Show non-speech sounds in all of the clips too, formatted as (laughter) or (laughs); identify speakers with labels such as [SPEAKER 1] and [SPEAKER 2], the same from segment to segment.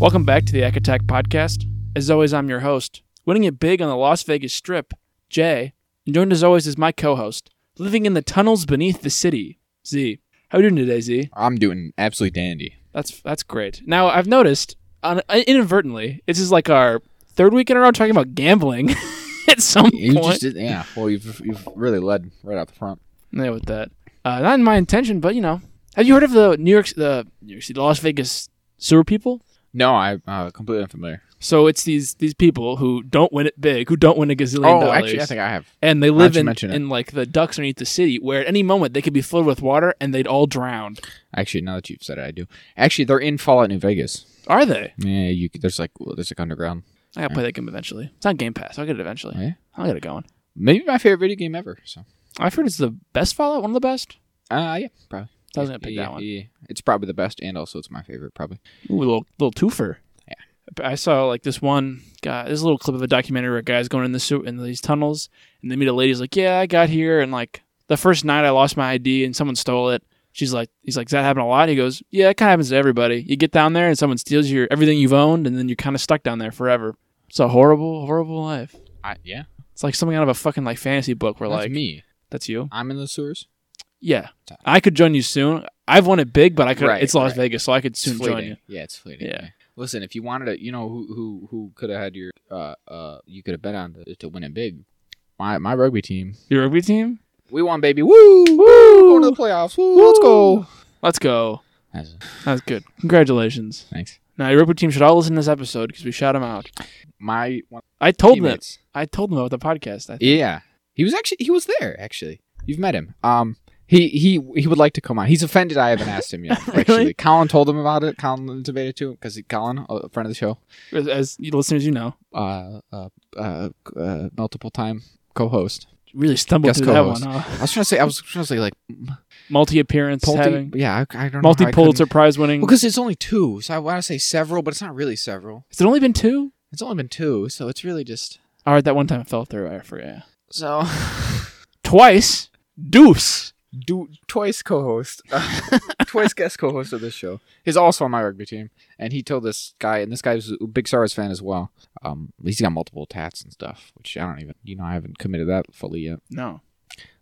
[SPEAKER 1] Welcome back to the Eck Attack Podcast. As always, I'm your host, winning it big on the Las Vegas Strip, Jay, and joined as always is my co host, living in the tunnels beneath the city, Z. How are you doing today, Z?
[SPEAKER 2] I'm doing absolutely dandy.
[SPEAKER 1] That's that's great. Now, I've noticed on, inadvertently, this is like our third week in a row talking about gambling (laughs) at some
[SPEAKER 2] You
[SPEAKER 1] point.
[SPEAKER 2] just did, yeah. Well, you've you've really led right out the front.
[SPEAKER 1] Yeah, with that. Uh, not in my intention, but you know. Have you heard of the New York, the New York City, the Las Vegas sewer people?
[SPEAKER 2] No, I'm uh, completely unfamiliar.
[SPEAKER 1] So it's these these people who don't win it big, who don't win a gazillion
[SPEAKER 2] Oh,
[SPEAKER 1] dollars.
[SPEAKER 2] actually, I think I have.
[SPEAKER 1] and they
[SPEAKER 2] Why
[SPEAKER 1] live
[SPEAKER 2] don't you
[SPEAKER 1] in,
[SPEAKER 2] mention it?
[SPEAKER 1] in like the ducks underneath the city, where at any moment they could be filled with water and they'd all drown.
[SPEAKER 2] Actually, now that you've said it, I do. Actually, they're in Fallout New Vegas.
[SPEAKER 1] Are they?
[SPEAKER 2] Yeah, you could- there's like well, there's like underground.
[SPEAKER 1] I gotta play that game eventually. It's on Game Pass. I'll get it eventually.
[SPEAKER 2] Oh, yeah?
[SPEAKER 1] I'll get it going.
[SPEAKER 2] Maybe my favorite video game ever. So,
[SPEAKER 1] I've heard it's the best Fallout, one of the best.
[SPEAKER 2] uh yeah, probably.
[SPEAKER 1] I was gonna pick
[SPEAKER 2] yeah,
[SPEAKER 1] that one.
[SPEAKER 2] Yeah, it's probably the best, and also it's my favorite probably.
[SPEAKER 1] Ooh, a little little twofer.
[SPEAKER 2] Yeah.
[SPEAKER 1] I saw like this one guy. This little clip of a documentary where a guy's going in the suit in these tunnels, and they meet a lady. He's like, "Yeah, I got here, and like the first night I lost my ID and someone stole it." She's like, "He's like, does that happen a lot?" He goes, "Yeah, it kind of happens to everybody. You get down there and someone steals your everything you've owned, and then you're kind of stuck down there forever. It's a horrible, horrible life.
[SPEAKER 2] I, yeah,
[SPEAKER 1] It's like something out of a fucking like fantasy book where
[SPEAKER 2] that's
[SPEAKER 1] like
[SPEAKER 2] me.
[SPEAKER 1] that's you.
[SPEAKER 2] I'm in the sewers.
[SPEAKER 1] Yeah, I could join you soon. I've won it big, but I could.
[SPEAKER 2] Right,
[SPEAKER 1] it's Las
[SPEAKER 2] right.
[SPEAKER 1] Vegas, so I could
[SPEAKER 2] It's
[SPEAKER 1] soon join
[SPEAKER 2] fleeting.
[SPEAKER 1] you.
[SPEAKER 2] Yeah, it's fleeting.
[SPEAKER 1] Yeah.
[SPEAKER 2] Yeah. Listen, if you wanted to, you know who who who could have had your uh uh you could have bet on to, to win it big. My my rugby team.
[SPEAKER 1] Your rugby team?
[SPEAKER 2] We won, baby. Woo! Woo! Going to the playoffs. Woo! Let's go.
[SPEAKER 1] Let's go.
[SPEAKER 2] That's-
[SPEAKER 1] That's good. Congratulations.
[SPEAKER 2] Thanks.
[SPEAKER 1] Now your rugby team should all listen to this episode because we shout them out.
[SPEAKER 2] My one
[SPEAKER 1] I told them.
[SPEAKER 2] teammates.
[SPEAKER 1] I told them about the podcast. I think.
[SPEAKER 2] Yeah. He was actually he was there actually. You've met him. Um he he he would like to come on. He's offended I haven't asked him yet.
[SPEAKER 1] Really?
[SPEAKER 2] Actually, Colin told him about it. Colin debated to him because Colin, a friend of the show,
[SPEAKER 1] As, as you listeners, you know,
[SPEAKER 2] uh uh, uh, uh multiple time co-host.
[SPEAKER 1] really stumbled
[SPEAKER 2] Guest
[SPEAKER 1] through that one. (laughs)
[SPEAKER 2] co-host.
[SPEAKER 1] Huh?
[SPEAKER 2] I was trying to say, I was trying to say like
[SPEAKER 1] Multi appearance
[SPEAKER 2] multi,
[SPEAKER 1] having
[SPEAKER 2] yeah, I, I don't know.
[SPEAKER 1] multi Pulitzer Prize winning.
[SPEAKER 2] because it's only two, so I want to say several, but it's not really several.
[SPEAKER 1] Has it only been two?
[SPEAKER 2] It's only been two, so it's really just
[SPEAKER 1] All right, that one time it fell through. I forget.
[SPEAKER 2] so (laughs)
[SPEAKER 1] Twice. Deuce.
[SPEAKER 2] do twice co-host, (laughs) twice guest co-host of this show. He's also on my rugby team, and he told this guy, and this guy's a big Stars fan as well. Um, he's got multiple tats and stuff, which I don't even, you know, I haven't committed that fully yet.
[SPEAKER 1] No,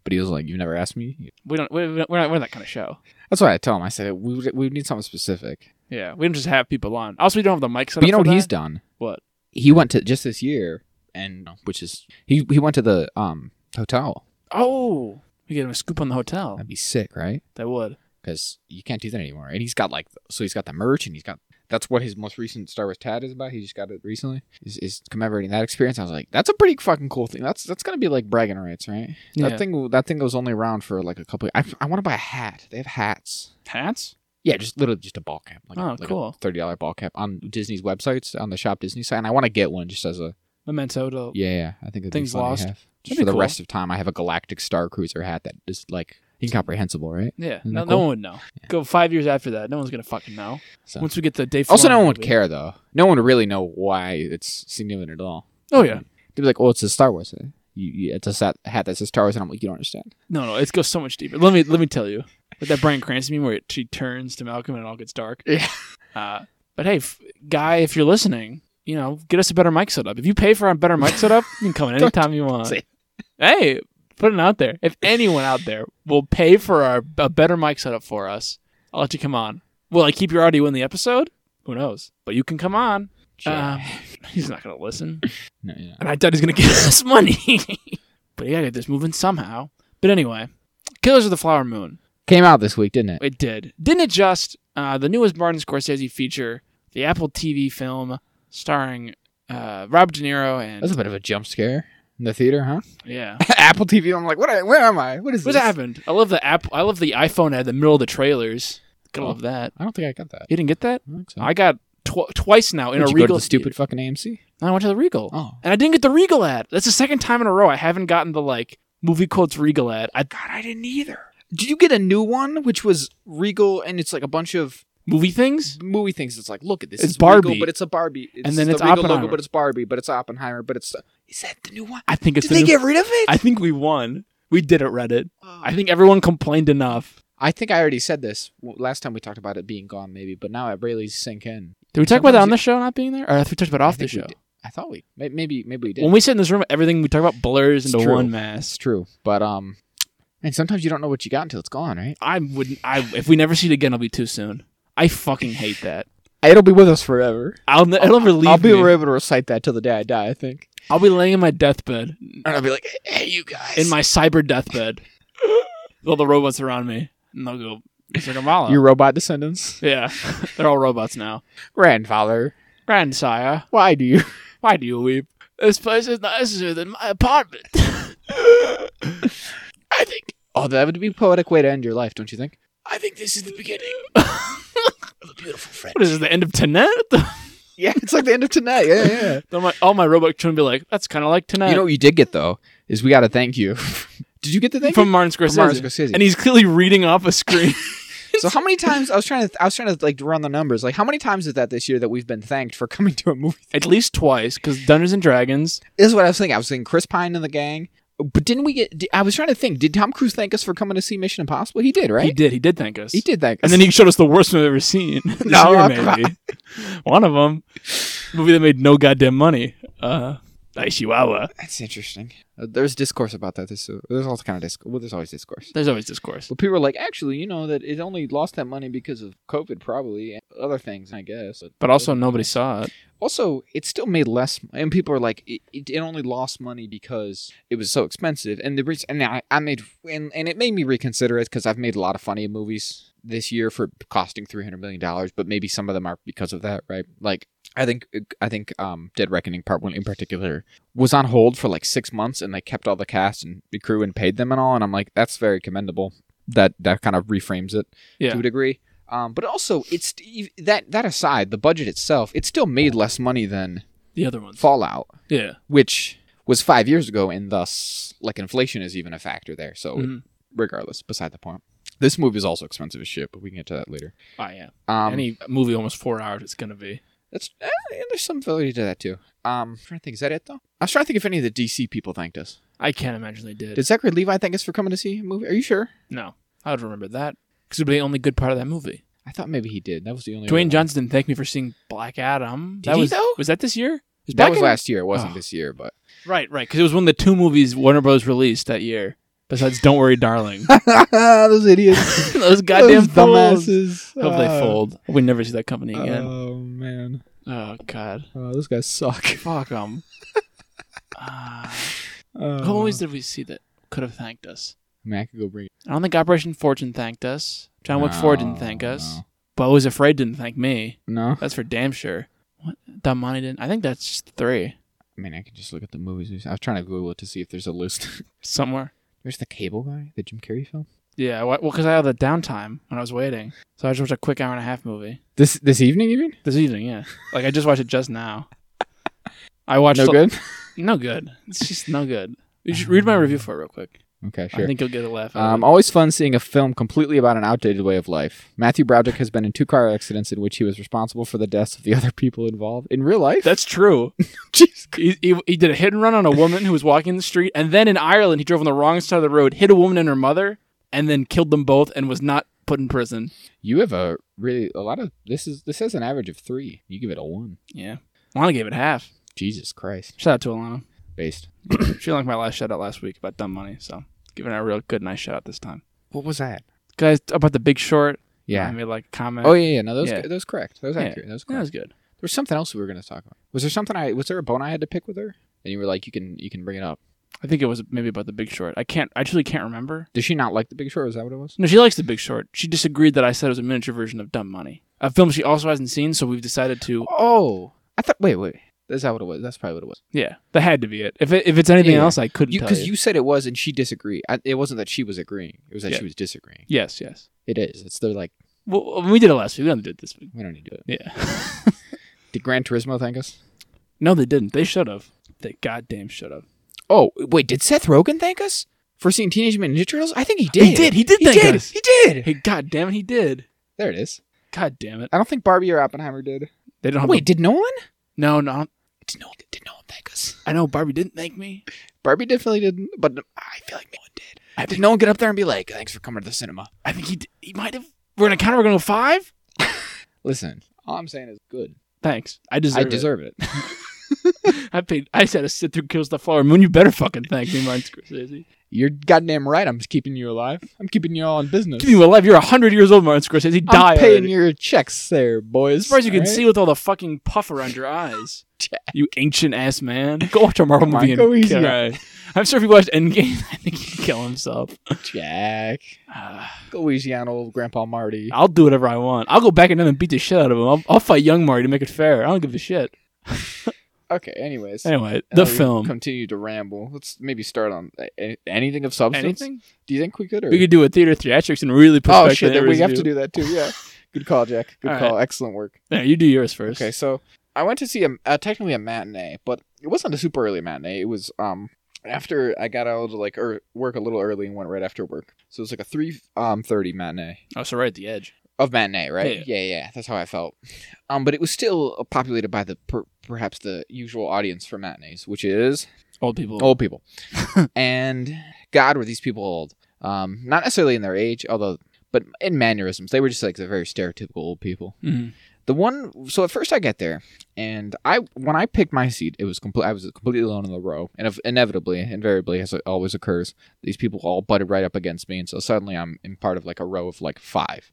[SPEAKER 2] But he was like, "You never asked me."
[SPEAKER 1] we don't. We, we- we're not. We're that kind of show.
[SPEAKER 2] That's why I tell him. I said we would, we would need something specific.
[SPEAKER 1] Yeah, we don't just have people on. Also, we don't have the mic set
[SPEAKER 2] But you know
[SPEAKER 1] up
[SPEAKER 2] what
[SPEAKER 1] for
[SPEAKER 2] he's
[SPEAKER 1] that.
[SPEAKER 2] done?
[SPEAKER 1] What?
[SPEAKER 2] he went to just this year and which is he he went to the um hotel
[SPEAKER 1] Oh, we get him a scoop on the hotel.
[SPEAKER 2] that'd be sick right
[SPEAKER 1] That would.
[SPEAKER 2] because you can't do that anymore and he's got like so he's got the merch and he's got that's what his most recent star wars tat is about he just got it recently is, is commemorating that experience i was like that's a pretty fucking cool thing that's that's gonna be like bragging rights right
[SPEAKER 1] Yeah.
[SPEAKER 2] that thing that thing goes only around for like a couple i, I want to buy a hat they have hats
[SPEAKER 1] Hats.
[SPEAKER 2] yeah, just literally just a ball cap. Like
[SPEAKER 1] Oh,
[SPEAKER 2] a, like
[SPEAKER 1] cool.
[SPEAKER 2] A Thirty dollar ball cap on Disney's websites on the shop Disney site, and I want to get one just as a
[SPEAKER 1] Memento to
[SPEAKER 2] Yeah, yeah. I think it'd
[SPEAKER 1] Things
[SPEAKER 2] be fun to
[SPEAKER 1] lost.
[SPEAKER 2] have.
[SPEAKER 1] That'd
[SPEAKER 2] Just
[SPEAKER 1] be
[SPEAKER 2] for the
[SPEAKER 1] cool.
[SPEAKER 2] rest of time, I have a Galactic Star Cruiser hat that is like incomprehensible, right?
[SPEAKER 1] Yeah,
[SPEAKER 2] Isn't
[SPEAKER 1] no,
[SPEAKER 2] that
[SPEAKER 1] no
[SPEAKER 2] cool?
[SPEAKER 1] one would know. Go five years after that, no one's gonna fucking know.
[SPEAKER 2] So.
[SPEAKER 1] Once we get the day.
[SPEAKER 2] also, no one would care though. No one would really know why it's significant at all.
[SPEAKER 1] Oh yeah,
[SPEAKER 2] They'd be like, "Oh, it's a Star Wars." Hat. You, you, it's a sat- hat that says Star Wars, and I'm like, "You don't understand."
[SPEAKER 1] no, no, it goes so much deeper. Let me let me tell you, with that Brian Cranston meme where it, she turns to Malcolm and it all gets dark.
[SPEAKER 2] Yeah.
[SPEAKER 1] Uh, but hey, f- guy, if you're listening, you know, get us a better mic setup. If you pay for a better mic setup, you can come in
[SPEAKER 2] (laughs) Don't
[SPEAKER 1] anytime you want.
[SPEAKER 2] say-
[SPEAKER 1] Hey, putting it out there. If anyone out there will pay for our, a better mic setup for us, I'll let you come on. Will I keep your audio in the episode? Who knows? But you can come on. (laughs) Um, he's not gonna listen.
[SPEAKER 2] no, yeah.
[SPEAKER 1] and I doubt he's gonna
[SPEAKER 2] (laughs)
[SPEAKER 1] give us money. (laughs) but you gotta get this moving somehow. But anyway, Killers of the Flower Moon.
[SPEAKER 2] Came out this week, didn't it?
[SPEAKER 1] It did, didn't it? Just uh, the newest Martin Scorsese feature, the Apple TV film starring uh, Rob De Niro and
[SPEAKER 2] That's a bit of a jump scare in the theater, huh? (laughs)
[SPEAKER 1] yeah.
[SPEAKER 2] Apple TV. I'm like, what? Where am I? What is
[SPEAKER 1] What
[SPEAKER 2] this?
[SPEAKER 1] happened? I love the app. I love the iPhone ad in the middle of the trailers. Gotta
[SPEAKER 2] Oh.
[SPEAKER 1] love that.
[SPEAKER 2] I don't think I got that.
[SPEAKER 1] You didn't get that?
[SPEAKER 2] I don't think so.
[SPEAKER 1] I got tw- twice now in
[SPEAKER 2] Did
[SPEAKER 1] a
[SPEAKER 2] you go to
[SPEAKER 1] Regal.
[SPEAKER 2] the stupid
[SPEAKER 1] theater.
[SPEAKER 2] fucking AMC?
[SPEAKER 1] I went to the Regal.
[SPEAKER 2] Oh,
[SPEAKER 1] And I didn't get the Regal ad. That's the second time in a row I haven't gotten the like movie quotes Regal ad. I,
[SPEAKER 2] God, I didn't either. Did you get a new one, which was Regal, and it's like a bunch of
[SPEAKER 1] movie things.
[SPEAKER 2] movie things? It's like, look at this,
[SPEAKER 1] It's
[SPEAKER 2] it's Barbie,
[SPEAKER 1] Barbie.
[SPEAKER 2] but it's a Barbie, it's
[SPEAKER 1] And then
[SPEAKER 2] the
[SPEAKER 1] it's
[SPEAKER 2] Regal
[SPEAKER 1] Oppenheimer.
[SPEAKER 2] logo, but it's Barbie, but it's Oppenheimer, but it's. Is that the new one?
[SPEAKER 1] I think it's
[SPEAKER 2] Did
[SPEAKER 1] the
[SPEAKER 2] they
[SPEAKER 1] new-
[SPEAKER 2] get rid of it?
[SPEAKER 1] I think we won. We did it, Reddit. I think everyone complained enough.
[SPEAKER 2] I think I already said this w- last time we talked about it being gone, maybe, but now it really sink in.
[SPEAKER 1] Did we talk about that
[SPEAKER 2] Sometimes
[SPEAKER 1] on
[SPEAKER 2] you-
[SPEAKER 1] the show not being there? Or I think we talked about
[SPEAKER 2] I
[SPEAKER 1] off the
[SPEAKER 2] think we
[SPEAKER 1] show.
[SPEAKER 2] did. I thought we may- maybe maybe we did.
[SPEAKER 1] When we sit in this room, everything we talk about blurs
[SPEAKER 2] It's
[SPEAKER 1] into
[SPEAKER 2] true.
[SPEAKER 1] one mass.
[SPEAKER 2] It's true, but um, and sometimes you don't know what you got until it's gone, right?
[SPEAKER 1] I wouldn't. I if we never see it again, it'll be too soon. I fucking hate that.
[SPEAKER 2] It'll be with us forever.
[SPEAKER 1] I'll ne- it'll never leave
[SPEAKER 2] I'll be
[SPEAKER 1] me.
[SPEAKER 2] able to recite that till the day I die. I think,
[SPEAKER 1] I'll be laying in my deathbed,
[SPEAKER 2] and I'll be like, "Hey, you guys!"
[SPEAKER 1] in my cyber deathbed,
[SPEAKER 2] (laughs)
[SPEAKER 1] with all the robots around me, and they'll go, "It's like a Mala."
[SPEAKER 2] your robot descendants,
[SPEAKER 1] Yeah, (laughs) they're all robots now.
[SPEAKER 2] grandfather,
[SPEAKER 1] Grandsire,
[SPEAKER 2] why do you?
[SPEAKER 1] why do you weep? This place is nicer than my
[SPEAKER 2] (laughs)
[SPEAKER 1] apartment.
[SPEAKER 2] I think. Oh, that would be a poetic way to end your life, don't you think?
[SPEAKER 1] I think this is the
[SPEAKER 2] (laughs)
[SPEAKER 1] beginning.
[SPEAKER 2] Of a beautiful friend.
[SPEAKER 1] what is this, the end of Tenet? (laughs)
[SPEAKER 2] Yeah, it's like the end of tonight. Yeah, yeah.
[SPEAKER 1] All my, all my robot children be like, that's kind of like Tenet.
[SPEAKER 2] you know what you did get though is we got to thank you. (laughs) did you get the thank
[SPEAKER 1] from
[SPEAKER 2] you?
[SPEAKER 1] Martin Scorsese.
[SPEAKER 2] Martin Scorsese.
[SPEAKER 1] And he's clearly reading off a
[SPEAKER 2] (laughs)
[SPEAKER 1] screen.
[SPEAKER 2] So how
[SPEAKER 1] (laughs)
[SPEAKER 2] many times I was trying to I was trying to like run the numbers. Like how many times is that this year that we've been thanked for (laughs) coming to a movie?
[SPEAKER 1] At least twice, because Dungeons and Dragons.
[SPEAKER 2] This is what I was thinking. I was thinking Chris Pine and the gang. But didn't we get? di- I was trying to think. Did Tom Cruise thank us for coming to see Mission Impossible? He did, right?
[SPEAKER 1] He did. He did thank us.
[SPEAKER 2] He did thank us.
[SPEAKER 1] And then he showed us the worst movie I've ever
[SPEAKER 2] (laughs)
[SPEAKER 1] seen. (laughs) this
[SPEAKER 2] No,
[SPEAKER 1] year,
[SPEAKER 2] I'll
[SPEAKER 1] maybe. (laughs) One of them. Movie that made no goddamn money. Uh, Aishiwawa.
[SPEAKER 2] That's interesting. Uh, there's discourse about that. There's, uh, there's all kind of discourse. Well, there's always discourse.
[SPEAKER 1] There's always discourse.
[SPEAKER 2] But people are like, actually, you know, that it only lost that money because of COVID, probably, and other things, I guess.
[SPEAKER 1] But also, nobody saw it.
[SPEAKER 2] Also, it still made less, and people are like, it, it it only lost money because it was so expensive. And the reason, and I, I made, and, and it made me reconsider it because I've made a lot of funny movies this year for costing three hundred million dollars, but maybe some of them are because of that, right? Like, I think, I think, um, Dead Reckoning Part One in particular was on hold for like six months, and they kept all the cast and the crew and paid them and all, and I'm like, that's very commendable. That that kind of reframes it
[SPEAKER 1] Yeah.
[SPEAKER 2] to a degree. Um, but also, it's e, that that aside, the budget itself, it still made less money than
[SPEAKER 1] The other ones.
[SPEAKER 2] Fallout,
[SPEAKER 1] Yeah.
[SPEAKER 2] which was five years ago, and thus like inflation is even a factor there. So
[SPEAKER 1] Mhm.
[SPEAKER 2] regardless, beside the point, this movie is also expensive as shit, but we can get to that later.
[SPEAKER 1] Oh, yeah.
[SPEAKER 2] Um,
[SPEAKER 1] Any movie almost four hours, it's going to be.
[SPEAKER 2] that's eh, yeah, there's some validity to that too. Um, I'm trying to think, is that it though? I was trying to think if any of the DC people thanked us.
[SPEAKER 1] I can't imagine they did.
[SPEAKER 2] Did Zachary Levi thank us for coming to see a movie? Are you sure?
[SPEAKER 1] no. I would remember that. Because it would be the only good part of that movie.
[SPEAKER 2] I thought maybe he did. That was the only. other
[SPEAKER 1] Dwayne
[SPEAKER 2] one.
[SPEAKER 1] Johnson didn't thank me for seeing Black Adam.
[SPEAKER 2] Did
[SPEAKER 1] that
[SPEAKER 2] he,
[SPEAKER 1] was,
[SPEAKER 2] though?
[SPEAKER 1] Was that this year? It was
[SPEAKER 2] That
[SPEAKER 1] back
[SPEAKER 2] was
[SPEAKER 1] in-
[SPEAKER 2] last year. It wasn't
[SPEAKER 1] Oh.
[SPEAKER 2] this year, but (laughs)
[SPEAKER 1] Right, right. Because it was one of the two movies Warner Bros. released that year. Besides, Don't Worry, Darling.
[SPEAKER 2] (laughs) those Uh, idiots.
[SPEAKER 1] Those (laughs) goddamn fools.
[SPEAKER 2] dumbasses. Ah.
[SPEAKER 1] Hope they fold. Hope we never see that company again.
[SPEAKER 2] Oh man,
[SPEAKER 1] oh God.
[SPEAKER 2] oh, those guys suck. (laughs)
[SPEAKER 1] Fuck them. uh,
[SPEAKER 2] Uh,
[SPEAKER 1] who always did we see that could have thanked us?
[SPEAKER 2] I mean, I could go bring.
[SPEAKER 1] I don't think Operation Fortune thanked us. John Wick 4 didn't thank us. But I was afraid didn't thank me.
[SPEAKER 2] No. no,
[SPEAKER 1] That's for damn sure. What? Dumb money didn't. I think that's just three
[SPEAKER 2] I mean, I could just look at the movies. I was trying to Google it to see if there's a list. (laughs)
[SPEAKER 1] somewhere.
[SPEAKER 2] There's the Cable Guy, the Jim Carrey film.
[SPEAKER 1] Yeah. wh- Well, because I had the downtime when I was waiting, so I just watched a quick hour and a half movie.
[SPEAKER 2] This this evening, you mean?
[SPEAKER 1] This evening, yeah. Like I just watched it just now. I watched
[SPEAKER 2] No
[SPEAKER 1] the- (laughs)
[SPEAKER 2] good.
[SPEAKER 1] No good. It's just no good. You should read my review for it real quick.
[SPEAKER 2] Okay,
[SPEAKER 1] I
[SPEAKER 2] sure.
[SPEAKER 1] think you'll get a laugh. Out
[SPEAKER 2] Um,
[SPEAKER 1] um,
[SPEAKER 2] always fun seeing a film completely about an outdated way of life. Matthew Broderick has been in two car accidents in which he was responsible for the deaths of the (laughs) other people involved in real life.
[SPEAKER 1] That's
[SPEAKER 2] (laughs)
[SPEAKER 1] true.
[SPEAKER 2] Jeez.
[SPEAKER 1] he, he, he did a hit and run on a woman who was walking the street, and then in Ireland he drove on the wrong side of the road, hit a woman and her mother, and then killed them both, and was not put in prison.
[SPEAKER 2] You have a really a lot of this is this has an average of three. You give it a one.
[SPEAKER 1] Yeah, Alana gave it half.
[SPEAKER 2] Jesus Christ.
[SPEAKER 1] Shout out to Alana.
[SPEAKER 2] Based.
[SPEAKER 1] she liked my last shout out last week about dumb money, so giving her a real good nice shout out this time,
[SPEAKER 2] What was that?
[SPEAKER 1] guys. About the Big Short. I
[SPEAKER 2] Yeah.
[SPEAKER 1] made like a comment.
[SPEAKER 2] Oh yeah, yeah. No, those
[SPEAKER 1] Yeah.
[SPEAKER 2] those correct. Those
[SPEAKER 1] Yeah.
[SPEAKER 2] accurate. Those
[SPEAKER 1] that
[SPEAKER 2] correct.
[SPEAKER 1] was good.
[SPEAKER 2] There was something else we were gonna talk about. Was there something I was there a bone I had to pick with her? And you were like, you can you can bring it up.
[SPEAKER 1] I think it was maybe about the Big Short. I can't. I truly can't remember.
[SPEAKER 2] Did she not like the Big Short? Was that what it was?
[SPEAKER 1] No, she likes The Big Short. She disagreed that I said it was a miniature version of Dumb Money, a film she also hasn't seen. So we've decided to.
[SPEAKER 2] Oh, I thought. Wait, wait. That's not what it was. That's probably what it was.
[SPEAKER 1] Yeah, that had to be it. If it, if it's anything
[SPEAKER 2] Yeah.
[SPEAKER 1] else, I couldn't tell
[SPEAKER 2] Because
[SPEAKER 1] you.
[SPEAKER 2] you, said it was, and she disagreed. I, it wasn't that she was agreeing. It was that
[SPEAKER 1] Yeah.
[SPEAKER 2] she was disagreeing.
[SPEAKER 1] Yes, yes.
[SPEAKER 2] It is. It's they're like
[SPEAKER 1] Well, we did it last week. We only did it this week.
[SPEAKER 2] we don't need to do it.
[SPEAKER 1] Yeah. (laughs)
[SPEAKER 2] Did Gran Turismo thank us?
[SPEAKER 1] no, they didn't. They should have. They goddamn should have.
[SPEAKER 2] Oh wait, did Seth Rogen thank us for seeing Teenage Mutant Ninja Turtles? I think he did.
[SPEAKER 1] He did. He did
[SPEAKER 2] He
[SPEAKER 1] thank
[SPEAKER 2] did.
[SPEAKER 1] us.
[SPEAKER 2] He did.
[SPEAKER 1] Hey, goddamn it, he did.
[SPEAKER 2] There it is.
[SPEAKER 1] God damn it.
[SPEAKER 2] I don't think Barbie or Oppenheimer did.
[SPEAKER 1] They don't have.
[SPEAKER 2] Wait, did Nolan?
[SPEAKER 1] the- no, no.
[SPEAKER 2] Did Nolan, did Nolan thank us?
[SPEAKER 1] I know Barbie didn't thank me.
[SPEAKER 2] Barbie definitely didn't, but I feel like Nolan did.
[SPEAKER 1] I
[SPEAKER 2] Did Nolan get up there and be like, "Thanks for coming to the cinema"?
[SPEAKER 1] I think he d- he might have. We're gonna count. We're gonna go five.
[SPEAKER 2] Listen, all I'm saying is good.
[SPEAKER 1] Thanks. I deserve
[SPEAKER 2] I
[SPEAKER 1] it.
[SPEAKER 2] deserve it.
[SPEAKER 1] (laughs)
[SPEAKER 2] (laughs)
[SPEAKER 1] I paid. I just had to sit through Kills the Flower Moon. You better fucking thank me, Martin
[SPEAKER 2] (laughs)
[SPEAKER 1] Scorsese.
[SPEAKER 2] You're goddamn right. I'm keeping you alive. I'm keeping you all in business.
[SPEAKER 1] Keep you alive. You're hundred years old, Martin Scorsese. Die.
[SPEAKER 2] I'm paying
[SPEAKER 1] already.
[SPEAKER 2] your checks there, boys.
[SPEAKER 1] as far as you can
[SPEAKER 2] All right?
[SPEAKER 1] see, with all the fucking puff around your
[SPEAKER 2] (laughs)
[SPEAKER 1] eyes. You ancient ass man. Go watch a Marvel
[SPEAKER 2] Come on,
[SPEAKER 1] movie
[SPEAKER 2] go
[SPEAKER 1] and
[SPEAKER 2] easy
[SPEAKER 1] kill.
[SPEAKER 2] on-
[SPEAKER 1] Right. I'm sure if he watched Endgame, (laughs) I think he'd kill himself. (sighs)
[SPEAKER 2] Jack.
[SPEAKER 1] Ah,
[SPEAKER 2] Go easy on old Grandpa Marty.
[SPEAKER 1] I'll do whatever I want. I'll go back in there and beat the shit out of him. I'll, I'll fight young Marty to make it fair. I don't give a shit.
[SPEAKER 2] Okay. Anyways,
[SPEAKER 1] Anyway,
[SPEAKER 2] I
[SPEAKER 1] the
[SPEAKER 2] know we
[SPEAKER 1] film.
[SPEAKER 2] Continue to ramble. Let's maybe start on a- a- anything of substance.
[SPEAKER 1] Anything?
[SPEAKER 2] Do you think we could? Or?
[SPEAKER 1] We could do a theater theatrics and really push
[SPEAKER 2] oh
[SPEAKER 1] back
[SPEAKER 2] shit!
[SPEAKER 1] the
[SPEAKER 2] Then we have
[SPEAKER 1] review.
[SPEAKER 2] to do that too. (laughs) Yeah. Good call, Jack. Good
[SPEAKER 1] All
[SPEAKER 2] call. Excellent work.
[SPEAKER 1] No, you do yours first.
[SPEAKER 2] Okay, so I went to see a uh, technically a matinee, but it wasn't a super early matinee. It was um after I got out of like er, work a little early and went right after work. So it was like a three um thirty matinee
[SPEAKER 1] Oh, so right at the edge.
[SPEAKER 2] of matinee, right?
[SPEAKER 1] Yeah.
[SPEAKER 2] Yeah. yeah, that's how I felt. Um, but it was still populated by the per- perhaps the usual audience for matinees, which is
[SPEAKER 1] Old people. (laughs)
[SPEAKER 2] old people. and God, were these people old? Um, not necessarily in their age, although, but in mannerisms, they were just like the very stereotypical old people.
[SPEAKER 1] Mhm.
[SPEAKER 2] The one, so at first I get there, and I when I picked my seat, it was complete. I was completely alone in the row, and if, inevitably, invariably, as it always occurs, these people all butted right up against me, and so suddenly I'm in part of like a row of like five,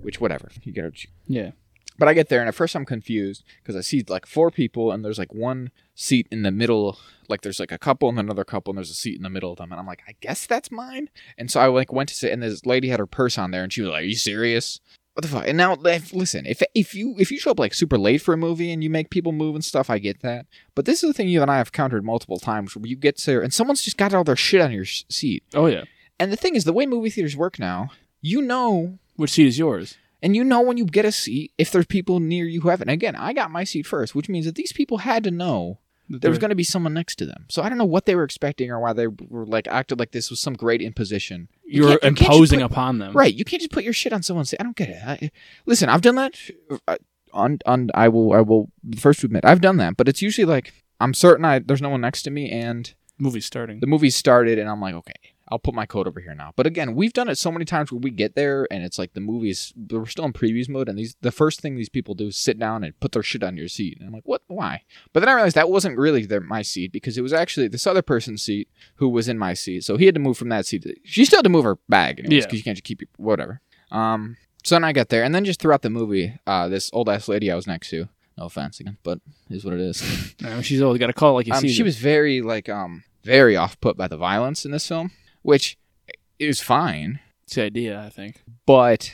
[SPEAKER 2] which whatever you get. What you
[SPEAKER 1] Yeah.
[SPEAKER 2] but I get there and at first I'm confused because I see like four people and there's like one seat in the middle, like there's like a couple and another couple and there's a seat in the middle of them and I'm like, I guess that's mine. And so I like went to sit and this lady had her purse on there and she was like, Are you serious? What the fuck? And now if, listen, if if you if you show up like super late for a movie and you make people move and stuff, I get that. But this is the thing you and I have countered multiple times where you get there and someone's just got all their shit on your sh- seat.
[SPEAKER 1] Oh yeah.
[SPEAKER 2] And the thing is, the way movie theaters work now, you know
[SPEAKER 1] Which seat is yours?
[SPEAKER 2] and you know when you get a seat if there's people near you who haven't. Again, I got my seat first, which means that these people had to know there was going to be someone next to them. So I don't know what they were expecting or why they were like acted like this was some great imposition.
[SPEAKER 1] You're
[SPEAKER 2] can't- you can't just
[SPEAKER 1] imposing
[SPEAKER 2] put-
[SPEAKER 1] upon them.
[SPEAKER 2] Right? You can't just put your shit on someone's seat. I don't get it. I, listen, I've done that. uh, On on I will I will first admit I've done that, but it's usually like I'm certain I there's no one next to me and
[SPEAKER 1] Movie starting.
[SPEAKER 2] the movie started and I'm like, okay, I'll put my code over here now. But again, we've done it so many times where we get there and it's like the movie's we're still in previews mode and these the first thing these people do is sit down and put their shit on your seat. And I'm like, what why? But then I realized that wasn't really their my seat because it was actually this other person's seat who was in my seat. So he had to move from that seat. To, she still had to move her bag anyways,
[SPEAKER 1] Yeah.
[SPEAKER 2] because you can't just keep your whatever. Um so then I got there and then just throughout the movie, uh this old ass lady I was next to. No offense again, but it is what it is. (laughs)
[SPEAKER 1] No, she's always got to call it like you
[SPEAKER 2] Um,
[SPEAKER 1] see.
[SPEAKER 2] she was very like um very off put by the violence in this film, which is fine,
[SPEAKER 1] It's the idea, I think.
[SPEAKER 2] but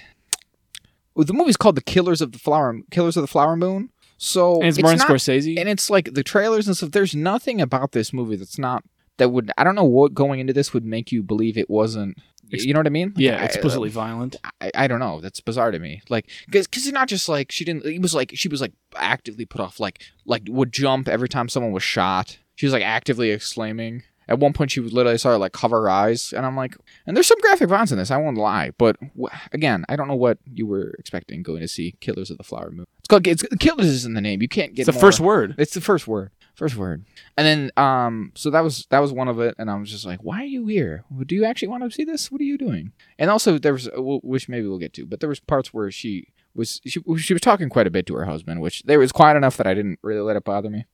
[SPEAKER 2] well, the movie's called The Killers of the Flower Killers of the Flower Moon. So
[SPEAKER 1] And it's,
[SPEAKER 2] it's
[SPEAKER 1] Martin
[SPEAKER 2] not-
[SPEAKER 1] Scorsese.
[SPEAKER 2] and it's like the trailers and stuff. There's nothing about this movie that's not that would I don't know what going into this would make you believe it wasn't.
[SPEAKER 1] Ex-
[SPEAKER 2] You know what I mean? Like,
[SPEAKER 1] yeah,
[SPEAKER 2] I- uh,
[SPEAKER 1] explicitly violent.
[SPEAKER 2] I, I don't know. That's bizarre to me. Like, because it's not just like she didn't. It was like she was like actively put off. Like, like would jump every time someone was shot. She was like actively exclaiming. At one point, she was literally saw her like cover her eyes, and I'm like, and there's some graphic violence in this. I won't lie, but wh- again, I don't know what you were expecting going to see Killers of the Flower Moon. It's called it's, Killers is in the name. You can't get
[SPEAKER 1] It's the
[SPEAKER 2] more-
[SPEAKER 1] first word.
[SPEAKER 2] it's the first word. First word. And then um so that was that was one of it and I was just like, "Why are you here? Do you actually want to see this? What are you doing?" And also there was w- which maybe we'll get to, but there was parts where she was she, she was talking quite a bit to her husband, which there was quiet enough that I didn't really let it bother me.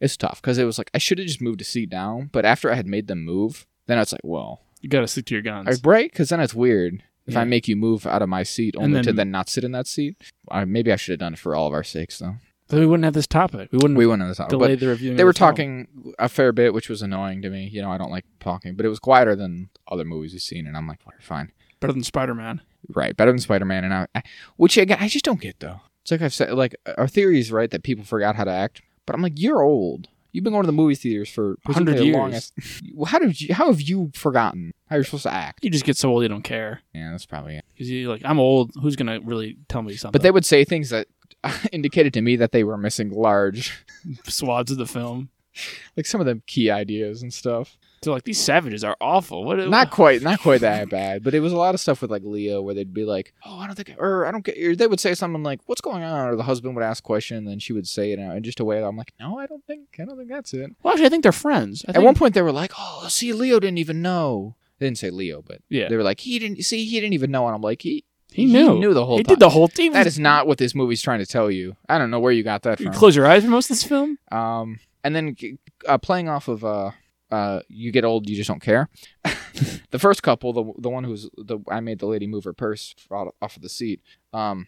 [SPEAKER 2] It's tough cuz it was like I should have just moved a seat down, but after I had made them move, then it's like, "Well,
[SPEAKER 1] You got to stick to your
[SPEAKER 2] I
[SPEAKER 1] guns.
[SPEAKER 2] right cuz then it's weird." If
[SPEAKER 1] Yeah.
[SPEAKER 2] I make you move out of my seat only to
[SPEAKER 1] then-
[SPEAKER 2] then not sit in that seat, I, maybe I should have done it for all of our sakes, though.
[SPEAKER 1] So we wouldn't have this topic. We wouldn't
[SPEAKER 2] We went on this topic, but-
[SPEAKER 1] delay the review.
[SPEAKER 2] they were talking a fair bit, which was annoying to me. You know, I don't like talking, but it was quieter than other movies we've seen, and I'm like, "Whatever, fine,
[SPEAKER 1] better than Spider Man.
[SPEAKER 2] right, better than Spider Man. And I, I, which again, I just don't get though. It's like I've said, like our theory is right that people forgot how to act, but I'm like, you're old. You've been going to the movie theaters for
[SPEAKER 1] 100
[SPEAKER 2] presumably a long
[SPEAKER 1] years.
[SPEAKER 2] ass- Well, how did you? How have you forgotten how you're supposed to act?
[SPEAKER 1] You just get so old you don't care
[SPEAKER 2] Yeah, that's probably it.
[SPEAKER 1] because you like I'm old. Who's gonna really tell me something?
[SPEAKER 2] But they would say things that (laughs) indicated to me that they were missing large, (laughs)
[SPEAKER 1] swads of the film.
[SPEAKER 2] like some of the key ideas and stuff.
[SPEAKER 1] They're like these savages are awful. What? (laughs)
[SPEAKER 2] not quite not quite that bad but it was a lot of stuff with like leo where they'd be like oh i don't think or i don't get or they would say something like what's going on or the husband would ask a question and then she would say it and uh, just a way i'm like no i don't think i don't think that's it
[SPEAKER 1] Well, actually, I think they're friends. I
[SPEAKER 2] at
[SPEAKER 1] think-
[SPEAKER 2] one point they were like oh see leo didn't even know they didn't say leo but
[SPEAKER 1] Yeah.
[SPEAKER 2] they were like he didn't see he didn't even know and i'm like he
[SPEAKER 1] He knew.
[SPEAKER 2] He knew the whole
[SPEAKER 1] He
[SPEAKER 2] time.
[SPEAKER 1] did the whole thing.
[SPEAKER 2] that is not what this movie's trying to tell you. I don't know where you got that
[SPEAKER 1] You
[SPEAKER 2] from.
[SPEAKER 1] close your eyes for most of this film.
[SPEAKER 2] Um, and then g- uh, playing off of uh, uh, you get old, you just don't care. (laughs) the first couple, the the one who's the I made the lady move her purse out- off of the seat. Um,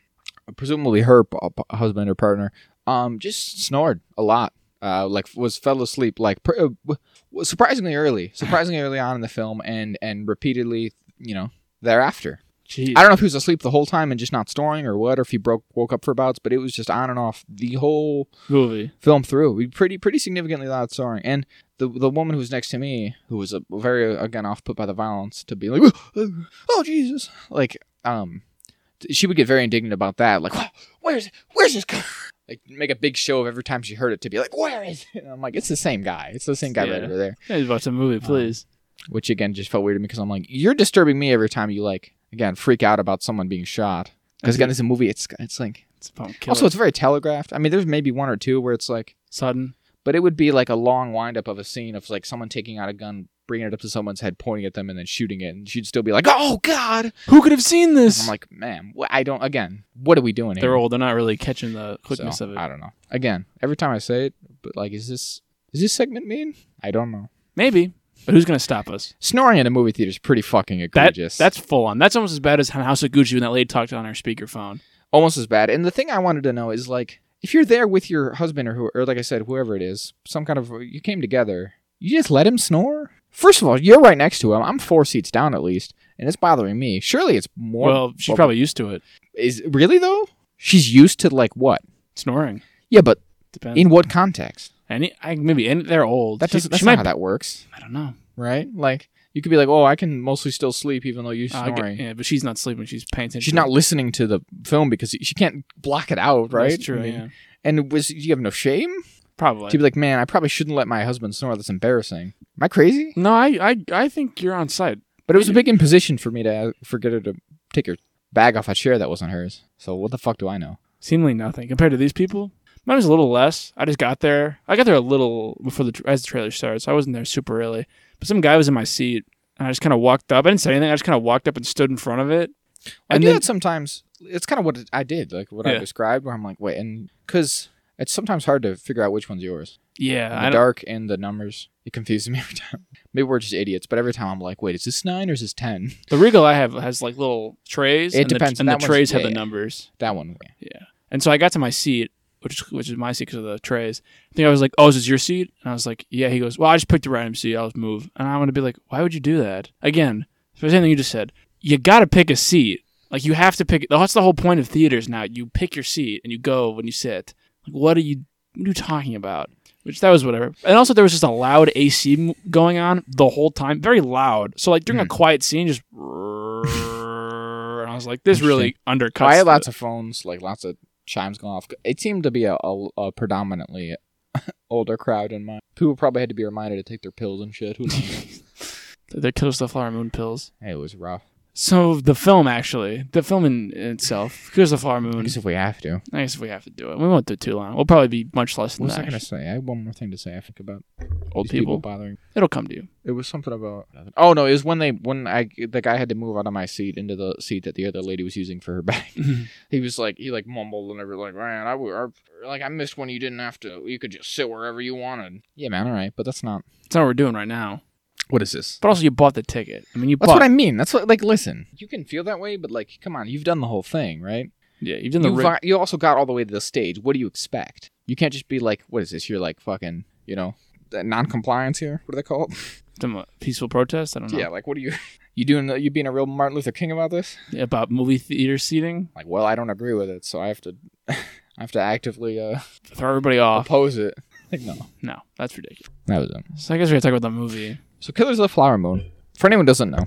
[SPEAKER 2] presumably her p- uh, p- husband or partner. Um, just snored a lot. Uh, like was fell asleep like pr- uh, w- w- surprisingly early, surprisingly early on in the film, and and repeatedly, you know, thereafter.
[SPEAKER 1] Jeez.
[SPEAKER 2] I don't know if he was asleep the whole time and just not snoring or what, or if he broke woke up for bouts, but it was just on and off the whole
[SPEAKER 1] movie.
[SPEAKER 2] film through. We pretty pretty significantly loud snoring, and the the woman who was next to me, who was a, very again off put by the violence, to be like, (gasps) oh Jesus, like um, t- she would get very indignant about that. Like, (gasps) "Wh- where's where's this guy? (laughs) Like make a big show of every time she heard it to be like, where is? It? And I'm like, it's the same guy. It's the same guy right
[SPEAKER 1] Yeah.
[SPEAKER 2] over there.
[SPEAKER 1] Yeah, he's watching a movie, please.
[SPEAKER 2] Which again just felt weird to me because I'm like, you're disturbing me every time you like again freak out about someone being shot. Because again, it's a movie. It's it's like
[SPEAKER 1] It's about killer.
[SPEAKER 2] also it's very telegraphed. I mean, there's maybe one or two where it's like
[SPEAKER 1] sudden.
[SPEAKER 2] but it would be like a long windup of a scene of like someone taking out a gun, bringing it up to someone's head, pointing at them, and then shooting it. And she'd still be like, "Oh God!"
[SPEAKER 1] Who could have seen
[SPEAKER 2] And
[SPEAKER 1] this?
[SPEAKER 2] I'm like, "Man, wh- I don't." Again, what are we doing here?
[SPEAKER 1] They're old. They're not really catching the
[SPEAKER 2] So,
[SPEAKER 1] quickness of it.
[SPEAKER 2] I don't know. Again, every time I say it, but like, is this is this segment mean? I don't know.
[SPEAKER 1] Maybe, but who's gonna stop us?
[SPEAKER 2] Snoring in a movie theater is pretty fucking
[SPEAKER 1] That
[SPEAKER 2] egregious.
[SPEAKER 1] that's full on. That's almost as bad as House of Gucci when that lady talked on her speakerphone.
[SPEAKER 2] almost as bad. And the thing I wanted to know is like, if you're there with your husband or who, or like I said, whoever it is, some kind of you came together, you just let him snore. First of all, you're right next to him. I'm four seats down at least, and it's bothering me. Surely it's more.
[SPEAKER 1] well, she's probably used to it.
[SPEAKER 2] is really though. She's used to like what?
[SPEAKER 1] Snoring
[SPEAKER 2] Yeah, but
[SPEAKER 1] depends.
[SPEAKER 2] in what context?
[SPEAKER 1] any, I, maybe any, they're old.
[SPEAKER 2] That
[SPEAKER 1] She-
[SPEAKER 2] doesn't. That's
[SPEAKER 1] she
[SPEAKER 2] not
[SPEAKER 1] might
[SPEAKER 2] how that works,
[SPEAKER 1] I don't know.
[SPEAKER 2] right? Like you could be like, oh, I can mostly still sleep even though you
[SPEAKER 1] Uh, I
[SPEAKER 2] snoring.
[SPEAKER 1] get- yeah, but she's not sleeping. She's paying attention.
[SPEAKER 2] She's not listening to the film because she can't block it out, right?
[SPEAKER 1] That's true.
[SPEAKER 2] I mean,
[SPEAKER 1] yeah.
[SPEAKER 2] And was you have no shame?
[SPEAKER 1] Probably.
[SPEAKER 2] to be like, man, I probably shouldn't let my husband snore. That's embarrassing. Am I crazy?
[SPEAKER 1] no, I, I, I think you're on site.
[SPEAKER 2] But it was a big imposition for me to forget her to take her bag off a chair that wasn't hers. So what the fuck do I know?
[SPEAKER 1] Seemingly nothing compared to these people. Mine was a little less. I just got there. I got there a little before the as the trailer started, so I wasn't there super early. But some guy was in my seat, and I just kind of walked up. I didn't say anything. I just kind of walked up and stood in front of it.
[SPEAKER 2] I
[SPEAKER 1] And
[SPEAKER 2] do
[SPEAKER 1] then-
[SPEAKER 2] that sometimes. It's kind of what I did, like what I
[SPEAKER 1] Yeah.
[SPEAKER 2] described, where I'm like, wait, and because it's sometimes hard to figure out which one's yours.
[SPEAKER 1] Yeah,
[SPEAKER 2] the
[SPEAKER 1] I don't,
[SPEAKER 2] dark and the numbers, it confuses me every (laughs) time. Maybe we're just idiots, but every time I'm like, wait, is this nine or is this ten? (laughs)
[SPEAKER 1] the Regal I have has like little trays.
[SPEAKER 2] It
[SPEAKER 1] and
[SPEAKER 2] depends.
[SPEAKER 1] The, and
[SPEAKER 2] That
[SPEAKER 1] the
[SPEAKER 2] one's-
[SPEAKER 1] trays have
[SPEAKER 2] yeah,
[SPEAKER 1] the
[SPEAKER 2] yeah.
[SPEAKER 1] numbers.
[SPEAKER 2] That one. yeah.
[SPEAKER 1] And so I got to my seat, which is, which is my seat because of the trays. I think I was like, "Oh, is this your seat?" And I was like, "Yeah." He goes, "Well, I just picked the random seat. I'll just move." And I'm gonna be like, "Why would you do that?" Again, for the same thing you just said, you gotta pick a seat. Like you have to pick. That's the whole point of theaters now. You pick your seat and you go when you sit. Like, what are you? What are you talking about? Which that was whatever. And also there was just a loud AC m- going on the whole time, very loud. So like during a quiet scene, just. (laughs) And I was like, this really undercuts.
[SPEAKER 2] I had
[SPEAKER 1] the-
[SPEAKER 2] lots of phones, like lots of chimes going off. It seemed to be a, a, a predominantly (laughs) older crowd in my who probably had to be reminded to take their pills and shit. Who (laughs) knows?
[SPEAKER 1] the Killers of the Flower Moon pills.
[SPEAKER 2] it was rough.
[SPEAKER 1] So the film, actually, the film in in itself, Killers of the Flower
[SPEAKER 2] I
[SPEAKER 1] Moon.
[SPEAKER 2] guess if we have to.
[SPEAKER 1] I guess if we have to do it, we won't do it too long. We'll probably be much less than
[SPEAKER 2] What was I
[SPEAKER 1] that.
[SPEAKER 2] gonna say? I had one more thing to say. I think about
[SPEAKER 1] Old
[SPEAKER 2] these
[SPEAKER 1] people.
[SPEAKER 2] people. bothering.
[SPEAKER 1] It'll come to you.
[SPEAKER 2] It was something about. Oh no! It was when they when I the guy had to move out of my seat into the seat that the other lady was using for her (laughs) bag. he was like he like mumbled and everything like man I, w- I- like I missed when you didn't have to you could just sit wherever you wanted. Yeah man, all right, but that's not
[SPEAKER 1] That's not what we're doing right now.
[SPEAKER 2] what is this.
[SPEAKER 1] But also, you bought the ticket. I mean, you
[SPEAKER 2] That's
[SPEAKER 1] bought.
[SPEAKER 2] what I mean. That's what like listen. You can feel that way, but like come on, you've done the whole thing, right?
[SPEAKER 1] yeah, you've done the.
[SPEAKER 2] You
[SPEAKER 1] ri-
[SPEAKER 2] vi- you also got all the way to the stage. What do you expect? You can't just be like, what is this? You're like fucking, you know, that non-compliance here. What do they call it?
[SPEAKER 1] them a peaceful protest. I don't know
[SPEAKER 2] (laughs) Yeah, like what are you? You doing? You being a real Martin Luther King about this?
[SPEAKER 1] about movie theater seating.
[SPEAKER 2] Like, well, I don't agree with it, so I have to, (laughs) I have to actively uh,
[SPEAKER 1] Throw everybody off.
[SPEAKER 2] oppose it. (laughs) Like, no,
[SPEAKER 1] No, that's ridiculous.
[SPEAKER 2] that was it.
[SPEAKER 1] So I guess we gotta talk about the movie.
[SPEAKER 2] So, Killers of the Flower Moon. For anyone who doesn't know,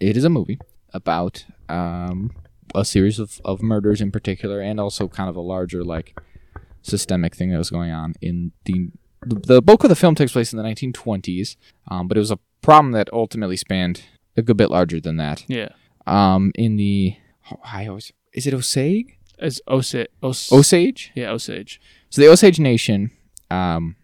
[SPEAKER 2] it is a movie about um, a series of, of murders in particular, and also kind of a larger like systemic thing that was going on in the the bulk of the film takes place in the 1920s, um, but it was a problem that ultimately spanned a good bit larger than that.
[SPEAKER 1] Yeah,
[SPEAKER 2] Um, in the I always is it Osage?
[SPEAKER 1] it's Osage. Os-
[SPEAKER 2] Osage?
[SPEAKER 1] yeah, Osage.
[SPEAKER 2] So the Osage Nation, um,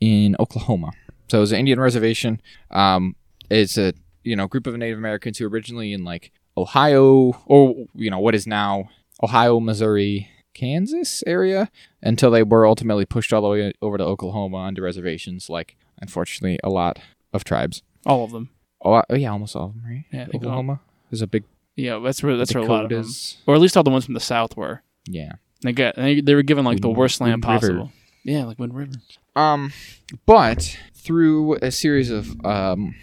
[SPEAKER 2] in Oklahoma. So it was an Indian reservation. Um, it's a you know group of Native Americans who originally in like Ohio, or you know what is now Ohio, Missouri, Kansas area, until they were ultimately pushed all the way over to Oklahoma onto reservations. Like unfortunately, a lot of tribes.
[SPEAKER 1] All of them.
[SPEAKER 2] Oh, oh yeah, almost all of them, right?
[SPEAKER 1] Yeah, I think all-
[SPEAKER 2] Oklahoma is a big.
[SPEAKER 1] Yeah, that's where that's where a lot of them,
[SPEAKER 2] Dakotas.
[SPEAKER 1] or at least all the ones from the south were.
[SPEAKER 2] Yeah.
[SPEAKER 1] They got they, they were given like the
[SPEAKER 2] Wind-
[SPEAKER 1] worst land
[SPEAKER 2] Wind River.
[SPEAKER 1] possible. Yeah, like Wind River.
[SPEAKER 2] Um, but through a series of um,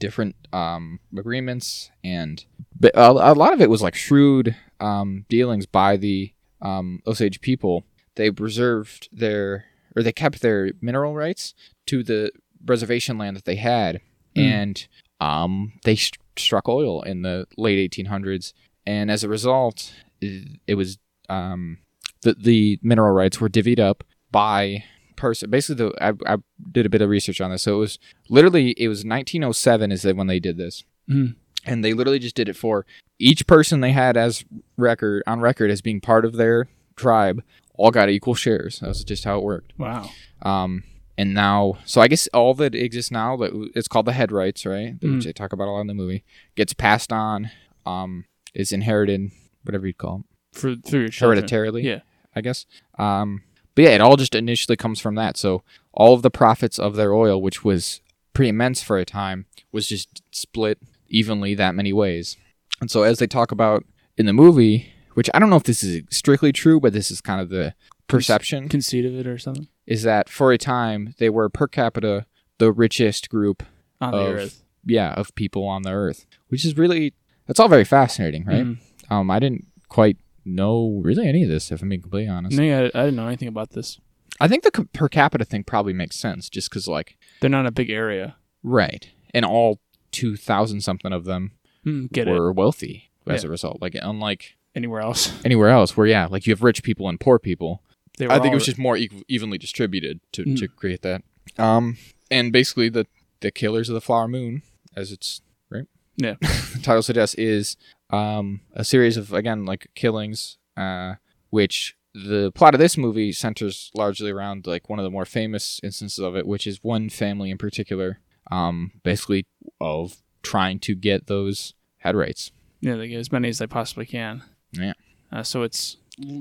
[SPEAKER 2] different um, agreements and but a, a lot of it was like shrewd um, dealings by the um, Osage people. They preserved their or they kept their mineral rights to the reservation land that they had,
[SPEAKER 1] Mm.
[SPEAKER 2] and um, they st- struck oil in the late 1800s, and as a result, it, it was um, the the mineral rights were divvied up by person. Basically, the I, I did a bit of research on this. So it was literally it was 1907 is that when they did this,
[SPEAKER 1] Mhm.
[SPEAKER 2] and they literally just did it for each person they had as record on record as being part of their tribe. All got equal shares. That was just how it worked.
[SPEAKER 1] Wow.
[SPEAKER 2] Um, and now, so I guess all that exists now, that it's called the head rights, right?
[SPEAKER 1] Mm.
[SPEAKER 2] Which they talk about a lot in the movie, gets passed on, um, is inherited, whatever you'd call it,
[SPEAKER 1] For through your children.
[SPEAKER 2] hereditarily.
[SPEAKER 1] Yeah.
[SPEAKER 2] I guess. Um, but yeah, it all just initially comes from that. So all of the profits of their oil, which was pretty immense for a time, was just split evenly that many ways. And so as they talk about in the movie, which I don't know if this is strictly true, but this is kind of the perception
[SPEAKER 1] Conceit of it or something
[SPEAKER 2] is that for a time they were per capita the richest group,
[SPEAKER 1] on the
[SPEAKER 2] Of-
[SPEAKER 1] earth.
[SPEAKER 2] yeah, of people on the earth, which is really that's all very fascinating, right?
[SPEAKER 1] Mhm.
[SPEAKER 2] Um, I didn't quite know really any of this, if I'm being completely honest.
[SPEAKER 1] No, yeah, I, I didn't know anything about this.
[SPEAKER 2] I think the co- per capita thing probably makes sense just because, like,
[SPEAKER 1] They're not a big area.
[SPEAKER 2] right. And all 2,000 something of them
[SPEAKER 1] Hmm, get it
[SPEAKER 2] were wealthy as
[SPEAKER 1] Yeah.
[SPEAKER 2] a result. Like, unlike
[SPEAKER 1] anywhere else?
[SPEAKER 2] (laughs) anywhere else where, yeah, like you have rich people and poor people.
[SPEAKER 1] They were
[SPEAKER 2] I think
[SPEAKER 1] all-
[SPEAKER 2] it was just more e- evenly distributed to,
[SPEAKER 1] Mm.
[SPEAKER 2] to create that. Um, and basically, the, the killers of the Flower Moon, as it's right,
[SPEAKER 1] Yeah.
[SPEAKER 2] (laughs) the title suggests, is um, a series of again like killings, uh, which the plot of this movie centers largely around like one of the more famous instances of it, which is one family in particular, um, basically of trying to get those head rights.
[SPEAKER 1] yeah, they get as many as they possibly can.
[SPEAKER 2] Yeah.
[SPEAKER 1] Uh, so it's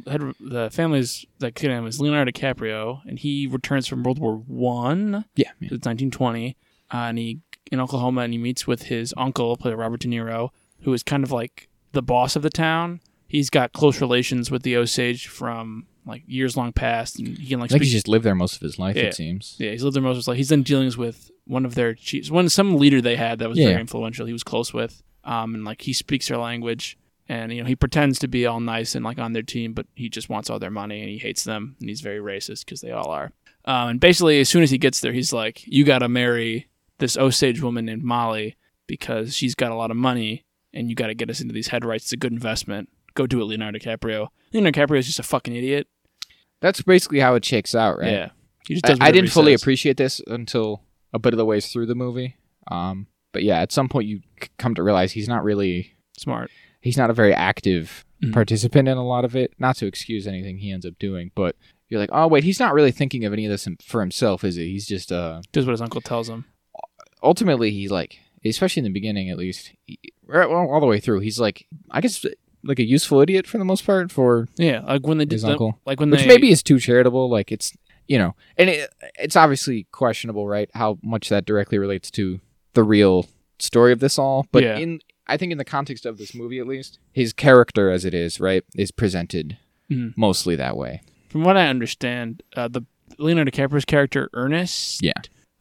[SPEAKER 1] had, the family's that kid name is Leonardo DiCaprio, and he returns from World War One.
[SPEAKER 2] Yeah, yeah.
[SPEAKER 1] It's 1920, uh, and he in Oklahoma, and he meets with his uncle, played by Robert De Niro, who is kind of like the boss of the town. He's got close relations with the Osage from like years long past, and he can
[SPEAKER 2] I
[SPEAKER 1] like
[SPEAKER 2] think
[SPEAKER 1] speak.
[SPEAKER 2] he's just lived there most of his life.
[SPEAKER 1] Yeah.
[SPEAKER 2] It seems.
[SPEAKER 1] yeah, he's lived there most of his life. He's done dealings with one of their chiefs, one some leader they had that was
[SPEAKER 2] Yeah.
[SPEAKER 1] very influential. He was close with, um, and like he speaks their language, and you know he pretends to be all nice and like on their team, but he just wants all their money and he hates them and he's very racist because they all are. Um, and basically, as soon as he gets there, he's like, "You got to marry this Osage woman named Molly because she's got a lot of money, and you got to get us into these head rights. It's a good investment. Go do it, Leonardo DiCaprio. Leonardo DiCaprio is just a fucking idiot.
[SPEAKER 2] That's basically how it shakes out, right?
[SPEAKER 1] Yeah, he just
[SPEAKER 2] I,
[SPEAKER 1] does.
[SPEAKER 2] I didn't fully
[SPEAKER 1] appreciate.
[SPEAKER 2] appreciate this until a bit of the ways through the movie. Um, but yeah, at some point you c- come to realize he's not really
[SPEAKER 1] smart.
[SPEAKER 2] he's not a very active
[SPEAKER 1] Mhm.
[SPEAKER 2] participant in a lot of it. Not to excuse anything he ends up doing, but you're like, oh wait, he's not really thinking of any of this him- for himself, is he? He's just uh,
[SPEAKER 1] Does what his uncle tells him.
[SPEAKER 2] ultimately he's like, especially in the beginning at least, he- right, well, all the way through, he's like, I guess like a useful idiot for the most part for
[SPEAKER 1] Yeah, like when they did
[SPEAKER 2] his
[SPEAKER 1] the,
[SPEAKER 2] uncle.
[SPEAKER 1] like when
[SPEAKER 2] which
[SPEAKER 1] they
[SPEAKER 2] maybe is too charitable. Like it's you know, and it, it's obviously questionable, right? How much that directly relates to the real story of this all, but
[SPEAKER 1] Yeah.
[SPEAKER 2] in I think in the context of this movie, at least, his character as it is, right, is presented
[SPEAKER 1] Mhm.
[SPEAKER 2] mostly that way.
[SPEAKER 1] from what I understand, uh, the Leonardo DiCaprio's character Ernest,
[SPEAKER 2] Yeah.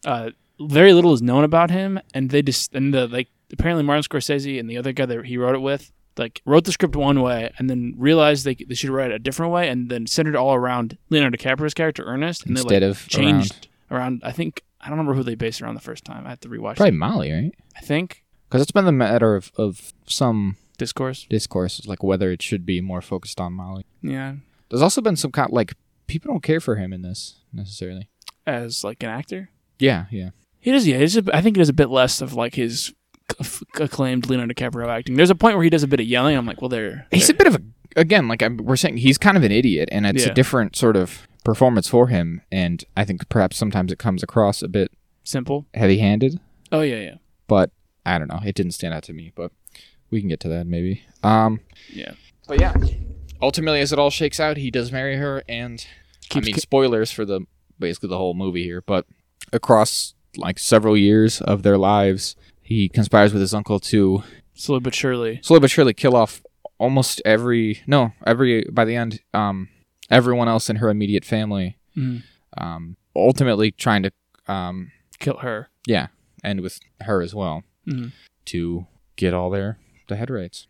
[SPEAKER 1] uh, very little is known about him, and they just and the like apparently Martin Scorsese and the other guy that he wrote it with like wrote the script one way and then realized they they should write it a different way and then centered all around Leonardo DiCaprio's character Ernest and they
[SPEAKER 2] Instead
[SPEAKER 1] like
[SPEAKER 2] of around,
[SPEAKER 1] changed around. I think I don't remember who they based it around the first time. I have to rewatch.
[SPEAKER 2] probably Molly, right?
[SPEAKER 1] it. I think
[SPEAKER 2] Because it's been the matter of of some
[SPEAKER 1] discourse.
[SPEAKER 2] discourse, is like whether it should be more focused on Molly.
[SPEAKER 1] Yeah,
[SPEAKER 2] There's also been some kind like people don't care for him in this necessarily.
[SPEAKER 1] as like an actor.
[SPEAKER 2] Yeah, yeah.
[SPEAKER 1] He does, yeah. He's a, I think he does a bit less of like his c- acclaimed Leonardo DiCaprio acting. There's a point where he does a bit of yelling. I'm like, well, there.
[SPEAKER 2] he's a
[SPEAKER 1] there-
[SPEAKER 2] bit of a again like I'm, we're saying he's kind of an idiot and it's
[SPEAKER 1] Yeah.
[SPEAKER 2] a different sort of performance for him and i think perhaps sometimes it comes across a bit
[SPEAKER 1] simple.
[SPEAKER 2] heavy-handed
[SPEAKER 1] Oh yeah, yeah.
[SPEAKER 2] but i don't know it didn't stand out to me but We can get to that maybe. Um,
[SPEAKER 1] Yeah.
[SPEAKER 2] But yeah, ultimately, as it all shakes out, he does marry her, and
[SPEAKER 1] Keeps
[SPEAKER 2] I mean,
[SPEAKER 1] ki-
[SPEAKER 2] spoilers for the basically the whole movie here, but across like several years of their lives, he conspires with his uncle to
[SPEAKER 1] slowly but surely.
[SPEAKER 2] slowly but surely kill off almost every no every by the end um everyone else in her immediate family
[SPEAKER 1] Mhm.
[SPEAKER 2] um ultimately trying to um
[SPEAKER 1] Kill her.
[SPEAKER 2] yeah end with her as well
[SPEAKER 1] Mhm.
[SPEAKER 2] to get all their the head rates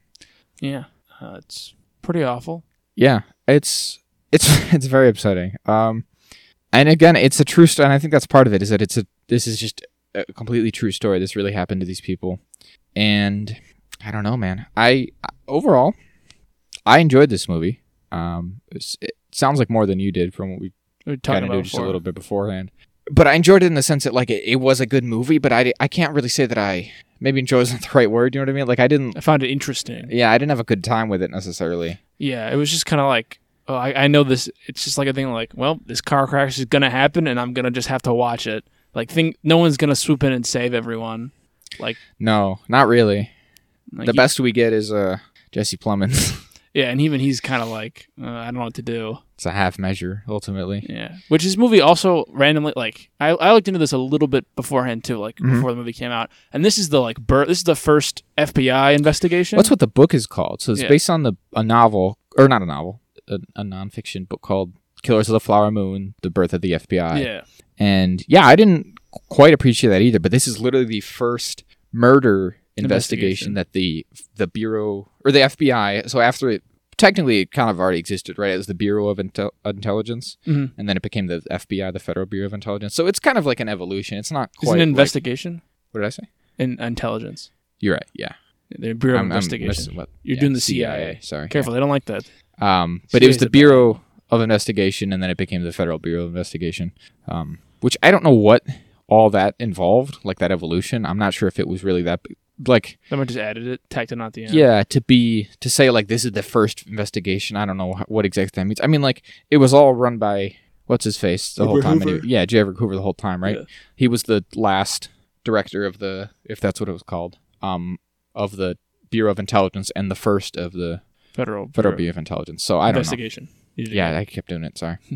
[SPEAKER 1] Yeah. Uh, it's pretty awful.
[SPEAKER 2] yeah it's it's (laughs) it's very upsetting um and again it's a true story and i think that's part of it is that it's a this is just a completely true story this really happened to these people and i don't know man i overall i enjoyed this movie um it's- it sounds like more than you did from what we
[SPEAKER 1] We were talking
[SPEAKER 2] kind of
[SPEAKER 1] about
[SPEAKER 2] knew
[SPEAKER 1] it
[SPEAKER 2] just a
[SPEAKER 1] before.
[SPEAKER 2] little bit beforehand but i enjoyed it in the sense that like it, it was a good movie but i di- i can't really say that i maybe enjoy isn't the right word you know what i mean like i didn't
[SPEAKER 1] I found it interesting.
[SPEAKER 2] yeah i didn't have a good time with it necessarily
[SPEAKER 1] Yeah, it was just kind of like, oh, I, I know this. It's just like a thing like, well, this car crash is gonna happen, and I'm gonna just have to watch it. Like, think no one's gonna swoop in and save everyone.
[SPEAKER 2] no not really
[SPEAKER 1] Like,
[SPEAKER 2] the
[SPEAKER 1] he-
[SPEAKER 2] best we get is uh Jesse Plemons. (laughs)
[SPEAKER 1] yeah, and even he's kind of like, uh, I don't know what to do.
[SPEAKER 2] it's a half measure ultimately.
[SPEAKER 1] Yeah, which this movie also randomly like I, I looked into this a little bit beforehand too, like
[SPEAKER 2] Mhm.
[SPEAKER 1] before the movie came out, and this is the like bur- this is the first FBI investigation.
[SPEAKER 2] That's what the book is called. So it's
[SPEAKER 1] Yeah.
[SPEAKER 2] based on the a novel or not a novel, a, a nonfiction book called Killers of the Flower Moon: The Birth of the FBI.
[SPEAKER 1] yeah,
[SPEAKER 2] And yeah, I didn't quite appreciate that either. But this is literally the first murder investigation,
[SPEAKER 1] Investigation.
[SPEAKER 2] that the the bureau or the FBI. So after it, technically, it kind of already existed, right? It was the Bureau of Intel- Intelligence,
[SPEAKER 1] Mhm.
[SPEAKER 2] and then it became the FBI, the Federal Bureau of Intelligence. So it's kind of like an evolution. It's not
[SPEAKER 1] it's
[SPEAKER 2] quite
[SPEAKER 1] an
[SPEAKER 2] like-
[SPEAKER 1] investigation
[SPEAKER 2] what did I say?
[SPEAKER 1] in intelligence.
[SPEAKER 2] You're right. Yeah.
[SPEAKER 1] The Bureau of
[SPEAKER 2] I'm- I'm
[SPEAKER 1] Investigation.
[SPEAKER 2] missing what-
[SPEAKER 1] You're
[SPEAKER 2] yeah,
[SPEAKER 1] doing the CIA.
[SPEAKER 2] Sorry.
[SPEAKER 1] Careful, they don't like that.
[SPEAKER 2] yeah. Um, but it was
[SPEAKER 1] CIA's
[SPEAKER 2] the
[SPEAKER 1] a bad
[SPEAKER 2] Bureau of Investigation, and then it became the Federal Bureau of Investigation, um, which I don't know what all that involved, like that evolution. I'm not sure if it was really that, b- like,
[SPEAKER 1] Someone just added it, tacked it on at the
[SPEAKER 2] yeah.
[SPEAKER 1] end.
[SPEAKER 2] to be to say like this is the first investigation. I don't know wh- what exactly that means. I mean, like it was all run by what's his face the whole
[SPEAKER 1] Edward
[SPEAKER 2] time.
[SPEAKER 1] Hoover.
[SPEAKER 2] anyway. yeah, J. Edward Hoover the whole time, right?
[SPEAKER 1] Yeah.
[SPEAKER 2] He was the last director of the, if that's what it was called, um, of the Bureau of Intelligence and the first of the
[SPEAKER 1] Federal
[SPEAKER 2] Federal
[SPEAKER 1] Bureau.
[SPEAKER 2] Bureau of Intelligence. So I don't know.
[SPEAKER 1] investigation. You did it.
[SPEAKER 2] Yeah, I kept doing it. Sorry. (laughs)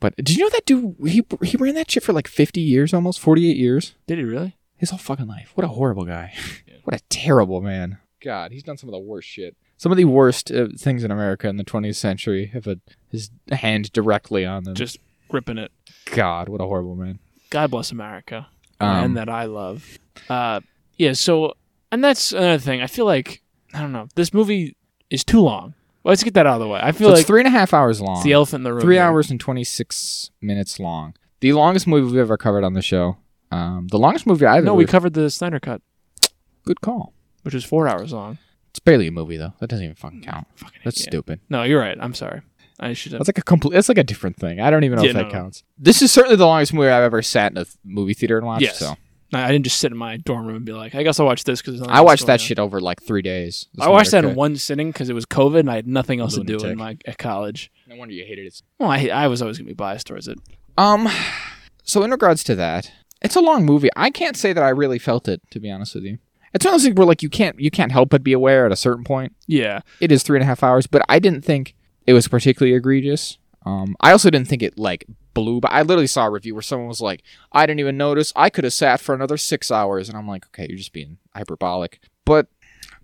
[SPEAKER 2] But did you know that dude? He he ran that shit for like fifty years, almost forty-eight years.
[SPEAKER 1] Did he really?
[SPEAKER 2] His whole fucking life. What a horrible guy. (laughs) what a terrible man. God, he's done some of the worst shit. Some of the worst uh, things in America in the 20th century have a, his hand directly on them.
[SPEAKER 1] Just ripping it.
[SPEAKER 2] God, what a horrible man.
[SPEAKER 1] God bless America.
[SPEAKER 2] Um,
[SPEAKER 1] and that I love. Uh, yeah, so, and that's another thing. I feel like, I don't know, this movie is too long. Let's get that out of the way. I
[SPEAKER 2] so
[SPEAKER 1] feel
[SPEAKER 2] it's
[SPEAKER 1] like
[SPEAKER 2] three and a half hours long.
[SPEAKER 1] it's the elephant in the room.
[SPEAKER 2] three
[SPEAKER 1] here.
[SPEAKER 2] hours and 26 minutes long. The longest movie we've ever covered on the show. Um, the longest movie I've
[SPEAKER 1] No,
[SPEAKER 2] ever.
[SPEAKER 1] we covered the Snyder Cut,
[SPEAKER 2] Good call.
[SPEAKER 1] which is four hours long.
[SPEAKER 2] It's barely a movie though. That doesn't even fucking count.
[SPEAKER 1] Fucking
[SPEAKER 2] That's
[SPEAKER 1] idiot.
[SPEAKER 2] stupid.
[SPEAKER 1] No, you're right. I'm sorry. I should have.
[SPEAKER 2] That's like a complete. That's like a different thing. I don't even know
[SPEAKER 1] Yeah,
[SPEAKER 2] if that
[SPEAKER 1] no.
[SPEAKER 2] counts. This is certainly the longest movie I've ever sat in a th- movie theater and watched.
[SPEAKER 1] Yes.
[SPEAKER 2] So
[SPEAKER 1] I I didn't just sit in my dorm room and be like, I guess I'll watch this because
[SPEAKER 2] I watched that shit over like three days.
[SPEAKER 1] I watched that in one sitting because it was COVID and I had nothing else to do
[SPEAKER 2] Lunatic.
[SPEAKER 1] in my at college.
[SPEAKER 2] No wonder you hated it.
[SPEAKER 1] Well, I, I was always going to be biased towards it.
[SPEAKER 2] Um, so in regards to that, it's a long movie. I can't say that I really felt it. To be honest with you, it's one of those things where like you can't you can't help but be aware at a certain point.
[SPEAKER 1] Yeah.
[SPEAKER 2] It is three and a half hours, but I didn't think it was particularly egregious. Um, I also didn't think it like blew. But I literally saw a review where someone was like, "I didn't even notice. I could have sat for another six hours," and I'm like, "Okay, you're just being hyperbolic." But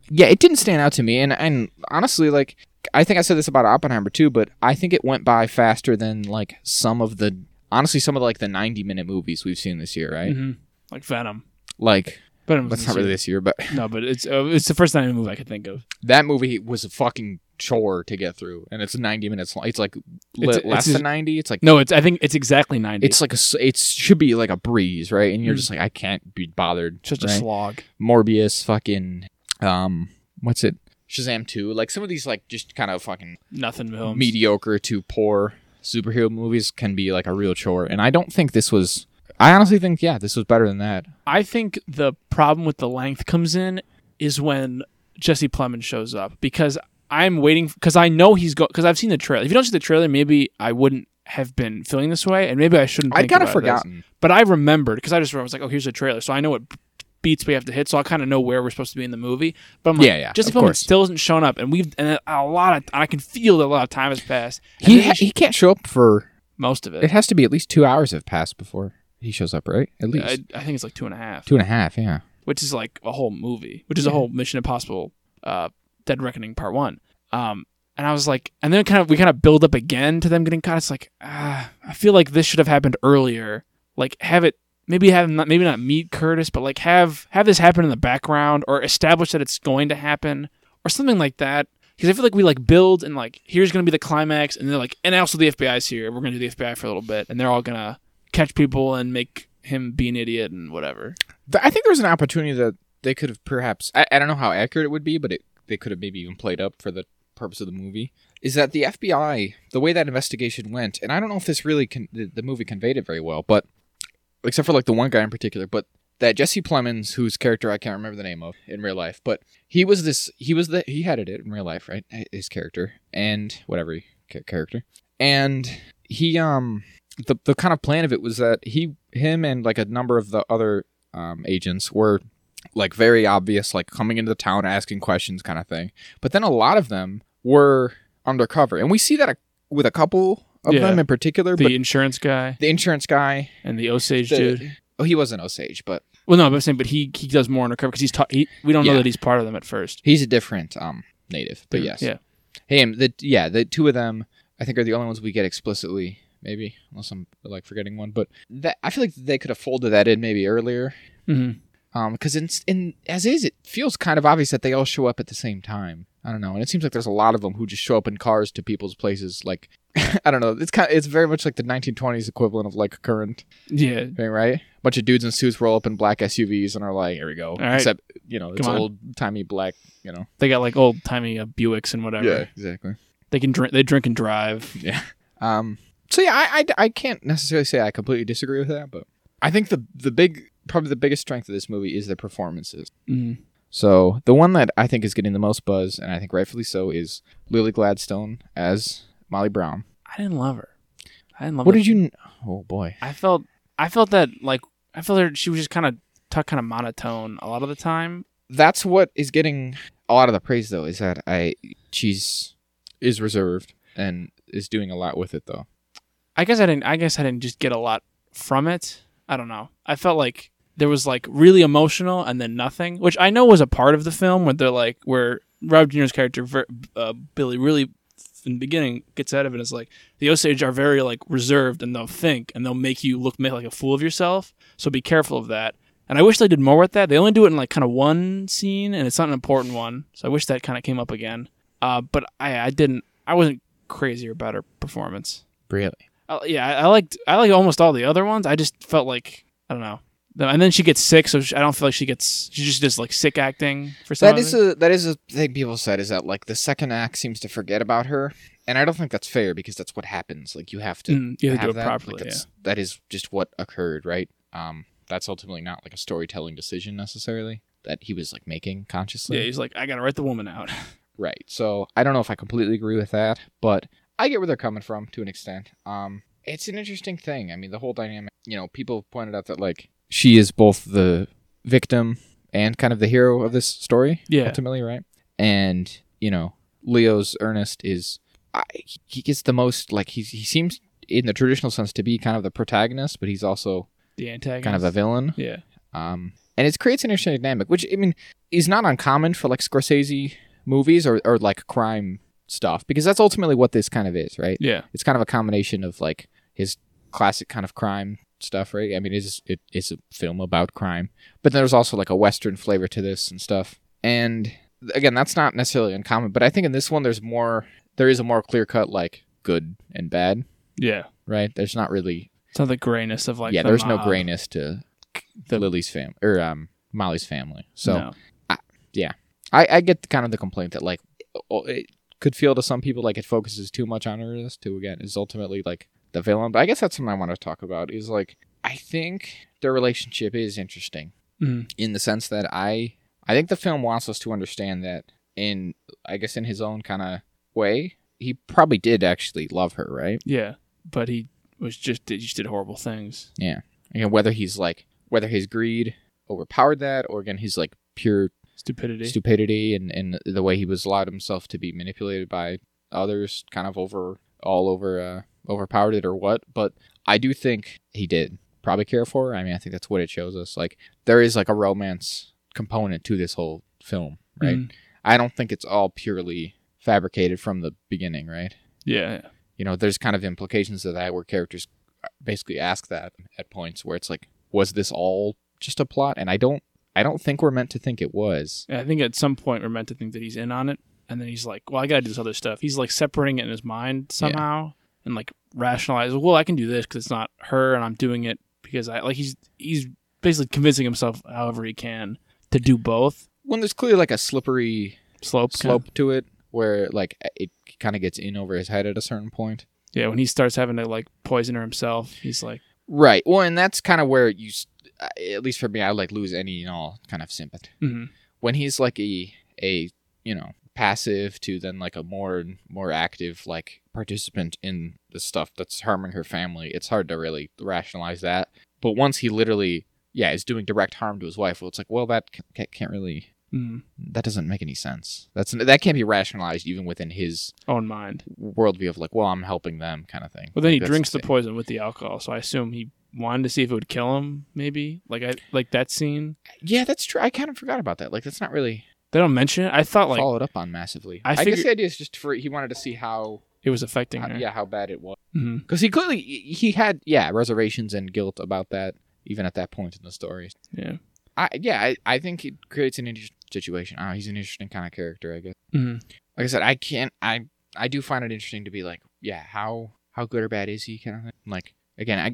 [SPEAKER 2] yeah, it didn't stand out to me, and and honestly, like I think I said this about Oppenheimer too, but I think it went by faster than like some of the honestly some of like the 90 minute movies we've seen this year, right?
[SPEAKER 1] hmm Like Venom.
[SPEAKER 2] Like
[SPEAKER 1] Venom's
[SPEAKER 2] that's not really this year, but
[SPEAKER 1] No, but it's uh, it's the first time movie I could think of.
[SPEAKER 2] that movie was a fucking chore to get through, and it's 90 minutes long. It's like li-
[SPEAKER 1] It's- it's
[SPEAKER 2] less
[SPEAKER 1] just-
[SPEAKER 2] than 90. It's like
[SPEAKER 1] No, it's I think it's exactly ninety.
[SPEAKER 2] it's like a s- it should be like a breeze, right? And you're
[SPEAKER 1] Mm.
[SPEAKER 2] just like I can't be bothered.
[SPEAKER 1] such a
[SPEAKER 2] right?
[SPEAKER 1] slog.
[SPEAKER 2] Morbius, fucking, um, what's it? Shazam two, like some of these like just kind of fucking
[SPEAKER 1] Nothing films.
[SPEAKER 2] mediocre to poor superhero movies can be like a real chore, and I don't think this was. I honestly think yeah, this was better than that.
[SPEAKER 1] I think the problem with the length comes in is when Jesse Plemons shows up because I'm waiting because I know he's go because I've seen the trailer. If you don't see the trailer, maybe I wouldn't have been feeling this way, and maybe I shouldn't.
[SPEAKER 2] I'd
[SPEAKER 1] think
[SPEAKER 2] kind of
[SPEAKER 1] about this.
[SPEAKER 2] forgotten.
[SPEAKER 1] but I remembered because I just remember, I was like, oh, here's a trailer, so I know it beats we have to hit, so I kind of know where we're supposed to be in the movie. But I'm like,
[SPEAKER 2] Yeah, yeah,
[SPEAKER 1] just the
[SPEAKER 2] of
[SPEAKER 1] film
[SPEAKER 2] course.
[SPEAKER 1] still isn't showing up, and we've and a lot of I can feel that a lot of time has passed. And
[SPEAKER 2] He
[SPEAKER 1] then
[SPEAKER 2] ha- he can't show up for.
[SPEAKER 1] most of it.
[SPEAKER 2] It has to be at least two hours have passed before he shows up, right? At least
[SPEAKER 1] I, I think it's like two and a half,
[SPEAKER 2] two and a half. Yeah.
[SPEAKER 1] which is like a whole movie, which is a
[SPEAKER 2] Yeah.
[SPEAKER 1] whole Mission Impossible, uh, Dead Reckoning Part One. Um, and I was like, and then kind of we kind of build up again to them getting caught. It's like, ah, I feel like this should have happened earlier. Like have it maybe have him not maybe not meet Curtis, but like have have this happen in the background or establish that it's going to happen or something like that. Because I feel like we like build and like here's gonna be the climax, and they're like, and also the FBI's here. We're gonna do the FBI for a little bit, and they're all gonna catch people and make him be an idiot and whatever.
[SPEAKER 2] Th- I think there was an opportunity that they could have perhaps. I, I don't know how accurate it would be, but it, they could have maybe even played up for the purpose of the movie. Is that the FBI, the way that investigation went, and I don't know if this really con- the, the movie conveyed it very well, but except for like the one guy in particular, but that Jesse Plemons, whose character I can't remember the name of in real life, but he was this, he was the, he had it in real life, right? His character and whatever he- ca- character, and he um the the kind of plan of it was that he him and like a number of the other um, agents were like very obvious, like coming into the town asking questions kind of thing. But then a lot of them were undercover, and we see that a, with a couple of
[SPEAKER 1] Yeah.
[SPEAKER 2] them in particular.
[SPEAKER 1] The
[SPEAKER 2] but
[SPEAKER 1] insurance guy
[SPEAKER 2] the insurance guy,
[SPEAKER 1] and the Osage
[SPEAKER 2] the-
[SPEAKER 1] dude.
[SPEAKER 2] oh, he wasn't Osage, but
[SPEAKER 1] Well, no, but I'm saying, but he he does more undercover because he's ta- he, we don't know
[SPEAKER 2] Yeah.
[SPEAKER 1] that he's part of them at first.
[SPEAKER 2] he's a different um native. But yes,
[SPEAKER 1] yeah,
[SPEAKER 2] him. The yeah, the two of them I think are the only ones we get explicitly. Maybe unless I'm like forgetting one, but that I feel like they could have folded that in maybe earlier.
[SPEAKER 1] hmm
[SPEAKER 2] Um, because in, in as is, it feels kind of obvious that they all show up at the same time. I don't know, and it seems like there's a lot of them who just show up in cars to people's places. Like, (laughs) I don't know, it's kind of, it's very much like the 1920s equivalent of like a current
[SPEAKER 1] yeah.
[SPEAKER 2] thing, right? bunch of dudes in suits roll up in black SUVs and are like, "Here we go."
[SPEAKER 1] right.
[SPEAKER 2] Except you know, it's
[SPEAKER 1] Come on.
[SPEAKER 2] old timey black. You know,
[SPEAKER 1] They got like old timey uh, Buicks and whatever.
[SPEAKER 2] exactly.
[SPEAKER 1] They can drink. They drink and drive.
[SPEAKER 2] Um, so yeah, I, I, I can't necessarily say I completely disagree with that, but I think the the big probably the biggest strength of this movie is the performances.
[SPEAKER 1] Mm.
[SPEAKER 2] So the one that I think is getting the most buzz, and I think rightfully so, is Lily Gladstone as Molly Brown.
[SPEAKER 1] I didn't love her. I didn't love.
[SPEAKER 2] What
[SPEAKER 1] her.
[SPEAKER 2] did you? Oh boy.
[SPEAKER 1] I felt. I felt that like I felt her. She was just kind of talk kind of monotone a lot of the time.
[SPEAKER 2] That's what is getting a lot of the praise though. Is that I she's is reserved and is doing a lot with it though.
[SPEAKER 1] I guess I didn't. I guess I didn't just get a lot from it. I don't know. I felt like there was like really emotional and then nothing, which I know was a part of the film where they're like where Robert Jr.'s character ver- uh, Billy really in the beginning gets out of it is like the Osage are very like reserved and they'll think and they'll make you look make like a fool of yourself. So be careful of that. And I wish they did more with that. They only do it in like kind of one scene and it's not an important one. So I wish that kind of came up again. Uh, but I I didn't. I wasn't crazy about her performance.
[SPEAKER 2] Really.
[SPEAKER 1] Uh, yeah, I- I liked I like almost all the other ones. I just felt like I don't know. And then she gets sick, so she, I don't feel like she gets. She just does like sick acting for some.
[SPEAKER 2] That is a that is a thing people said is that like the second act seems to forget about her, and I don't think that's fair because that's what happens. Like you have to
[SPEAKER 1] Mm, you have to do it
[SPEAKER 2] that.
[SPEAKER 1] properly,
[SPEAKER 2] Like, that's- That is just what occurred, right? Um, that's ultimately not like a storytelling decision necessarily that he was like making consciously,
[SPEAKER 1] yeah, he's like, I gotta write the woman out.
[SPEAKER 2] right? So I don't know if I completely agree with that, but I get where they're coming from to an extent. Um, it's an interesting thing. I mean, the whole dynamic. You know, people have pointed out that like she is both the victim and kind of the hero of this story
[SPEAKER 1] Yeah,
[SPEAKER 2] ultimately, right? And you know, Leo's Ernest is I, he gets the most like he he seems in the traditional sense to be kind of the protagonist, but he's also
[SPEAKER 1] the antagonist.
[SPEAKER 2] kind of a villain.
[SPEAKER 1] yeah,
[SPEAKER 2] Um, and it creates an interesting dynamic, which I mean is not uncommon for like Scorsese movies or or like crime stuff because that's ultimately what this kind of is, right?
[SPEAKER 1] yeah,
[SPEAKER 2] It's kind of a combination of like his classic kind of crime stuff, right? I mean, it's it, it's a film about crime, but there's also like a western flavor to this and stuff. And again, that's not necessarily uncommon, but I think in this one there's more there is a more clear-cut like good and bad,
[SPEAKER 1] yeah.
[SPEAKER 2] right? There's not really
[SPEAKER 1] It's not the grayness of like.
[SPEAKER 2] yeah,
[SPEAKER 1] the
[SPEAKER 2] there's no
[SPEAKER 1] mob.
[SPEAKER 2] grayness to the Lily's fam or um Molly's family. So
[SPEAKER 1] No.
[SPEAKER 2] I, I get the, kind of the complaint that like o- it could feel to some people like it focuses too much on Ernest, who again is ultimately like the villain. But I guess that's something I want to talk about is like I think their relationship is interesting
[SPEAKER 1] Mhm.
[SPEAKER 2] in the sense that I I think the film wants us to understand that in I guess in his own kind of way he probably did actually love her, right?
[SPEAKER 1] yeah, but he was just did just did horrible things.
[SPEAKER 2] You know, whether he's like whether his greed overpowered that, or again his like pure
[SPEAKER 1] Stupidity.
[SPEAKER 2] stupidity and, and the way he was allowed himself to be manipulated by others kind of over all over uh, overpowered it or what but i do think he did probably care for her. i mean i think that's what it shows us like there is like a romance component to this whole film right
[SPEAKER 1] Mm.
[SPEAKER 2] i don't think it's all purely fabricated from the beginning right
[SPEAKER 1] Yeah.
[SPEAKER 2] you know there's kind of implications of that where characters basically ask that at points where it's like was this all just a plot and i don't i don't think we're meant to think it was
[SPEAKER 1] Yeah, I think at some point we're meant to think that he's in on it, and then he's like, "Well, I got to do this other stuff." He's like separating it in his mind somehow, and like rationalize, "Well, I can do this because it's not her, and I'm doing it because I like." He's he's basically convincing himself, however he can, to do both.
[SPEAKER 2] when there's clearly like a slippery
[SPEAKER 1] Slope, kinda.
[SPEAKER 2] slope to it where like it kind of gets in over his head at a certain point
[SPEAKER 1] Yeah, when he starts having to like poison her himself, he's like,
[SPEAKER 2] right well and that's kind of where you s- uh, at least for me i like lose any and all kind of sympathy
[SPEAKER 1] mm
[SPEAKER 2] when he's like a a you know passive to then like a more more active like participant in the stuff that's harming her family it's hard to really rationalize that but once he literally yeah is doing direct harm to his wife well it's like well that ca- can't really
[SPEAKER 1] mm,
[SPEAKER 2] that doesn't make any sense that's that can't be rationalized even within his
[SPEAKER 1] own mind.
[SPEAKER 2] worldview of like, well, I'm helping them kind of thing.
[SPEAKER 1] Well, then
[SPEAKER 2] Like,
[SPEAKER 1] he
[SPEAKER 2] that's
[SPEAKER 1] drinks the
[SPEAKER 2] insane.
[SPEAKER 1] poison with the alcohol, so I assume he wanted to see if it would kill him. Maybe like I like that scene.
[SPEAKER 2] Yeah, that's true. I kind of forgot about that. Like, that's not really
[SPEAKER 1] They don't mention it. I thought like
[SPEAKER 2] followed up on massively.
[SPEAKER 1] I
[SPEAKER 2] I, guess
[SPEAKER 1] figure-
[SPEAKER 2] the idea is just for he wanted to see how,
[SPEAKER 1] it was affecting
[SPEAKER 2] how
[SPEAKER 1] her.
[SPEAKER 2] Uh, yeah, how bad it was
[SPEAKER 1] hmm
[SPEAKER 2] because he clearly he had yeah reservations and guilt about that even at that point in the story.
[SPEAKER 1] Yeah.
[SPEAKER 2] I yeah, I, I think it creates an interesting situation. Oh, he's an interesting kind of character, I guess.
[SPEAKER 1] hmm
[SPEAKER 2] Like I said, I can't. I I do find it interesting to be like, yeah, how how good or bad is he kind of thing. Like again, I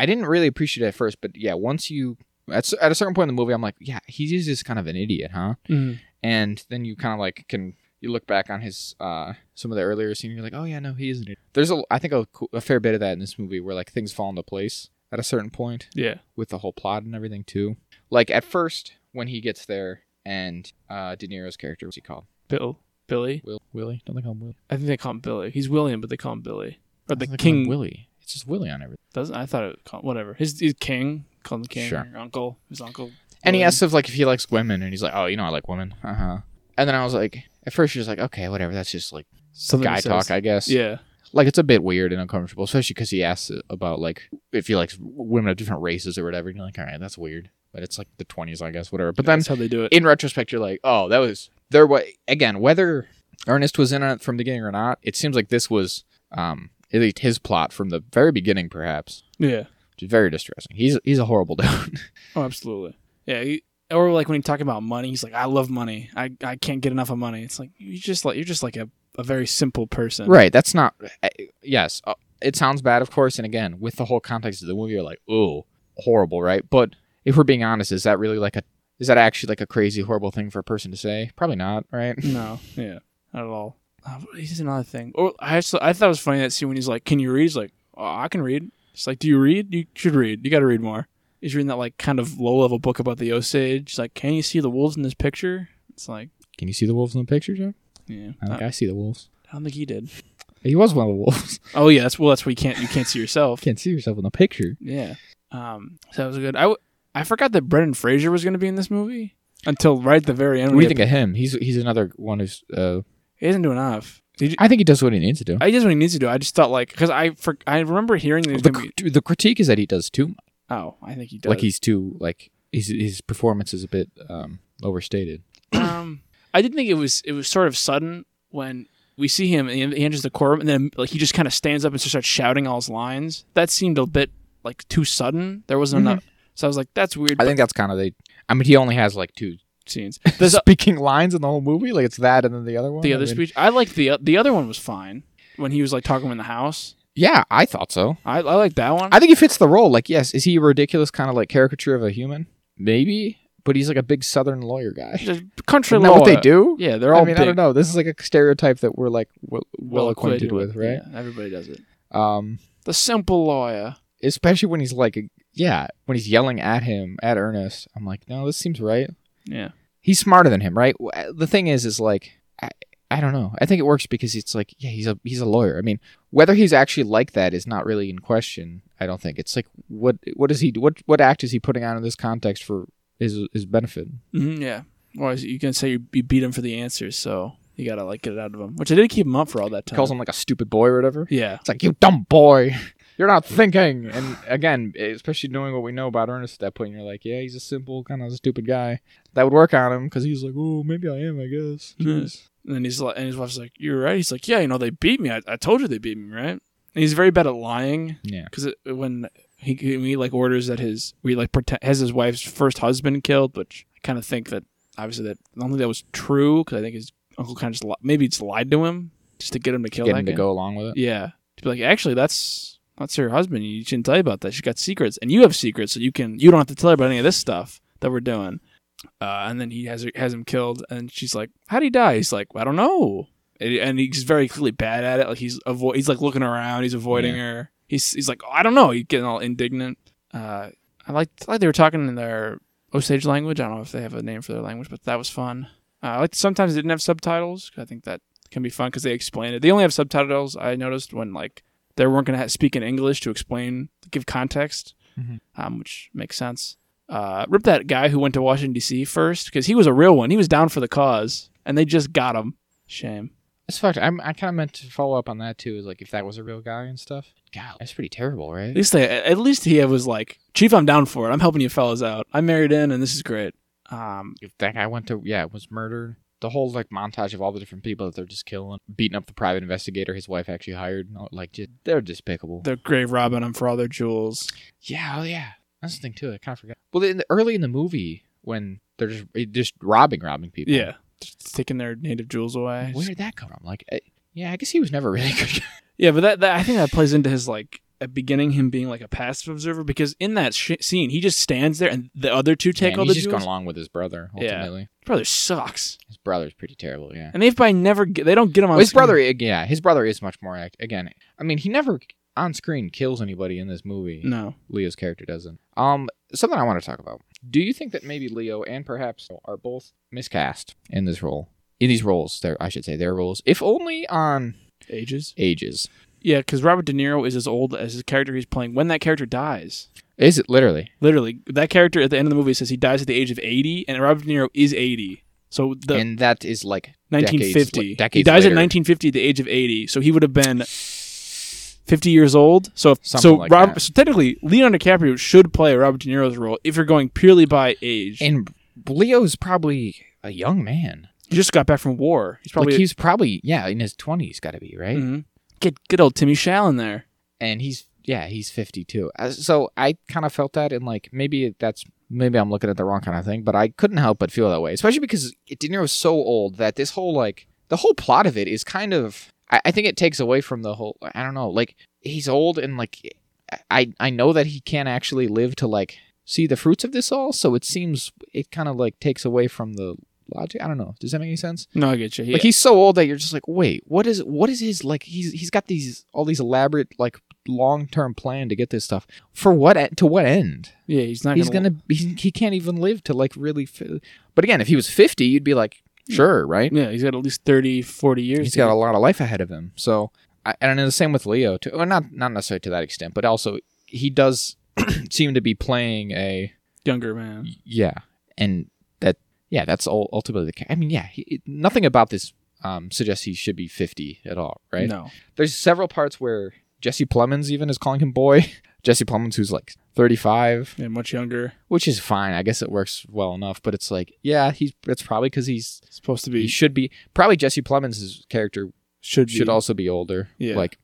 [SPEAKER 2] I didn't really appreciate it at first, but yeah, once you at, s- at a certain point in the movie, I'm like, yeah, he's just this kind of an idiot, huh?
[SPEAKER 1] hmm
[SPEAKER 2] And then you kind of like can you look back on his uh some of the earlier scenes, you're like, oh yeah, no, he is an idiot. There's a I think a, cou- a fair bit of that in this movie where like things fall into place at a certain point
[SPEAKER 1] Yeah.
[SPEAKER 2] with the whole plot and everything too. Like at first when he gets there and uh De Niro's character, what's he called?
[SPEAKER 1] Bill. Billy.
[SPEAKER 2] Will Willie? Don't they call him Will?
[SPEAKER 1] I think they call him Billy. He's William, but they call him Billy. Or the
[SPEAKER 2] Sounds like
[SPEAKER 1] king
[SPEAKER 2] Willie. It's just Willie on everything.
[SPEAKER 1] doesn't I thought it called whatever. His, his king. Call him king.
[SPEAKER 2] Sure.
[SPEAKER 1] Your uncle. His uncle.
[SPEAKER 2] And he
[SPEAKER 1] William.
[SPEAKER 2] asks if like if he likes women, and he's like, "Oh, you know, I like women." Uh huh. And then I was like, at first she was like, "Okay, whatever. That's just like
[SPEAKER 1] Something
[SPEAKER 2] guy
[SPEAKER 1] he says.
[SPEAKER 2] talk, I guess."
[SPEAKER 1] Yeah.
[SPEAKER 2] Like it's a bit weird and uncomfortable, especially because he asks about like if he likes women of different races or whatever. And you're like, "All right, that's weird," but it's like the 20s, I guess, whatever. But then
[SPEAKER 1] That's how they do it.
[SPEAKER 2] in retrospect, you're like, "Oh, that was there." What again? Whether Ernest was in on it from the beginning or not, it seems like this was um at least his plot from the very beginning, perhaps.
[SPEAKER 1] yeah.
[SPEAKER 2] Which is very distressing. He's he's a horrible (laughs) dude.
[SPEAKER 1] Oh, absolutely. Yeah. He, or like when he talking about money, he's like, "I love money. I, I can't get enough of money." It's like you just like you're just like a, a very simple person.
[SPEAKER 2] Right. That's not. I- Yes. uh, It sounds bad, of course. And again, with the whole context of the movie, you're like, ooh, horrible, right? But if we're being honest, is that really like a. Is that actually like a crazy, horrible thing for a person to say? Probably not, right? (laughs)
[SPEAKER 1] No. (laughs) Yeah. Not at all. Uh, he's another thing. Or I actually, I thought it was funny that scene when he's like, "Can you read?" He's like, oh, "I can read." It's like, "Do you read? You should read. You got to read more." He's reading that like kind of low level book about the Osage. He's like, "Can you see the wolves in this picture?" It's like,
[SPEAKER 2] Can you see the wolves in the picture, Jack?
[SPEAKER 1] yeah,
[SPEAKER 2] I
[SPEAKER 1] I,
[SPEAKER 2] think I see the wolves.
[SPEAKER 1] I don't think he did.
[SPEAKER 2] He was one of the wolves. (laughs)
[SPEAKER 1] Oh yeah, that's well, that's why you can't you (laughs) can't see yourself.
[SPEAKER 2] Can't see yourself in the picture.
[SPEAKER 1] yeah. Um. So that was good. I w- I forgot that Brendan Fraser was going to be in this movie until right at the very end.
[SPEAKER 2] What do you
[SPEAKER 1] He-
[SPEAKER 2] think of him? He's he's another one who's. Uh,
[SPEAKER 1] He doesn't do enough. He, j-
[SPEAKER 2] I think he does what he needs to do.
[SPEAKER 1] he does what he needs to do. I just thought like because I for, I remember hearing that he was
[SPEAKER 2] the,
[SPEAKER 1] going to be
[SPEAKER 2] cr- the critique is that he does too. much.
[SPEAKER 1] Oh, I think he does.
[SPEAKER 2] Like he's too like his his performance is a bit um, overstated.
[SPEAKER 1] um, (clears throat) I did think it was it was sort of sudden when we see him and he enters the courtroom, and then like he just kind of stands up and just starts shouting all his lines. That seemed a bit like too sudden. There wasn't
[SPEAKER 2] Mhm.
[SPEAKER 1] enough, so I was like, "That's weird."
[SPEAKER 2] I think that's kind of the. I mean, he only has like two
[SPEAKER 1] but scenes.
[SPEAKER 2] the
[SPEAKER 1] There's a-
[SPEAKER 2] speaking lines in the whole movie. Like it's that, and then the other one.
[SPEAKER 1] the
[SPEAKER 2] I
[SPEAKER 1] other
[SPEAKER 2] mean-
[SPEAKER 1] speech. I like the the other one was fine when he was like talking in the house.
[SPEAKER 2] Yeah, I thought so.
[SPEAKER 1] I I like that one.
[SPEAKER 2] I think he fits the role. Like, yes, is he a ridiculous kind of like caricature of a human? Maybe, but he's like a big Southern lawyer guy.
[SPEAKER 1] The country
[SPEAKER 2] (laughs) Isn't that what they
[SPEAKER 1] lawyer.
[SPEAKER 2] do?
[SPEAKER 1] Yeah, they're all
[SPEAKER 2] I mean, I don't know. This is like a stereotype that we're like well, well acquainted with, right?
[SPEAKER 1] Yeah, everybody does it.
[SPEAKER 2] Um,
[SPEAKER 1] The simple lawyer.
[SPEAKER 2] especially when he's like, yeah, when he's yelling at him at Ernest. I'm like, no, this seems right.
[SPEAKER 1] Yeah.
[SPEAKER 2] he's smarter than him, right? W- uh, The thing is, is like I, I don't know. I think it works because it's like yeah, he's a he's a lawyer. I mean, whether he's actually like that is not really in question. I don't think it's like what what is he what what act is he putting on in this context for his his benefit.
[SPEAKER 1] hmm yeah. Or is- you can say you, you beat him for the answers, so you gotta like get it out of him. Which I did keep him up for all that time.
[SPEAKER 2] Calls him like a stupid boy or whatever.
[SPEAKER 1] yeah,
[SPEAKER 2] It's like you dumb boy, (laughs) you're not thinking. And again, especially knowing what we know about Ernest at that point, you're like, yeah, he's a simple kind of stupid guy. That would work on him because he's like, oh, maybe I am, I guess. Jeez.
[SPEAKER 1] and then he's like, and his wife's like, "You're right." He's like, "Yeah, you know they beat me. I, I told you they beat me, right?" And he's very bad at lying
[SPEAKER 2] Yeah.
[SPEAKER 1] because when he when he like orders that his we like pretend has his wife's first husband killed, which I kind of think that obviously that I don't think that was true because I think his uncle kind of just li- maybe just lied to him just to get him to kill
[SPEAKER 2] Get
[SPEAKER 1] that
[SPEAKER 2] him to
[SPEAKER 1] guy.
[SPEAKER 2] go along with it.
[SPEAKER 1] Yeah. To be like, actually, that's that's her husband. You shouldn't tell you about that. She's got secrets, and you have secrets, so you can you don't have to tell her about any of this stuff that we're doing. Uh, and then he has her, has him killed, and she's like, "How would he die?" He's like, "I don't know." And, and he's very clearly bad at it. Like he's avo- he's like looking around, he's avoiding her. He's he's like, "I don't know." He's getting all indignant. Uh, I liked I like they were talking in their Osage language. I don't know if they have a name for their language, but that was fun. Uh, I liked sometimes they didn't have subtitles. 'cause I think that can be fun because they explain it. They only have subtitles. I noticed when like they weren't gonna ha- speak in English to explain, give context,
[SPEAKER 2] Mhm.
[SPEAKER 1] um, which makes sense. Uh, rip that guy who went to Washington D.C. first because he was a real one. He was down for the cause, and they just got him. Shame.
[SPEAKER 2] That's fucked. I'm, I kind of meant to follow up on that too. Is like if that was a real guy and stuff. God, that's pretty terrible,
[SPEAKER 1] At
[SPEAKER 2] right?
[SPEAKER 1] least they, at least he was like, Chief, I'm down for it. I'm helping you fellas out. I married in, and this is great. Um,
[SPEAKER 2] If that guy went to yeah was murdered. The whole like montage of all the different people that they're just killing, beating up the private investigator his wife actually hired. and all- Like just they're despicable.
[SPEAKER 1] they're grave robbing him for all their jewels.
[SPEAKER 2] Yeah, oh yeah. That's the thing too. I kind of forgot. Well, in the, early in the movie when they're just eh, just robbing, robbing people.
[SPEAKER 1] Yeah, just taking their native jewels away.
[SPEAKER 2] Where did that come from? Like, eh, yeah, I guess he was never (laughs) really good.
[SPEAKER 1] Yeah, but that, that I think that plays into his like at beginning him being like a passive observer because in that sh- scene he just stands there and the other two take
[SPEAKER 2] And
[SPEAKER 1] all
[SPEAKER 2] he's
[SPEAKER 1] the
[SPEAKER 2] just
[SPEAKER 1] jewels.
[SPEAKER 2] gone along with his brother.
[SPEAKER 1] Yeah.
[SPEAKER 2] Ultimately,
[SPEAKER 1] brother sucks,
[SPEAKER 2] his brother's pretty terrible. Yeah.
[SPEAKER 1] and if by never get, they don't get him on
[SPEAKER 2] Well, his
[SPEAKER 1] screen-
[SPEAKER 2] brother, eh, yeah, his brother is much more act. Again, I mean, he never on screen kills anybody in this movie.
[SPEAKER 1] No,
[SPEAKER 2] Leo's character doesn't. Um, something I want to talk about. Do you think that maybe Leo and perhaps are both miscast in this role? In these roles, there I should say their roles, if only on
[SPEAKER 1] ages.
[SPEAKER 2] ages.
[SPEAKER 1] Yeah, because Robert De Niro is as old as his character he's playing when that character dies.
[SPEAKER 2] Is it literally?
[SPEAKER 1] Literally, that character at the end of the movie says he dies at the age of eighty, and Robert De Niro is eighty. So the
[SPEAKER 2] and that is like
[SPEAKER 1] 1950.
[SPEAKER 2] Decades, decades
[SPEAKER 1] he dies
[SPEAKER 2] later.
[SPEAKER 1] at 1950 at the age of 80, so he would have been 50 years old. So if,
[SPEAKER 2] Something
[SPEAKER 1] so,
[SPEAKER 2] like
[SPEAKER 1] Rob,
[SPEAKER 2] that.
[SPEAKER 1] so technically, Leonardo DiCaprio should play Robert De Niro's role if you're going purely by age.
[SPEAKER 2] And Leo's probably a young man.
[SPEAKER 1] he just got back from war. He's probably
[SPEAKER 2] like he's probably yeah in his twenties, got to be right.
[SPEAKER 1] Mhm. get good old Timmy Shall in there.
[SPEAKER 2] And he's yeah he's fifty two. So I kind of felt that and like maybe that's maybe I'm looking at the wrong kind of thing, but I couldn't help but feel that way, especially because De Niro's so old that this whole like the whole plot of it is kind of I, I think it takes away from the whole I don't know like he's old and like I I know that he can't actually live to like see the fruits of this all, so it seems it kind of like takes away from the logic. I don't know. Does that make any sense?
[SPEAKER 1] No, I get you. He-
[SPEAKER 2] Like he's so old that you're just like, wait, what is what is his like? He's he's got these all these elaborate like long term plan to get this stuff for what e- to what end?
[SPEAKER 1] yeah, he's not.
[SPEAKER 2] He's gonna he, he can't even live to like really. Fi- but again, if he was fifty, you'd be like, sure, right?
[SPEAKER 1] Yeah, he's got at least 30, 40 Hmm. years.
[SPEAKER 2] He's got a lot of life ahead of him. So, I, and the same with Leo too. Well, not not necessarily to that extent, but also he does (clears throat) seem to be playing a
[SPEAKER 1] younger man.
[SPEAKER 2] yeah, and that yeah, that's all ultimately the. ca- I mean, yeah, he, nothing about this um, suggests he should be fifty at all, right?
[SPEAKER 1] No,
[SPEAKER 2] There's several parts where Jesse Plemons even is calling him boy. (laughs) Jesse Plemons, who's like thirty-five,
[SPEAKER 1] yeah, much younger.
[SPEAKER 2] which is fine. I guess it works well enough, but it's like yeah, he's it's probably because he's
[SPEAKER 1] Supposed to
[SPEAKER 2] he
[SPEAKER 1] be
[SPEAKER 2] should be probably Jesse Plemons' character
[SPEAKER 1] should be
[SPEAKER 2] should also be older.
[SPEAKER 1] Yeah.
[SPEAKER 2] Like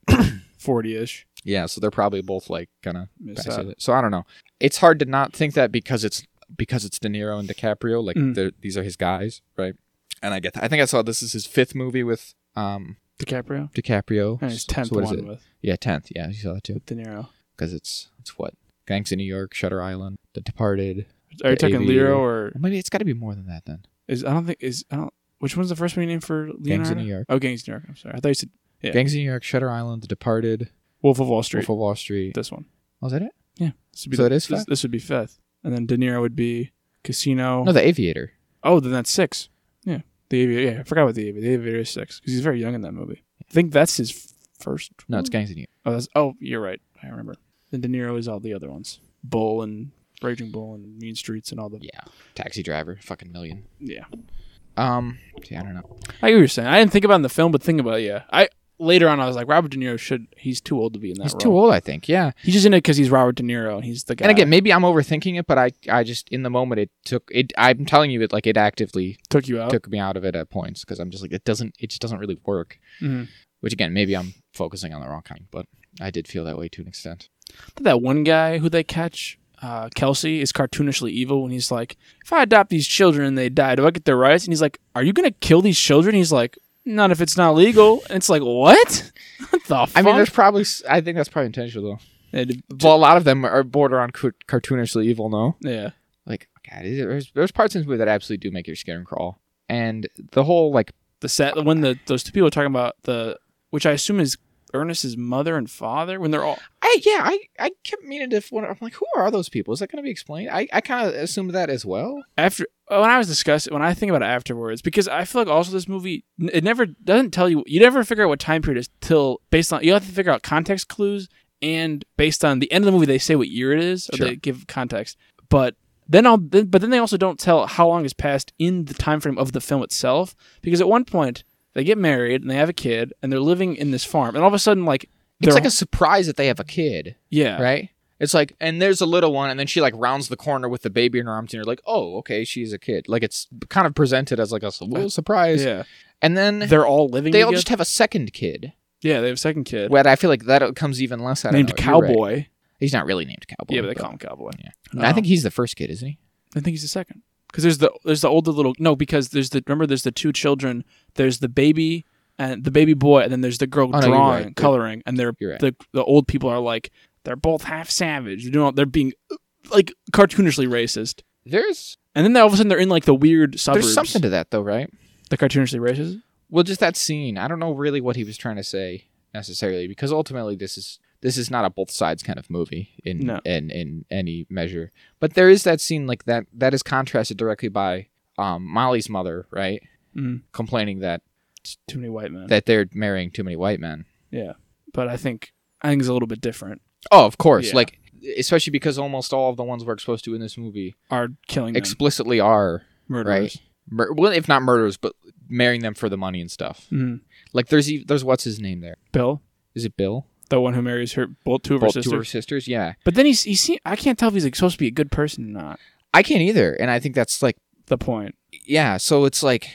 [SPEAKER 1] 40ish.
[SPEAKER 2] yeah, so they're probably both like kind of
[SPEAKER 1] Missed
[SPEAKER 2] pass
[SPEAKER 1] out.
[SPEAKER 2] it. So I don't know. It's hard to not think that because it's because it's De Niro and DiCaprio. Like
[SPEAKER 1] Mm.
[SPEAKER 2] they're these are his guys, right? And I get that. I think I saw this is his fifth movie with um
[SPEAKER 1] DiCaprio.
[SPEAKER 2] DiCaprio.
[SPEAKER 1] And his
[SPEAKER 2] So-
[SPEAKER 1] 10th
[SPEAKER 2] so what is
[SPEAKER 1] one
[SPEAKER 2] it?
[SPEAKER 1] with
[SPEAKER 2] Yeah, tenth. Yeah, you saw that too.
[SPEAKER 1] De Niro.
[SPEAKER 2] Because it's it's what Gangs in New York, Shutter Island, The Departed.
[SPEAKER 1] Are you
[SPEAKER 2] The
[SPEAKER 1] talking
[SPEAKER 2] Aviator.
[SPEAKER 1] Lero or
[SPEAKER 2] Well, maybe it's got to be more than that then.
[SPEAKER 1] Is I don't think is I don't. Which one's the first one you named for Leonardo?
[SPEAKER 2] Gangs of New York.
[SPEAKER 1] Oh, Gangs of New York. I'm sorry. I thought you said Yeah.
[SPEAKER 2] Gangs in New York, Shutter Island, The Departed,
[SPEAKER 1] Wolf of Wall Street.
[SPEAKER 2] Wolf of Wall Street.
[SPEAKER 1] This one.
[SPEAKER 2] Was that it?
[SPEAKER 1] Yeah. This would be
[SPEAKER 2] So
[SPEAKER 1] the-
[SPEAKER 2] it is
[SPEAKER 1] this,
[SPEAKER 2] fifth?
[SPEAKER 1] this would be fifth, and then De Niro would be Casino.
[SPEAKER 2] No, The Aviator.
[SPEAKER 1] oh, then that's six. Yeah. The Aviator. Yeah, I forgot about the Aviator. The Aviator is six because he's very young in that movie. I think that's his f- first.
[SPEAKER 2] No, it's
[SPEAKER 1] one.
[SPEAKER 2] Gangs in New York.
[SPEAKER 1] Oh, that's. Oh, you're right. I remember. Then De Niro is all the other ones. Bull and Raging Bull and Mean Streets and all the
[SPEAKER 2] Yeah. Taxi driver, fucking million.
[SPEAKER 1] yeah.
[SPEAKER 2] Um, see, I don't know.
[SPEAKER 1] I get what you're saying. I didn't think about it in the film, but think about it, yeah. I later on I was like Robert De Niro should he's too old to be in that
[SPEAKER 2] He's
[SPEAKER 1] role.
[SPEAKER 2] too old, I think. Yeah.
[SPEAKER 1] He's just in it because he's Robert De Niro and he's the guy.
[SPEAKER 2] And again, maybe I'm overthinking it, but I, I just in the moment it took it. I'm telling you, it like it actively
[SPEAKER 1] took you out.
[SPEAKER 2] took me out of it at points because I'm just like it doesn't. It just doesn't really work.
[SPEAKER 1] Mhm.
[SPEAKER 2] Which again, maybe I'm focusing on the wrong kind, but I did feel that way to an extent.
[SPEAKER 1] that one guy who they catch, uh, Kelsey, is cartoonishly evil when he's like, if I adopt these children and they die, do I get their rights? And he's like, are you going to kill these children? He's like, not if it's not legal. And it's like, what? (laughs) what the fuck?
[SPEAKER 2] I mean, there's probably. s- I think that's probably intentional though.
[SPEAKER 1] And-
[SPEAKER 2] Well, a lot of them are border on car- cartoonishly evil. No,
[SPEAKER 1] yeah.
[SPEAKER 2] like God, is it- there's there's parts in this movie that absolutely do make your skin crawl, and the whole like
[SPEAKER 1] The set, when the those two people are talking about the, which I assume is Ernest's mother and father, when they're all,
[SPEAKER 2] I yeah, I I kept meaning to wonder. I'm like, who are those people? Is that going to be explained? I I kind of assumed that as well.
[SPEAKER 1] after uh, when I was discussing when I think about it afterwards because I feel like also this movie n- it never doesn't tell you you never figure out what time period is till based on you have to figure out context clues and based on the end of the movie they say what year it is or
[SPEAKER 2] Sure.
[SPEAKER 1] they give context but then I'll then, but then they also don't tell how long has passed in the time frame of the film itself because at one point they get married and they have a kid and they're living in this farm and all of a sudden like
[SPEAKER 2] It's
[SPEAKER 1] they're-
[SPEAKER 2] like a surprise that they have a kid,
[SPEAKER 1] yeah
[SPEAKER 2] right? It's like, and there's a little one, and then she like rounds the corner with the baby in her arms, and you're like, oh, okay, she's a kid. Like it's kind of presented as like a s- little surprise,
[SPEAKER 1] Uh, yeah
[SPEAKER 2] and then
[SPEAKER 1] they're all living
[SPEAKER 2] they all
[SPEAKER 1] together.
[SPEAKER 2] just have a second kid.
[SPEAKER 1] yeah they have a second kid
[SPEAKER 2] Where I feel like that comes even less out
[SPEAKER 1] named
[SPEAKER 2] of nowhere. You're right.
[SPEAKER 1] Cowboy
[SPEAKER 2] He's not really named Cowboy.
[SPEAKER 1] yeah but they
[SPEAKER 2] but-
[SPEAKER 1] call him Cowboy
[SPEAKER 2] Yeah.
[SPEAKER 1] Um,
[SPEAKER 2] I think he's the first kid, isn't he?
[SPEAKER 1] I think he's the second. Because there's the there's the older little no because there's the remember there's the two children there's the baby and the baby boy and then there's the girl
[SPEAKER 2] Oh, no, you're
[SPEAKER 1] drawing
[SPEAKER 2] right.
[SPEAKER 1] coloring and they're
[SPEAKER 2] You're right.
[SPEAKER 1] the the old people are like they're both half savage you know they're being like cartoonishly racist
[SPEAKER 2] There's
[SPEAKER 1] and then they- all of a sudden they're in like the weird suburbs
[SPEAKER 2] there's something to that though, right?
[SPEAKER 1] the cartoonishly racist
[SPEAKER 2] well just that scene i don't know really what he was trying to say necessarily because ultimately this is this is not a both sides kind of movie in
[SPEAKER 1] No.
[SPEAKER 2] in, in any measure but there is that scene like that that is contrasted directly by um, molly's mother right
[SPEAKER 1] Mhm.
[SPEAKER 2] complaining that
[SPEAKER 1] It's too many white men
[SPEAKER 2] that they're marrying too many white men
[SPEAKER 1] but I think I think it's a little bit different
[SPEAKER 2] oh of course
[SPEAKER 1] Yeah.
[SPEAKER 2] like especially because almost all of the ones we're exposed to in this movie
[SPEAKER 1] are killing them,
[SPEAKER 2] explicitly are
[SPEAKER 1] murderers
[SPEAKER 2] mur- well if not murders but marrying them for the money and stuff
[SPEAKER 1] Mhm.
[SPEAKER 2] like there's e- there's what's his name there
[SPEAKER 1] Bill
[SPEAKER 2] is it bill
[SPEAKER 1] the one who marries her both two of
[SPEAKER 2] Both
[SPEAKER 1] her
[SPEAKER 2] two of her
[SPEAKER 1] sisters
[SPEAKER 2] sisters yeah
[SPEAKER 1] but then he's he seem, I can't tell if he's like, supposed to be a good person or not
[SPEAKER 2] I can't either. And I think that's like,
[SPEAKER 1] the point
[SPEAKER 2] yeah. So it's like,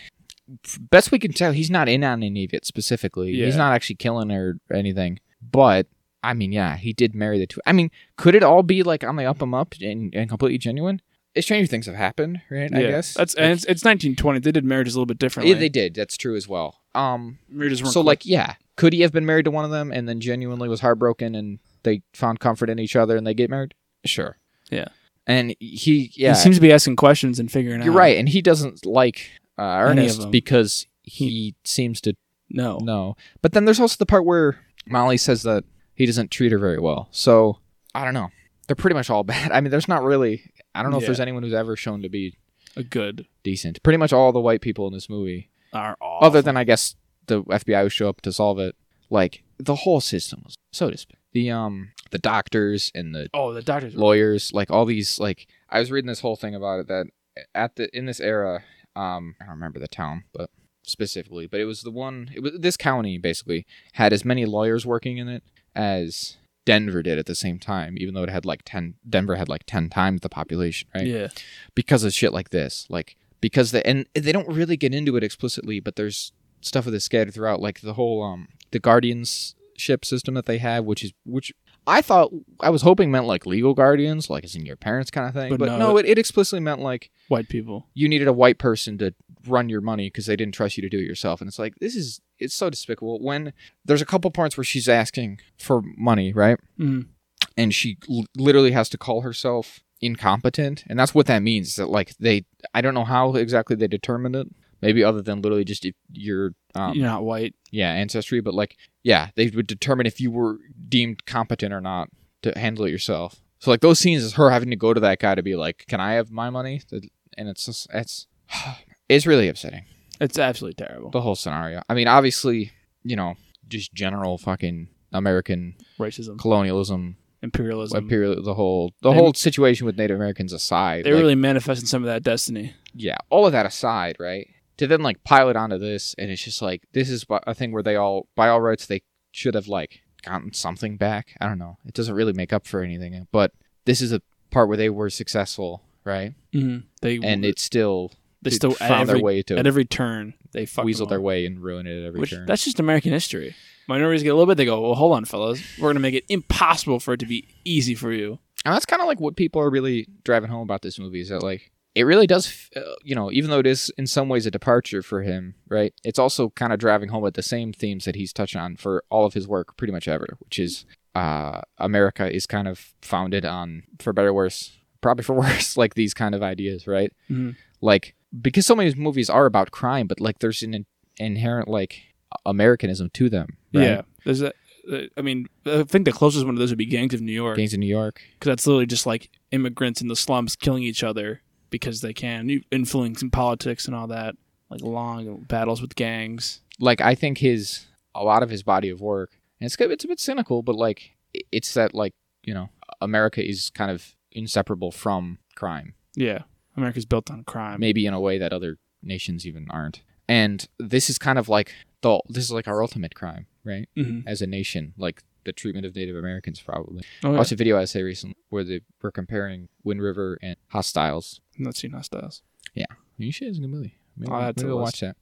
[SPEAKER 2] f- best we can tell, he's not in on any of it specifically. He's
[SPEAKER 1] Yeah.
[SPEAKER 2] not actually killing her or anything. But I mean, yeah, he did marry the two. I mean, could it all be like on the up and up and, and completely genuine? Stranger things have happened, right? I guess
[SPEAKER 1] that's
[SPEAKER 2] Like,
[SPEAKER 1] and it's, it's 1920. They did marriages a little bit differently.
[SPEAKER 2] yeah, they did. That's true as well. Um,
[SPEAKER 1] marriages weren't
[SPEAKER 2] so
[SPEAKER 1] quick.
[SPEAKER 2] like, yeah, could he have been married to one of them and then genuinely was heartbroken and they found comfort in each other and they get married? Sure.
[SPEAKER 1] Yeah.
[SPEAKER 2] And he, yeah,
[SPEAKER 1] he seems to be asking questions and figuring out.
[SPEAKER 2] You're right, and he doesn't like uh,
[SPEAKER 1] Um, of
[SPEAKER 2] Ernest
[SPEAKER 1] them.
[SPEAKER 2] because he seems to
[SPEAKER 1] No,
[SPEAKER 2] know. But then there's also the part where Molly says that he doesn't treat her very well. So I don't know. They're pretty much all (laughs) bad. I mean, there's not really. I don't know if
[SPEAKER 1] Yeah.
[SPEAKER 2] there's anyone who's ever shown to be
[SPEAKER 1] a good
[SPEAKER 2] decent. Pretty much all the white people in this movie,
[SPEAKER 1] are awful.
[SPEAKER 2] other than I guess the FBI who show up to solve it. Like the whole system was so despair. The um the doctors and the
[SPEAKER 1] oh, the doctors.
[SPEAKER 2] lawyers, like all these like I was reading this whole thing about it that at the in this era, um I don't remember the town, but specifically, but it was the one it was this county basically had as many lawyers working in it as Denver did at the same time, even though it had like 10 Denver had like 10 times the population, right?
[SPEAKER 1] Yeah,
[SPEAKER 2] Because of shit like this. Like because they and they don't really get into it explicitly, but there's stuff of this scattered throughout like the whole um the guardians ship system that they have which is which i thought i was hoping meant like legal guardians like as in your parents kind of thing but,
[SPEAKER 1] But
[SPEAKER 2] no,
[SPEAKER 1] no,
[SPEAKER 2] it, it explicitly meant like
[SPEAKER 1] white people.
[SPEAKER 2] you needed a white person to run your money because they didn't trust you to do it yourself and it's like this is it's so despicable when there's a couple parts where she's asking for money right
[SPEAKER 1] Mm.
[SPEAKER 2] and she l- literally has to call herself incompetent and that's what that means is that like they i don't know how exactly they determined it maybe other than literally just if you're um,
[SPEAKER 1] You're not white.
[SPEAKER 2] yeah ancestry but like yeah they would determine if you were deemed competent or not to handle it yourself so like those scenes is her having to go to that guy to be like can i have my money That- and it's just it's (sighs) it's really upsetting
[SPEAKER 1] It's absolutely terrible.
[SPEAKER 2] the whole scenario i mean obviously you know just general fucking american
[SPEAKER 1] Racism.
[SPEAKER 2] colonialism
[SPEAKER 1] imperialism.
[SPEAKER 2] Imperial, the whole the
[SPEAKER 1] They-
[SPEAKER 2] whole situation with Native Americans aside,
[SPEAKER 1] They're
[SPEAKER 2] like,
[SPEAKER 1] really manifesting some of that destiny.
[SPEAKER 2] yeah, all of that aside, right? To then like pile it onto this, and it's just like this is bu- a thing where they all, by all rights, they should have like gotten something back. I don't know. It doesn't really make up for anything, but this is a part where they were successful, right?
[SPEAKER 1] hmm They
[SPEAKER 2] And it's still
[SPEAKER 1] they
[SPEAKER 2] it
[SPEAKER 1] still at
[SPEAKER 2] found
[SPEAKER 1] every,
[SPEAKER 2] their way to
[SPEAKER 1] at every turn they fuck
[SPEAKER 2] weasel
[SPEAKER 1] them
[SPEAKER 2] their
[SPEAKER 1] up.
[SPEAKER 2] way and ruin it at every
[SPEAKER 1] Which
[SPEAKER 2] turn.
[SPEAKER 1] that's just American history. Minorities get a little bit. They go, well, hold on, fellas. We're gonna make it impossible for it to be easy for you.
[SPEAKER 2] And that's kind of like what people are really driving home about this movie is that like it really does, f- uh, you know, even though it is in some ways a departure for him, right? It's also kind of driving home at the same themes that he's touched on for all of his work, pretty much ever, which is uh, America is kind of founded on, for better or worse, probably for (laughs) worse, like these kind of ideas, right?
[SPEAKER 1] Mhm.
[SPEAKER 2] Like because so many movies are about crime, but like there's an in- inherent like Americanism to them, right?
[SPEAKER 1] Yeah, there's that. uh, I mean, I think the closest one of those would be Gangs of New York because
[SPEAKER 2] Gangs in New York.
[SPEAKER 1] that's literally just like immigrants in the slums killing each other because they can, you- influencing politics and all that. Like long battles with gangs.
[SPEAKER 2] like I think his a lot of his body of work, and it's it's a bit cynical, but like i- it's that like you know America is kind of inseparable from crime,
[SPEAKER 1] Yeah, America's built on crime.
[SPEAKER 2] maybe in a way that other nations even aren't. And this is kind of like the this is like our ultimate crime, right?
[SPEAKER 1] hmm
[SPEAKER 2] As a nation, like the treatment of Native Americans probably.
[SPEAKER 1] Oh,
[SPEAKER 2] I
[SPEAKER 1] yeah.
[SPEAKER 2] watched a video essay recently where they were comparing Wind River and Hostiles.
[SPEAKER 1] I'm not seeing hostiles.
[SPEAKER 2] You should. It's a good movie. Maybe,
[SPEAKER 1] I'll add to
[SPEAKER 2] maybe
[SPEAKER 1] the
[SPEAKER 2] I'll
[SPEAKER 1] list.
[SPEAKER 2] watch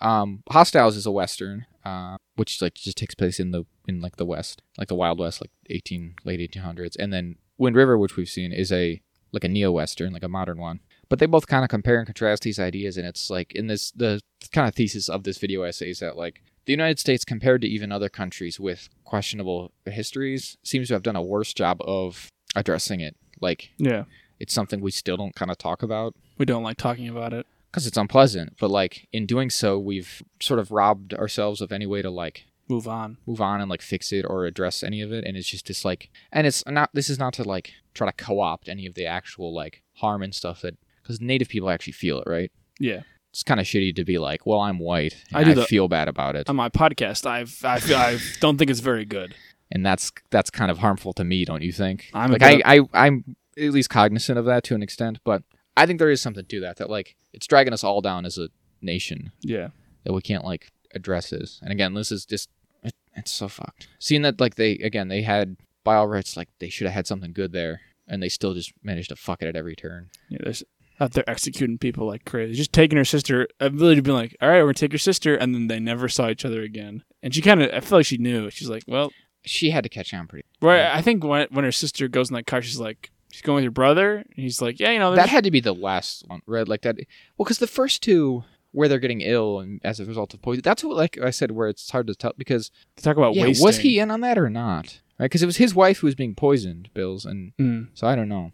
[SPEAKER 2] that. Um, Hostiles is a western, uh, which like just takes place in the in like the West, like the Wild West, like eighteen late eighteen hundreds, and then Wind River, which we've seen, is a like a neo western, like a modern one. But they both kind of compare and contrast these ideas, and it's like in this the kind of thesis of this video essay is that like the United States compared to even other countries with questionable histories seems to have done a worse job of addressing it. Like
[SPEAKER 1] Yeah,
[SPEAKER 2] it's something we still don't kind of talk about
[SPEAKER 1] we don't like talking about it.
[SPEAKER 2] because it's unpleasant. But like in doing so, we've sort of robbed ourselves of any way to like
[SPEAKER 1] Move on.
[SPEAKER 2] move on and like fix it or address any of it. And it's just this like, and it's not. This is not to like try to co-opt any of the actual like harm and stuff that because Native people actually feel it, right?
[SPEAKER 1] Yeah.
[SPEAKER 2] It's kind of shitty to be like, well, I'm white. And
[SPEAKER 1] I
[SPEAKER 2] I,
[SPEAKER 1] do the-
[SPEAKER 2] feel bad about it,
[SPEAKER 1] On my podcast, I've I, feel, I don't think it's very good.
[SPEAKER 2] and that's that's kind of harmful to me, don't you think?
[SPEAKER 1] I'm a
[SPEAKER 2] like
[SPEAKER 1] bit
[SPEAKER 2] I, I I'm at least cognizant of that to an extent, but I think there is something to that that like it's dragging us all down as a nation.
[SPEAKER 1] Yeah.
[SPEAKER 2] that we can't like address this. And again, this is just it, it's so fucked. Seeing that like they again they had by all rights like they should have had something good there, and they still just managed to fuck it at every turn.
[SPEAKER 1] Yeah, there's out there executing people like crazy. Just taking her sister. I've literally been like, all right, we're gonna take your sister, and then they never saw each other again. And she kind of, I feel like she knew. She's like, well,
[SPEAKER 2] She had to catch on pretty.
[SPEAKER 1] right. I think when when her sister goes in that car, she's like, she's going with your brother, and he's like, yeah, you know,
[SPEAKER 2] That
[SPEAKER 1] there's-
[SPEAKER 2] had to be the last one, right? Like that. Well, because the first two where they're getting ill and as a result of poison. That's what like I said where it's hard to tell because
[SPEAKER 1] they talk about
[SPEAKER 2] yeah,
[SPEAKER 1] wasting.
[SPEAKER 2] was he in on that or not? Right? Because it was his wife who was being poisoned, Bills, and
[SPEAKER 1] Mm.
[SPEAKER 2] so I don't know.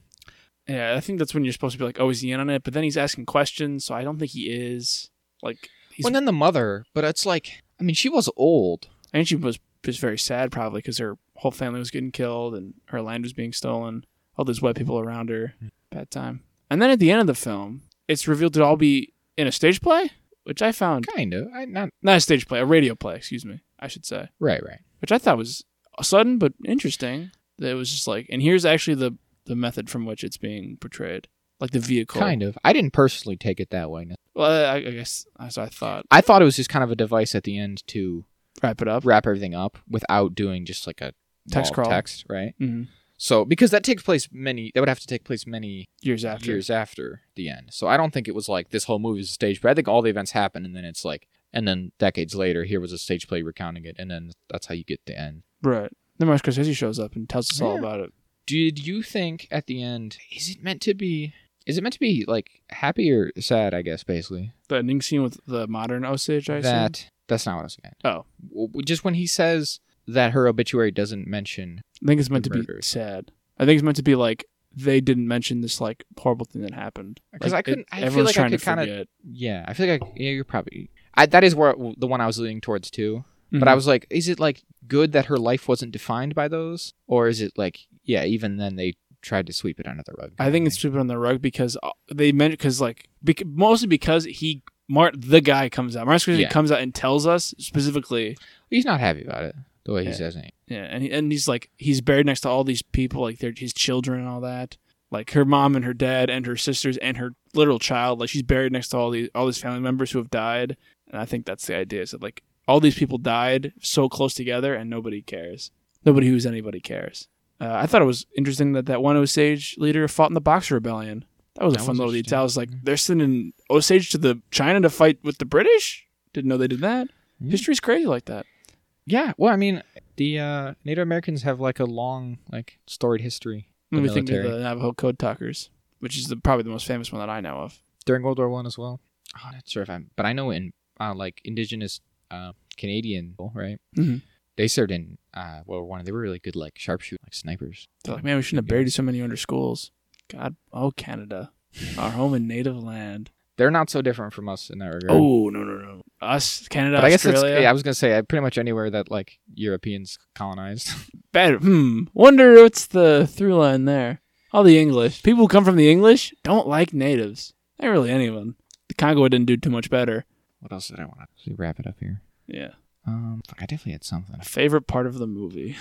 [SPEAKER 1] Yeah, I think that's when you're supposed to be like, oh, is he in on it? But then he's asking questions, so I don't think he is. Like, he's,
[SPEAKER 2] Well, and then the mother, but it's like I mean she was old.
[SPEAKER 1] I think she was was very sad probably because her whole family was getting killed and her land was being stolen. All those white people around her.
[SPEAKER 2] Hmm.
[SPEAKER 1] Bad time. And then at the end of the film, it's revealed to all be in a stage play, which I found
[SPEAKER 2] Kind of. I not
[SPEAKER 1] not a stage play, a radio play. Excuse me, I should say,
[SPEAKER 2] right, right.
[SPEAKER 1] which I thought was sudden but interesting. That it was just like, and here's actually the the method from which it's being portrayed, like the vehicle.
[SPEAKER 2] Kind of. I didn't personally take it that way.
[SPEAKER 1] Well, I, I guess as I thought,
[SPEAKER 2] I thought it was just kind of a device at the end to
[SPEAKER 1] wrap it up.
[SPEAKER 2] wrap everything up without doing just like a
[SPEAKER 1] Text
[SPEAKER 2] wall of
[SPEAKER 1] crawl.
[SPEAKER 2] text, right?
[SPEAKER 1] Mhm.
[SPEAKER 2] So because that takes place many, that would have to take place many
[SPEAKER 1] Years after.
[SPEAKER 2] years after the end. So I don't think it was like this whole movie is a stage play. I think all the events happen, and then it's like, and then decades later, here was a stage play recounting it, and then that's how you get the end.
[SPEAKER 1] Right. Then Martin Scorsese shows up and tells us all
[SPEAKER 2] Yeah.
[SPEAKER 1] about it.
[SPEAKER 2] Did you think at the end is it meant to be? Is it meant to be like happy or sad? I guess basically.
[SPEAKER 1] The ending scene with the modern Osage, I assume.
[SPEAKER 2] that that's not what I was going.
[SPEAKER 1] Oh.
[SPEAKER 2] just when he says that her obituary doesn't mention.
[SPEAKER 1] I think it's meant to be
[SPEAKER 2] murder.
[SPEAKER 1] sad. I think it's meant to be like they didn't mention this like horrible thing that happened.
[SPEAKER 2] 'Cause
[SPEAKER 1] Like,
[SPEAKER 2] I couldn't- I feel
[SPEAKER 1] everyone's
[SPEAKER 2] like I
[SPEAKER 1] trying to
[SPEAKER 2] could kinda-
[SPEAKER 1] forget.
[SPEAKER 2] Yeah, I feel like I, yeah, you're probably. I, that is where the one I was leaning towards too.
[SPEAKER 1] Mhm.
[SPEAKER 2] But
[SPEAKER 1] Mm-hmm.
[SPEAKER 2] I was like, is it like good that her life wasn't defined by those, or is it like yeah, even then they tried to sweep it under the rug?
[SPEAKER 1] I think it's sweeping on the rug because uh, they meant because like bec- mostly because he Mart the guy comes out. Martin Scorsese
[SPEAKER 2] Yeah.
[SPEAKER 1] comes out and tells us specifically.
[SPEAKER 2] he's not happy about it the way he
[SPEAKER 1] Yeah.
[SPEAKER 2] says it.
[SPEAKER 1] Yeah, and he, and he's like he's buried next to all these people, like they're his children and all that. Like her mom and her dad and her sisters and her literal child. Like she's buried next to all these all these family members who have died. And I think that's the idea. Is that like all these people died so close together and nobody cares. Nobody who's anybody cares. Uh, I thought it was interesting that that one Osage leader fought in the Boxer Rebellion. That was Mm-hmm. a
[SPEAKER 2] That
[SPEAKER 1] fun
[SPEAKER 2] was
[SPEAKER 1] little
[SPEAKER 2] interesting.
[SPEAKER 1] detail. I was like, they're sending Osage to the China to fight with the British. Didn't know they did that.
[SPEAKER 2] Yeah.
[SPEAKER 1] History's crazy like that.
[SPEAKER 2] Yeah. Well, I mean, the uh, Native Americans have like a long, like storied history. The
[SPEAKER 1] Let me think of
[SPEAKER 2] military.
[SPEAKER 1] the Navajo Code Talkers, which is the, probably the most famous one that I know of.
[SPEAKER 2] during World War One as well. Oh, I'm not sure if I'm, but I know in uh, like indigenous uh, Canadian, people, right?
[SPEAKER 1] Mhm.
[SPEAKER 2] They served in uh, World War One. They were really good, like sharpshooter, like snipers.
[SPEAKER 1] They're like, man, we shouldn't have buried so many under schools. God, oh Canada,
[SPEAKER 2] (laughs)
[SPEAKER 1] our home and native land.
[SPEAKER 2] They're not so different from us in that regard.
[SPEAKER 1] Oh no no no, us Canada,
[SPEAKER 2] but I guess that's.
[SPEAKER 1] Australia.
[SPEAKER 2] Yeah, I was gonna say uh, pretty much anywhere that like Europeans colonized. (laughs)
[SPEAKER 1] Bad. Hmm. Wonder what's the through line there. All the English people who come from the English don't like natives. Not really anyone. The Congo didn't do too much better.
[SPEAKER 2] what else did I want to? Should we wrap it up here?
[SPEAKER 1] Yeah.
[SPEAKER 2] Um, fuck, I definitely had something.
[SPEAKER 1] My favorite part of the movie.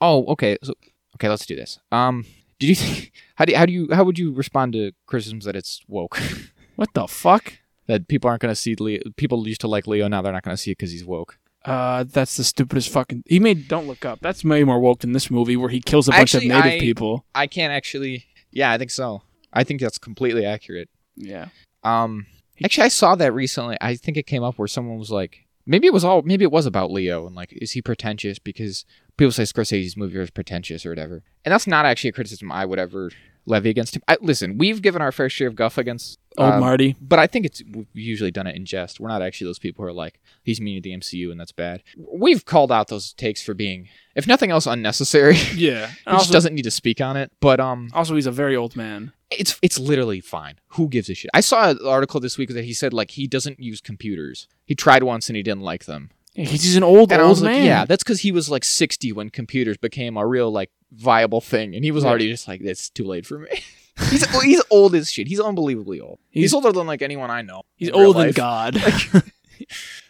[SPEAKER 2] Oh, okay. So, okay, let's do this. Um, did you think? (laughs) How do you, how do you how would you respond to criticisms that it's woke?
[SPEAKER 1] What the fuck?
[SPEAKER 2] that people aren't gonna see Leo. People used to like Leo, now they're not gonna see it because he's woke.
[SPEAKER 1] Uh, that's the stupidest fucking. He made Don't Look Up. That's way more woke than this movie where he kills a bunch
[SPEAKER 2] Actually,
[SPEAKER 1] of native
[SPEAKER 2] I-
[SPEAKER 1] people.
[SPEAKER 2] I can't actually. Yeah, I think so. I think that's completely accurate.
[SPEAKER 1] Yeah.
[SPEAKER 2] Um, actually, I saw that recently. I think it came up where someone was like, maybe it was all, maybe it was about Leo and like, is he pretentious? Because people say Scorsese's movie was pretentious or whatever, and that's not actually a criticism I would ever levy against him. I, listen, we've given our fair share of guff against
[SPEAKER 1] Old
[SPEAKER 2] um,
[SPEAKER 1] Marty.
[SPEAKER 2] but I think it's we've usually done it in jest. We're not actually those people who are like he's mean to the MCU and that's bad. We've called out those takes for being, if nothing else, unnecessary. (laughs) he
[SPEAKER 1] Yeah.
[SPEAKER 2] just
[SPEAKER 1] Also,
[SPEAKER 2] doesn't need to speak on it. But um,
[SPEAKER 1] also, he's a very old man.
[SPEAKER 2] it's it's literally fine. Who gives a shit? I saw an article this week that he said like he doesn't use computers. He tried once and he didn't like them.
[SPEAKER 1] He's just an old,
[SPEAKER 2] And I
[SPEAKER 1] old
[SPEAKER 2] was
[SPEAKER 1] man.
[SPEAKER 2] like, yeah, that's because he was like 60 when computers became a real like viable thing, and he was
[SPEAKER 1] Yeah.
[SPEAKER 2] already just like, it's too late for me. (laughs) he's he's old as shit. He's unbelievably old. He's,
[SPEAKER 1] He's-
[SPEAKER 2] older than like anyone I know.
[SPEAKER 1] He's
[SPEAKER 2] in real
[SPEAKER 1] old than
[SPEAKER 2] life.
[SPEAKER 1] God. (laughs)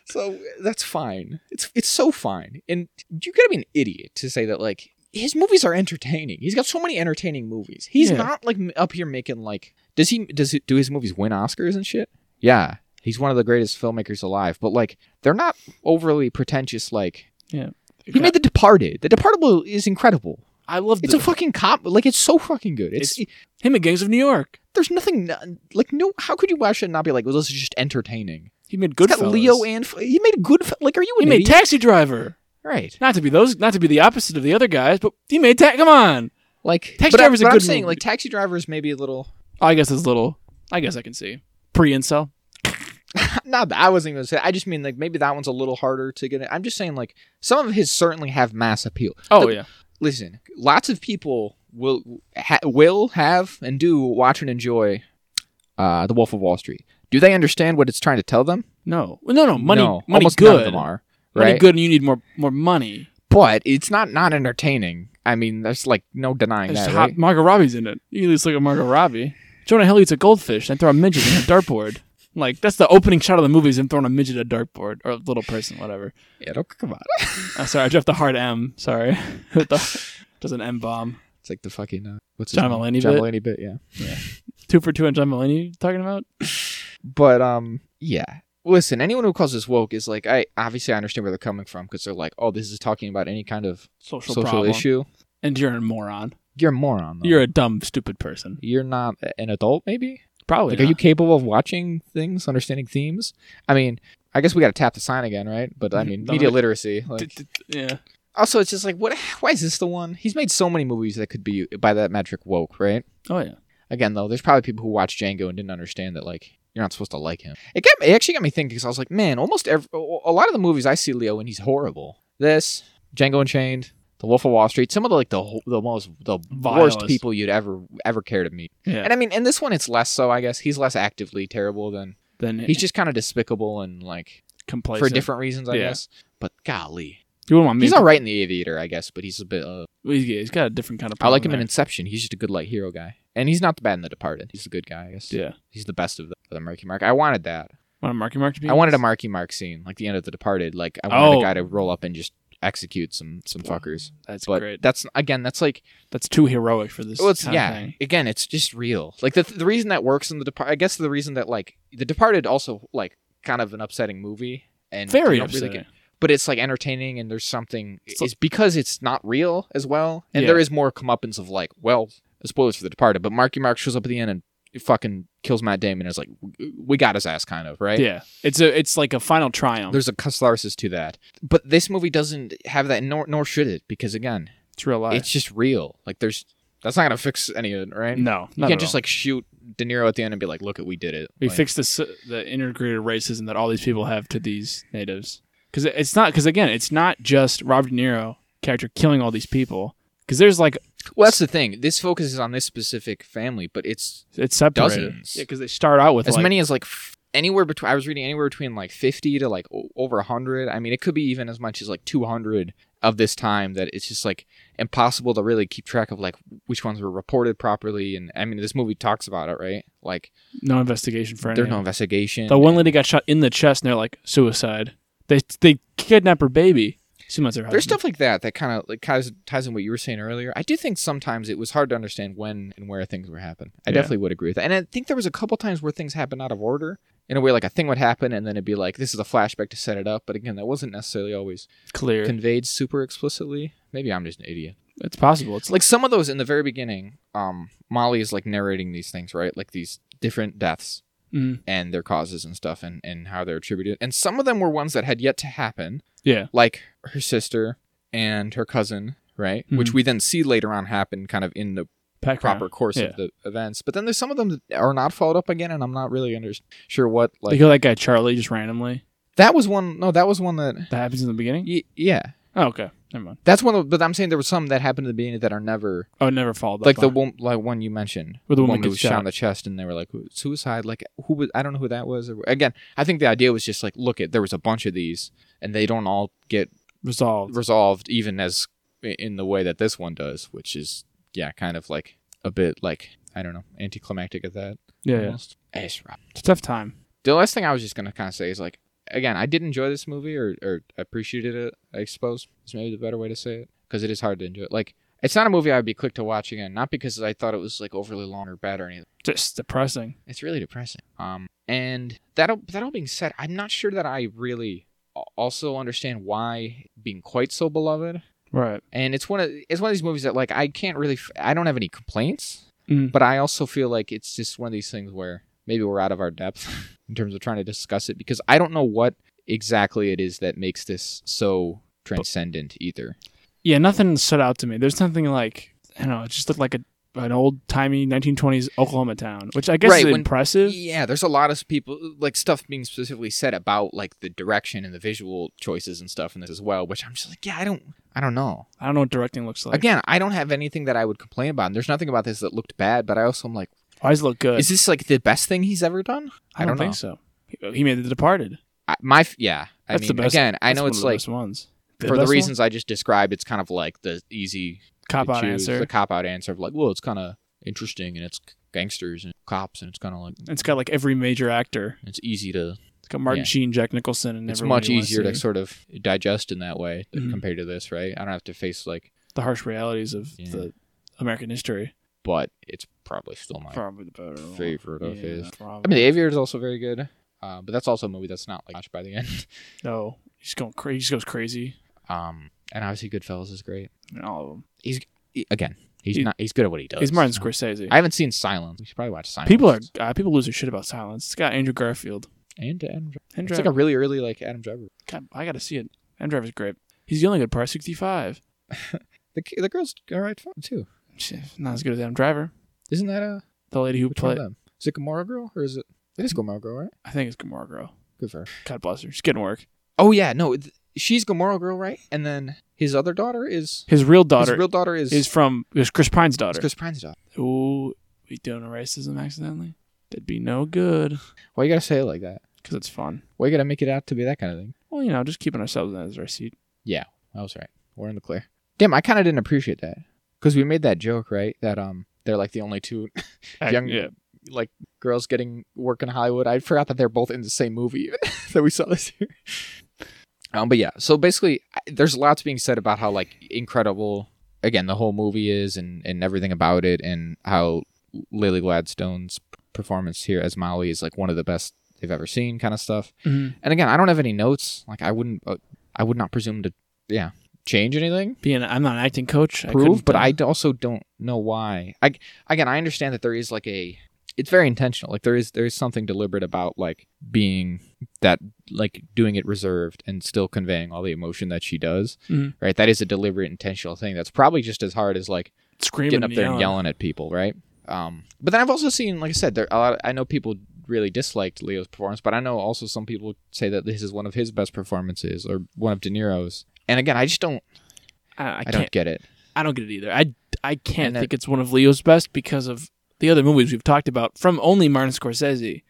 [SPEAKER 2] So that's fine. It's it's so fine. And you gotta be an idiot to say that like his movies are entertaining. He's got so many entertaining movies. He's
[SPEAKER 1] Yeah.
[SPEAKER 2] not like m- up here making like does he does it, do his movies win Oscars and shit? Yeah, he's one of the greatest filmmakers alive. But like they're not overly pretentious. Like he made The Departed. The Departed is incredible.
[SPEAKER 1] I love
[SPEAKER 2] It's a fucking cop. Like it's so fucking good. It's,
[SPEAKER 1] him at Gangs of New York.
[SPEAKER 2] there's nothing like no. How could you watch it and not be like well, this is just entertaining?
[SPEAKER 1] He made
[SPEAKER 2] Good
[SPEAKER 1] good.
[SPEAKER 2] it's got Leo and he made good. Like are you
[SPEAKER 1] he
[SPEAKER 2] an
[SPEAKER 1] made
[SPEAKER 2] idiot?
[SPEAKER 1] Taxi Driver.
[SPEAKER 2] right.
[SPEAKER 1] Not to be those. Not to be the opposite of the other guys, but he made. Ta- come on.
[SPEAKER 2] Like
[SPEAKER 1] Taxi
[SPEAKER 2] but I-
[SPEAKER 1] Driver's a
[SPEAKER 2] but I'm
[SPEAKER 1] good
[SPEAKER 2] saying
[SPEAKER 1] movie.
[SPEAKER 2] like Taxi Driver is maybe a little.
[SPEAKER 1] Oh, I guess it's little. I guess I can see pre-incel.
[SPEAKER 2] Not that I wasn't even gonna say. I just mean like maybe that one's a little harder to get. in. I'm just saying like some of his certainly have mass appeal.
[SPEAKER 1] Oh
[SPEAKER 2] The-
[SPEAKER 1] yeah.
[SPEAKER 2] Listen, lots of people will ha- will have and do watch and enjoy uh, The Wolf of Wall Street. Do they understand what it's trying to tell them?
[SPEAKER 1] No. No. No. Money.
[SPEAKER 2] no,
[SPEAKER 1] money
[SPEAKER 2] almost
[SPEAKER 1] good.
[SPEAKER 2] none of them are. Right,
[SPEAKER 1] Money good, and you need more more money.
[SPEAKER 2] but it's not not entertaining. I mean, there's like no denying
[SPEAKER 1] Just
[SPEAKER 2] that.
[SPEAKER 1] hot
[SPEAKER 2] right?
[SPEAKER 1] Margot Robbie's in it. You can at least look at Margot Robbie. Jonah Hill eats a goldfish and throw a midget in a dartboard. Like that's the opening shot of the movie is him throwing a midget at a dartboard or a little person, whatever.
[SPEAKER 2] Yeah, don't come on.
[SPEAKER 1] Uh, sorry, I dropped the hard M. Sorry, (laughs) With the- does an M bomb.
[SPEAKER 2] it's like the fucking uh, what's
[SPEAKER 1] John
[SPEAKER 2] his name?
[SPEAKER 1] Mulaney
[SPEAKER 2] John
[SPEAKER 1] bit?
[SPEAKER 2] Mulaney bit, yeah.
[SPEAKER 1] Two for two and John Mulaney talking about.
[SPEAKER 2] But um, yeah. Listen, anyone who calls this woke is like, I obviously I understand where they're coming from because they're like, oh, this is talking about any kind of
[SPEAKER 1] social,
[SPEAKER 2] social
[SPEAKER 1] problem.
[SPEAKER 2] issue.
[SPEAKER 1] And you're a moron.
[SPEAKER 2] You're a moron. Though.
[SPEAKER 1] You're a dumb, stupid person.
[SPEAKER 2] you're not an adult, maybe.
[SPEAKER 1] Probably.
[SPEAKER 2] Like, are you capable of watching things, understanding themes? I mean, I guess we got to tap the sign again, right? But I mean,
[SPEAKER 1] Don't
[SPEAKER 2] media
[SPEAKER 1] we-
[SPEAKER 2] literacy. Like,
[SPEAKER 1] yeah.
[SPEAKER 2] also, it's just like, what? Why is this the one? He's made so many movies that could be by that metric woke, right?
[SPEAKER 1] Oh yeah.
[SPEAKER 2] again though there's probably people who watched django and didn't understand that like you're not supposed to like him it, got, it actually got me thinking because i was like man almost every, a lot of the movies i see leo and he's horrible this django unchained the wolf of wall street some of the like the ho- the most the
[SPEAKER 1] Vilest.
[SPEAKER 2] worst people you'd ever ever care to meet
[SPEAKER 1] Yeah.
[SPEAKER 2] and i mean in this one it's less so i guess he's less actively terrible than
[SPEAKER 1] Then
[SPEAKER 2] he's just kind of despicable and like
[SPEAKER 1] complacent.
[SPEAKER 2] for different reasons i
[SPEAKER 1] Yeah.
[SPEAKER 2] guess but golly
[SPEAKER 1] You wouldn't want me.
[SPEAKER 2] he's all right in the aviator i guess but he's a bit uh,
[SPEAKER 1] He's, he's got a different kind of.
[SPEAKER 2] i
[SPEAKER 1] Problem
[SPEAKER 2] like him in
[SPEAKER 1] there.
[SPEAKER 2] inception he's just a good like hero guy and he's not the bad in the departed he's a good guy i guess
[SPEAKER 1] Yeah.
[SPEAKER 2] He's the best of the, the Marky Mark. I wanted that.
[SPEAKER 1] Want a Marky Mark to be?
[SPEAKER 2] I wanted a
[SPEAKER 1] Mark.
[SPEAKER 2] Marky Mark scene, like the end of The Departed. Like I wanted
[SPEAKER 1] Oh.
[SPEAKER 2] a guy to roll up and just execute some some fuckers.
[SPEAKER 1] That's
[SPEAKER 2] but
[SPEAKER 1] great.
[SPEAKER 2] that's again, that's like
[SPEAKER 1] That's too heroic for this.
[SPEAKER 2] well, it's
[SPEAKER 1] kind of
[SPEAKER 2] yeah.
[SPEAKER 1] thing.
[SPEAKER 2] Again, it's just real. Like the the reason that works in the Depart, I guess the reason that like the Departed also like kind of an upsetting movie and you
[SPEAKER 1] Very
[SPEAKER 2] don't really
[SPEAKER 1] upsetting.
[SPEAKER 2] get- but it's like entertaining and there's something
[SPEAKER 1] It's
[SPEAKER 2] it's,
[SPEAKER 1] like-
[SPEAKER 2] because it's not real as well. And
[SPEAKER 1] Yeah.
[SPEAKER 2] there is more comeuppance of like, well, spoilers for the Departed, but Marky Mark shows up at the end and fucking kills Matt Damon. And is like, "We- we got his ass, kind of right.
[SPEAKER 1] Yeah, it's a it's like a final triumph.
[SPEAKER 2] There's a catharsis to that, but this movie doesn't have that, nor nor should it, because again,
[SPEAKER 1] it's real life.
[SPEAKER 2] it's just real. Like there's that's not gonna fix any of it, right?
[SPEAKER 1] no,
[SPEAKER 2] You can't just like shoot De Niro at the end and be like, "Look at we did it."
[SPEAKER 1] we
[SPEAKER 2] Like,
[SPEAKER 1] fix this the integrated racism that all these people have to these natives because it's not because again it's not just Robert De Niro character killing all these people because there's like
[SPEAKER 2] Well, that's the thing. This focuses on this specific family, but it's
[SPEAKER 1] it's separated.
[SPEAKER 2] Dozens.
[SPEAKER 1] Yeah, because they start out with
[SPEAKER 2] as
[SPEAKER 1] like-
[SPEAKER 2] many as like f- anywhere between. I was reading anywhere between like fifty to like o- over hundred. I mean, it could be even as much as like two hundred of this time. That it's just like impossible to really keep track of like which ones were reported properly. And I mean, this movie talks about it, right? Like
[SPEAKER 1] no investigation for
[SPEAKER 2] there's
[SPEAKER 1] anything.
[SPEAKER 2] no investigation.
[SPEAKER 1] The one lady got shot in the chest, and they're like suicide. They they kidnap her baby. Assume that's her
[SPEAKER 2] There's
[SPEAKER 1] husband.
[SPEAKER 2] stuff like that that kind of like ties, ties in what you were saying earlier. I do think sometimes it was hard to understand when and where things were happening. I
[SPEAKER 1] Yeah.
[SPEAKER 2] definitely would agree with that. And I think there was a couple times where things happened out of order in a way like a thing would happen and then it'd be like this is a flashback to set it up, but again, that wasn't necessarily always
[SPEAKER 1] clear.
[SPEAKER 2] conveyed super explicitly. Maybe I'm just an idiot.
[SPEAKER 1] it's possible. It's like
[SPEAKER 2] Like some of those in the very beginning, um Molly is like narrating these things, right? Like these different deaths
[SPEAKER 1] mm,
[SPEAKER 2] and their causes and stuff and and how they're attributed. And some of them were ones that had yet to happen
[SPEAKER 1] yeah,
[SPEAKER 2] like her sister and her cousin, right? Which
[SPEAKER 1] Mhm.
[SPEAKER 2] we then see later on happen kind of in the
[SPEAKER 1] background.
[SPEAKER 2] proper course
[SPEAKER 1] Yeah.
[SPEAKER 2] of the events. But then there's some of them that are not followed up again, and I'm not really under- sure what.
[SPEAKER 1] They
[SPEAKER 2] Like
[SPEAKER 1] kill oh, that guy Charlie just randomly.
[SPEAKER 2] that was one. No, that was one that.
[SPEAKER 1] That happens in the beginning.
[SPEAKER 2] Y- yeah,
[SPEAKER 1] Oh, okay, never mind.
[SPEAKER 2] that's one. Of, but I'm saying there were some that happened at the beginning that are never
[SPEAKER 1] Oh, never followed up.
[SPEAKER 2] like the
[SPEAKER 1] on.
[SPEAKER 2] one like one you mentioned.
[SPEAKER 1] Where the woman
[SPEAKER 2] who
[SPEAKER 1] gets
[SPEAKER 2] was shot
[SPEAKER 1] shot.
[SPEAKER 2] in the chest, and they were like suicide. Like who was? I don't know who that was. Or- Again, I think the idea was just like, look, at there was a bunch of these, and they don't all get
[SPEAKER 1] resolved.
[SPEAKER 2] resolved even as in the way that this one does, which is yeah, kind of like a bit like I don't know, anticlimactic at that.
[SPEAKER 1] Yeah, yeah.
[SPEAKER 2] almost. It's rough.
[SPEAKER 1] It's a tough time.
[SPEAKER 2] The last thing I was just gonna kind of say is like again, I did enjoy this movie or or appreciated it. I suppose is maybe the better way to say it because it is hard to enjoy. it. Like it's not a movie I'd be quick to watch again, not because I thought it was like overly long or bad or anything.
[SPEAKER 1] Just depressing.
[SPEAKER 2] It's really depressing. Um, and that all that all being said, I'm not sure that I really a- also understand why being quite so beloved
[SPEAKER 1] Right.
[SPEAKER 2] and it's one of it's one of these movies that like I can't really f- I don't have any complaints,
[SPEAKER 1] Mm.
[SPEAKER 2] but I also feel like it's just one of these things where maybe we're out of our depth (laughs) in terms of trying to discuss it because I don't know what exactly it is that makes this so transcendent either.
[SPEAKER 1] Yeah, nothing stood out to me. There's nothing like I don't know. It just looked like a an old timey 1920s Oklahoma town, which I guess
[SPEAKER 2] Right,
[SPEAKER 1] is
[SPEAKER 2] when-
[SPEAKER 1] impressive.
[SPEAKER 2] Yeah, there's a lot of people like stuff being specifically said about like the direction and the visual choices and stuff in this as well, which I'm just like, yeah, I don't I don't know.
[SPEAKER 1] I don't know what directing looks like.
[SPEAKER 2] Again, I don't have anything that I would complain about. And there's nothing about this that looked bad, but I also am like,
[SPEAKER 1] Why does it look good?
[SPEAKER 2] is this like the best thing he's ever done?
[SPEAKER 1] I don't,
[SPEAKER 2] know.
[SPEAKER 1] think so. He- He made The Departed.
[SPEAKER 2] I, my f- yeah. I
[SPEAKER 1] That's
[SPEAKER 2] mean,
[SPEAKER 1] the best-
[SPEAKER 2] again, I
[SPEAKER 1] That's
[SPEAKER 2] know
[SPEAKER 1] one
[SPEAKER 2] it's
[SPEAKER 1] of the
[SPEAKER 2] like
[SPEAKER 1] best ones
[SPEAKER 2] for the
[SPEAKER 1] best one?
[SPEAKER 2] reasons I just described, it's kind of like the easy
[SPEAKER 1] cop
[SPEAKER 2] to
[SPEAKER 1] out
[SPEAKER 2] choose,
[SPEAKER 1] answer.
[SPEAKER 2] the cop out answer of like, well, it's kind of interesting and it's gangsters and cops and it's kind of like
[SPEAKER 1] it's got like every major actor.
[SPEAKER 2] it's easy to
[SPEAKER 1] It's got Martin
[SPEAKER 2] Yeah.
[SPEAKER 1] Sheen, Jack Nicholson, and
[SPEAKER 2] it's
[SPEAKER 1] everyone
[SPEAKER 2] much
[SPEAKER 1] you wanna
[SPEAKER 2] easier to
[SPEAKER 1] see.
[SPEAKER 2] sort of digest in that way
[SPEAKER 1] Mhm.
[SPEAKER 2] compared to this, right? I don't have to face like,
[SPEAKER 1] the harsh realities of
[SPEAKER 2] Yeah.
[SPEAKER 1] the American history.
[SPEAKER 2] but it's probably still my.
[SPEAKER 1] Probably the better one.
[SPEAKER 2] favorite of his.
[SPEAKER 1] probably.
[SPEAKER 2] I mean, The Aviator is also very good, uh, but that's also a movie that's not like watched by the end. (laughs)
[SPEAKER 1] no, he's going crazy. He just goes crazy.
[SPEAKER 2] Um, and obviously, Goodfellas is great.
[SPEAKER 1] I mean, all of them.
[SPEAKER 2] He- again, he's
[SPEAKER 1] He-
[SPEAKER 2] not he's good at what he does.
[SPEAKER 1] He's Martin Scorsese.
[SPEAKER 2] I haven't seen Silence. We should probably watch Silence.
[SPEAKER 1] people are uh, people lose their shit about Silence. It's got Andrew Garfield.
[SPEAKER 2] and Adam Driver.
[SPEAKER 1] Andrew,
[SPEAKER 2] It's like a really early like Adam Driver.
[SPEAKER 1] God, I gotta see it. Andrew Driver's great. He's the only good part. Sixty five.
[SPEAKER 2] The ki- the girl's all right fun too.
[SPEAKER 1] Not as good as Adam Driver.
[SPEAKER 2] Isn't that a
[SPEAKER 1] The lady who
[SPEAKER 2] which one of
[SPEAKER 1] played,
[SPEAKER 2] them? Is it Gamora Girl or is it? It is Gamora Girl, right?
[SPEAKER 1] I think it's Gamora Girl.
[SPEAKER 2] Good for her.
[SPEAKER 1] God bless her. She's getting work.
[SPEAKER 2] Oh yeah, no, th- she's Gamora Girl, right? And then his other daughter is
[SPEAKER 1] His real daughter
[SPEAKER 2] His real daughter is,
[SPEAKER 1] is from is Chris Pine's
[SPEAKER 2] is
[SPEAKER 1] daughter.
[SPEAKER 2] Chris Pine's daughter.
[SPEAKER 1] Ooh, we doing a racism accidentally? That'd be no good
[SPEAKER 2] Why you gotta say it like that?
[SPEAKER 1] because it's fun.
[SPEAKER 2] Why you gotta make it out to be that kind of thing?
[SPEAKER 1] Well, you know, just keeping ourselves in as our seat.
[SPEAKER 2] I was right. We're in the clear. Damn, I kind of didn't appreciate that because we made that joke, right? That um, they're like the only two
[SPEAKER 1] Act-
[SPEAKER 2] Young-
[SPEAKER 1] yeah,
[SPEAKER 2] like girls (laughs) getting work in Hollywood. I forgot that they're both in the same movie that we saw this year. Um, but yeah, so basically, I- there's lots being said about how like incredible again the whole movie is and and everything about it and how Lily Gladstone's performance here as Molly is like one of the best they've ever seen, kind of stuff.
[SPEAKER 1] Mhm.
[SPEAKER 2] And again, I don't have any notes. Like I wouldn't, uh, I would not presume to, yeah, change anything.
[SPEAKER 1] Being I'm not an acting coach, I
[SPEAKER 2] Prove,
[SPEAKER 1] couldn't,
[SPEAKER 2] but
[SPEAKER 1] uh,
[SPEAKER 2] I d- also don't know why. I again, I understand that there is like a, it's very intentional. Like there is there is something deliberate about like being that like doing it reserved and still conveying all the emotion that she does.
[SPEAKER 1] Mhm.
[SPEAKER 2] Right, that is a deliberate, intentional thing. That's probably just as hard as like
[SPEAKER 1] screaming
[SPEAKER 2] getting up
[SPEAKER 1] and
[SPEAKER 2] there and
[SPEAKER 1] yelling.
[SPEAKER 2] yelling at people, right? Um, but then I've also seen, like I said, there a lot. I know people really disliked Leo's performance, but I know also some people say that this is one of his best performances or one of De Niro's. And again, I just don't,
[SPEAKER 1] I, I
[SPEAKER 2] I,
[SPEAKER 1] can't.
[SPEAKER 2] don't get it.
[SPEAKER 1] I don't get it either. I I can't
[SPEAKER 2] And that-
[SPEAKER 1] think it's one of Leo's best because of the other movies we've talked about from only Martin Scorsese.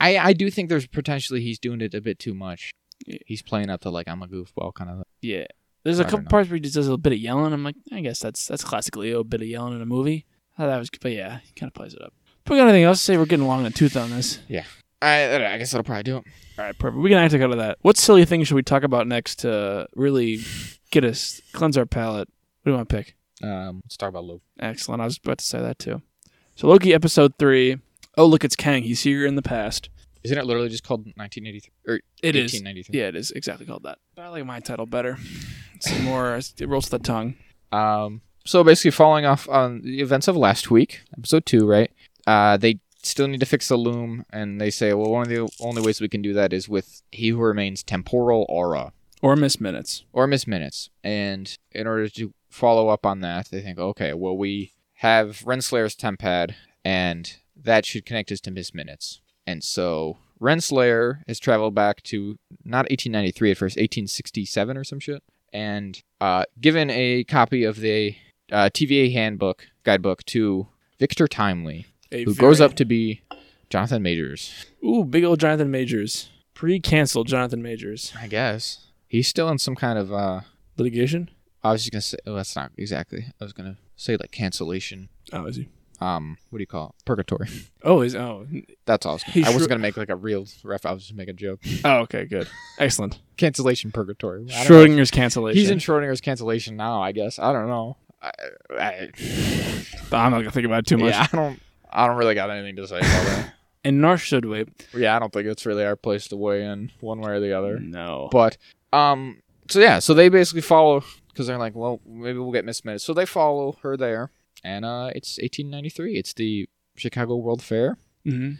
[SPEAKER 2] I, I do think there's potentially he's doing it a bit too much.
[SPEAKER 1] Yeah.
[SPEAKER 2] He's playing up to like I'm a goofball kind of.
[SPEAKER 1] Yeah. There's a
[SPEAKER 2] I don't
[SPEAKER 1] couple
[SPEAKER 2] know.
[SPEAKER 1] parts where he just does a bit of yelling. I'm like, I guess that's that's classic Leo, a bit of yelling in a movie. Oh, that was, but yeah, he kind of plays it up. But we got anything else to say? We're getting long in the tooth on this.
[SPEAKER 2] I I guess that'll probably do it.
[SPEAKER 1] All right, perfect. We can actually go to that. What silly thing should we talk about next to really get us cleanse our palate? What do you want to pick?
[SPEAKER 2] Um, let's talk about Luke.
[SPEAKER 1] Excellent. I was about to say that too. So Loki episode three. Oh look, it's Kang. He's here in the past.
[SPEAKER 2] Isn't it literally just called 1983 or
[SPEAKER 1] It is.
[SPEAKER 2] 1893?
[SPEAKER 1] Yeah, it is exactly called that. But I like my title better. It's more. It rolls to the tongue.
[SPEAKER 2] Um, so basically, following off on the events of last week, episode two, right? Uh, they still need to fix the loom, and they say, well, one of the only ways we can do that is with he who remains temporal aura
[SPEAKER 1] Or miss minutes.
[SPEAKER 2] or miss minutes. And in order to follow up on that, they think, okay, well, we have Renslayer's tempad, and that should connect us to miss minutes. And so Renslayer has traveled back to not 1893 at first, 1867 or some shit, and uh, given a copy of the uh, TVA handbook guidebook to Victor Timely,
[SPEAKER 1] A
[SPEAKER 2] who
[SPEAKER 1] very-
[SPEAKER 2] grows up to be Jonathan Majors.
[SPEAKER 1] Ooh, big old Jonathan Majors. Pre-canceled Jonathan Majors
[SPEAKER 2] I guess he's still in some kind of uh,
[SPEAKER 1] litigation.
[SPEAKER 2] I was just gonna say well, that's not exactly. I was gonna say like cancellation.
[SPEAKER 1] Oh, is he?
[SPEAKER 2] Um, what do you call it? Purgatory. (laughs)
[SPEAKER 1] Oh, is oh.
[SPEAKER 2] That's all. I, was
[SPEAKER 1] He
[SPEAKER 2] gonna, I
[SPEAKER 1] sure-
[SPEAKER 2] wasn't gonna make like a real ref. I was just making a joke.
[SPEAKER 1] Oh, okay, good, excellent.
[SPEAKER 2] Cancellation purgatory. (laughs) I don't know.
[SPEAKER 1] Schrodinger's cancellation.
[SPEAKER 2] He's in Schrodinger's cancellation now. I guess. I don't know. I, I,
[SPEAKER 1] I'm not gonna think about it (sighs) too much.
[SPEAKER 2] Yeah, I don't. I don't really got anything to say
[SPEAKER 1] (laughs)
[SPEAKER 2] about that.
[SPEAKER 1] And Narsh should wait.
[SPEAKER 2] yeah, I don't think it's really our place to weigh in one way or the other.
[SPEAKER 1] No.
[SPEAKER 2] But um, so yeah, so they basically follow because they're like, well, maybe we'll get Miss Minutes. So they follow her there, and uh, it's 1893. It's the Chicago World Fair,
[SPEAKER 1] hmm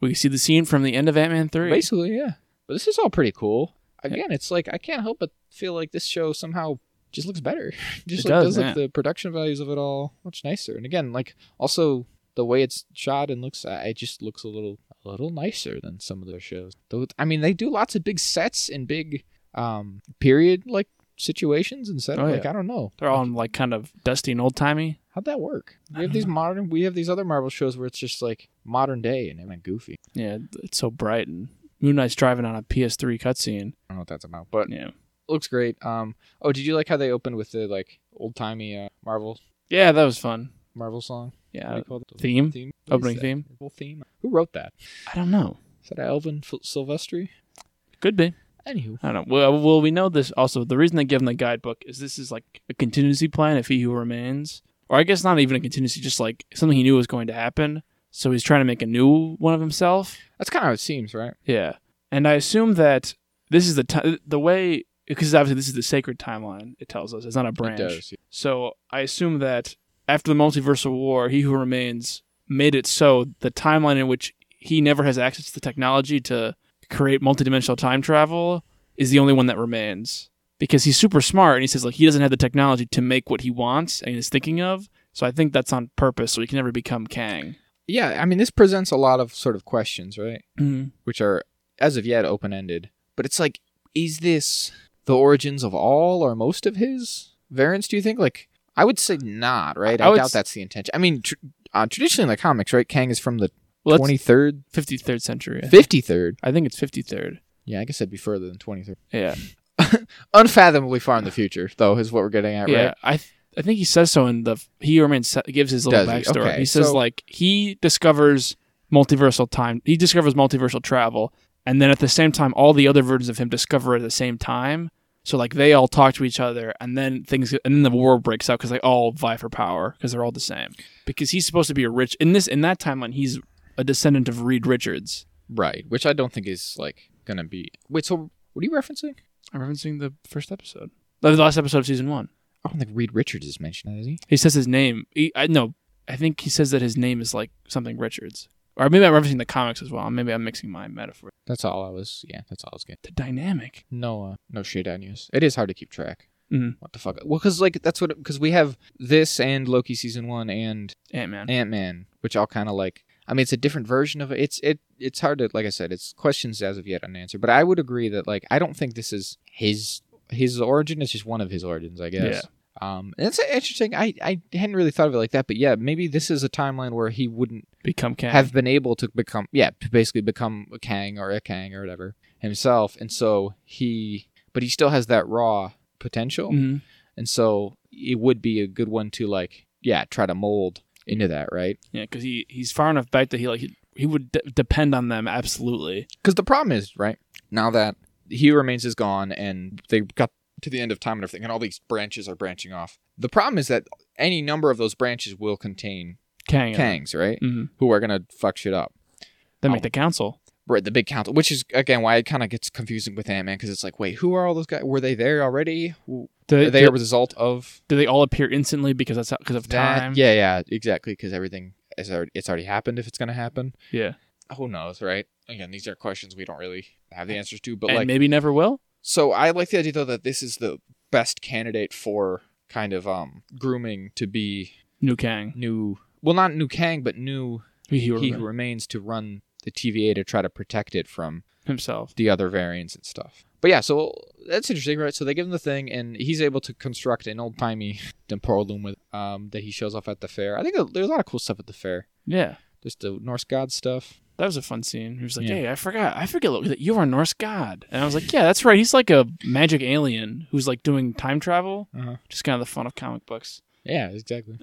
[SPEAKER 1] We can see the scene from the end of Ant Man three.
[SPEAKER 2] basically. Yeah, but this is all pretty cool. Again, it's like I can't help but feel like this show somehow just looks better. (laughs) just
[SPEAKER 1] It does,
[SPEAKER 2] like, does
[SPEAKER 1] yeah.
[SPEAKER 2] like the production values of it all much nicer. And again, like also the way it's shot and looks, uh, it just looks a little a little nicer than some of their shows. Though I mean, they do lots of big sets and big um period like situations and set.
[SPEAKER 1] Oh,
[SPEAKER 2] like
[SPEAKER 1] yeah.
[SPEAKER 2] I don't know
[SPEAKER 1] They're all in like kind of dusty and old timey.
[SPEAKER 2] how'd that work.
[SPEAKER 1] I
[SPEAKER 2] We have
[SPEAKER 1] don't
[SPEAKER 2] these
[SPEAKER 1] know.
[SPEAKER 2] modern, we have these other Marvel shows where it's just like modern day and everything goofy.
[SPEAKER 1] Yeah, it's so bright and Moon Knight's driving on a PS3 cutscene.
[SPEAKER 2] I don't know what that's about, but
[SPEAKER 1] Yeah,
[SPEAKER 2] looks great. Um, oh, did you like how they opened with the like old timey uh, Marvel
[SPEAKER 1] yeah, that was fun.
[SPEAKER 2] Marvel song? What do
[SPEAKER 1] Yeah,
[SPEAKER 2] you call it?
[SPEAKER 1] Uh, theme?
[SPEAKER 2] theme? What is
[SPEAKER 1] opening
[SPEAKER 2] that?
[SPEAKER 1] theme.
[SPEAKER 2] Marvel theme. Who wrote that?
[SPEAKER 1] I don't know.
[SPEAKER 2] Is that Alvin F- Silvestri?
[SPEAKER 1] Could be.
[SPEAKER 2] Anywho,
[SPEAKER 1] I don't know. Well, uh, well, we know this also. The reason they give him the guidebook is this is like a contingency plan if he who remains, or I guess not even a contingency, just like something he knew was going to happen. So he's trying to make a new one of himself.
[SPEAKER 2] that's kind of how it seems, right?
[SPEAKER 1] Yeah, and I assume that this is the ti the way because obviously this is the sacred timeline. It tells us it's not a branch.
[SPEAKER 2] It does.
[SPEAKER 1] So I assume that after the multiversal war, he who remains made it so the timeline in which he never has access to the technology to create multidimensional time travel is the only one that remains because he's super smart and he says like he doesn't have the technology to make what he wants and is thinking of. So I think that's on purpose, so he can never become Kang.
[SPEAKER 2] Yeah, I mean, this presents a lot of sort of questions, right?
[SPEAKER 1] Mm.
[SPEAKER 2] Which are as of yet open ended. But it's like, is this the origins of all or most of his variants? Do you think? Like, I would say not, right?
[SPEAKER 1] I
[SPEAKER 2] I,
[SPEAKER 1] would
[SPEAKER 2] doubt
[SPEAKER 1] s-
[SPEAKER 2] that's the intention. I mean, tr- uh, traditionally in the comics, right? Kang is from the
[SPEAKER 1] Well, that's
[SPEAKER 2] twenty third,
[SPEAKER 1] 53rd century. I think.
[SPEAKER 2] fifty third.
[SPEAKER 1] I think it's 53rd.
[SPEAKER 2] Yeah, I guess that'd be further than twenty third.
[SPEAKER 1] Yeah,
[SPEAKER 2] Unfathomably far in the future, though, is what we're getting at,
[SPEAKER 1] yeah.
[SPEAKER 2] right?
[SPEAKER 1] I th- I think he says so in the he remains se- gives his little
[SPEAKER 2] Does he?
[SPEAKER 1] backstory.
[SPEAKER 2] Okay,
[SPEAKER 1] He says
[SPEAKER 2] so-
[SPEAKER 1] like he discovers multiversal time. He discovers multiversal travel And then at the same time, all the other versions of him discover at the same time. So like they all talk to each other, and then things, and then the war breaks out because they all vie for power because they're all the same. Because he's supposed to be a rich in this in that timeline. He's a descendant of Reed Richards.
[SPEAKER 2] Right, which I don't think is like gonna be. Wait, so what are you referencing?
[SPEAKER 1] I'm referencing the first episode, the last episode of season one.
[SPEAKER 2] I don't think Reed Richards is mentioned, is he?
[SPEAKER 1] He says his name. He, I no, I think he says that his name is like something Richards, or maybe I'm referencing the comics as well. Maybe I'm mixing my metaphor.
[SPEAKER 2] That's all I was. Yeah, that's all I was getting.
[SPEAKER 1] The dynamic.
[SPEAKER 2] No, uh, no shade on news. It is hard to keep track.
[SPEAKER 1] Mhm.
[SPEAKER 2] What the fuck? Well, because like that's what because we have this and Loki season one and
[SPEAKER 1] Ant Man.
[SPEAKER 2] Ant Man, which all kind of like. I mean, it's a different version of it. It's it. It's hard to like I said. It's questions as of yet unanswered. But I would agree that like I don't think this is his his origin. It's just one of his origins, I guess. Um, and it's interesting. I I hadn't really thought of it like that, but yeah, maybe this is a timeline where he wouldn't
[SPEAKER 1] Become Kang.
[SPEAKER 2] have been able to become yeah to basically become a kang or a kang or whatever himself and so he but he still has that raw potential
[SPEAKER 1] Mhm.
[SPEAKER 2] and so it would be a good one to like yeah try to mold into that right
[SPEAKER 1] Yeah, because he he's far enough back that he like he, he would de- depend on them absolutely.
[SPEAKER 2] because the problem is right now that he remains is gone and they got to the end of time and everything and all these branches are branching off the problem is that any number of those branches will contain
[SPEAKER 1] Kang.
[SPEAKER 2] kangs right
[SPEAKER 1] Mhm.
[SPEAKER 2] who are gonna fuck shit up
[SPEAKER 1] They
[SPEAKER 2] Oh.
[SPEAKER 1] make the council.
[SPEAKER 2] Right, the big council, which is again why it kind of gets confusing with Ant Man because it's like, wait, who are all those guys? Were they there already? W-
[SPEAKER 1] Do
[SPEAKER 2] Are they
[SPEAKER 1] they,
[SPEAKER 2] a
[SPEAKER 1] do,
[SPEAKER 2] result of
[SPEAKER 1] do they all appear instantly because that's because of
[SPEAKER 2] that?
[SPEAKER 1] time?
[SPEAKER 2] Yeah, yeah, exactly. Because everything is already, it's already happened. If it's gonna happen,
[SPEAKER 1] Yeah.
[SPEAKER 2] who knows, right? Again, these are questions we don't really have the answers to. But
[SPEAKER 1] and
[SPEAKER 2] like,
[SPEAKER 1] maybe never will.
[SPEAKER 2] so I like the idea though that this is the best candidate for kind of um grooming to be
[SPEAKER 1] New Kang.
[SPEAKER 2] new. Well, not new Kang, but new
[SPEAKER 1] He, he,
[SPEAKER 2] he who remains to run the TVA to try to protect it from
[SPEAKER 1] himself.
[SPEAKER 2] the other variants and stuff. But yeah, so that's interesting, right? So they give him the thing, and he's able to construct an old timey (laughs) temporal loom with um, that he shows off at the fair. I think there's a lot of cool stuff at the fair,
[SPEAKER 1] Yeah.
[SPEAKER 2] just the Norse god stuff.
[SPEAKER 1] That was a fun scene. He was like,
[SPEAKER 2] Yeah.
[SPEAKER 1] "Hey, I forgot. I forget that you are a Norse god." And I was like, "Yeah, that's right. He's like a magic alien who's like doing time travel.
[SPEAKER 2] Uh-huh.
[SPEAKER 1] Just kind of the fun of comic books."
[SPEAKER 2] Yeah, exactly.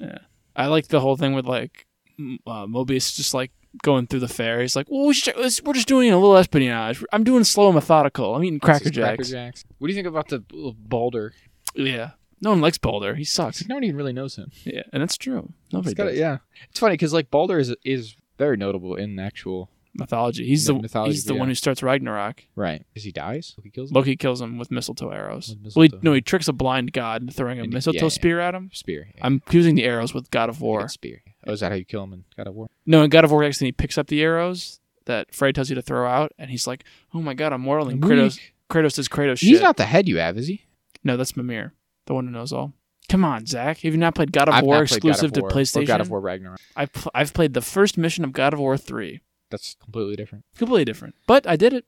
[SPEAKER 1] I like the whole thing with like m- uh, Mobius just like going through the fair. He's like, "Well, we should, let's- we're just doing a little espionage. I'm doing slow and methodical. I'm eating Cracker
[SPEAKER 2] It's just
[SPEAKER 1] Jacks."
[SPEAKER 2] Jacks. What do you think about the b- Balder?
[SPEAKER 1] Yeah, no one likes Boulder. He
[SPEAKER 2] It's
[SPEAKER 1] sucks.
[SPEAKER 2] (laughs) like no one even really knows him.
[SPEAKER 1] yeah, and that's true. Nobody
[SPEAKER 2] It's gotta-
[SPEAKER 1] does.
[SPEAKER 2] yeah, it's funny because like Balder is is very notable in actual
[SPEAKER 1] Mythology. He's the
[SPEAKER 2] Yeah, mythology,
[SPEAKER 1] he's the
[SPEAKER 2] yeah.
[SPEAKER 1] one who starts Ragnarok.
[SPEAKER 2] right because he dies. He kills him?
[SPEAKER 1] Loki kills him with mistletoe arrows.
[SPEAKER 2] With
[SPEAKER 1] Well, he,
[SPEAKER 2] mistletoe.
[SPEAKER 1] no, he tricks a blind god into throwing a
[SPEAKER 2] And he-
[SPEAKER 1] mistletoe
[SPEAKER 2] yeah, yeah.
[SPEAKER 1] spear at him.
[SPEAKER 2] spear. Yeah.
[SPEAKER 1] I'm using the arrows with God of
[SPEAKER 2] He
[SPEAKER 1] War.
[SPEAKER 2] gets spear. Oh, is that how you kill him in God of War?
[SPEAKER 1] No, in God of War, actually, he picks up the arrows that Frey tells you to throw out, and he's like, "Oh my God, I'm mortal." And Kratos, Kratos does Kratos shit.
[SPEAKER 2] He's not the head you have, is he?
[SPEAKER 1] No, that's Mimir, the one who knows all. Come on, Zach. Have you not played God of
[SPEAKER 2] I've
[SPEAKER 1] War
[SPEAKER 2] not played God of
[SPEAKER 1] exclusive
[SPEAKER 2] War
[SPEAKER 1] to PlayStation?
[SPEAKER 2] Or God of War Ragnarok.
[SPEAKER 1] I've, pl- I've played the first mission of God of War 3.
[SPEAKER 2] That's completely different.
[SPEAKER 1] Completely different. But I did it.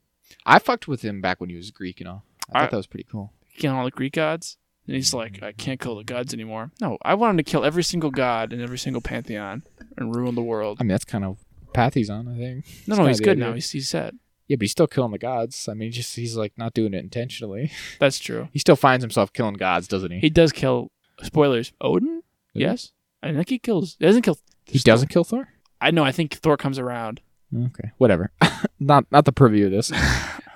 [SPEAKER 2] I fucked with him back when he was Greek and all. I,
[SPEAKER 1] I-
[SPEAKER 2] thought that was pretty cool.
[SPEAKER 1] Killing all the Greek gods. And he's like, I can't kill the gods anymore. No, I want him to kill every single god in every single pantheon and ruin the world.
[SPEAKER 2] I mean, that's kind of path he's on, I
[SPEAKER 1] No,
[SPEAKER 2] think. (laughs) It's
[SPEAKER 1] no,
[SPEAKER 2] kinda
[SPEAKER 1] he's
[SPEAKER 2] the
[SPEAKER 1] good
[SPEAKER 2] idea.
[SPEAKER 1] now. He's, he's set.
[SPEAKER 2] Yeah, but he's still killing the gods. I mean, just he's like not doing it intentionally.
[SPEAKER 1] That's true.
[SPEAKER 2] He still finds himself killing gods, doesn't he?
[SPEAKER 1] He does kill, spoilers, Odin?
[SPEAKER 2] Does he?
[SPEAKER 1] Yes. I think he kills. He doesn't kill.
[SPEAKER 2] He doesn't kill Thor.
[SPEAKER 1] I know. I think Thor comes around.
[SPEAKER 2] Okay, whatever. (laughs) not not the purview
[SPEAKER 1] (laughs)
[SPEAKER 2] of this.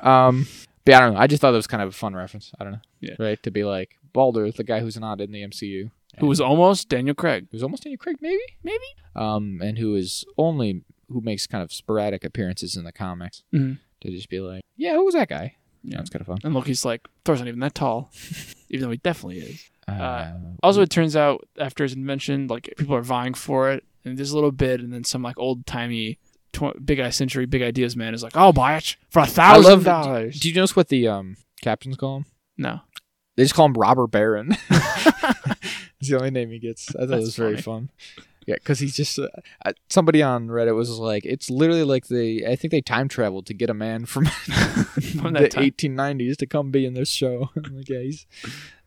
[SPEAKER 2] um, but yeah, I don't know. I just thought that was kind of a fun reference. I don't know.
[SPEAKER 1] Yeah.
[SPEAKER 2] Right to be like Balder, the guy who's not in the MCU,
[SPEAKER 1] Who was almost Daniel Craig.
[SPEAKER 2] who's almost Daniel Craig, maybe,
[SPEAKER 1] Maybe.
[SPEAKER 2] um, and who is only who makes kind of sporadic appearances in the comics
[SPEAKER 1] Mhm.
[SPEAKER 2] to just be like, yeah, who was that guy?
[SPEAKER 1] Yeah.
[SPEAKER 2] that's kind of fun.
[SPEAKER 1] And Loki's like, Thor's not even that
[SPEAKER 2] (laughs)
[SPEAKER 1] tall, even though he definitely is.
[SPEAKER 2] Uh,
[SPEAKER 1] Also, it turns out after his invention, like people are vying for it, and there's a little bid, and then some like old timey, tw- big eye century, big ideas man is like, I'll buy it for a
[SPEAKER 2] I
[SPEAKER 1] thousand
[SPEAKER 2] love-
[SPEAKER 1] dollars.
[SPEAKER 2] do you notice what the um, captains call him?
[SPEAKER 1] No,
[SPEAKER 2] They just call him
[SPEAKER 1] (laughs)
[SPEAKER 2] Robert Baron. (laughs) it's the only name he gets. I thought it
[SPEAKER 1] That's
[SPEAKER 2] was very fun. Yeah, because he's just uh, I- somebody on Reddit was like, it's literally like they. I think they time traveled to get a man from, (laughs) the
[SPEAKER 1] that time.
[SPEAKER 2] 1890s to come be in this show. (laughs) I'm like, yeah, he's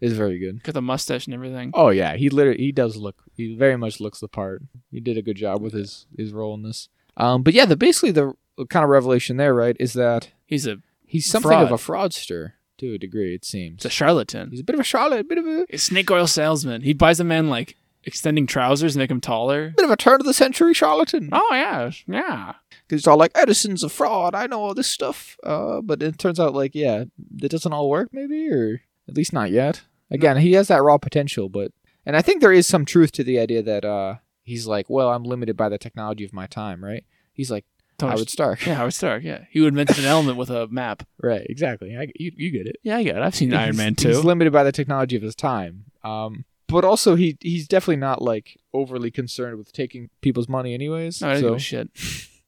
[SPEAKER 2] is very good.
[SPEAKER 1] got the mustache and everything.
[SPEAKER 2] Oh yeah, he literally he does look. He very much looks the part. He did a good job with his his role in this. Um, but yeah, the basically the kind of revelation there, right, is that
[SPEAKER 1] He's a
[SPEAKER 2] He's something of a fraudster to a degree, it seems.
[SPEAKER 1] he's a charlatan.
[SPEAKER 2] He's a bit of a charlotte, a bit of a.
[SPEAKER 1] He's a snake oil salesman. He buys a man like extending trousers make him
[SPEAKER 2] (laughs)
[SPEAKER 1] taller.
[SPEAKER 2] Bit of a turn of the century charlatan.
[SPEAKER 1] Oh yeah, yeah.
[SPEAKER 2] Because it's all like Edison's a fraud. I know all this stuff. Uh, but it turns out like yeah, it doesn't all work maybe, or at least not yet.
[SPEAKER 1] Hmm.
[SPEAKER 2] Again, he has that raw potential, but and I think there is some truth to the idea that uh, he's like, well, I'm limited by the technology of my time, right? He's like
[SPEAKER 1] Tony-
[SPEAKER 2] Howard
[SPEAKER 1] (laughs)
[SPEAKER 2] Stark.
[SPEAKER 1] yeah, Howard Stark. Yeah, he invented an element with a map.
[SPEAKER 2] (laughs) Right, exactly. I, you you get it.
[SPEAKER 1] Yeah, I got it. I've seen Iron
[SPEAKER 2] He's-
[SPEAKER 1] Man
[SPEAKER 2] He's
[SPEAKER 1] too.
[SPEAKER 2] limited by the technology of his time. Um, but also he he's definitely not like overly concerned with taking people's money anyways.
[SPEAKER 1] No, I don't give
[SPEAKER 2] so
[SPEAKER 1] a shit.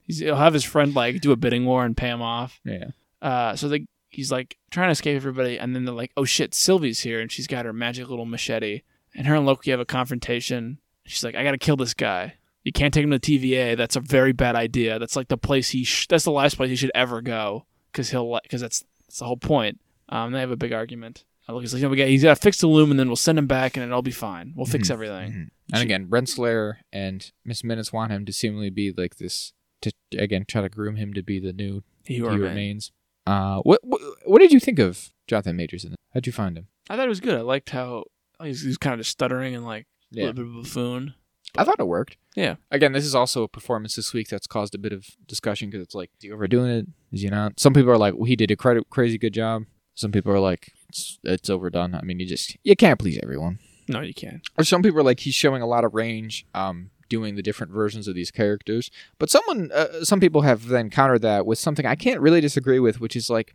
[SPEAKER 1] He's, he'll have his friend like do a bidding war and pay him off.
[SPEAKER 2] yeah.
[SPEAKER 1] Uh, so they, he's like trying to escape everybody, and then they're like, "Oh shit, Sylvie's here, and she's got her magic little machete." And her and Loki have a confrontation. She's like, "I gotta kill this guy. You can't take him to TVA. That's a very bad idea. That's like the place he. Sh- that's the last place he should ever go, because he'll because that's that's the whole point." Um, they have a big argument. Uh, Loki's like, "No, we got he's got to fix the loom, and then we'll send him back, and it'll be fine. We'll fix
[SPEAKER 2] Mhm.
[SPEAKER 1] everything."
[SPEAKER 2] Mhm. And again, Renslayer and Miss Minutes want him to seemingly be like this to again try to groom him to be the new
[SPEAKER 1] He
[SPEAKER 2] He
[SPEAKER 1] or me.
[SPEAKER 2] Remains. Uh, what, what what did you think of Jonathan Majors in this? How'd you find him?
[SPEAKER 1] I thought it was good. I liked how he was, kind of just stuttering and like a little bit of a buffoon.
[SPEAKER 2] I thought it worked.
[SPEAKER 1] Yeah.
[SPEAKER 2] Again, this is also a performance this week that's caused a bit of discussion because it's like, is he overdoing it? Is he not? Some people are like, well, he did a credit, crazy good job. Some people are like, it's, it's overdone. I mean, you just you can't please everyone.
[SPEAKER 1] No, you can't.
[SPEAKER 2] Or some people are like, he's showing a lot of range, um, doing the different versions of these characters. But someone, uh, some people have then countered that with something I can't really disagree with, which is like,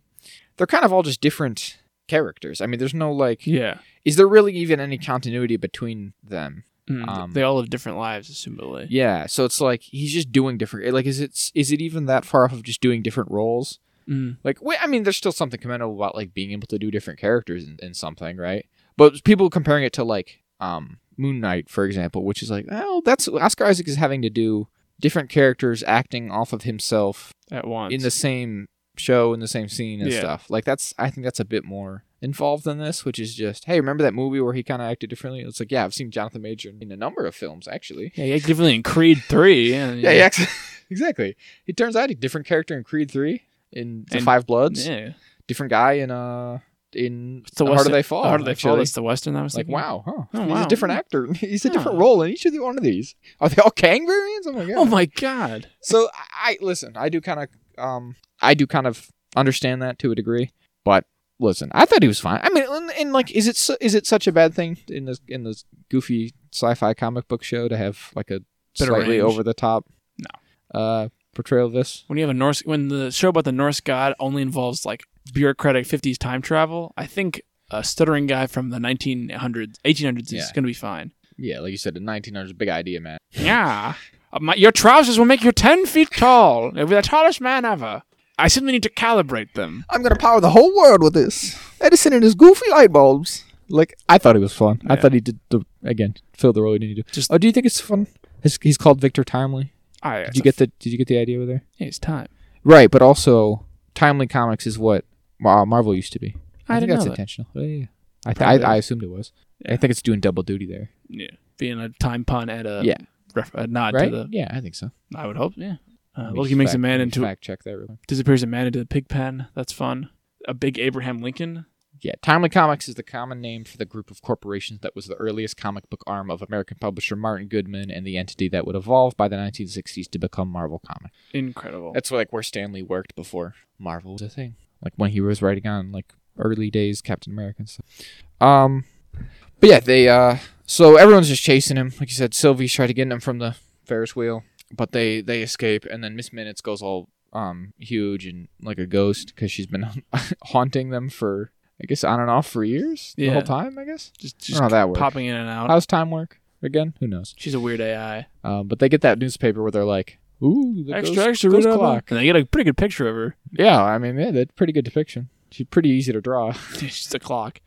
[SPEAKER 2] they're kind of all just different characters. I mean, there's no like,
[SPEAKER 1] Yeah.
[SPEAKER 2] is there really even any continuity between them?
[SPEAKER 1] Mm, th-
[SPEAKER 2] Um,
[SPEAKER 1] they all live different lives, assumably.
[SPEAKER 2] Yeah, so it's like he's just doing different. Like, is it is it even that far off of just doing different roles?
[SPEAKER 1] Mm.
[SPEAKER 2] Like, wait, I mean, there's still something commendable about like being able to do different characters in, in something, right? But people comparing it to like um, Moon Knight, for example, which is like, well, that's Oscar Isaac is having to do different characters acting off of himself
[SPEAKER 1] At once.
[SPEAKER 2] in the same show in the same scene and
[SPEAKER 1] Yeah.
[SPEAKER 2] stuff. Like that's I think that's a bit more involved than this, which is just, hey, remember that movie where he kind of acted differently? It's like, yeah, I've seen Jonathan Major in a number of films actually.
[SPEAKER 1] yeah, he acted differently in Creed Three. And,
[SPEAKER 2] Yeah, he acts (laughs) exactly. He turns out a different character in Creed Three, in The
[SPEAKER 1] And-
[SPEAKER 2] Five Bloods.
[SPEAKER 1] Yeah.
[SPEAKER 2] Different guy in uh in
[SPEAKER 1] It's the
[SPEAKER 2] How Do
[SPEAKER 1] Western-
[SPEAKER 2] They Fall?
[SPEAKER 1] How did they fall?
[SPEAKER 2] Oh, actually.
[SPEAKER 1] That's the Western. That was
[SPEAKER 2] It's like wow, huh?
[SPEAKER 1] Oh,
[SPEAKER 2] He's
[SPEAKER 1] wow.
[SPEAKER 2] a different actor. (laughs) He's a different
[SPEAKER 1] Yeah.
[SPEAKER 2] role in each of the one of these. Are they all Kang variants? Oh my god!
[SPEAKER 1] Oh my god.
[SPEAKER 2] So I, I listen. I do kind of um I do kind of understand that to a degree, but listen, I thought he was fine. I mean, and, and like, is it su- is it such a bad thing in this in this goofy sci-fi comic book show to have like a
[SPEAKER 1] Bit of
[SPEAKER 2] slightly
[SPEAKER 1] range.
[SPEAKER 2] over the top no uh portrayal of this?
[SPEAKER 1] When you have a Norse, when the show about the Norse god only involves like bureaucratic '50s time travel, I think a stuttering guy from the 1900s, 1800s
[SPEAKER 2] Yeah.
[SPEAKER 1] is going to be fine.
[SPEAKER 2] Yeah, like you said, in 1900s, big idea, man.
[SPEAKER 1] Yeah. Uh, my, your trousers will make you 10 feet tall. You'll be the tallest man ever. I simply need to calibrate them.
[SPEAKER 2] I'm gonna power the whole world with this. Edison and his goofy light bulbs. Like I thought he was fun. I
[SPEAKER 1] Yeah.
[SPEAKER 2] thought he did the again fill the role he needed to.
[SPEAKER 1] Just-
[SPEAKER 2] oh, do you think it's fun? He's, he's called Victor Timely.
[SPEAKER 1] I,
[SPEAKER 2] Did you get the Did you get the idea with there?
[SPEAKER 1] it's time.
[SPEAKER 2] Right, but also Timely Comics is what Mar- Marvel used to be.
[SPEAKER 1] I, didn't
[SPEAKER 2] think that's
[SPEAKER 1] know that.
[SPEAKER 2] intentional. Yeah, yeah. I, th-
[SPEAKER 1] Probably
[SPEAKER 2] I I assumed it was. I
[SPEAKER 1] Yeah.
[SPEAKER 2] think it's doing double duty there.
[SPEAKER 1] Yeah. Being a time pun at a,
[SPEAKER 2] Yeah.
[SPEAKER 1] ref- a nod
[SPEAKER 2] right?
[SPEAKER 1] to the
[SPEAKER 2] Yeah, I think so.
[SPEAKER 1] I would hope, yeah. Uh,
[SPEAKER 2] Let me
[SPEAKER 1] Loki
[SPEAKER 2] just
[SPEAKER 1] makes a
[SPEAKER 2] fact-
[SPEAKER 1] man
[SPEAKER 2] let me just
[SPEAKER 1] into
[SPEAKER 2] fact check that really.
[SPEAKER 1] disappears a man into the pig pen. That's fun. A big Abraham Lincoln.
[SPEAKER 2] Yeah, Timely Comics is the common name for the group of corporations that was the earliest comic book arm of American publisher Martin Goodman and the entity that would evolve by the 1960s to become Marvel Comics.
[SPEAKER 1] Incredible.
[SPEAKER 2] That's like where Stanley worked before Marvel was a thing. Like when he was writing on like early days Captain America and stuff. Um, but yeah, they uh, so everyone's just chasing him. Like you said, Sylvie's trying to get him from the Ferris wheel, but they they escape, and then Miss Minutes goes all um huge and like a ghost because she's been (laughs) haunting them for I guess on and off for years. The
[SPEAKER 1] Yeah.
[SPEAKER 2] whole time, I guess.
[SPEAKER 1] just
[SPEAKER 2] I
[SPEAKER 1] just
[SPEAKER 2] don't know how that works.
[SPEAKER 1] popping in and out.
[SPEAKER 2] How's time work again? Who knows?
[SPEAKER 1] She's a weird AI.
[SPEAKER 2] Um, but they get that newspaper where they're like, "Ooh, the
[SPEAKER 1] extra,
[SPEAKER 2] ghost,
[SPEAKER 1] extra,
[SPEAKER 2] ghost
[SPEAKER 1] read up on-
[SPEAKER 2] clock."
[SPEAKER 1] And they get a pretty good picture of her. (laughs)
[SPEAKER 2] Yeah, I mean, yeah, that's pretty good depiction. She's pretty easy to draw. (laughs)
[SPEAKER 1] She's a clock.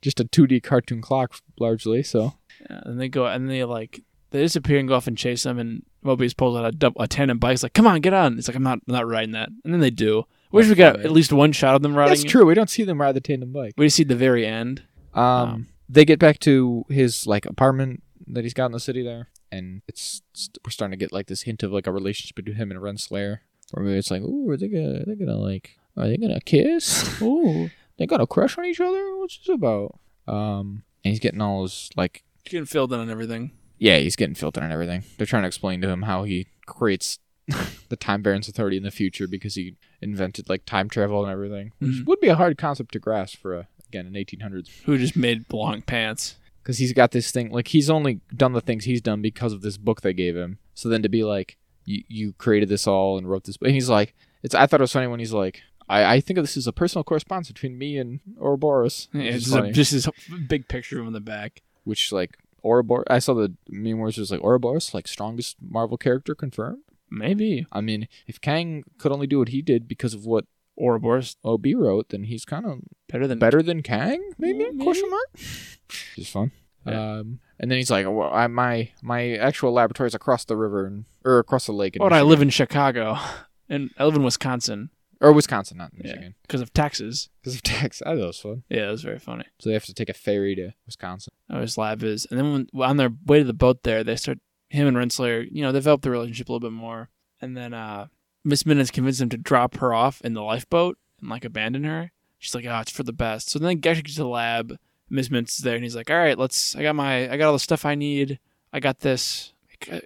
[SPEAKER 2] Just a 2D cartoon clock, largely. So
[SPEAKER 1] Yeah, and they go and they like they disappear and go off and chase them. And Mobius pulls out a, dub- a tandem bike. He's like, "Come on, get on!" It's like, "I'm not, I'm not riding that." And then they do. Wish we got
[SPEAKER 2] funny.
[SPEAKER 1] at least one shot of them riding.
[SPEAKER 2] that's
[SPEAKER 1] it.
[SPEAKER 2] true. We don't see them ride the tandem bike.
[SPEAKER 1] We just see the very end.
[SPEAKER 2] Um,
[SPEAKER 1] Um,
[SPEAKER 2] they get back to his like apartment that he's got in the city there, and it's st- we're starting to get like this hint of like a relationship between him and Renslayer. Where maybe it's like, ooh, are they gonna, are they gonna like, are they gonna kiss? (laughs)
[SPEAKER 1] Ooh,
[SPEAKER 2] they got a crush on each other? What's this about? Um, and he's getting all his like
[SPEAKER 1] getting filled in on everything.
[SPEAKER 2] Yeah, he's getting filtered and everything. They're trying to explain to him how he creates (laughs) the time variance authority in the future because he invented like time travel and everything, which
[SPEAKER 1] Mhm.
[SPEAKER 2] would be a hard concept to grasp for a, again an 1800s
[SPEAKER 1] Who just made long pants?
[SPEAKER 2] because he's got this thing like he's only done the things he's done because of this book they gave him so then to be like you, you created this all and wrote this book and he's like it's i thought it was funny when he's like i, I think of this as a personal correspondence between me and ouroboros
[SPEAKER 1] Yeah,
[SPEAKER 2] which is
[SPEAKER 1] it's just, a,
[SPEAKER 2] funny.
[SPEAKER 1] just this big picture of him in the back.
[SPEAKER 2] which like ouroboros i saw the meme where it was like ouroboros like strongest marvel character confirmed
[SPEAKER 1] Maybe
[SPEAKER 2] i mean if kang could only do what he did because of what
[SPEAKER 1] Ouroboros
[SPEAKER 2] ob wrote then he's kind of
[SPEAKER 1] better than
[SPEAKER 2] better than Kang, maybe?
[SPEAKER 1] Mm, Maybe.
[SPEAKER 2] Question mark.
[SPEAKER 1] (laughs)
[SPEAKER 2] Just fun. Um, and then he's like, well, I, "My my actual laboratory is across the river and or across the lake in
[SPEAKER 1] Well, and I
[SPEAKER 2] Michigan.
[SPEAKER 1] live in Chicago, (laughs) and I live in Wisconsin
[SPEAKER 2] or Wisconsin, not
[SPEAKER 1] Yeah.
[SPEAKER 2] Michigan,
[SPEAKER 1] because of taxes.
[SPEAKER 2] because of (laughs) Texas. I thought it was fun.
[SPEAKER 1] Yeah, it was very funny.
[SPEAKER 2] So they have to take a ferry to Wisconsin. (laughs)
[SPEAKER 1] Oh, his lab is, and then when, on their way to the boat, there they start him and Renslayer. You know, develop the relationship a little bit more, and then uh Miss Minutes convinced him to drop her off in the lifeboat and like abandon her. She's like, "Oh, it's for the best." So then they get to the lab. Miss Minutes is there, and he's like, "All right, let's. I got my. I got all the stuff I need. I got this."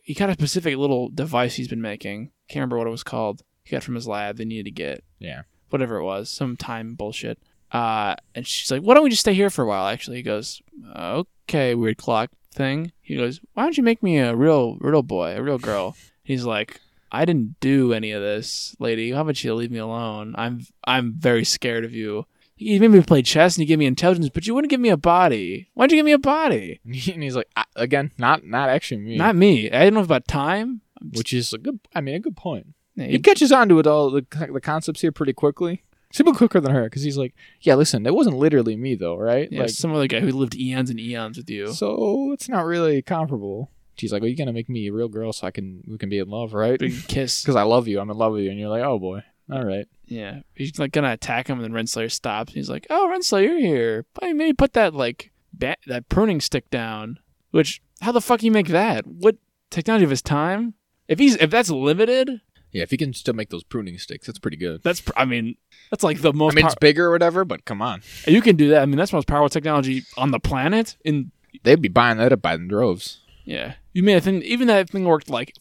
[SPEAKER 1] He got a specific little device he's been making. Can't remember what it was called. He got from his lab. They needed to get
[SPEAKER 2] Yeah.
[SPEAKER 1] whatever it was, some time bullshit. Uh, and she's like, "Why don't we just stay here for a while?" Actually, he goes, "Okay, weird clock thing." He goes, "Why don't you make me a real, real boy, a real girl?" He's like, "I didn't do any of this, lady. How about you leave me alone? I'm, I'm very scared of you. You made me play chess and you gave me intelligence, but you wouldn't give me a body. Why'd you give me a body?
[SPEAKER 2] And, he- and he's like, I, again, not not actually me,
[SPEAKER 1] Not me. I didn't know about time."
[SPEAKER 2] which is a good. I mean, a good point.
[SPEAKER 1] Yeah,
[SPEAKER 2] He catches on to it all the the concepts here pretty quickly. Super quicker than her, because he's like, yeah, listen, that wasn't literally me though, right?
[SPEAKER 1] yeah,
[SPEAKER 2] like,
[SPEAKER 1] some other guy who lived eons and eons with you.
[SPEAKER 2] so it's not really comparable. She's like, well, you're gonna make me a real girl so I can we can be in love, right?
[SPEAKER 1] Big kiss.
[SPEAKER 2] because I love you. I'm in love with you. And you're like, oh boy, all right.
[SPEAKER 1] Yeah, he's like gonna attack him, and then Renslayer stops. And he's like, "Oh, Renslayer, you're here. I maybe put that like ba- that pruning stick down." Which how the fuck you make that? What technology of his time? If he's if that's limited,
[SPEAKER 2] Yeah, if you can still make those pruning sticks, that's pretty good.
[SPEAKER 1] that's pr- I mean that's like the
[SPEAKER 2] I
[SPEAKER 1] most
[SPEAKER 2] mean,
[SPEAKER 1] pow-
[SPEAKER 2] it's bigger or whatever, but come on,
[SPEAKER 1] you can do that. I mean that's the most powerful technology on the planet. In
[SPEAKER 2] they'd be buying that up by the droves.
[SPEAKER 1] yeah, you made a thing. Even that thing worked like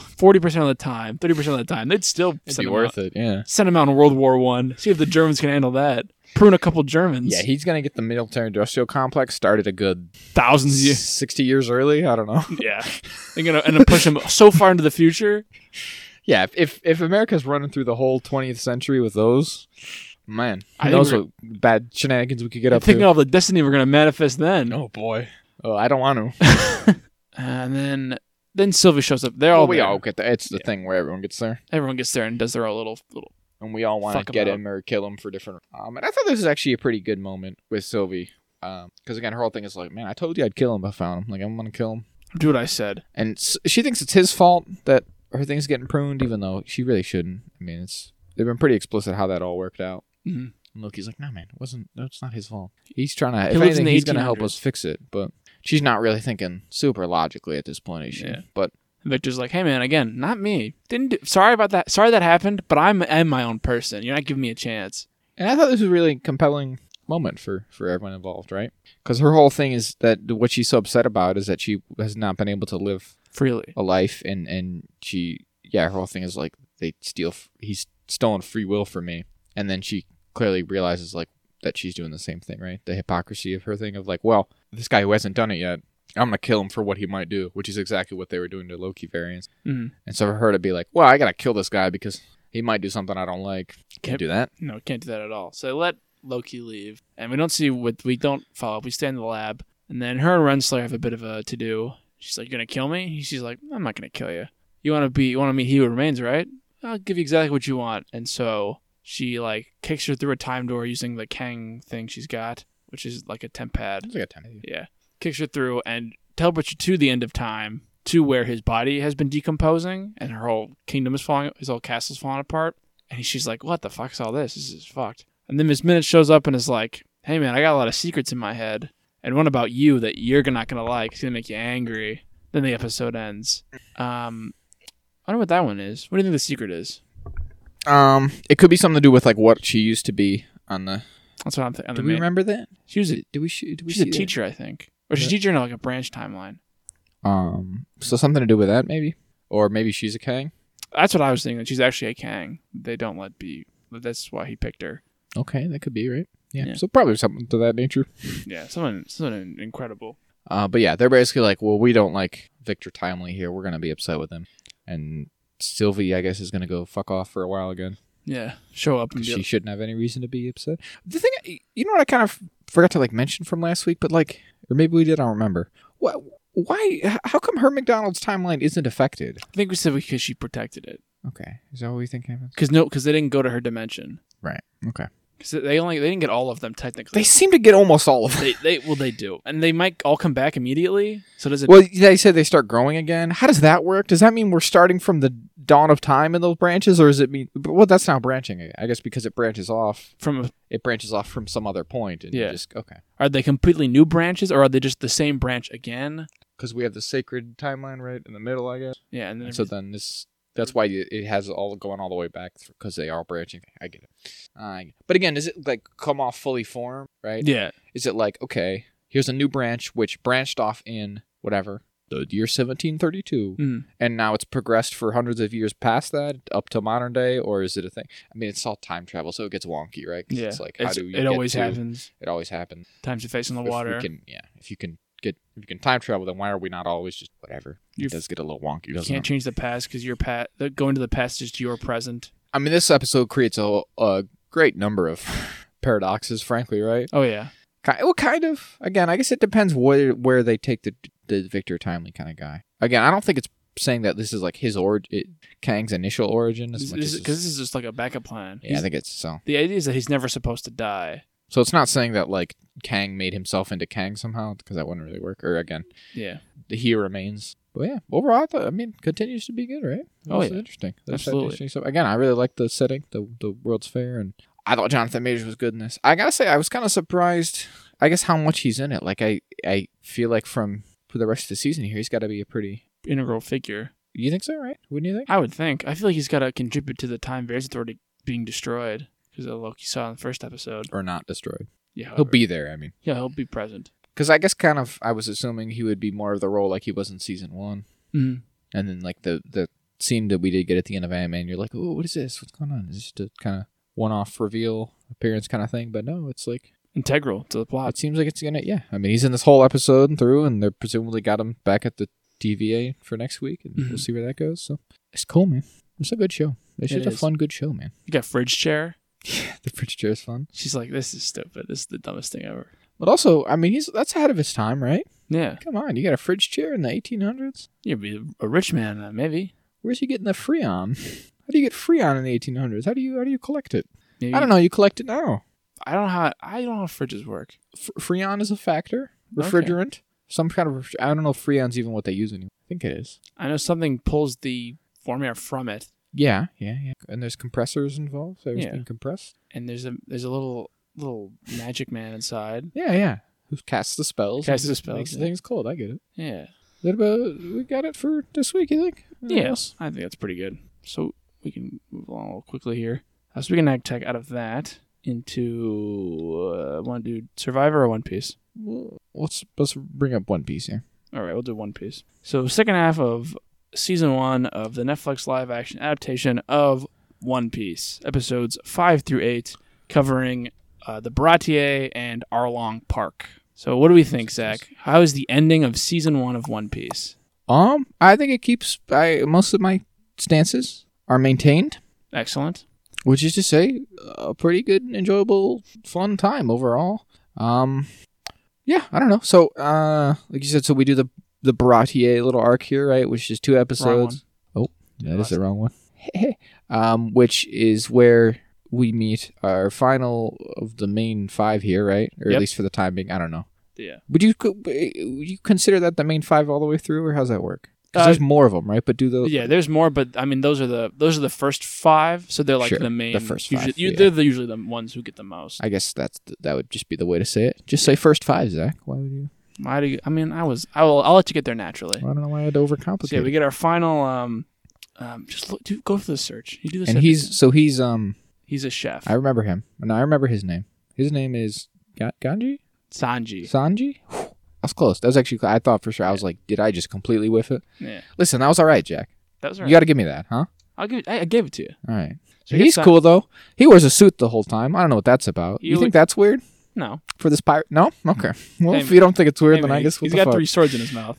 [SPEAKER 1] forty percent of the time, thirty percent of the time. They'd still
[SPEAKER 2] It'd
[SPEAKER 1] send
[SPEAKER 2] be
[SPEAKER 1] him
[SPEAKER 2] worth
[SPEAKER 1] out,
[SPEAKER 2] it. Yeah.
[SPEAKER 1] send him out in World War One. See if the Germans can handle that. Prune a couple Germans.
[SPEAKER 2] Yeah, he's gonna get the military industrial complex started a (laughs) good
[SPEAKER 1] thousands of years.
[SPEAKER 2] sixty years early. I don't know. (laughs)
[SPEAKER 1] Yeah, they're gonna and push him so far into the future.
[SPEAKER 2] Yeah, if- if if America's running through the whole twentieth century with those, man,
[SPEAKER 1] I
[SPEAKER 2] who
[SPEAKER 1] think
[SPEAKER 2] knows
[SPEAKER 1] we're-
[SPEAKER 2] what bad shenanigans we could get
[SPEAKER 1] I'm
[SPEAKER 2] up
[SPEAKER 1] thinking
[SPEAKER 2] to.
[SPEAKER 1] of the destiny we're gonna manifest then.
[SPEAKER 2] oh boy. Oh, I don't want to.
[SPEAKER 1] And then then Sylvie shows up. They're all
[SPEAKER 2] Well, we
[SPEAKER 1] there.
[SPEAKER 2] all get there. It's the
[SPEAKER 1] Yeah.
[SPEAKER 2] thing where everyone gets there.
[SPEAKER 1] Everyone gets there and does their own little little.
[SPEAKER 2] and we all want
[SPEAKER 1] Fuck
[SPEAKER 2] to
[SPEAKER 1] 'em
[SPEAKER 2] get
[SPEAKER 1] up.
[SPEAKER 2] him or kill him for different. Um, and I thought this was actually a pretty good moment with Sylvie, because again, her whole thing is like, man, I told you I'd kill him if I found him. Like I'm gonna kill him,
[SPEAKER 1] Do what I said.
[SPEAKER 2] and s- she thinks it's his fault that her thing's getting pruned, even though she really shouldn't. I mean, it's they've been pretty explicit how that all worked out.
[SPEAKER 1] Mhm.
[SPEAKER 2] And Loki's like, no, man, it wasn't. That's not his fault. He's trying to.
[SPEAKER 1] He
[SPEAKER 2] If
[SPEAKER 1] lives in
[SPEAKER 2] anything,
[SPEAKER 1] the
[SPEAKER 2] he's gonna help
[SPEAKER 1] 1800s.
[SPEAKER 2] us fix it, but. She's not really thinking super logically at this point, is she?
[SPEAKER 1] Yeah.
[SPEAKER 2] But
[SPEAKER 1] And Victor's like, "Hey man, again, not me. Didn't do, sorry about that. Sorry that happened, but I'm am my own person. You're not giving me a chance."
[SPEAKER 2] And I thought this was a really compelling moment for, for everyone involved, right? Because her whole thing is that what she's so upset about is that she has not been able to live
[SPEAKER 1] Freely.
[SPEAKER 2] a life, and and she, yeah, her whole thing is like they steal, f- he's stolen free will from me, and then she clearly realizes like that she's doing the same thing, right? The hypocrisy of her thing of like, well, this guy who hasn't done it yet, I'm gonna kill him for what he might do, which is exactly what they were doing to Loki variants,
[SPEAKER 1] Mhm.
[SPEAKER 2] and so for her to be like, well, I gotta kill this guy because he might do something I don't like,
[SPEAKER 1] Yep.
[SPEAKER 2] can't do that.
[SPEAKER 1] No, can't do that at all. So they let Loki leave, and we don't see what we don't follow up. We stay in the lab, and then her and Renslayer have a bit of a to do. She's like, "You gonna kill me?" She's like, "I'm not gonna kill you. You want to be? You want to meet He Who Remains, right? I'll give you exactly what you want." And so she like kicks her through a time door using the Kang thing she's got, which is like a temp pad.
[SPEAKER 2] That's a good time.
[SPEAKER 1] Yeah, kicks her through and teleports you to the end of time to where his body has been decomposing and her whole kingdom is falling, his whole castle's falling apart. And she's like, "What the fuck's all this? This is fucked." And then Miss Minute shows up and is like, "Hey man, I got a lot of secrets in my head, and one about you that you're not gonna like. It's gonna make you angry." Then the episode ends. Um, I don't know what that one is. What do you think the secret is?
[SPEAKER 2] Um, it could be something to do with like what she used to be on the.
[SPEAKER 1] That's what I'm thinking.
[SPEAKER 2] Do we remember that?
[SPEAKER 1] She was a
[SPEAKER 2] Do we? sh- Do we?
[SPEAKER 1] she's a
[SPEAKER 2] see that?
[SPEAKER 1] teacher, I think, or she's a
[SPEAKER 2] Yeah.
[SPEAKER 1] teacher in like a branch timeline.
[SPEAKER 2] Um, so something to do with that maybe, or maybe she's a Kang.
[SPEAKER 1] That's what I was thinking. She's actually a Kang. They don't let be. That's why he picked her.
[SPEAKER 2] Okay, that could be right. Yeah.
[SPEAKER 1] Yeah.
[SPEAKER 2] So probably something to that nature.
[SPEAKER 1] Yeah, someone, someone incredible.
[SPEAKER 2] Uh, but yeah, they're basically like, well, we don't like Victor Timely here. We're gonna be upset with him. And Sylvie, I guess, is gonna go fuck off for a while again.
[SPEAKER 1] Yeah, show up and
[SPEAKER 2] 'cause
[SPEAKER 1] be
[SPEAKER 2] She shouldn't have any reason to be upset. The thing, you know what, I kind of forgot to like mention from last week, but like, or maybe we did. I don't remember. What? Why? How come her McDonald's timeline isn't affected?
[SPEAKER 1] I think we said because she protected it.
[SPEAKER 2] Okay, is that what we think happens?
[SPEAKER 1] Because no, because they didn't go to her dimension.
[SPEAKER 2] Right. Okay.
[SPEAKER 1] Because they only they didn't get all of them
[SPEAKER 2] They
[SPEAKER 1] technically.
[SPEAKER 2] seem to get almost all of it.
[SPEAKER 1] They, they well they do, and they might all come back immediately. So does it?
[SPEAKER 2] Well, they said they start growing again. How does that work? Does that mean we're starting from the dawn of time in those branches, or is it mean? but- Well, that's not branching. I guess because it branches off,
[SPEAKER 1] from
[SPEAKER 2] it branches off from some other point, and you
[SPEAKER 1] Yeah.
[SPEAKER 2] just okay.
[SPEAKER 1] are they completely new branches or are they just the same branch again?
[SPEAKER 2] Because we have the sacred timeline right in the middle, I guess.
[SPEAKER 1] Yeah, and then
[SPEAKER 2] so then this. That's why it it has all going all the way back because they are branching. I get it. I but again, is it like come off fully formed, right?
[SPEAKER 1] yeah,
[SPEAKER 2] Is it like, okay, here's a new branch which branched off in whatever, the year 1732,
[SPEAKER 1] Mm.
[SPEAKER 2] and now it's progressed for hundreds of years past that up to modern day, or is it a thing? I mean, it's all time travel, so it gets wonky, right? 'Cause
[SPEAKER 1] yeah.
[SPEAKER 2] It's like, how
[SPEAKER 1] It's-
[SPEAKER 2] do you
[SPEAKER 1] it
[SPEAKER 2] get
[SPEAKER 1] always
[SPEAKER 2] to-
[SPEAKER 1] happens.
[SPEAKER 2] It always happens.
[SPEAKER 1] Times you face in the
[SPEAKER 2] If we
[SPEAKER 1] water.
[SPEAKER 2] can- yeah, if you can get, if you can time travel, then why are we not always just whatever?
[SPEAKER 1] You've-
[SPEAKER 2] it does get a little wonky,
[SPEAKER 1] You
[SPEAKER 2] doesn't
[SPEAKER 1] can't
[SPEAKER 2] it?
[SPEAKER 1] change the past because your past going to the past is just your present.
[SPEAKER 2] I mean, this episode creates a, a great number of (laughs) paradoxes, frankly, right?
[SPEAKER 1] Oh yeah,
[SPEAKER 2] Ki well, kind of. Again, I guess it depends where where they take the the Victor Timely kind of guy. Again, I don't think it's saying that this is like his origin, Kang's initial origin. As
[SPEAKER 1] because
[SPEAKER 2] much as
[SPEAKER 1] this,
[SPEAKER 2] it's-
[SPEAKER 1] is just like a backup plan.
[SPEAKER 2] yeah, I
[SPEAKER 1] He's-
[SPEAKER 2] think it's so.
[SPEAKER 1] the idea is that he's never supposed to die.
[SPEAKER 2] So it's not saying that like Kang made himself into Kang somehow because that wouldn't really work. Or again,
[SPEAKER 1] Yeah,
[SPEAKER 2] he remains. But yeah, overall, I, thought, I mean, continues to be good, right?
[SPEAKER 1] Oh,
[SPEAKER 2] This is
[SPEAKER 1] yeah.
[SPEAKER 2] interesting. This is
[SPEAKER 1] Absolutely.
[SPEAKER 2] interesting. So again, I really like the setting, the the World's Fair, and I thought Jonathan Majors was good in this. I gotta say, I was kind of surprised. I guess how much he's in it. Like I, I feel like from for the rest of the season here, he's got to be a pretty.
[SPEAKER 1] integral figure.
[SPEAKER 2] You think so, right? Wouldn't you think?
[SPEAKER 1] I would think. I feel like he's got to contribute to the Time Variance Authority being destroyed because of Loki saw in the first episode.
[SPEAKER 2] Or not destroyed.
[SPEAKER 1] Yeah,
[SPEAKER 2] He'll
[SPEAKER 1] however-
[SPEAKER 2] be there. I mean,
[SPEAKER 1] Yeah, he'll be present.
[SPEAKER 2] because I guess kind of I was assuming he would be more of the role like he was in season one,
[SPEAKER 1] Mm-hmm.
[SPEAKER 2] and then like the the scene that we did get at the end of Ant Man, you're like, oh, what is this? What's going on? Is this just a kind of one off reveal appearance kind of thing? But no, it's like
[SPEAKER 1] Integral to the plot.
[SPEAKER 2] It seems like it's gonna. Yeah, I mean, he's in this whole episode and through, and they're presumably got him back at the TVA for next week, and we'll
[SPEAKER 1] Mhm.
[SPEAKER 2] see where that goes. So it's cool, man. It's a good show. It's
[SPEAKER 1] It
[SPEAKER 2] just a
[SPEAKER 1] is.
[SPEAKER 2] fun, good show, man. (laughs)
[SPEAKER 1] You got fridge chair.
[SPEAKER 2] the fridge chair is fun,
[SPEAKER 1] She's like, this is stupid. This is the dumbest thing ever.
[SPEAKER 2] but also, I mean, he's that's ahead of his time, right?
[SPEAKER 1] Yeah,
[SPEAKER 2] Come on, you got a fridge chair in the 1800s.
[SPEAKER 1] you'd be a rich man uh, maybe.
[SPEAKER 2] Where's he getting the freon? (laughs) How do you get freon in the 1800s? How do you how do you collect it?
[SPEAKER 1] Maybe
[SPEAKER 2] I don't know. You collect it now.
[SPEAKER 1] I don't know how. I don't know how fridges work.
[SPEAKER 2] F- freon is a factor.
[SPEAKER 1] Okay.
[SPEAKER 2] Refrigerant. Some kind of. Ref- I don't know if freon's even what they use anymore. I think it is.
[SPEAKER 1] I know something pulls the warm air from it,
[SPEAKER 2] Yeah, yeah, yeah. And there's compressors involved. So it's
[SPEAKER 1] Yeah.
[SPEAKER 2] being compressed.
[SPEAKER 1] and there's a there's a little little magic man inside.
[SPEAKER 2] Yeah, yeah. Who casts the spells?
[SPEAKER 1] Casts
[SPEAKER 2] and
[SPEAKER 1] the spells,
[SPEAKER 2] Makes
[SPEAKER 1] yeah.
[SPEAKER 2] things cold. I get it.
[SPEAKER 1] Yeah.
[SPEAKER 2] Is that about we got it for this week? You think? Anything
[SPEAKER 1] Yes,
[SPEAKER 2] else?
[SPEAKER 1] I think that's pretty good. So we can move along a little quickly here. Uh, so we can now tech out of that into uh, want to do Survivor or One Piece.
[SPEAKER 2] Well, Let's let's bring up One Piece here.
[SPEAKER 1] All right, we'll do One Piece. So second half of season one of the Netflix live action adaptation of One Piece, episodes five through eight, covering uh, the Baratier and Arlong Park. So what do we think, Zach? How is the ending of season one of One Piece?
[SPEAKER 2] Um, I think it keeps. I most of my stances are maintained,
[SPEAKER 1] Excellent.
[SPEAKER 2] which is to say, a pretty good, enjoyable, fun time overall. Um, yeah, I don't know. So, uh, like you said, so we do the the Baratier little arc here, right? Which is two episodes. That is the wrong one. (laughs) um, which is where we meet our final of the main five here, right? Or at
[SPEAKER 1] Yep.
[SPEAKER 2] least for the time being. I don't know.
[SPEAKER 1] Yeah.
[SPEAKER 2] Would you co- would you consider that the main five all the way through, or how's that work? 'Cause
[SPEAKER 1] Uh,
[SPEAKER 2] there's more of them, right? But do the
[SPEAKER 1] Yeah, there's more, but I mean, those are the those are the first five, so they're like
[SPEAKER 2] Sure,
[SPEAKER 1] the main.
[SPEAKER 2] the first
[SPEAKER 1] usually-
[SPEAKER 2] five,
[SPEAKER 1] you-
[SPEAKER 2] yeah.
[SPEAKER 1] They're the, usually the ones who get the most.
[SPEAKER 2] I guess that's th- that would just be the way to say it. Just say first five, Zach. Why would you?
[SPEAKER 1] Why do you, I mean, I was I will I'll let you get there naturally.
[SPEAKER 2] I don't know why I had to overcomplicate.
[SPEAKER 1] So yeah, we get our final. Um, um, just look, do, go through the search. You do
[SPEAKER 2] it.
[SPEAKER 1] this,
[SPEAKER 2] and
[SPEAKER 1] every
[SPEAKER 2] he's
[SPEAKER 1] time.
[SPEAKER 2] so he's um
[SPEAKER 1] he's a chef.
[SPEAKER 2] I remember him. No, I remember his name. His name is Ga- Ganji
[SPEAKER 1] Sanji.
[SPEAKER 2] Sanji. I was close. That was actually. I thought for sure. I was like, did I just completely whiff it?
[SPEAKER 1] Yeah.
[SPEAKER 2] Listen, that was all right, Jack.
[SPEAKER 1] That was all
[SPEAKER 2] You
[SPEAKER 1] right.
[SPEAKER 2] got to give me that, huh?
[SPEAKER 1] I'll give it, I, I gave it to you.
[SPEAKER 2] All right.
[SPEAKER 1] So
[SPEAKER 2] He's
[SPEAKER 1] it's, uh,
[SPEAKER 2] cool though. He wears a suit the whole time. I don't know what that's about.
[SPEAKER 1] You
[SPEAKER 2] You, think
[SPEAKER 1] look-
[SPEAKER 2] that's weird
[SPEAKER 1] No.
[SPEAKER 2] for this pirate? No.
[SPEAKER 1] (laughs)
[SPEAKER 2] Okay. Well, if
[SPEAKER 1] Hey,
[SPEAKER 2] you don't think it's weird,
[SPEAKER 1] Hey,
[SPEAKER 2] then
[SPEAKER 1] man,
[SPEAKER 2] I guess what
[SPEAKER 1] he's
[SPEAKER 2] the
[SPEAKER 1] got
[SPEAKER 2] fuck?
[SPEAKER 1] three swords in his mouth.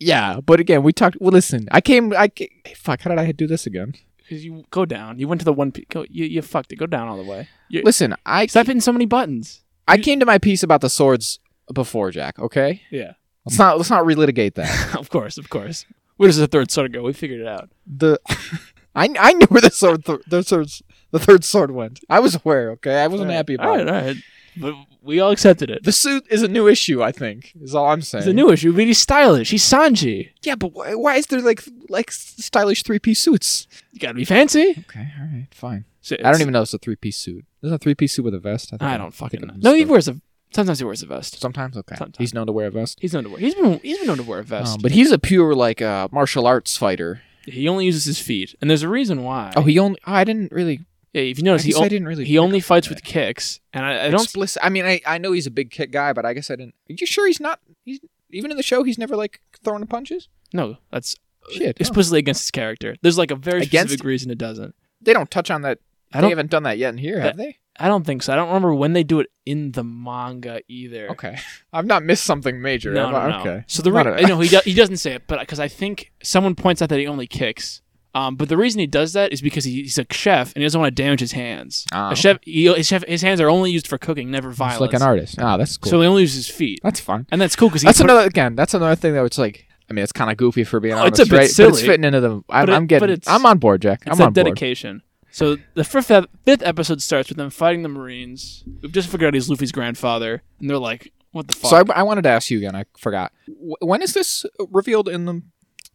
[SPEAKER 2] Yeah, but again, we talked. Well, listen, I came. I ca- fuck. How did I do this again?
[SPEAKER 1] Because you go down. You went to the one. P- go, you, you fucked it. Go down all the way. You-
[SPEAKER 2] Listen, I
[SPEAKER 1] Stop hitting so many buttons.
[SPEAKER 2] I came to my piece about the swords before Jack. Okay.
[SPEAKER 1] Yeah.
[SPEAKER 2] Let's not let's not relitigate that.
[SPEAKER 1] (laughs) of course. Of course. Where does the third sword go? We figured it out.
[SPEAKER 2] the (laughs) I I knew where the sword th- the swords the third sword went. I was aware. Okay, I wasn't
[SPEAKER 1] All right.
[SPEAKER 2] happy about
[SPEAKER 1] All right.
[SPEAKER 2] it.
[SPEAKER 1] All right. But we all accepted it.
[SPEAKER 2] The suit is a new issue. I think is all I'm saying.
[SPEAKER 1] It's a new issue, but he's stylish. He's Sanji.
[SPEAKER 2] Yeah, but why, why is there like like stylish three piece suits?
[SPEAKER 1] You gotta be fancy.
[SPEAKER 2] Okay, all right, fine.
[SPEAKER 1] So
[SPEAKER 2] I
[SPEAKER 1] it's-
[SPEAKER 2] don't even know it's a three piece suit. Isn't a three piece suit with a vest? think
[SPEAKER 1] I don't fucking
[SPEAKER 2] think
[SPEAKER 1] know.
[SPEAKER 2] I'm
[SPEAKER 1] No, he
[SPEAKER 2] mistaken.
[SPEAKER 1] wears a. Sometimes he wears a vest.
[SPEAKER 2] Sometimes okay.
[SPEAKER 1] Sometimes.
[SPEAKER 2] He's known to wear a vest.
[SPEAKER 1] He's known to wear. He's been. He's been known to wear a vest.
[SPEAKER 2] Um, but he's a pure like uh, martial arts fighter.
[SPEAKER 1] he only uses his feet, and there's a reason why.
[SPEAKER 2] Oh, he only. I didn't really.
[SPEAKER 1] Yeah, if you
[SPEAKER 2] I
[SPEAKER 1] notice,
[SPEAKER 2] guess
[SPEAKER 1] he,
[SPEAKER 2] I
[SPEAKER 1] o-
[SPEAKER 2] didn't really.
[SPEAKER 1] he only fights
[SPEAKER 2] that.
[SPEAKER 1] with kicks, and I, I don't.
[SPEAKER 2] explicit. I mean, I, I know he's a big kick guy, but I guess I didn't. Are you sure he's not? He's even in the show. He's never like throwing punches.
[SPEAKER 1] no, that's
[SPEAKER 2] Shit, huh.
[SPEAKER 1] explicitly against his character. There's like a very
[SPEAKER 2] Against-
[SPEAKER 1] specific reason it doesn't.
[SPEAKER 2] They don't touch on that.
[SPEAKER 1] I don't-
[SPEAKER 2] They haven't done that yet in here, have they?
[SPEAKER 1] I don't think so. I don't remember when they do it in the manga either.
[SPEAKER 2] Okay, (laughs) I've not missed something major.
[SPEAKER 1] No,
[SPEAKER 2] have
[SPEAKER 1] no,
[SPEAKER 2] I?
[SPEAKER 1] no.
[SPEAKER 2] Okay.
[SPEAKER 1] So the
[SPEAKER 2] Not
[SPEAKER 1] re-
[SPEAKER 2] a-
[SPEAKER 1] no, he
[SPEAKER 2] (laughs)
[SPEAKER 1] do- he doesn't say it, but because I think someone points out that he only kicks. Um, but the reason he does that is because he, he's a chef and he doesn't want to damage his hands.
[SPEAKER 2] Ah,
[SPEAKER 1] a chef, he, his chef, his hands are only used for cooking, never
[SPEAKER 2] He's
[SPEAKER 1] violence.
[SPEAKER 2] like an artist. Ah, that's cool.
[SPEAKER 1] So he only uses his feet,
[SPEAKER 2] that's fun.
[SPEAKER 1] and that's cool because
[SPEAKER 2] That's another again. That's another thing that was like. I mean, it's kind of goofy for being
[SPEAKER 1] Oh,
[SPEAKER 2] honest,
[SPEAKER 1] it's a bit
[SPEAKER 2] right? But it's
[SPEAKER 1] silly.
[SPEAKER 2] fitting into the. I'm,
[SPEAKER 1] But it-
[SPEAKER 2] I'm getting.
[SPEAKER 1] but it's-
[SPEAKER 2] I'm on board, Jack.
[SPEAKER 1] It's
[SPEAKER 2] I'm
[SPEAKER 1] that
[SPEAKER 2] on board.
[SPEAKER 1] dedication. So the fifth ep- fifth episode starts with them fighting the Marines. We've just figured out he's Luffy's grandfather, and they're like, "What the fuck?"
[SPEAKER 2] So I, I wanted to ask you again. I forgot. Wh- When is this revealed in the?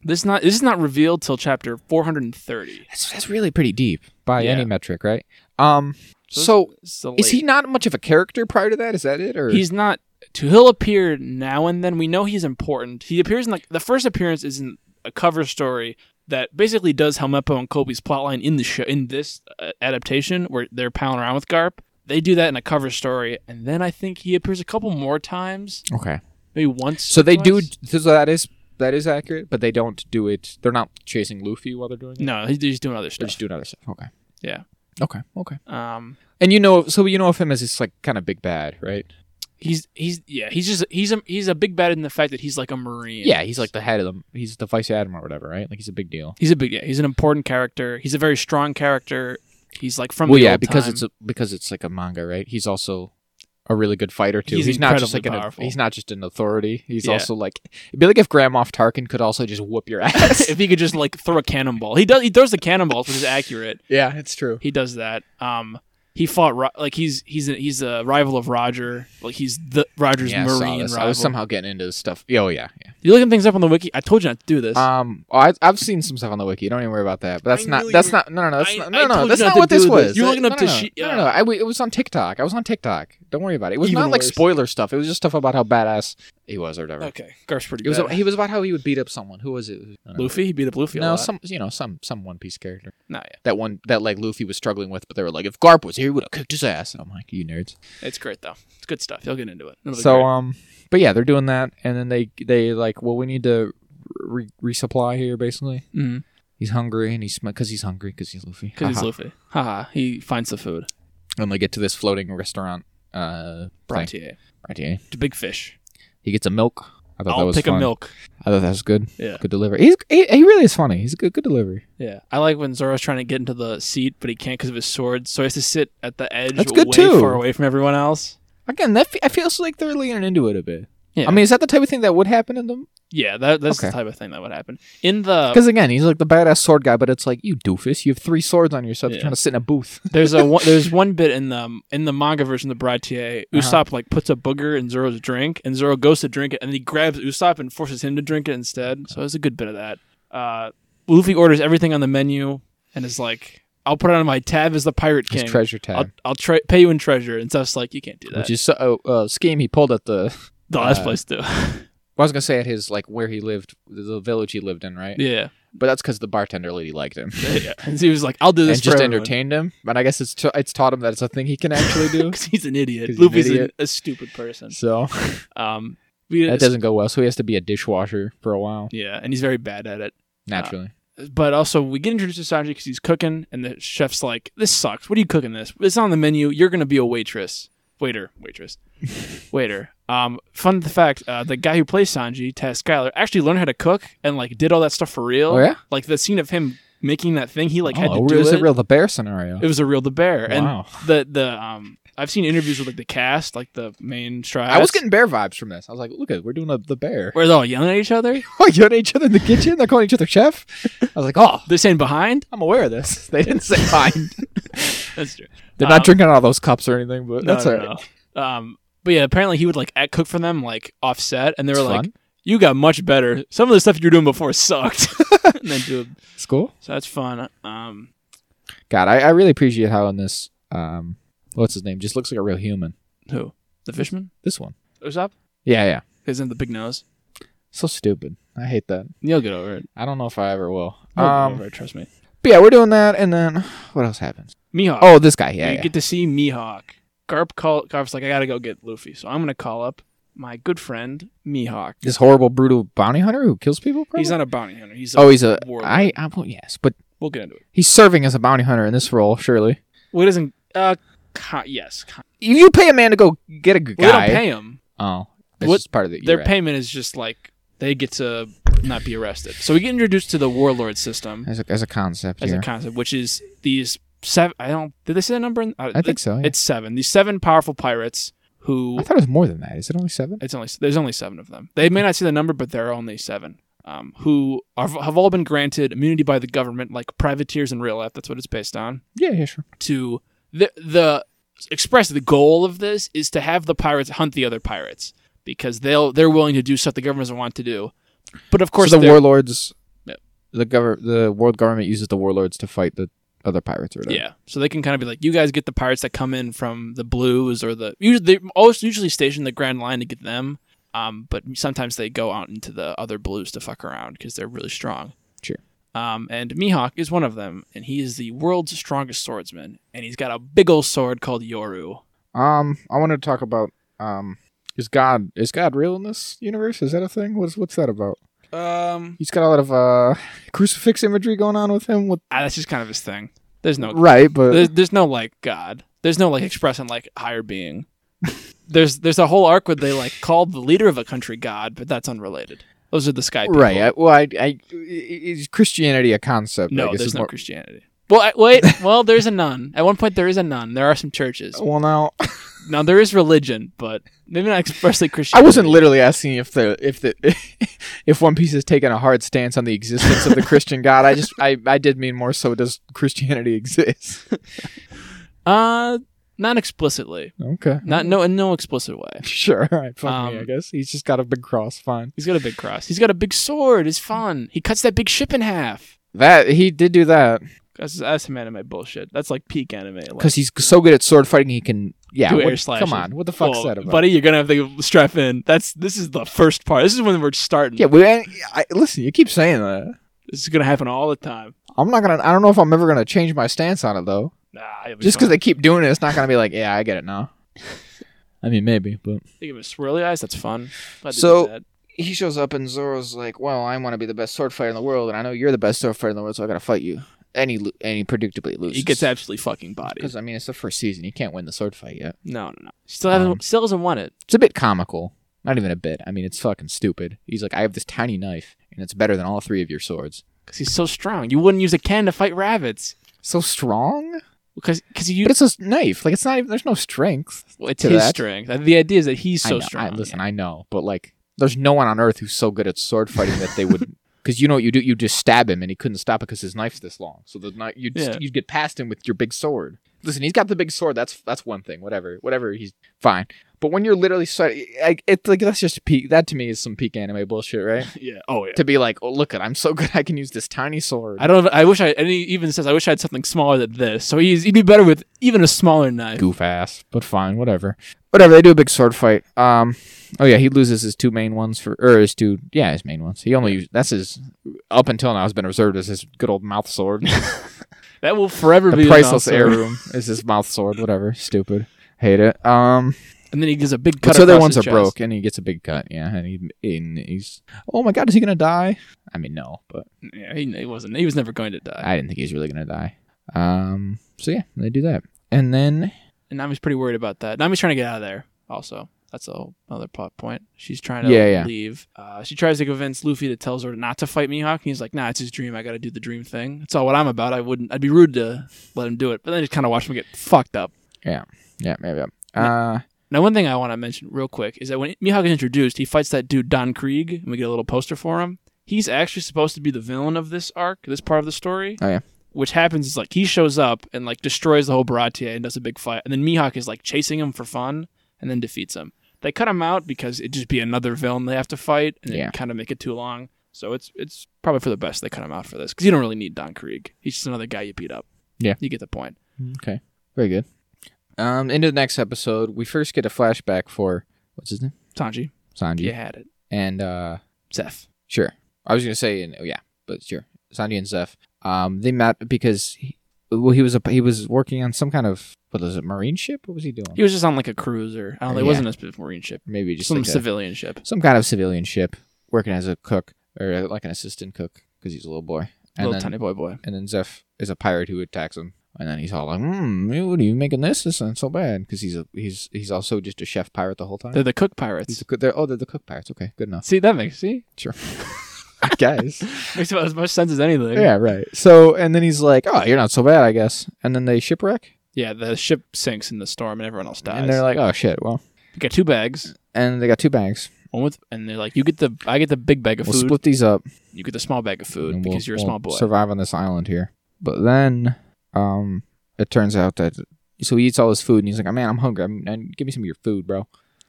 [SPEAKER 1] this not this is not revealed till chapter 430.
[SPEAKER 2] That's, that's really pretty deep by
[SPEAKER 1] Yeah.
[SPEAKER 2] any metric, right? Um.
[SPEAKER 1] So So
[SPEAKER 2] so Is he not much of a character prior to that? Is that it? Or
[SPEAKER 1] He's not. To he'll appear now and then. We know he's important. He appears in like the first appearance is in a cover story that basically does Helmeppo and Kobe's plotline in the show in this uh, adaptation where they're palling around with Garp. They do that in a cover story, and then I think he appears a couple more times,
[SPEAKER 2] okay.
[SPEAKER 1] maybe once.
[SPEAKER 2] So
[SPEAKER 1] or
[SPEAKER 2] they do.
[SPEAKER 1] twice.
[SPEAKER 2] So that is that is accurate, but they don't do it. They're not chasing Luffy while they're doing it.
[SPEAKER 1] No, he- he's doing other
[SPEAKER 2] They're
[SPEAKER 1] stuff.
[SPEAKER 2] just doing other stuff. Okay.
[SPEAKER 1] Yeah.
[SPEAKER 2] Okay. Okay.
[SPEAKER 1] Um,
[SPEAKER 2] And you know, so you know of him as this like kind of big bad, right?
[SPEAKER 1] he's he's yeah he's just he's a he's a big bad in the fact that he's like a marine.
[SPEAKER 2] Yeah, he's like the head of them. He's the vice admiral or whatever, right? Like he's a big deal.
[SPEAKER 1] he's a big yeah he's an important character. He's a very strong character. He's like from
[SPEAKER 2] well,
[SPEAKER 1] the
[SPEAKER 2] yeah,
[SPEAKER 1] old
[SPEAKER 2] because
[SPEAKER 1] time.
[SPEAKER 2] it's a, because it's like a manga, right? He's also a really good fighter too.
[SPEAKER 1] He's
[SPEAKER 2] not just like
[SPEAKER 1] incredibly
[SPEAKER 2] an
[SPEAKER 1] powerful.
[SPEAKER 2] he's not just an authority. He's
[SPEAKER 1] Yeah.
[SPEAKER 2] also like it'd be like if Grand Moff Tarkin could also just whoop your (laughs) ass.
[SPEAKER 1] (laughs) if he could just like throw a cannonball. He does. He throws the cannonballs, which is accurate.
[SPEAKER 2] yeah, it's true.
[SPEAKER 1] He does that. Um, he fought Ro- like he's he's a, he's a rival of Roger. Like he's the Roger's
[SPEAKER 2] Yeah, I saw
[SPEAKER 1] marine
[SPEAKER 2] this.
[SPEAKER 1] rival.
[SPEAKER 2] I was somehow getting into this stuff. Oh yeah, yeah.
[SPEAKER 1] You're looking things up on the wiki. I told you not to do this.
[SPEAKER 2] Um, oh, I, I've seen some stuff on the wiki. Don't even worry about that. But that's
[SPEAKER 1] I
[SPEAKER 2] not.
[SPEAKER 1] knew
[SPEAKER 2] That's
[SPEAKER 1] you were-
[SPEAKER 2] not. No, no, no. That's
[SPEAKER 1] I-
[SPEAKER 2] not,
[SPEAKER 1] I
[SPEAKER 2] no, no.
[SPEAKER 1] told
[SPEAKER 2] That's
[SPEAKER 1] you
[SPEAKER 2] not
[SPEAKER 1] not
[SPEAKER 2] what
[SPEAKER 1] to
[SPEAKER 2] this
[SPEAKER 1] do
[SPEAKER 2] was.
[SPEAKER 1] this. You're
[SPEAKER 2] That-
[SPEAKER 1] looking up
[SPEAKER 2] no,
[SPEAKER 1] to
[SPEAKER 2] no, no.
[SPEAKER 1] she-
[SPEAKER 2] No, no, no.
[SPEAKER 1] yeah.
[SPEAKER 2] I, it was on TikTok. I was on TikTok. Don't worry about it. It was
[SPEAKER 1] Even
[SPEAKER 2] not like
[SPEAKER 1] worse.
[SPEAKER 2] spoiler stuff. It was just stuff about how badass he was or whatever.
[SPEAKER 1] okay, Garf's pretty
[SPEAKER 2] It was.
[SPEAKER 1] good.
[SPEAKER 2] He was about how he would beat up someone. Who was it? I don't know.
[SPEAKER 1] Luffy. He beat up Luffy. a
[SPEAKER 2] No,
[SPEAKER 1] lot.
[SPEAKER 2] some you know some some One Piece character
[SPEAKER 1] no, yeah,
[SPEAKER 2] that one that like Luffy was struggling with, but they were like, if Garp was here, he would have kicked his ass. And I'm like, you nerds.
[SPEAKER 1] it's great though. It's good stuff. You'll get into it. It'll be
[SPEAKER 2] So
[SPEAKER 1] great.
[SPEAKER 2] um, but yeah, they're doing that, and then they they like, well, we need to re- resupply here, basically.
[SPEAKER 1] Mhm.
[SPEAKER 2] He's hungry, and he's because he's hungry because he's Luffy.
[SPEAKER 1] 'Cause he's
[SPEAKER 2] Haha.
[SPEAKER 1] Luffy. Haha. He finds the food.
[SPEAKER 2] And they get to this floating restaurant. Uh, thing.
[SPEAKER 1] Brontier.
[SPEAKER 2] Right here.
[SPEAKER 1] To big fish.
[SPEAKER 2] He gets a milk. I thought that
[SPEAKER 1] I'll
[SPEAKER 2] was
[SPEAKER 1] pick
[SPEAKER 2] fun.
[SPEAKER 1] a milk.
[SPEAKER 2] I thought that was good.
[SPEAKER 1] Yeah.
[SPEAKER 2] Good delivery. He's he, he really is funny. He's a good good delivery.
[SPEAKER 1] Yeah, I like when Zoro's trying to get into the seat, but he can't because of his sword. So he has to sit at the edge,
[SPEAKER 2] That's good,
[SPEAKER 1] way
[SPEAKER 2] too.
[SPEAKER 1] far away from everyone else.
[SPEAKER 2] Again, that fe- I feels like they're leaning into it a bit.
[SPEAKER 1] Yeah.
[SPEAKER 2] I mean, is that the type of thing that would happen in them?
[SPEAKER 1] Yeah, that, that's the
[SPEAKER 2] Okay.
[SPEAKER 1] type of thing that would happen in the.
[SPEAKER 2] Because again, he's like the badass sword guy, but it's like you doofus, you have three swords on yourself
[SPEAKER 1] Yeah.
[SPEAKER 2] trying to sit in a booth. (laughs)
[SPEAKER 1] There's a one, there's one bit in the in the manga version of the Bratier.
[SPEAKER 2] Uh-huh.
[SPEAKER 1] Usopp like puts a booger in Zoro's drink, and Zoro goes to drink it, and he grabs Usopp and forces him to drink it instead. So it's a good bit of that. Uh, Luffy orders everything on the menu and is like, "I'll put it on my tab as the Pirate King.
[SPEAKER 2] His treasure
[SPEAKER 1] I'll
[SPEAKER 2] tag,
[SPEAKER 1] I'll tra- pay you in treasure." And stuff's like, "You can't do that."
[SPEAKER 2] which is a uh, scheme he pulled at the.
[SPEAKER 1] the last
[SPEAKER 2] uh,
[SPEAKER 1] place to.
[SPEAKER 2] (laughs)
[SPEAKER 1] (laughs)
[SPEAKER 2] Well, I was gonna say at his like where he lived, the village he lived in, right?
[SPEAKER 1] yeah.
[SPEAKER 2] (laughs) But that's because the bartender lady liked
[SPEAKER 1] (laughs)
[SPEAKER 2] him
[SPEAKER 1] yeah. And he was like, "I'll do this
[SPEAKER 2] and just
[SPEAKER 1] for
[SPEAKER 2] entertained him. But I guess it's t- it's taught him
[SPEAKER 1] (laughs)
[SPEAKER 2] that it's a thing he can actually do. (laughs)
[SPEAKER 1] because he's an idiot.
[SPEAKER 2] 'Cause he's an
[SPEAKER 1] Luffy's an
[SPEAKER 2] idiot.
[SPEAKER 1] a stupid person.
[SPEAKER 2] so
[SPEAKER 1] Um, we,
[SPEAKER 2] That doesn't go well, so he has to be a dishwasher for a while.
[SPEAKER 1] Yeah, and he's very bad at it.
[SPEAKER 2] Naturally,
[SPEAKER 1] But also, we get introduced to Sanji because he's cooking, and the chef's like, "This sucks. What are you cooking? This? It's on the menu. You're gonna be a waitress, waiter, waitress,
[SPEAKER 2] (laughs)
[SPEAKER 1] waiter." Um, fun fact: uh, the guy who plays Sanji, Tess Skyler, actually learned how to cook and like did all that stuff for real.
[SPEAKER 2] oh yeah,
[SPEAKER 1] Like the scene of him making that thing, he like had
[SPEAKER 2] oh,
[SPEAKER 1] to
[SPEAKER 2] it
[SPEAKER 1] do
[SPEAKER 2] was
[SPEAKER 1] it.
[SPEAKER 2] a real the bear scenario.
[SPEAKER 1] it was a real the bear, and
[SPEAKER 2] wow,
[SPEAKER 1] the the um, I've seen interviews with like the cast, like the main tribe.
[SPEAKER 2] I was getting bear vibes from this. I was like, look at we're doing a, the bear.
[SPEAKER 1] where they're all yelling at each other.
[SPEAKER 2] (laughs) Oh, yelling at each other in the kitchen. They're calling each
[SPEAKER 1] (laughs)
[SPEAKER 2] other chef. I was like, oh,
[SPEAKER 1] They're saying behind.
[SPEAKER 2] I'm aware
[SPEAKER 1] (laughs)
[SPEAKER 2] of this. They didn't say fine.
[SPEAKER 1] That's true.
[SPEAKER 2] (laughs) They're not
[SPEAKER 1] Um,
[SPEAKER 2] drinking out of those cups or anything, but
[SPEAKER 1] No,
[SPEAKER 2] that's
[SPEAKER 1] no,
[SPEAKER 2] all right.
[SPEAKER 1] no. Um, but yeah, apparently he would like act- cook for them like offset, and they were
[SPEAKER 2] It's
[SPEAKER 1] like,
[SPEAKER 2] fun.
[SPEAKER 1] "You got much better. Some of the stuff you were doing before
[SPEAKER 2] (laughs)
[SPEAKER 1] sucked." (laughs) and then do
[SPEAKER 2] It's cool.
[SPEAKER 1] so that's fun. Um,
[SPEAKER 2] God, I, I really appreciate how in this, um, what's his name? Just looks like a real human.
[SPEAKER 1] who the fishman
[SPEAKER 2] This one.
[SPEAKER 1] Usopp?
[SPEAKER 2] Yeah, yeah.
[SPEAKER 1] His name the big nose.
[SPEAKER 2] So stupid. I hate that.
[SPEAKER 1] You'll get over it.
[SPEAKER 2] I don't know if I ever will.
[SPEAKER 1] You'll get
[SPEAKER 2] Um,
[SPEAKER 1] over it, Oh, Trust me.
[SPEAKER 2] but yeah, we're doing that, and then what else happens?
[SPEAKER 1] Mihawk.
[SPEAKER 2] Oh, this guy. Yeah,
[SPEAKER 1] you
[SPEAKER 2] yeah.
[SPEAKER 1] get to see Mihawk. Garp call. Garp's like, "I gotta go get Luffy," so I'm gonna call up my good friend Mihawk.
[SPEAKER 2] this horrible, brutal bounty hunter who kills people. Probably?
[SPEAKER 1] He's not a bounty hunter. He's a,
[SPEAKER 2] oh, he's a.
[SPEAKER 1] warlord.
[SPEAKER 2] I. I well, yes, but
[SPEAKER 1] We'll get into it.
[SPEAKER 2] he's serving as a bounty hunter in this role, surely.
[SPEAKER 1] Well, he doesn't. Uh, ki- yes. ki-
[SPEAKER 2] You, you pay a man to go get a guy.
[SPEAKER 1] We don't pay him.
[SPEAKER 2] oh, that's
[SPEAKER 1] What-
[SPEAKER 2] just part of the.
[SPEAKER 1] their
[SPEAKER 2] They're paying.
[SPEAKER 1] payment is just like they get to not be arrested. So we get introduced to the warlord system
[SPEAKER 2] As a, as a concept
[SPEAKER 1] as
[SPEAKER 2] here.
[SPEAKER 1] a concept, which is these seven. I don't. Did they say the number? In, uh,
[SPEAKER 2] I think so. yeah.
[SPEAKER 1] it's seven. These seven powerful pirates who
[SPEAKER 2] I thought it was more than that. Is it only seven?
[SPEAKER 1] it's only there's only seven of them. They may not see the number, but there are only seven. Um, who are, have all been granted immunity by the government, like privateers in real life. That's what it's based on.
[SPEAKER 2] Yeah, yeah, sure.
[SPEAKER 1] To the the express the goal of this is to have the pirates hunt the other pirates because they'll they're willing to do stuff the government doesn't want to do. But of
[SPEAKER 2] Of
[SPEAKER 1] course,
[SPEAKER 2] course, the
[SPEAKER 1] they're-
[SPEAKER 2] warlords,
[SPEAKER 1] Yep.
[SPEAKER 2] the govern, the world government uses the warlords to fight the other pirates or whatever.
[SPEAKER 1] Yeah, so they can kind of be like, you guys get the pirates that come in from the blues or the usually they always usually station the Grand Line to get them, um, but sometimes they go out into the other blues to fuck around because they're really strong.
[SPEAKER 2] Sure.
[SPEAKER 1] Um, and Mihawk is one of them, and he is the world's strongest swordsman, and he's got a big old sword called Yoru.
[SPEAKER 2] Um, I wanted to talk about um, is God is God real in this universe? Is that a thing? What's what's that about?
[SPEAKER 1] Um,
[SPEAKER 2] He's got a lot of uh (laughs) crucifix imagery going on with him. With
[SPEAKER 1] ah, that's just kind of his thing. There's no,
[SPEAKER 2] right, but
[SPEAKER 1] there's, there's no like God. There's no like expressing like higher being. there's there's a whole arc where they like called the leader of a country God, but that's unrelated. Those are the sky people.
[SPEAKER 2] right. I, well, I, I is Christianity a concept? I
[SPEAKER 1] No,
[SPEAKER 2] guess
[SPEAKER 1] there's
[SPEAKER 2] is
[SPEAKER 1] no
[SPEAKER 2] more-
[SPEAKER 1] Christianity. Well, I, wait. Well, there's a nun. At one point, there is a nun. There are some churches.
[SPEAKER 2] Well, now
[SPEAKER 1] Now there is religion, but maybe not expressly
[SPEAKER 2] I
[SPEAKER 1] Christianity.
[SPEAKER 2] wasn't literally asking if the if the (laughs) if One Piece has taken a hard stance on the existence of the Christian God. I just I, I did mean more so does Christianity (laughs) exist?
[SPEAKER 1] Uh, not explicitly.
[SPEAKER 2] Okay.
[SPEAKER 1] Not no in no explicit way.
[SPEAKER 2] (laughs) Sure. All right. Fuck me. I
[SPEAKER 1] Um,
[SPEAKER 2] guess he's just got a big cross. Fine.
[SPEAKER 1] He's got a big cross. He's got a big sword. It's fun. He cuts that big ship in half.
[SPEAKER 2] That he did do that
[SPEAKER 1] That's that's some anime bullshit. That's like peak anime. Like,
[SPEAKER 2] because he's so good at sword fighting he can. Yeah.
[SPEAKER 1] do
[SPEAKER 2] what-
[SPEAKER 1] air slashes.
[SPEAKER 2] come on. What the fuck's
[SPEAKER 1] Well,
[SPEAKER 2] that about?
[SPEAKER 1] buddy? You're gonna have to strap in. That's this is the first part. This is when we're starting.
[SPEAKER 2] Yeah. We, I, I- listen. You keep saying that.
[SPEAKER 1] This is gonna happen all the time.
[SPEAKER 2] I'm not gonna. I don't know if I'm ever gonna change my stance on it though.
[SPEAKER 1] Nah, it'll be
[SPEAKER 2] Just
[SPEAKER 1] fun.
[SPEAKER 2] because they keep doing it, it's not gonna be like, yeah, I get
[SPEAKER 1] (laughs)
[SPEAKER 2] it now. I mean, maybe, but.
[SPEAKER 1] they give him swirly eyes. That's fun. Glad they did
[SPEAKER 2] So-
[SPEAKER 1] that.
[SPEAKER 2] he shows up and Zoro's like, "Well, I want to be the best sword fighter in the world, and I know you're the best sword fighter in the world, so I gotta fight you." And he lo- and he predictably loses.
[SPEAKER 1] He gets absolutely fucking bodied.
[SPEAKER 2] because I mean it's the first season. He can't win the sword fight yet.
[SPEAKER 1] No, no, no. Still hasn't.
[SPEAKER 2] Um,
[SPEAKER 1] still hasn't won it.
[SPEAKER 2] It's a bit comical, not even a bit. I mean it's fucking stupid. He's like, "I have this tiny knife, and it's better than all three of your swords."
[SPEAKER 1] Because he's so strong. You wouldn't use a can to fight rabbits.
[SPEAKER 2] So strong,
[SPEAKER 1] Because because you
[SPEAKER 2] but it's a s- knife. Like it's not even. There's no strength.
[SPEAKER 1] well, it's
[SPEAKER 2] to
[SPEAKER 1] his
[SPEAKER 2] that.
[SPEAKER 1] strength. The idea is that he's
[SPEAKER 2] I
[SPEAKER 1] so
[SPEAKER 2] know- I-
[SPEAKER 1] strong.
[SPEAKER 2] listen, I know, but like, there's no one on earth who's so good at sword fighting that
[SPEAKER 1] (laughs)
[SPEAKER 2] they would. Because you know what you do, you just stab him, and he couldn't stop it because his knife's this long. So the knife, you'd
[SPEAKER 1] Yeah.
[SPEAKER 2] you'd get past him with your big sword. Listen, he's got the big sword. That's that's one thing. Whatever, whatever. He's fine. But when you're literally so, I, it's like that's just peak. That to me is some peak anime bullshit, right?
[SPEAKER 1] (laughs) yeah. Oh yeah.
[SPEAKER 2] to be like, oh look, at I'm so good, I can use this tiny sword.
[SPEAKER 1] I don't. I wish I. And he even says, "I wish I had something smaller than this." So he's he'd be better with even a smaller knife.
[SPEAKER 2] goof ass, but fine, whatever. Whatever, they do a big sword fight. Um, oh yeah, he loses his two main ones for, or his two, yeah, his main ones. He only used, that's his, up until now has been reserved as his good old mouth sword.
[SPEAKER 1] That will forever be
[SPEAKER 2] the
[SPEAKER 1] his
[SPEAKER 2] priceless
[SPEAKER 1] mouth
[SPEAKER 2] air
[SPEAKER 1] sword.
[SPEAKER 2] room is his mouth sword. Whatever, stupid, hate it. Um,
[SPEAKER 1] and then he gives a big cut.
[SPEAKER 2] But so the
[SPEAKER 1] across
[SPEAKER 2] ones are
[SPEAKER 1] his chest.
[SPEAKER 2] broke, and he gets a big cut. Yeah, and he and he's oh my god, is he gonna die? I mean, no, but
[SPEAKER 1] Yeah, he, he wasn't. He was never going to die.
[SPEAKER 2] I didn't think he was really gonna die. Um, so yeah, they do that, and then
[SPEAKER 1] and Nami's pretty worried about that. Nami's trying to get out of there. Also, that's a whole other plot point. She's trying to
[SPEAKER 2] Yeah, yeah.
[SPEAKER 1] leave. Uh, she tries to convince Luffy to tell Zoro not to fight Mihawk. And he's like, "Nah, it's his dream. I got to do the dream thing. It's all what I'm about. I wouldn't. I'd be rude to let him do it." But then just kind of watch him get fucked up.
[SPEAKER 2] yeah, yeah, yeah. Uh,
[SPEAKER 1] Now, one thing I want to mention real quick is that when Mihawk is introduced, he fights that dude Don Krieg, and we get a little poster for him. He's actually supposed to be the villain of this arc, this part of the story.
[SPEAKER 2] Oh, yeah.
[SPEAKER 1] Which happens is like he shows up and like destroys the whole Baratie and does a big fight, and then Mihawk is like chasing him for fun and then defeats him. They cut him out because it'd just be another villain they have to fight, and
[SPEAKER 2] Yeah.
[SPEAKER 1] it kind of make it too long. So it's it's probably for the best they cut him out for this because you don't really need Don Krieg. He's just another guy you beat up.
[SPEAKER 2] Yeah.
[SPEAKER 1] you get the point.
[SPEAKER 2] okay, very good. Um, into the next episode, we first get a flashback for what's his name,
[SPEAKER 1] Sanji,
[SPEAKER 2] Sanji,
[SPEAKER 1] you had it.
[SPEAKER 2] and uh,
[SPEAKER 1] Seth,
[SPEAKER 2] Sure. I was gonna say, and oh, yeah, but sure. Sanji and Zeph, um, they met because he, well, he was a, he was working on some kind of what was it, marine ship? What was he doing?
[SPEAKER 1] he was just on like a cruiser. I don't know. It
[SPEAKER 2] Yeah.
[SPEAKER 1] wasn't a sp- marine ship.
[SPEAKER 2] Maybe just
[SPEAKER 1] some
[SPEAKER 2] like a-
[SPEAKER 1] civilian ship.
[SPEAKER 2] some kind of civilian ship, working as a cook or like an assistant cook because he's a little boy. And
[SPEAKER 1] Little
[SPEAKER 2] then,
[SPEAKER 1] tiny boy boy.
[SPEAKER 2] And then Zeph is a pirate who attacks him, and then he's all like, "Hmm, what are you making this? This isn't so bad." Because he's a, he's he's also just a chef pirate the whole time.
[SPEAKER 1] They're the cook
[SPEAKER 2] He's
[SPEAKER 1] pirates.
[SPEAKER 2] a cook- they're, oh, they're the cook pirates. Okay, good enough.
[SPEAKER 1] See, that makes see (laughs)
[SPEAKER 2] Sure. (laughs) I guess.
[SPEAKER 1] makes about as much sense as anything.
[SPEAKER 2] Yeah, right. So, and then he's like, "Oh, you're not so bad, I guess." And then they shipwreck,
[SPEAKER 1] Yeah, the ship sinks in the storm and everyone else dies.
[SPEAKER 2] and they're like, "Oh shit, well."
[SPEAKER 1] you got two bags.
[SPEAKER 2] And they got two bags.
[SPEAKER 1] One with, and they're like, you get the I get the big bag of
[SPEAKER 2] We'll
[SPEAKER 1] food.
[SPEAKER 2] split these up.
[SPEAKER 1] You get the small bag of food
[SPEAKER 2] and we'll-
[SPEAKER 1] because you're a
[SPEAKER 2] we'll
[SPEAKER 1] small boy.
[SPEAKER 2] Survive on this island here. But then, um, it turns out that so he eats all his food, and he's like, "Man, I'm hungry. I'm, and give me some of your food, bro."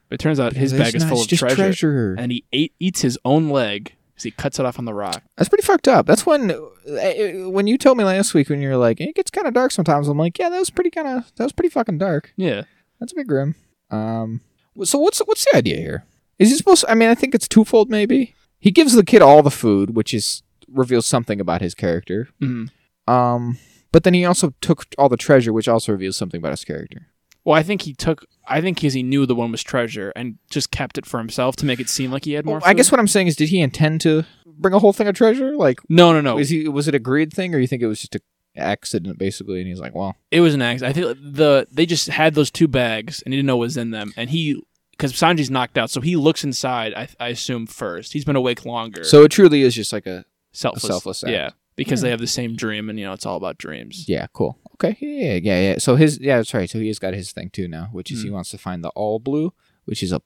[SPEAKER 1] but it turns out his
[SPEAKER 2] He's
[SPEAKER 1] bag
[SPEAKER 2] like,
[SPEAKER 1] is
[SPEAKER 2] "Nah,
[SPEAKER 1] full
[SPEAKER 2] it's
[SPEAKER 1] of
[SPEAKER 2] just
[SPEAKER 1] treasure,
[SPEAKER 2] treasure.
[SPEAKER 1] and he ate, eats his own leg because he cuts it off on the rock.
[SPEAKER 2] That's pretty fucked up. That's when uh, when you told me last week when you were like, "It gets kind of dark sometimes." I'm like, "Yeah, that was pretty kind of that was pretty fucking dark."
[SPEAKER 1] Yeah,
[SPEAKER 2] That's a bit grim. Um, wh- so what's what's the idea here? Is he supposed? I mean, I think it's twofold. Maybe he gives the kid all the food, which is reveals something about his character.
[SPEAKER 1] hmm
[SPEAKER 2] Um, but then he also took all the treasure, which also reveals something about his character.
[SPEAKER 1] Well, I think he took. I think because he knew the one was treasure and just kept it for himself to make it seem like he had more.
[SPEAKER 2] Well, I
[SPEAKER 1] food.
[SPEAKER 2] guess what I'm saying is, did he intend to bring a whole thing of treasure? Like,
[SPEAKER 1] No, no, no.
[SPEAKER 2] is he was it a greed thing, or you think it was just a accident basically? And he's like, well,
[SPEAKER 1] It was an accident. I think the they just had those two bags and he didn't know what was in them. And he, because Sanji's knocked out, so he looks inside. I, I assume first. He's been awake longer.
[SPEAKER 2] so it truly is just like a
[SPEAKER 1] selfless,
[SPEAKER 2] a selfless act.
[SPEAKER 1] yeah, because
[SPEAKER 2] Yeah.
[SPEAKER 1] they have the same dream, and you know it's all about dreams.
[SPEAKER 2] yeah, cool, okay, yeah, yeah, yeah. So his yeah, that's right. So he has got his thing too now, which is
[SPEAKER 1] Mm.
[SPEAKER 2] he wants to find the all blue, which is a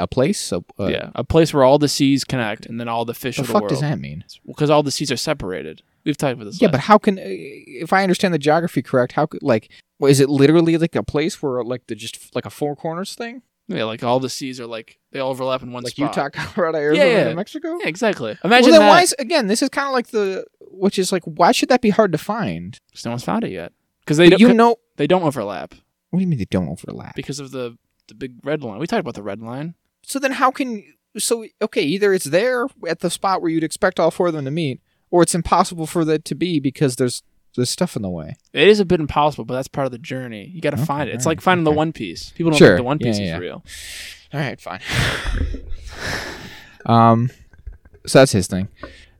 [SPEAKER 2] a place, a, a
[SPEAKER 1] yeah, a place where all the seas connect, and then all the fish
[SPEAKER 2] What
[SPEAKER 1] of the
[SPEAKER 2] the fuck
[SPEAKER 1] world.
[SPEAKER 2] does that mean?
[SPEAKER 1] Because all the seas are separated. We've talked about this.
[SPEAKER 2] Yeah, but
[SPEAKER 1] last-
[SPEAKER 2] how can uh, if I understand the geography correct? How could like well, is it literally like a place where like the just like a four corners thing,
[SPEAKER 1] yeah, like all the seas are like they all overlap in one
[SPEAKER 2] like
[SPEAKER 1] spot.
[SPEAKER 2] Utah, (laughs) Colorado, Arizona,
[SPEAKER 1] yeah.
[SPEAKER 2] and Mexico?
[SPEAKER 1] Yeah, exactly.
[SPEAKER 2] Well,
[SPEAKER 1] Imagine
[SPEAKER 2] then
[SPEAKER 1] that.
[SPEAKER 2] why is again? This is kind of like the which is like why should that be hard to find?
[SPEAKER 1] 'Cause no one's found it yet. Because they don't,
[SPEAKER 2] you know
[SPEAKER 1] they don't overlap
[SPEAKER 2] what do you mean they don't overlap?
[SPEAKER 1] because of the the big red line. We talked about the red line.
[SPEAKER 2] so then how can so okay either it's there at the spot where you'd expect all four of them to meet, or it's impossible for that to be because there's there's stuff in the way.
[SPEAKER 1] It is a bit impossible, but that's part of the journey. You got to
[SPEAKER 2] Okay,
[SPEAKER 1] find it. It's
[SPEAKER 2] alright,
[SPEAKER 1] like finding
[SPEAKER 2] okay.
[SPEAKER 1] the One Piece. People don't
[SPEAKER 2] Sure,
[SPEAKER 1] think the One
[SPEAKER 2] yeah,
[SPEAKER 1] Piece
[SPEAKER 2] yeah.
[SPEAKER 1] is real.
[SPEAKER 2] All
[SPEAKER 1] (laughs)
[SPEAKER 2] right, fine. um, so that's his thing,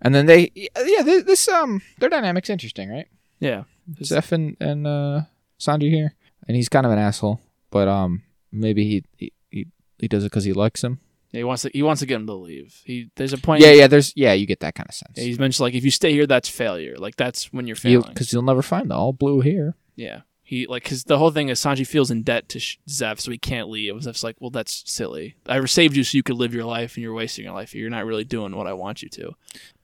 [SPEAKER 2] and then they, yeah, this, this um, their dynamic's interesting, right?
[SPEAKER 1] Yeah.
[SPEAKER 2] Zeph and and uh, Sanji here, and he's kind of an asshole, but um, maybe he he he, he does it because he likes him.
[SPEAKER 1] He wants to. He wants to get him to leave. He there's a point.
[SPEAKER 2] Yeah, yeah. There's yeah, you get that kind of
[SPEAKER 1] Yeah,
[SPEAKER 2] sense.
[SPEAKER 1] He's mentioned like if you stay here, that's failure. Like that's when you're failing.
[SPEAKER 2] Because you'll never find the all blue here.
[SPEAKER 1] yeah. He like because the whole thing is Sanji feels in debt to Sh- Zeph, so he can't leave. Zeph's like, well, that's silly. I saved you so you could live your life, and you're wasting your life. here. You're not really doing what I want you to.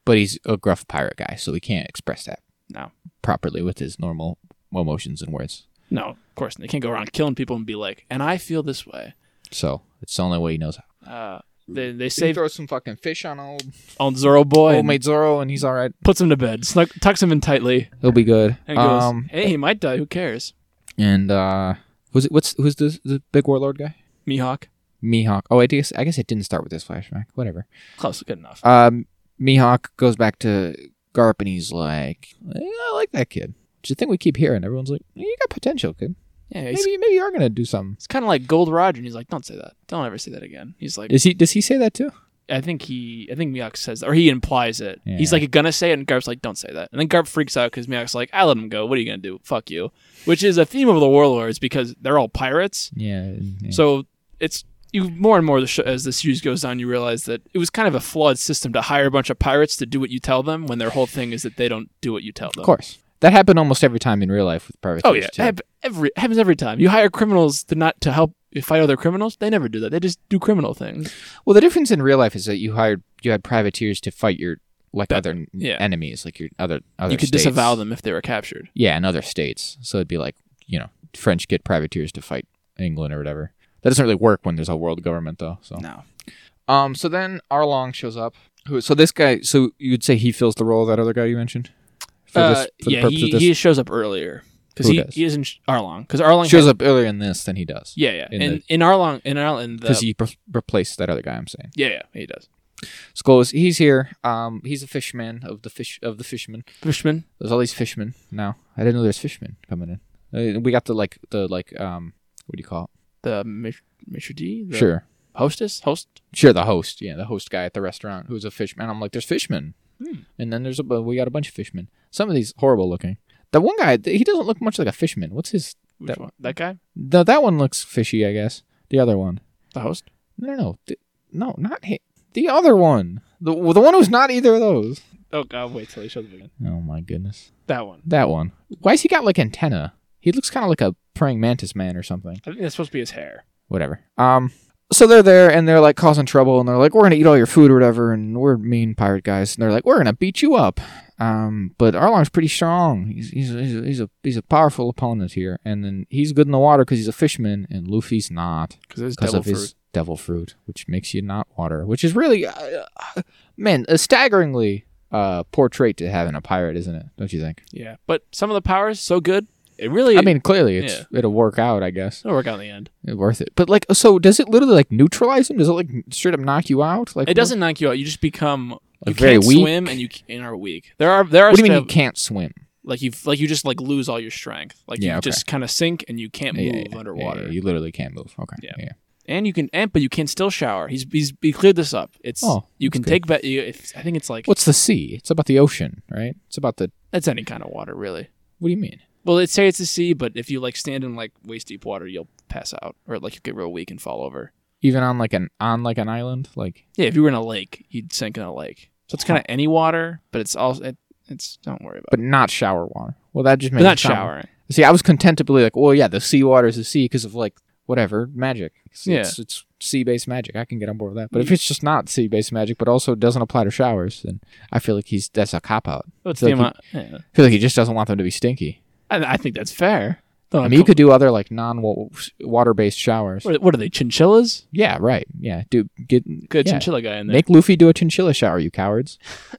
[SPEAKER 2] But he's a gruff pirate guy, so he can't express that
[SPEAKER 1] No.
[SPEAKER 2] properly with his normal emotions and words.
[SPEAKER 1] No, of course they can't go around killing people and be like, and I feel this way.
[SPEAKER 2] So it's the only way he knows how.
[SPEAKER 1] Uh, they they
[SPEAKER 2] They
[SPEAKER 1] save
[SPEAKER 2] throw some fucking fish on old
[SPEAKER 1] on Zoro boy,
[SPEAKER 2] old
[SPEAKER 1] and
[SPEAKER 2] mate Zoro, and he's all right.
[SPEAKER 1] puts him to bed, snug, tucks him in tightly,
[SPEAKER 2] He'll be good.
[SPEAKER 1] and goes,
[SPEAKER 2] um,
[SPEAKER 1] "Hey, he might die. Who cares?"
[SPEAKER 2] and uh, was it what's who's the the big warlord guy?
[SPEAKER 1] Mihawk,
[SPEAKER 2] Mihawk. Oh, I guess I guess it didn't start with this flashback. Whatever.
[SPEAKER 1] close, good enough.
[SPEAKER 2] Um, Mihawk goes back to Garp and he's like, "Eh, I like that kid. Which is the thing we keep hearing. Everyone's like, you got potential, kid.
[SPEAKER 1] Yeah, he's,
[SPEAKER 2] Maybe maybe you are gonna do something.
[SPEAKER 1] it's kind of like Gold Roger, and he's like, "Don't say that. Don't ever say that again." He's like,
[SPEAKER 2] Is he? Does he say that too?
[SPEAKER 1] "I think he, I think Miyok says, that, or he implies it." He's
[SPEAKER 2] Yeah.
[SPEAKER 1] like, "Gonna say it," and Garb's like, "Don't say that." And then Garb freaks out because Miyok's like, "I let him go. What are you gonna do? Fuck you." Which is a theme of the Warlords because they're all pirates.
[SPEAKER 2] Yeah. yeah.
[SPEAKER 1] So it's you more and more the sh- as the series goes on, you realize that it was kind of a flawed system to hire a bunch of pirates to do what you tell them when their whole thing is that they don't do what you tell them.
[SPEAKER 2] of course, that happened almost every time in real life with
[SPEAKER 1] Oh
[SPEAKER 2] privateers.
[SPEAKER 1] yeah,
[SPEAKER 2] too.
[SPEAKER 1] Hap- every it happens every time. You hire criminals to not to help fight other criminals. They never do that. They just do criminal things.
[SPEAKER 2] Well, the difference in real life is that you hired you had privateers to fight your like
[SPEAKER 1] That-
[SPEAKER 2] other n-
[SPEAKER 1] yeah.
[SPEAKER 2] enemies, like your other other.
[SPEAKER 1] you could
[SPEAKER 2] states.
[SPEAKER 1] disavow them if they were captured.
[SPEAKER 2] Yeah, in other states, so it'd be like you know French get privateers to fight England or whatever. That doesn't really work when there's a world government though. So
[SPEAKER 1] No.
[SPEAKER 2] um, so then Arlong shows up. Who? So this guy. So you'd say he fills the role of that other guy you mentioned.
[SPEAKER 1] Uh, yeah, he, he shows up earlier because
[SPEAKER 2] Who
[SPEAKER 1] he,
[SPEAKER 2] does?
[SPEAKER 1] he isn't sh- Arlong because Arlong
[SPEAKER 2] shows up earlier in this than he does
[SPEAKER 1] yeah yeah
[SPEAKER 2] in
[SPEAKER 1] and in Arlong in Arlong in the
[SPEAKER 2] because he pre- replaced that other guy. I'm saying.
[SPEAKER 1] yeah yeah he does
[SPEAKER 2] Skulls. He's here. Um, he's a fishman of the fish of the fishmen.
[SPEAKER 1] Fishman
[SPEAKER 2] There's all these fishmen now. I didn't know there's fishmen coming in. Uh, We got the like the like um what do you call
[SPEAKER 1] the Mich- Maitre D
[SPEAKER 2] it?
[SPEAKER 1] the
[SPEAKER 2] Sure,
[SPEAKER 1] hostess host
[SPEAKER 2] sure. The host, yeah, the host guy at the restaurant who's a fishman. I'm like, there's fishmen,
[SPEAKER 1] Hmm.
[SPEAKER 2] and then there's a bu- we got a bunch of fishmen. Some of these horrible looking. That one guy, th- he doesn't look much like a fishman. What's his?
[SPEAKER 1] Which
[SPEAKER 2] That-
[SPEAKER 1] one? That guy?
[SPEAKER 2] No, that one looks fishy, I guess. The other one.
[SPEAKER 1] The host?
[SPEAKER 2] No, no, no, Th- no, not he. The other one. The the one who's not either of those.
[SPEAKER 1] Oh god, wait till he shows up again.
[SPEAKER 2] Oh my goodness,
[SPEAKER 1] That one.
[SPEAKER 2] that one. Why's he got like antenna? He looks kind of like a praying mantis man or something.
[SPEAKER 1] I think that's supposed to be his hair.
[SPEAKER 2] whatever. Um, so they're there and they're like causing trouble and they're like, we're gonna eat all your food or whatever, and we're mean pirate guys, and they're like, we're gonna beat you up. Um, but Arlong's pretty strong. He's he's he's a, he's a he's a powerful opponent here, and then he's good in the water because he's a fishman, and Luffy's not
[SPEAKER 1] Because it's
[SPEAKER 2] because
[SPEAKER 1] devil
[SPEAKER 2] of
[SPEAKER 1] fruit.
[SPEAKER 2] his devil fruit, which makes you not water, which is really, uh, uh, man, a staggeringly uh poor trait to have in a pirate, isn't it? Don't you think?
[SPEAKER 1] Yeah. But some of the powers so good. It really
[SPEAKER 2] I mean, clearly it's it'll work out, I guess.
[SPEAKER 1] it'll work out in the end.
[SPEAKER 2] Yeah, worth it. But like, so does it literally like neutralize him? Does it like straight up knock you out? Like
[SPEAKER 1] It doesn't knock you out. You just become you
[SPEAKER 2] Like, very
[SPEAKER 1] can't
[SPEAKER 2] weak?
[SPEAKER 1] swim and you c- and are weak. There are there are
[SPEAKER 2] What, do you mean you
[SPEAKER 1] stuff-
[SPEAKER 2] can't swim?
[SPEAKER 1] like you like you just like lose all your strength. Like
[SPEAKER 2] Yeah,
[SPEAKER 1] you
[SPEAKER 2] okay.
[SPEAKER 1] just kind of sink and you can't
[SPEAKER 2] Yeah,
[SPEAKER 1] move
[SPEAKER 2] yeah, yeah,
[SPEAKER 1] underwater.
[SPEAKER 2] yeah, you literally can't move. Okay.
[SPEAKER 1] Yeah.
[SPEAKER 2] Yeah.
[SPEAKER 1] And you can and but you can still shower. He's he's he cleared this up. It's
[SPEAKER 2] Oh,
[SPEAKER 1] you
[SPEAKER 2] that's
[SPEAKER 1] can
[SPEAKER 2] good.
[SPEAKER 1] take bet you if I think it's like
[SPEAKER 2] What's the sea? It's about the ocean, right? It's about the.
[SPEAKER 1] that's any kind of water really.
[SPEAKER 2] What do you mean?
[SPEAKER 1] Well, they say it's the sea, but if you like stand in like waist deep water, you'll pass out or like you get real weak and fall over.
[SPEAKER 2] Even on like an on like an island, like
[SPEAKER 1] Yeah, if you were in a lake, you'd sink in a lake. So it's kind of any water, but it's also it, it's don't worry about.
[SPEAKER 2] but not shower water. Well, that just
[SPEAKER 1] it.
[SPEAKER 2] makes
[SPEAKER 1] But not
[SPEAKER 2] it sound-
[SPEAKER 1] showering.
[SPEAKER 2] See, I was contentably like, well, yeah, the sea water is the sea because of like whatever magic. It's,
[SPEAKER 1] Yeah. Mm.
[SPEAKER 2] it's, it's sea-based magic. I can get on board with that. But if it's just not sea-based magic, but also doesn't apply to showers, then I feel like he's that's a cop out.
[SPEAKER 1] What's
[SPEAKER 2] So
[SPEAKER 1] the
[SPEAKER 2] if you-
[SPEAKER 1] amount? yeah.
[SPEAKER 2] I feel like he just doesn't want them to be stinky.
[SPEAKER 1] I, I think that's fair. Don't
[SPEAKER 2] I mean, you
[SPEAKER 1] come-
[SPEAKER 2] could do other like non-water based showers.
[SPEAKER 1] What, what are they? Chinchillas?
[SPEAKER 2] Yeah, right. Yeah, do get
[SPEAKER 1] Good
[SPEAKER 2] yeah.
[SPEAKER 1] chinchilla guy in there.
[SPEAKER 2] make Luffy do a chinchilla shower,
[SPEAKER 1] (laughs)
[SPEAKER 2] you cowards.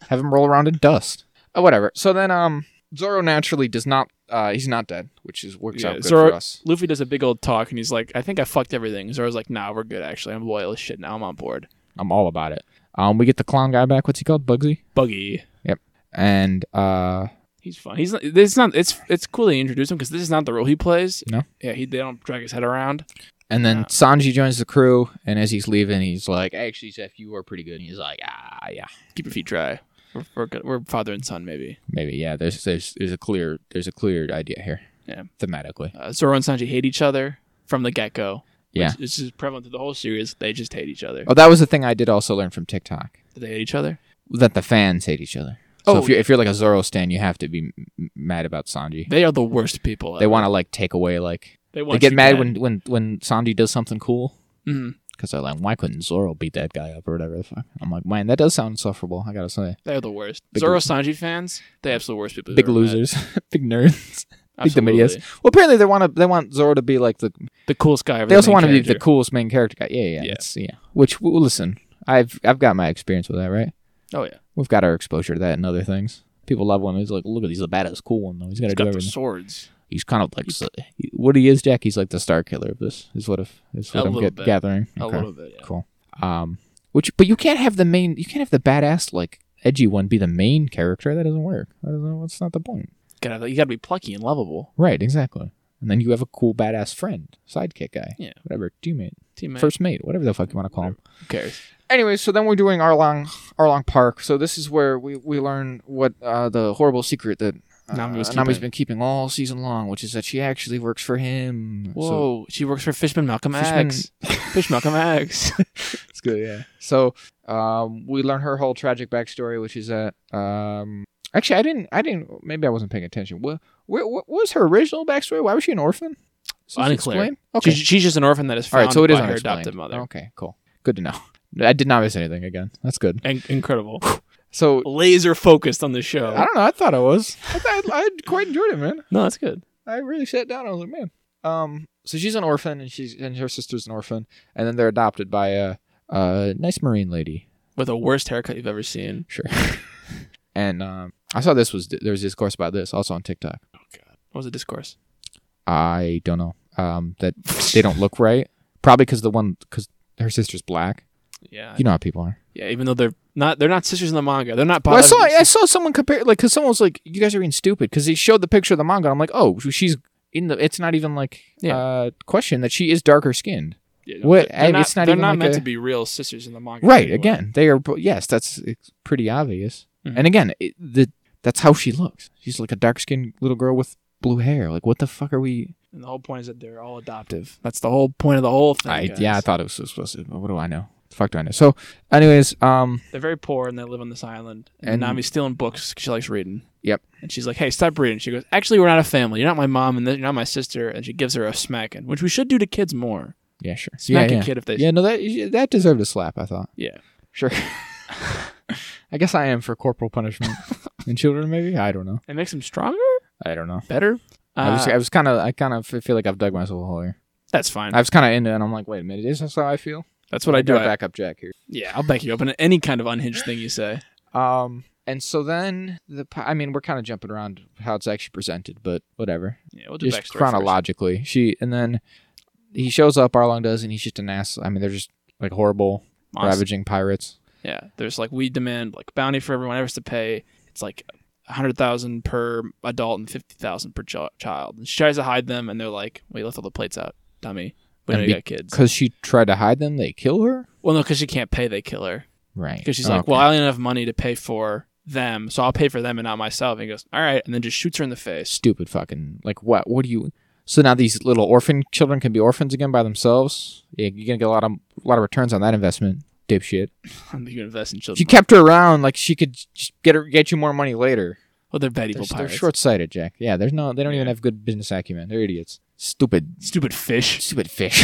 [SPEAKER 2] Have him roll around in dust. Oh, whatever. So then, um, Zoro naturally does not. Uh, he's not dead, which is works
[SPEAKER 1] Yeah,
[SPEAKER 2] out good
[SPEAKER 1] Zoro-
[SPEAKER 2] for us.
[SPEAKER 1] Luffy does a big old talk, and he's like, "I think I fucked everything." Zoro's like, "Nah, we're good. Actually, I'm loyal as shit. Now I'm on board."
[SPEAKER 2] I'm all about it. Um, we get the clown guy back. What's he called? Bugsy.
[SPEAKER 1] Buggy,
[SPEAKER 2] And uh,
[SPEAKER 1] he's fun. He's not, it's not it's it's cool they introduce him because this is not the role he plays.
[SPEAKER 2] No.
[SPEAKER 1] yeah, he they don't drag his head around.
[SPEAKER 2] and then
[SPEAKER 1] Yeah.
[SPEAKER 2] Sanji joins the crew. And as he's leaving, he's like, "Actually, Seth, you were pretty good." And he's like, "Ah, yeah,
[SPEAKER 1] Keep your feet dry. We're we're, good. we're father and son maybe.
[SPEAKER 2] maybe, yeah." There's there's there's a clear there's a clear idea here.
[SPEAKER 1] Yeah.
[SPEAKER 2] Thematically.
[SPEAKER 1] Uh, Zoro and Sanji hate each other from the get go.
[SPEAKER 2] Yeah.
[SPEAKER 1] This is prevalent through the whole series. They just hate each other.
[SPEAKER 2] Oh, that was the thing I did also learn from TikTok
[SPEAKER 1] They hate each other.
[SPEAKER 2] that the fans hate each other. So
[SPEAKER 1] Oh,
[SPEAKER 2] if you're if you're like a Zoro stan, you have to be m- mad about Sanji.
[SPEAKER 1] They are the worst people.
[SPEAKER 2] They want to like take away like
[SPEAKER 1] They,
[SPEAKER 2] they
[SPEAKER 1] want
[SPEAKER 2] get
[SPEAKER 1] you
[SPEAKER 2] mad when when when Sanji does something cool
[SPEAKER 1] Mhm.
[SPEAKER 2] because they're like, why couldn't Zoro beat that guy up or whatever the fuck? I'm like, man, that does sound insufferable. I gotta say,
[SPEAKER 1] They are the worst.
[SPEAKER 2] Big
[SPEAKER 1] Zoro
[SPEAKER 2] lo-
[SPEAKER 1] Sanji fans. They absolute worst people.
[SPEAKER 2] big
[SPEAKER 1] you've ever met.
[SPEAKER 2] losers, (laughs) big nerds. big
[SPEAKER 1] Absolutely.
[SPEAKER 2] idiots. Well, apparently they want to they want Zoro to be like the
[SPEAKER 1] The coolest guy. Ever
[SPEAKER 2] they also
[SPEAKER 1] want
[SPEAKER 2] want to be the coolest main character guy. Yeah, yeah,
[SPEAKER 1] Yeah.
[SPEAKER 2] yeah. It's, yeah. Which well, listen, I've I've got my experience with that, right?
[SPEAKER 1] Oh yeah.
[SPEAKER 2] We've got our exposure to that and other things. People love when he's like, look at he's the baddest cool one though. He's got
[SPEAKER 1] He's
[SPEAKER 2] to do
[SPEAKER 1] got the
[SPEAKER 2] everything.
[SPEAKER 1] swords.
[SPEAKER 2] he's kind of like s- what he is, Jack. He's like the star killer of this. Is what if is
[SPEAKER 1] A
[SPEAKER 2] what I'm
[SPEAKER 1] little
[SPEAKER 2] get,
[SPEAKER 1] bit.
[SPEAKER 2] gathering.
[SPEAKER 1] A
[SPEAKER 2] Okay.
[SPEAKER 1] little bit. Yeah.
[SPEAKER 2] Cool. Um, which but you can't have the main. You can't have the badass like edgy one be the main character. That doesn't work. That doesn't, that's not the point.
[SPEAKER 1] Gotta, you got to be plucky and lovable.
[SPEAKER 2] Right. Exactly. and then you have a cool badass friend, sidekick guy,
[SPEAKER 1] Yeah.
[SPEAKER 2] whatever, teammate,
[SPEAKER 1] Teammate.
[SPEAKER 2] first mate, whatever the fuck you want to call him.
[SPEAKER 1] Who cares?
[SPEAKER 2] Anyway, so then we're doing Arlong Arlong Park. So this is where we, we learn what uh, the horrible secret that uh,
[SPEAKER 1] Nami was
[SPEAKER 2] Nami's
[SPEAKER 1] keeping.
[SPEAKER 2] been keeping all season long, which is that she actually works for him. So
[SPEAKER 1] Whoa, she works for Fishman Malcolm
[SPEAKER 2] Fishman- (laughs)
[SPEAKER 1] X. Fish Malcolm X. (laughs)
[SPEAKER 2] it's good, yeah. So um, we learn her whole tragic backstory, which is that um, actually I didn't I didn't maybe I wasn't paying attention. What what, what was her original backstory? Why was she an orphan? Is this
[SPEAKER 1] Unclear.
[SPEAKER 2] explained? Okay.
[SPEAKER 1] she's, she's just an orphan that is
[SPEAKER 2] All
[SPEAKER 1] found
[SPEAKER 2] right, so it is
[SPEAKER 1] by her
[SPEAKER 2] unexplained. Oh.
[SPEAKER 1] adopted mother.
[SPEAKER 2] Okay, cool. Good to know. (laughs) I did not miss anything again. That's good.
[SPEAKER 1] In-
[SPEAKER 2] (laughs)
[SPEAKER 1] incredible. (laughs)
[SPEAKER 2] So
[SPEAKER 1] Laser focused on the show.
[SPEAKER 2] I don't know. I thought I was. I thought I quite enjoyed it, man.
[SPEAKER 1] no, that's good.
[SPEAKER 2] I really sat down. I was like, man. Um. So she's an orphan, and she's and her sister's an orphan, and then they're adopted by a a nice marine lady.
[SPEAKER 1] With the worst haircut you've ever seen.
[SPEAKER 2] Sure. (laughs) and um, I saw this was there was discourse about this also on TikTok.
[SPEAKER 1] What was the discourse?
[SPEAKER 2] I don't know. Um, that they don't look right. Probably because the one because her sister's black.
[SPEAKER 1] Yeah,
[SPEAKER 2] You know how people are.
[SPEAKER 1] yeah. Even though they're not, they're not sisters in the manga. They're not.
[SPEAKER 2] Well, I
[SPEAKER 1] bothered-
[SPEAKER 2] saw I saw someone compare like because someone was like, "You guys are being stupid," because he showed the picture of the manga. I'm like, "Oh, she's in the." It's not even like
[SPEAKER 1] Yeah.
[SPEAKER 2] uh, question that she is darker skinned.
[SPEAKER 1] Yeah,
[SPEAKER 2] What-
[SPEAKER 1] They're, they're
[SPEAKER 2] and
[SPEAKER 1] not,
[SPEAKER 2] it's not
[SPEAKER 1] they're
[SPEAKER 2] even
[SPEAKER 1] not
[SPEAKER 2] like
[SPEAKER 1] meant
[SPEAKER 2] a-
[SPEAKER 1] to be real sisters in the manga.
[SPEAKER 2] Right.
[SPEAKER 1] anyway.
[SPEAKER 2] Again, they are. bo- Yes, that's it's pretty obvious.
[SPEAKER 1] Mhm.
[SPEAKER 2] And again, it, the that's how she looks. She's like a dark skinned little girl with blue hair. Like, what the fuck are we?
[SPEAKER 1] And the whole point is that they're all adoptive. That's the whole point of the whole thing.
[SPEAKER 2] I,
[SPEAKER 1] guys.
[SPEAKER 2] yeah, I thought it was supposed to. But what do I know? The fuck do I know? So, anyways, um,
[SPEAKER 1] they're very poor and they live on this island. And,
[SPEAKER 2] And-
[SPEAKER 1] Nami's stealing books 'cause she likes reading.
[SPEAKER 2] Yep.
[SPEAKER 1] And she's like, "Hey, stop reading." She goes, "Actually, we're not a family. You're not my mom, and then you're not my sister." And she gives her a smacking, which we should do to kids more.
[SPEAKER 2] yeah, sure.
[SPEAKER 1] Smack
[SPEAKER 2] yeah,
[SPEAKER 1] a
[SPEAKER 2] yeah.
[SPEAKER 1] kid if they.
[SPEAKER 2] yeah, no, that that deserved a slap. I thought.
[SPEAKER 1] Yeah.
[SPEAKER 2] Sure. (laughs) I guess I am for
[SPEAKER 1] (laughs)
[SPEAKER 2] corporal punishment in children. Maybe I don't know.
[SPEAKER 1] It makes them stronger,
[SPEAKER 2] I don't know.
[SPEAKER 1] better.
[SPEAKER 2] I was
[SPEAKER 1] Uh,
[SPEAKER 2] I was kind of I kind of feel like I've dug myself a hole here.
[SPEAKER 1] that's fine.
[SPEAKER 2] I was kind of into it. and I'm like, wait a minute, is this how I feel?
[SPEAKER 1] that's what I do.
[SPEAKER 2] Got
[SPEAKER 1] I-
[SPEAKER 2] backup Jack here.
[SPEAKER 1] yeah, I'll back you up on any kind of unhinged thing you say.
[SPEAKER 2] Um, and so then the pi- I mean, we're kind of jumping around how it's actually presented, but whatever.
[SPEAKER 1] Yeah, we'll do
[SPEAKER 2] Just
[SPEAKER 1] backstory first.
[SPEAKER 2] chronologically, she and then he shows up. Arlong does, and he's just an ass. I mean, they're just like horrible,
[SPEAKER 1] Monster.
[SPEAKER 2] ravaging pirates.
[SPEAKER 1] Yeah, there's like we demand like bounty for everyone else to pay. It's like a hundred thousand per adult and fifty thousand per ch- child. And she tries to hide them, and they're like, "We left all the plates out, dummy. We
[SPEAKER 2] And
[SPEAKER 1] know you
[SPEAKER 2] be-
[SPEAKER 1] got kids."
[SPEAKER 2] Because she tried to hide them, they kill her.
[SPEAKER 1] Well, no, because she can't pay, they kill her.
[SPEAKER 2] Right?
[SPEAKER 1] Because she's like, "Well, I only have enough money to pay for them, so I'll pay for them and not myself." And he goes, "All right," and then just shoots her in the face. (laughs)
[SPEAKER 2] stupid fucking like what what do you so now these little orphan children can be orphans again by themselves yeah, you're gonna get a lot of a lot of returns on that investment dipshit
[SPEAKER 1] I'm gonna invest in
[SPEAKER 2] if you
[SPEAKER 1] children.
[SPEAKER 2] kept her around like she could just get her get you more money later
[SPEAKER 1] well, they're bad
[SPEAKER 2] they're,
[SPEAKER 1] evil
[SPEAKER 2] they're
[SPEAKER 1] pirates.
[SPEAKER 2] short-sighted jack yeah there's no they don't even
[SPEAKER 1] Yeah.
[SPEAKER 2] have good business acumen they're idiots stupid
[SPEAKER 1] Stupid
[SPEAKER 2] (laughs)
[SPEAKER 1] fish.
[SPEAKER 2] stupid fish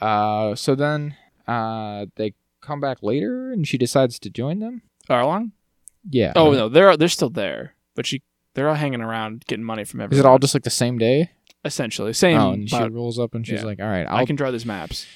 [SPEAKER 2] uh so then uh they come back later and she decides to join them
[SPEAKER 1] Arlong.
[SPEAKER 2] yeah
[SPEAKER 1] Oh no, they're they're still there, but she they're all hanging around getting money from everyone.
[SPEAKER 2] is it all just like the same day
[SPEAKER 1] essentially same?
[SPEAKER 2] oh and she
[SPEAKER 1] but
[SPEAKER 2] rolls up and she's
[SPEAKER 1] yeah.
[SPEAKER 2] like all right
[SPEAKER 1] I
[SPEAKER 2] I'll
[SPEAKER 1] can draw these maps.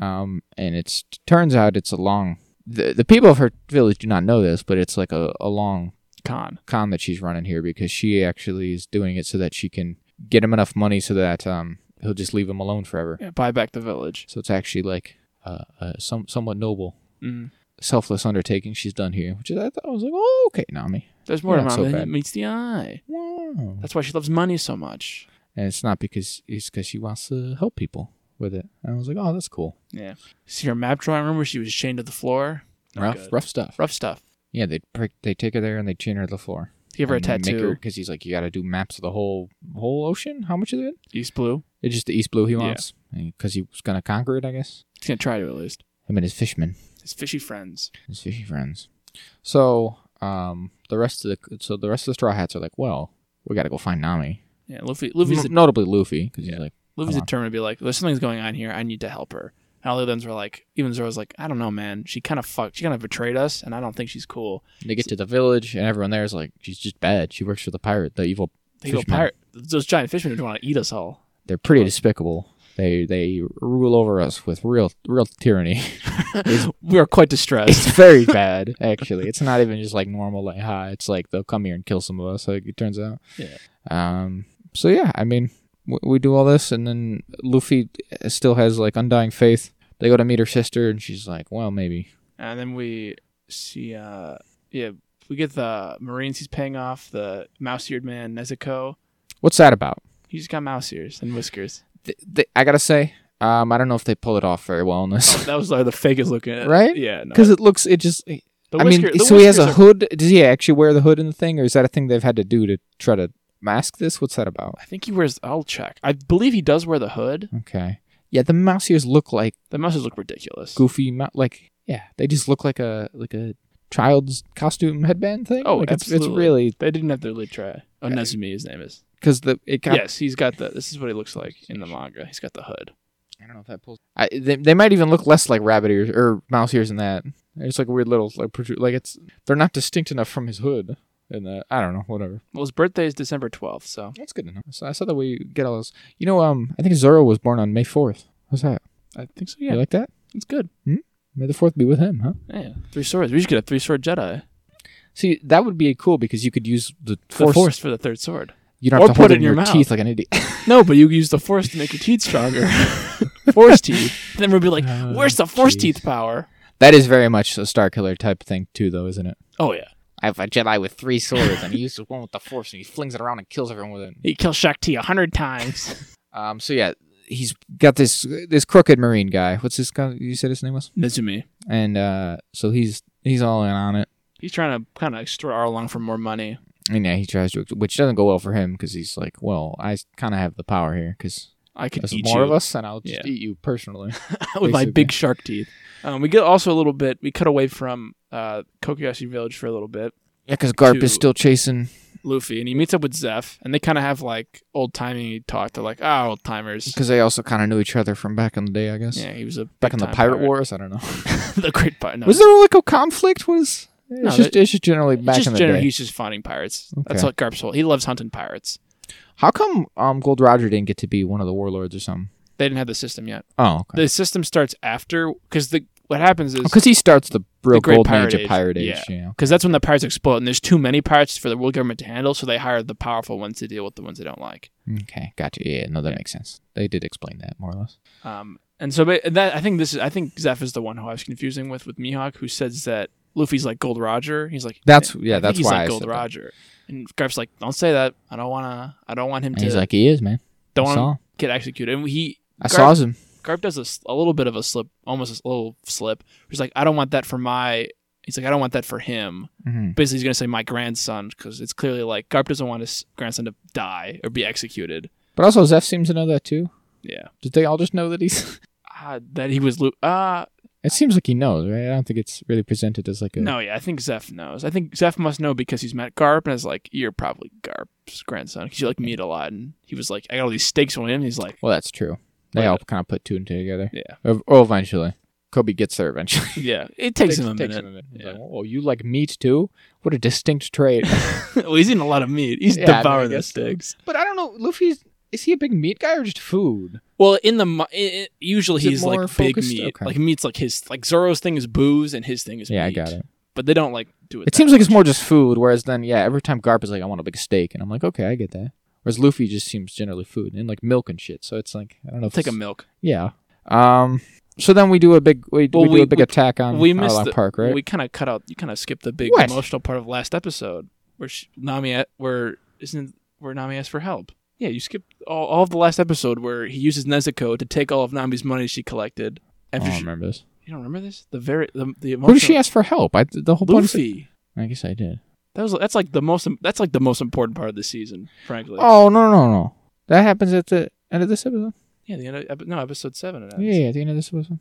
[SPEAKER 2] Um, and it's turns out it's a long. The, the people of her village do not know this, but it's like a, a long
[SPEAKER 1] Con.
[SPEAKER 2] con that she's running here because she actually is doing it so that she can get him enough money so that um he'll just leave him alone forever.
[SPEAKER 1] Yeah, buy back the village.
[SPEAKER 2] So it's actually like uh, uh some somewhat noble,
[SPEAKER 1] Mm.
[SPEAKER 2] selfless undertaking she's done here, which is, I thought I was like, oh okay, Nami,
[SPEAKER 1] There's more
[SPEAKER 2] Yeah,
[SPEAKER 1] to mom
[SPEAKER 2] not so
[SPEAKER 1] than
[SPEAKER 2] bad.
[SPEAKER 1] meets the eye.
[SPEAKER 2] wow.
[SPEAKER 1] That's why she loves money so much.
[SPEAKER 2] And it's not because it's because she wants to help people with it. And I was like, oh, that's cool.
[SPEAKER 1] Yeah. See her map drawing room where she was chained to the floor. Not
[SPEAKER 2] Rough,
[SPEAKER 1] good.
[SPEAKER 2] rough stuff.
[SPEAKER 1] Rough stuff.
[SPEAKER 2] Yeah, they break, they take her there and they chain her to the floor.
[SPEAKER 1] Give her a tattoo.
[SPEAKER 2] because he's like, you got to do maps of the whole whole ocean. How much of it?
[SPEAKER 1] East blue.
[SPEAKER 2] It's just the East Blue he
[SPEAKER 1] Yeah.
[SPEAKER 2] wants because he was gonna conquer it, I guess.
[SPEAKER 1] He's gonna try to at least.
[SPEAKER 2] Him and his fishmen,
[SPEAKER 1] His fishy friends.
[SPEAKER 2] his fishy friends. So, um, the rest of the so the rest of the Straw Hats are like, well, we got to go find Nami.
[SPEAKER 1] Yeah. Luffy. Luffy's
[SPEAKER 2] N-
[SPEAKER 1] the,
[SPEAKER 2] notably Luffy because he's like,
[SPEAKER 1] Luffy's
[SPEAKER 2] Mm-hmm. Come on.
[SPEAKER 1] determined to be like, there's something's going on here. I need to help her. And all the other ones were like, even Zoro's like, I don't know, man. She kind of fucked. She kind of betrayed us, and I don't think she's cool.
[SPEAKER 2] they get to the village and everyone there is like, she's just bad. She works for the pirate, the evil.
[SPEAKER 1] They go
[SPEAKER 2] Fishman.
[SPEAKER 1] pirate. Those giant fishmen want to eat us all.
[SPEAKER 2] They're pretty despicable. They they rule over us with real real tyranny.
[SPEAKER 1] we are quite distressed.
[SPEAKER 2] (laughs) It's very bad, actually. It's not even just like normal, like hi. It's like they'll come here and kill some of us. Like it turns out.
[SPEAKER 1] Yeah.
[SPEAKER 2] Um. So yeah, I mean, we, we do all this, and then Luffy uh, still has like undying faith. They go to meet her sister, and she's like, "Well, maybe."
[SPEAKER 1] And then we see, uh, yeah, we get the Marines he's paying off, the mouse eared man, Nezuko.
[SPEAKER 2] What's that about?
[SPEAKER 1] He just got mouse ears and whiskers.
[SPEAKER 2] Th- th- I gotta say, um, I don't know if they pull it off very well in (laughs) this,
[SPEAKER 1] That was like the fakest looking. At.
[SPEAKER 2] Right?
[SPEAKER 1] Yeah. No.
[SPEAKER 2] because it looks it just.
[SPEAKER 1] the
[SPEAKER 2] I mean,
[SPEAKER 1] whisker- the
[SPEAKER 2] so he has a
[SPEAKER 1] whiskers are-
[SPEAKER 2] hood. Does he actually wear the hood in the thing, or is that a thing they've had to do to try to mask this? What's that about?
[SPEAKER 1] I think he wears. I'll check. I believe he does wear the hood.
[SPEAKER 2] Okay, yeah, the mouse ears look like
[SPEAKER 1] The mouses look ridiculous.
[SPEAKER 2] goofy, mou- like yeah, they just look like a like a child's costume headband thing.
[SPEAKER 1] Oh,
[SPEAKER 2] like it's, it's
[SPEAKER 1] absolutely.
[SPEAKER 2] really
[SPEAKER 1] They didn't have their lid try. Oh, Nezumi, his name is.
[SPEAKER 2] because the it got
[SPEAKER 1] Yes, he's got the. This is what he looks like in the manga. He's got the hood.
[SPEAKER 2] I don't know if that pulls. I, they, they might even look less like rabbit ears or mouse ears than that. It's like weird little like protrude. Like it's they're not distinct enough from his hood. And uh, I don't know, whatever.
[SPEAKER 1] Well, his birthday is December twelfth, so
[SPEAKER 2] That's good to know. So I saw that we get all those. You know, um, I think Zoro was born on May fourth. How's that?
[SPEAKER 1] I think so.
[SPEAKER 2] You
[SPEAKER 1] Yeah,
[SPEAKER 2] like that?
[SPEAKER 1] it's good.
[SPEAKER 2] May the fourth be with him, huh?
[SPEAKER 1] Yeah, three swords. We should get a three sword Jedi.
[SPEAKER 2] See, that would be cool because you could use the
[SPEAKER 1] The
[SPEAKER 2] force.
[SPEAKER 1] force, for the third sword.
[SPEAKER 2] You don't
[SPEAKER 1] Or
[SPEAKER 2] have to
[SPEAKER 1] put
[SPEAKER 2] hold
[SPEAKER 1] it
[SPEAKER 2] it in
[SPEAKER 1] in
[SPEAKER 2] your,
[SPEAKER 1] your mouth.
[SPEAKER 2] teeth like an idiot. (laughs)
[SPEAKER 1] No, but you use the force to make your teeth (laughs) stronger. force teeth. Then we'll be like,
[SPEAKER 2] Oh,
[SPEAKER 1] where's the force
[SPEAKER 2] jeez.
[SPEAKER 1] teeth power?
[SPEAKER 2] that is very much a Star Killer type thing too, though, isn't it?
[SPEAKER 1] Oh yeah,
[SPEAKER 2] I have a Jedi with three swords, and he uses one with the force, and he flings it around and kills everyone with it.
[SPEAKER 1] he kills Shakti a hundred (laughs) times.
[SPEAKER 2] Um. So yeah, he's got this this crooked marine guy. What's this guy? You said his name was.
[SPEAKER 1] Nezumi.
[SPEAKER 2] And uh, so he's he's all in on it.
[SPEAKER 1] He's trying to kind of extort Arlong for more money.
[SPEAKER 2] And yeah, he tries to, which doesn't go well for him because he's like, well, I kind of have the power here because
[SPEAKER 1] I could
[SPEAKER 2] there's
[SPEAKER 1] eat
[SPEAKER 2] more
[SPEAKER 1] you.
[SPEAKER 2] of us, and I'll just
[SPEAKER 1] Yeah.
[SPEAKER 2] eat you personally.
[SPEAKER 1] (laughs) with my
[SPEAKER 2] Basically.
[SPEAKER 1] big shark teeth. Um, we get also a little bit. We cut away from uh, Kokuyashi Village for a little bit.
[SPEAKER 2] yeah, because Garp
[SPEAKER 1] Two.
[SPEAKER 2] is still chasing.
[SPEAKER 1] Luffy and he meets up with Zeph, and they kind of have like old timey talk. They're like, "Ah, old timers."
[SPEAKER 2] Because they also kind of knew each other from back in the day, I guess.
[SPEAKER 1] Yeah, he was a
[SPEAKER 2] Back in the
[SPEAKER 1] big-time
[SPEAKER 2] pirate, wars, I don't know.
[SPEAKER 1] (laughs) the Great Pirate. No,
[SPEAKER 2] Was there like a conflict? Was it's
[SPEAKER 1] No,
[SPEAKER 2] just it's just generally
[SPEAKER 1] it's
[SPEAKER 2] back
[SPEAKER 1] just
[SPEAKER 2] in the
[SPEAKER 1] generally
[SPEAKER 2] day.
[SPEAKER 1] he's just fighting pirates. That's
[SPEAKER 2] Okay.
[SPEAKER 1] what Garp's whole. He loves hunting pirates.
[SPEAKER 2] How come um Gold Roger didn't get to be one of the warlords or something?
[SPEAKER 1] They didn't have the system yet.
[SPEAKER 2] Oh, okay.
[SPEAKER 1] The system starts after because the what happens is
[SPEAKER 2] Because he starts the real
[SPEAKER 1] The Great
[SPEAKER 2] golden
[SPEAKER 1] Pirate
[SPEAKER 2] age of
[SPEAKER 1] Age,
[SPEAKER 2] pirate age.
[SPEAKER 1] yeah.
[SPEAKER 2] You know?
[SPEAKER 1] because that's when the pirates explode, and there's too many pirates for the world government to handle, so they hire the powerful ones to deal with the ones they don't like.
[SPEAKER 2] Okay, gotcha. Yeah, no, that makes sense. They did explain that more or less.
[SPEAKER 1] Um, and so ba- that I think this is I think Zeph is the one who I was confusing with with Mihawk, who says that Luffy's like Gold Roger. He's like
[SPEAKER 2] That's
[SPEAKER 1] I
[SPEAKER 2] yeah,
[SPEAKER 1] think
[SPEAKER 2] that's
[SPEAKER 1] he's
[SPEAKER 2] why
[SPEAKER 1] like
[SPEAKER 2] I
[SPEAKER 1] Gold
[SPEAKER 2] said that.
[SPEAKER 1] Roger. And Garp's like, don't say that. I don't wanna. I don't want him
[SPEAKER 2] And
[SPEAKER 1] to.
[SPEAKER 2] he's like, he is man.
[SPEAKER 1] don't
[SPEAKER 2] I
[SPEAKER 1] want
[SPEAKER 2] saw.
[SPEAKER 1] him to get executed. And he
[SPEAKER 2] I
[SPEAKER 1] Gar-
[SPEAKER 2] saw him.
[SPEAKER 1] Garp does a, s- a little bit of a slip, almost a little slip. He's like, I don't want that for my. He's like, I don't want that for him.
[SPEAKER 2] Mhm.
[SPEAKER 1] Basically, he's gonna say my grandson because it's clearly like Garp doesn't want his grandson to die or be executed.
[SPEAKER 2] But also, Zeph seems to know that too.
[SPEAKER 1] Yeah,
[SPEAKER 2] Did they all just know that he's? (laughs)
[SPEAKER 1] uh, that he was. Lu- uh
[SPEAKER 2] It seems like he knows, right? I don't think it's really presented as like a.
[SPEAKER 1] No, yeah, I think Zeph knows. I think Zeph must know because he's met Garp and is like, "You're probably Garp's grandson." Because you like meet a lot, and he was like, "I got all these stakes on him." And he's like,
[SPEAKER 2] Well, that's true. They
[SPEAKER 1] Like-
[SPEAKER 2] all kind of put two and two together.
[SPEAKER 1] Yeah.
[SPEAKER 2] Or, or eventually, Kobe gets there (laughs) eventually.
[SPEAKER 1] "Yeah, it takes, him a minute."
[SPEAKER 2] He's
[SPEAKER 1] Yeah.
[SPEAKER 2] like, oh, you like meat too? What a distinct (laughs) trait.
[SPEAKER 1] (laughs) well, he's eating a lot of meat. He's
[SPEAKER 2] Yeah, I know, I
[SPEAKER 1] devouring the
[SPEAKER 2] guess so.
[SPEAKER 1] steaks.
[SPEAKER 2] but I don't know. Luffy's is he a big meat guy or just food?
[SPEAKER 1] Well, in the mo- i i usually
[SPEAKER 2] Is it
[SPEAKER 1] he's
[SPEAKER 2] more
[SPEAKER 1] like big
[SPEAKER 2] focused?
[SPEAKER 1] meat.
[SPEAKER 2] Okay.
[SPEAKER 1] Like meat's like his like Zoro's thing is booze and his thing is
[SPEAKER 2] Yeah, I
[SPEAKER 1] meat.
[SPEAKER 2] got it.
[SPEAKER 1] But they don't like do it.
[SPEAKER 2] It
[SPEAKER 1] that
[SPEAKER 2] seems like it's
[SPEAKER 1] much.
[SPEAKER 2] more just food, whereas then yeah, every time Garp is like, I want a big steak, and I'm like, okay, I get that. Whereas Luffy just seems generally food and like milk and shit. So it's like I don't know. If
[SPEAKER 1] take a
[SPEAKER 2] it's-
[SPEAKER 1] milk.
[SPEAKER 2] yeah. Um. So then we do a big we,
[SPEAKER 1] Well,
[SPEAKER 2] we do
[SPEAKER 1] we-
[SPEAKER 2] a big
[SPEAKER 1] we-
[SPEAKER 2] attack on
[SPEAKER 1] we missed
[SPEAKER 2] Arlong
[SPEAKER 1] the-
[SPEAKER 2] Park, right?
[SPEAKER 1] We kind of cut out. You kind of skipped the big
[SPEAKER 2] What?
[SPEAKER 1] emotional part of last episode where sh Nami a- where isn't where Nami asked for help. Yeah, you skipped all, all of the last episode where he uses Nezuko to take all of Nami's money she collected.
[SPEAKER 2] I
[SPEAKER 1] After
[SPEAKER 2] don't
[SPEAKER 1] she,
[SPEAKER 2] remember this.
[SPEAKER 1] you don't remember this? The very the, the
[SPEAKER 2] Who
[SPEAKER 1] emotional.
[SPEAKER 2] did she ask for help? I the whole point. Is,
[SPEAKER 1] Luffy.
[SPEAKER 2] I guess I did.
[SPEAKER 1] That was that's like the most that's like the most important part of the season, frankly.
[SPEAKER 2] Oh no no no! That happens at the end of this episode.
[SPEAKER 1] Yeah, the end of, epi- no episode seven. It ends.
[SPEAKER 2] Yeah, yeah, at the end of this episode.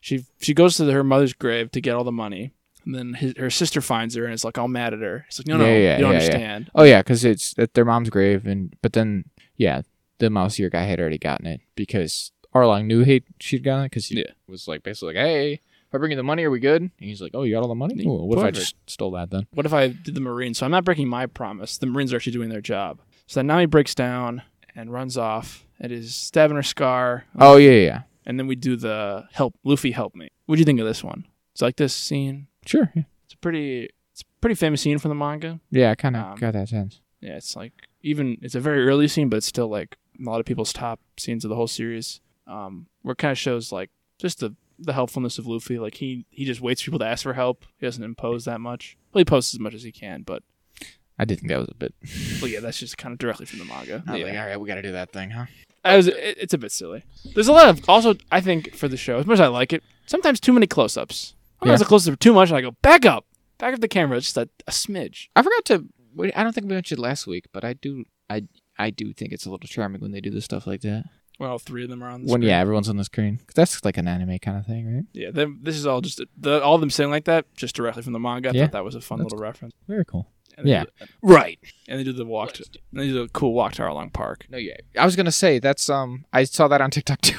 [SPEAKER 1] She she goes to her mother's grave to get all the money, and then his, her sister finds her and is like all mad at her. It's like no no
[SPEAKER 2] Yeah, yeah,
[SPEAKER 1] you don't
[SPEAKER 2] yeah, yeah.
[SPEAKER 1] understand.
[SPEAKER 2] Oh yeah, because it's at their mom's grave, and but then yeah, the mouse ear guy had already gotten it because Arlong knew he she'd gotten it because he
[SPEAKER 1] Yeah.
[SPEAKER 2] was like basically like, hey, if I bring you the money, are we good? And he's like, oh, you got all the money.
[SPEAKER 1] Yeah,
[SPEAKER 2] Ooh, what if I
[SPEAKER 1] perfect.
[SPEAKER 2] just stole that then?
[SPEAKER 1] what if I did the Marines? So I'm not breaking my promise. The Marines are actually doing their job. So then Nami breaks down and runs off and is stabbing her scar.
[SPEAKER 2] Oh yeah, yeah, yeah.
[SPEAKER 1] And then we do the help Luffy help me. What do you think of this one? It's like this scene.
[SPEAKER 2] sure. Yeah,
[SPEAKER 1] It's a pretty it's a pretty famous scene from the manga.
[SPEAKER 2] yeah I kind of
[SPEAKER 1] Um,
[SPEAKER 2] got that sense.
[SPEAKER 1] Yeah, it's like even it's a very early scene, but it's still like a lot of people's top scenes of the whole series. Um, where it kind of shows like just the the helpfulness of Luffy. Like he he just waits for people to ask for help. He doesn't impose that much. Well, he posts as much as he can, but
[SPEAKER 2] I did think that was a bit.
[SPEAKER 1] Well, yeah, that's just kind of directly from the manga.
[SPEAKER 2] I was
[SPEAKER 1] Yeah.
[SPEAKER 2] like, all right, we got to do that thing, huh?
[SPEAKER 1] I was, it, it's a bit silly. There's a lot of also I think for the show as much as I like it, sometimes too many close-ups. Sometimes
[SPEAKER 2] Yeah.
[SPEAKER 1] the close-ups are too much, and I go back up, back up the camera. It's just a, a smidge.
[SPEAKER 2] I forgot to. we- I don't think we mentioned last week, but I do. I I do think it's a little charming when they do the stuff like that.
[SPEAKER 1] Well, three of them are on.
[SPEAKER 2] When yeah, everyone's on the screen. 'Cause that's like an anime kind of thing, right?
[SPEAKER 1] yeah. Them, this is all just the, all of them saying like that, just directly from the manga. I
[SPEAKER 2] Yeah.
[SPEAKER 1] thought that was a fun
[SPEAKER 2] That's-
[SPEAKER 1] little reference.
[SPEAKER 2] Very cool.
[SPEAKER 1] And they
[SPEAKER 2] Yeah.
[SPEAKER 1] do- right. And they do the walk. To, and they do the cool walk to Arlong Park.
[SPEAKER 2] No, yeah. I was gonna say that's um. I saw that on TikTok (laughs) too.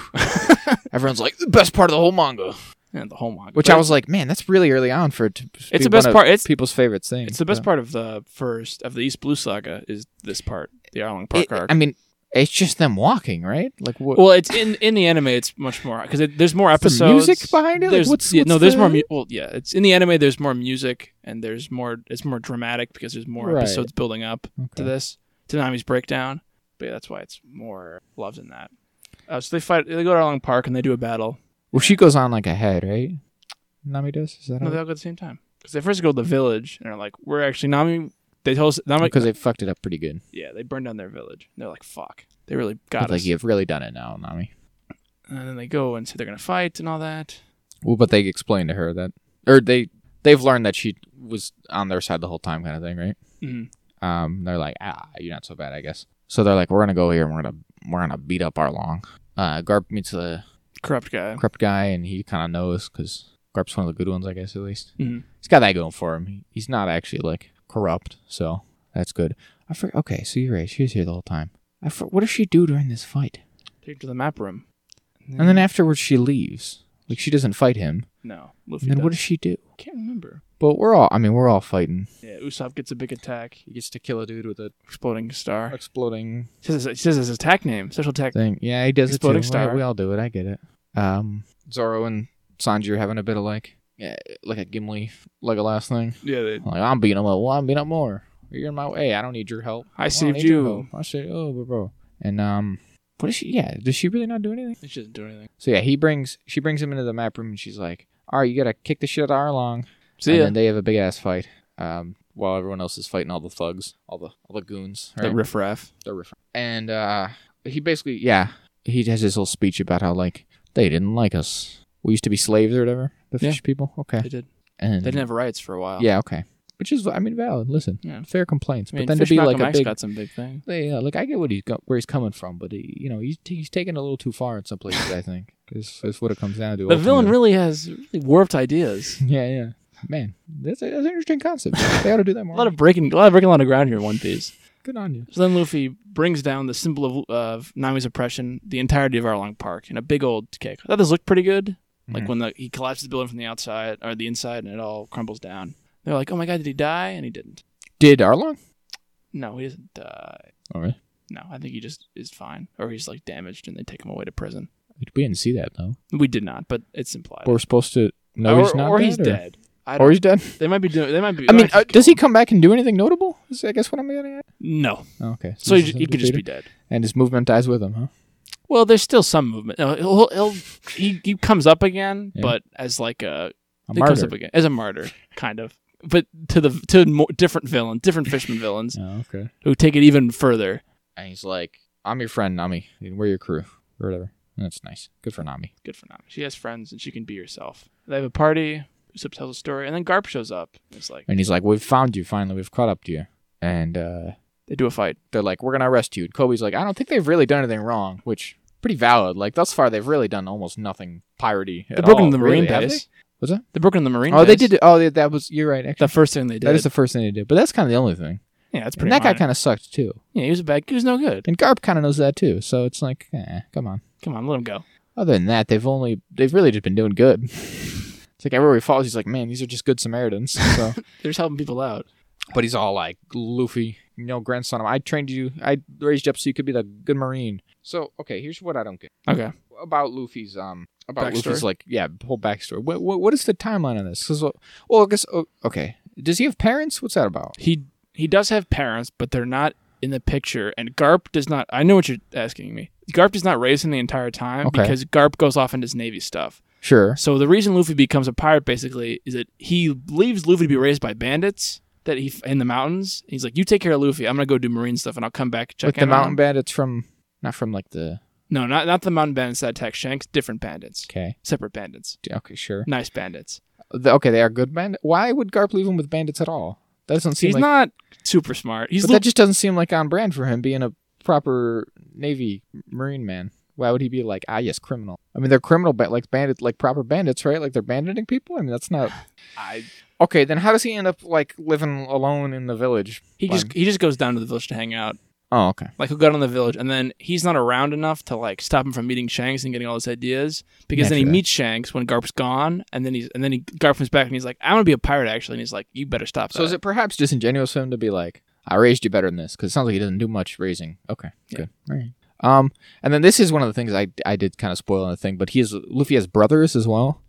[SPEAKER 2] Everyone's like the best part of the whole manga,
[SPEAKER 1] and the whole manga.
[SPEAKER 2] which
[SPEAKER 1] But
[SPEAKER 2] I was like, man, that's really early on for it to be
[SPEAKER 1] it's the
[SPEAKER 2] one
[SPEAKER 1] best
[SPEAKER 2] of
[SPEAKER 1] part. It's
[SPEAKER 2] People's favorite thing.
[SPEAKER 1] it's the best part of the first of the East Blue Saga is this part, the Arlong Park arc.
[SPEAKER 2] I mean, it's just them walking, right? Like what?
[SPEAKER 1] well, it's in in the anime. It's much more because there's more
[SPEAKER 2] Is
[SPEAKER 1] episodes.
[SPEAKER 2] there music behind it? Like,
[SPEAKER 1] There's,
[SPEAKER 2] what's-
[SPEAKER 1] yeah,
[SPEAKER 2] what's
[SPEAKER 1] no, there's more.
[SPEAKER 2] the-
[SPEAKER 1] Mu- well, yeah, it's in the anime. There's more music and there's more. It's more dramatic because there's more
[SPEAKER 2] Right.
[SPEAKER 1] episodes building up to
[SPEAKER 2] Okay.
[SPEAKER 1] this Tanami's breakdown. But yeah, that's why it's more loved in that. Uh, so they fight. They go to Arlong Park and they do a battle.
[SPEAKER 2] Well, she goes on like ahead, right? Nami does. Is that
[SPEAKER 1] No, they
[SPEAKER 2] how-
[SPEAKER 1] all go at the same time because they first go to the village and they're like, "We're actually Nami." They told us Nami
[SPEAKER 2] because they fucked it up pretty good.
[SPEAKER 1] Yeah, they burned down their village. They're like, fuck. They really
[SPEAKER 2] But,
[SPEAKER 1] got
[SPEAKER 2] like
[SPEAKER 1] us.
[SPEAKER 2] you've really done it now, Nami.
[SPEAKER 1] And then they go and say they're gonna fight and all that.
[SPEAKER 2] Well, but they explained to her that, or they they've learned that she was on their side the whole time, kind of thing, right?
[SPEAKER 1] Mhm.
[SPEAKER 2] Um, they're like, ah, you're not so bad, I guess. So they're like, we're gonna go here and we're gonna we're gonna beat up Arlong. Uh, Garp meets the
[SPEAKER 1] Corrupt guy.
[SPEAKER 2] corrupt guy, and he kind of knows because Garp's one of the good ones, I guess, at least.
[SPEAKER 1] Mhm.
[SPEAKER 2] He's got that going for him. He- He's not actually like corrupt, so that's good. I for- okay, so you're right. She was here the whole time. I for- what does she do during this fight?
[SPEAKER 1] Take him to the map room.
[SPEAKER 2] And then afterwards, she leaves. Like she doesn't fight him.
[SPEAKER 1] no,
[SPEAKER 2] And
[SPEAKER 1] Luffy.
[SPEAKER 2] then
[SPEAKER 1] does.
[SPEAKER 2] what does she do?
[SPEAKER 1] Can't remember.
[SPEAKER 2] But we're all—I mean, we're all fighting.
[SPEAKER 1] Yeah, Usopp gets a big attack.
[SPEAKER 2] He gets to kill a dude with a
[SPEAKER 1] Exploding star.
[SPEAKER 2] exploding
[SPEAKER 1] He says, he says his attack name, special attack.
[SPEAKER 2] thing. Yeah, he does
[SPEAKER 1] Exploding
[SPEAKER 2] it too.
[SPEAKER 1] star.
[SPEAKER 2] We, we all do it. I get it. Um, Zoro and Sanji are having a bit of like, yeah, like a Gimli Legolas thing.
[SPEAKER 1] Yeah, they,
[SPEAKER 2] Like I'm beating him up. Well, I'm beating up more. You're in my way. I don't need your help.
[SPEAKER 1] I
[SPEAKER 2] don't
[SPEAKER 1] saved
[SPEAKER 2] need your
[SPEAKER 1] you.
[SPEAKER 2] help. I said, oh, bro, bro. And um, what is she? Yeah, does she really not do anything?
[SPEAKER 1] She doesn't do anything.
[SPEAKER 2] So yeah, he brings she brings him into the map room, and she's like, all right, you gotta kick the shit out of Arlong.
[SPEAKER 1] See
[SPEAKER 2] and
[SPEAKER 1] ya.
[SPEAKER 2] then they have a big ass fight. Um, while everyone else is fighting all the thugs, all the all the goons,
[SPEAKER 1] The
[SPEAKER 2] right?
[SPEAKER 1] riffraff.
[SPEAKER 2] The riff- And uh, he basically, yeah, he has his whole speech about how like they didn't like us. We used to be slaves or whatever. The
[SPEAKER 1] Yeah.
[SPEAKER 2] fish people, okay.
[SPEAKER 1] They did.
[SPEAKER 2] And
[SPEAKER 1] They didn't have rights for a while.
[SPEAKER 2] Mm-hmm. yeah, okay, which is I mean valid. Listen,
[SPEAKER 1] Yeah.
[SPEAKER 2] fair complaints,
[SPEAKER 1] I mean,
[SPEAKER 2] but then
[SPEAKER 1] Fish
[SPEAKER 2] to be
[SPEAKER 1] Malcolm
[SPEAKER 2] like a
[SPEAKER 1] X
[SPEAKER 2] big.
[SPEAKER 1] got some big thing.
[SPEAKER 2] Yeah, like I get what he's got, where he's coming from, but he, you know he's he's taking it a little too far in some places. I think is, is what it comes down to.
[SPEAKER 1] The villain really
[SPEAKER 2] ultimately.
[SPEAKER 1] has really warped ideas.
[SPEAKER 2] (laughs) Yeah, yeah. Man, that's, a, that's an
[SPEAKER 1] (laughs)
[SPEAKER 2] interesting concept. they ought to do that
[SPEAKER 1] A
[SPEAKER 2] more.
[SPEAKER 1] lot of breaking, a lot of breaking a lot of ground here in One Piece.
[SPEAKER 2] good on you.
[SPEAKER 1] So then Luffy brings down the symbol of, of Nami's oppression, the entirety of Arlong Park, in a big old kick. I thought this looked pretty good. Like
[SPEAKER 2] Mhm.
[SPEAKER 1] when the, he collapses the building from the outside or the inside and it all crumbles down. They're like, oh my God, did he die? And he didn't.
[SPEAKER 2] Did Arlong?
[SPEAKER 1] No, he doesn't die.
[SPEAKER 2] All right.
[SPEAKER 1] No, I think he just is fine. Or he's like damaged and they take him away to prison.
[SPEAKER 2] We didn't see that though.
[SPEAKER 1] We did not, but it's implied.
[SPEAKER 2] We're supposed to. No,
[SPEAKER 1] or,
[SPEAKER 2] he's not.
[SPEAKER 1] or
[SPEAKER 2] dead,
[SPEAKER 1] he's dead. I
[SPEAKER 2] Or
[SPEAKER 1] don't,
[SPEAKER 2] he's dead.
[SPEAKER 1] they might be doing. They might be.
[SPEAKER 2] I mean,
[SPEAKER 1] might
[SPEAKER 2] uh,
[SPEAKER 1] just
[SPEAKER 2] does
[SPEAKER 1] kill
[SPEAKER 2] he come back and do anything notable? Is I guess what I'm getting at.
[SPEAKER 1] him. No.
[SPEAKER 2] Oh, okay.
[SPEAKER 1] So he,
[SPEAKER 2] he's
[SPEAKER 1] he could just be
[SPEAKER 2] undefeated.
[SPEAKER 1] dead.
[SPEAKER 2] And his movement dies with him, huh?
[SPEAKER 1] Well, there's still some movement. No, he'll, he'll he, he comes up again,
[SPEAKER 2] Yeah.
[SPEAKER 1] but as like a
[SPEAKER 2] A
[SPEAKER 1] He comes
[SPEAKER 2] martyr.
[SPEAKER 1] up again as a martyr, kind of, but to the to more, different villain, different
[SPEAKER 2] (laughs)
[SPEAKER 1] fisherman villains
[SPEAKER 2] Oh, okay.
[SPEAKER 1] who take it even further.
[SPEAKER 2] And he's like, "I'm your friend, Nami. We're your crew, or whatever." That's nice. Good for Nami.
[SPEAKER 1] Good for Nami. She has friends and she can be herself. They have a party. Usopp tells a story, and then Garp shows up. It's like
[SPEAKER 2] And he's like, "We've found you finally. We've caught up to you." And uh,
[SPEAKER 1] they do a fight.
[SPEAKER 2] they're like, we're gonna arrest you. And Kobe's like, I don't think they've really done anything wrong, which pretty valid. Like thus far, they've really done almost nothing piratey.
[SPEAKER 1] They broke into the marine
[SPEAKER 2] Oh, really, have
[SPEAKER 1] base.
[SPEAKER 2] Was that?
[SPEAKER 1] They broke into the marine.
[SPEAKER 2] Oh, they
[SPEAKER 1] base.
[SPEAKER 2] did. Oh, they, that was. You're right. Actually,
[SPEAKER 1] the first thing they did.
[SPEAKER 2] that is the first thing they did. But that's kind of the only thing.
[SPEAKER 1] yeah, that's pretty.
[SPEAKER 2] And that guy
[SPEAKER 1] minor.
[SPEAKER 2] kind of sucked too.
[SPEAKER 1] yeah, he was a bad. He was no good.
[SPEAKER 2] And Garp kind of knows that too. So it's like, eh, come on.
[SPEAKER 1] Come on, let him go.
[SPEAKER 2] Other than that, they've only they've really just been doing good. (laughs) it's like everywhere he falls, he's like, man, these are just good Samaritans.
[SPEAKER 1] (laughs)
[SPEAKER 2] So.
[SPEAKER 1] They're just helping people out.
[SPEAKER 2] But he's all like Luffy, you know, grandson. I trained you. I raised you up so you could be the good Marine. So okay, here's what I don't get.
[SPEAKER 1] Okay,
[SPEAKER 2] about Luffy's um about
[SPEAKER 1] Backstory?
[SPEAKER 2] Luffy's like yeah whole backstory. What what, what is the timeline on this? 'Cause, well, I guess oh, okay. Does he have parents? What's that about?
[SPEAKER 1] he he does have parents, but they're not in the picture. And Garp does not. I know what you're asking me. Garp does not raise him the entire time
[SPEAKER 2] Okay.
[SPEAKER 1] because Garp goes off into his navy stuff.
[SPEAKER 2] Sure.
[SPEAKER 1] So the reason Luffy becomes a pirate basically is that he leaves Luffy to be raised by bandits, that he in the mountains. He's like, "You take care of Luffy. I'm gonna go do marine stuff, and I'll come back and check
[SPEAKER 2] With
[SPEAKER 1] in
[SPEAKER 2] the
[SPEAKER 1] on
[SPEAKER 2] mountain
[SPEAKER 1] him."
[SPEAKER 2] bandits from not from like the
[SPEAKER 1] No, not not the mountain bandits that attack Shanks. Different bandits,
[SPEAKER 2] okay
[SPEAKER 1] separate bandits,
[SPEAKER 2] d- okay sure
[SPEAKER 1] nice bandits.
[SPEAKER 2] The- okay they are good bandits. Why would Garp leave him with bandits at all? That doesn't seem
[SPEAKER 1] He's
[SPEAKER 2] like,
[SPEAKER 1] not super smart. He's
[SPEAKER 2] but
[SPEAKER 1] a
[SPEAKER 2] that just doesn't seem like on brand for him being a proper Navy Marine man. Why would he be like ah yes criminal? I mean they're criminal but like bandit like proper bandits right? Like they're banditing people. I mean
[SPEAKER 1] (sighs)
[SPEAKER 2] that's not
[SPEAKER 1] little- I-
[SPEAKER 2] okay. Then how does he end up like living alone in the village?
[SPEAKER 1] he just he just goes down to the village to hang out.
[SPEAKER 2] Oh okay.
[SPEAKER 1] Like he'll go down to the village, and then he's not around enough to like stop him from meeting Shanks and getting all his ideas. Because then he
[SPEAKER 2] Naturally.
[SPEAKER 1] meets Shanks when Garp's gone, and then he's and then he Garp comes back and he's like, "I'm gonna be a pirate actually," and he's like, "You better stop."
[SPEAKER 2] So is
[SPEAKER 1] that."
[SPEAKER 2] it perhaps disingenuous of him to be like, "I raised you better than this"? Because it sounds like he doesn't do much raising. Okay,
[SPEAKER 1] Yeah.
[SPEAKER 2] good. All right. Um, and then this is one of the things I I did kind of spoil on the thing, but he is Luffy has brothers as well,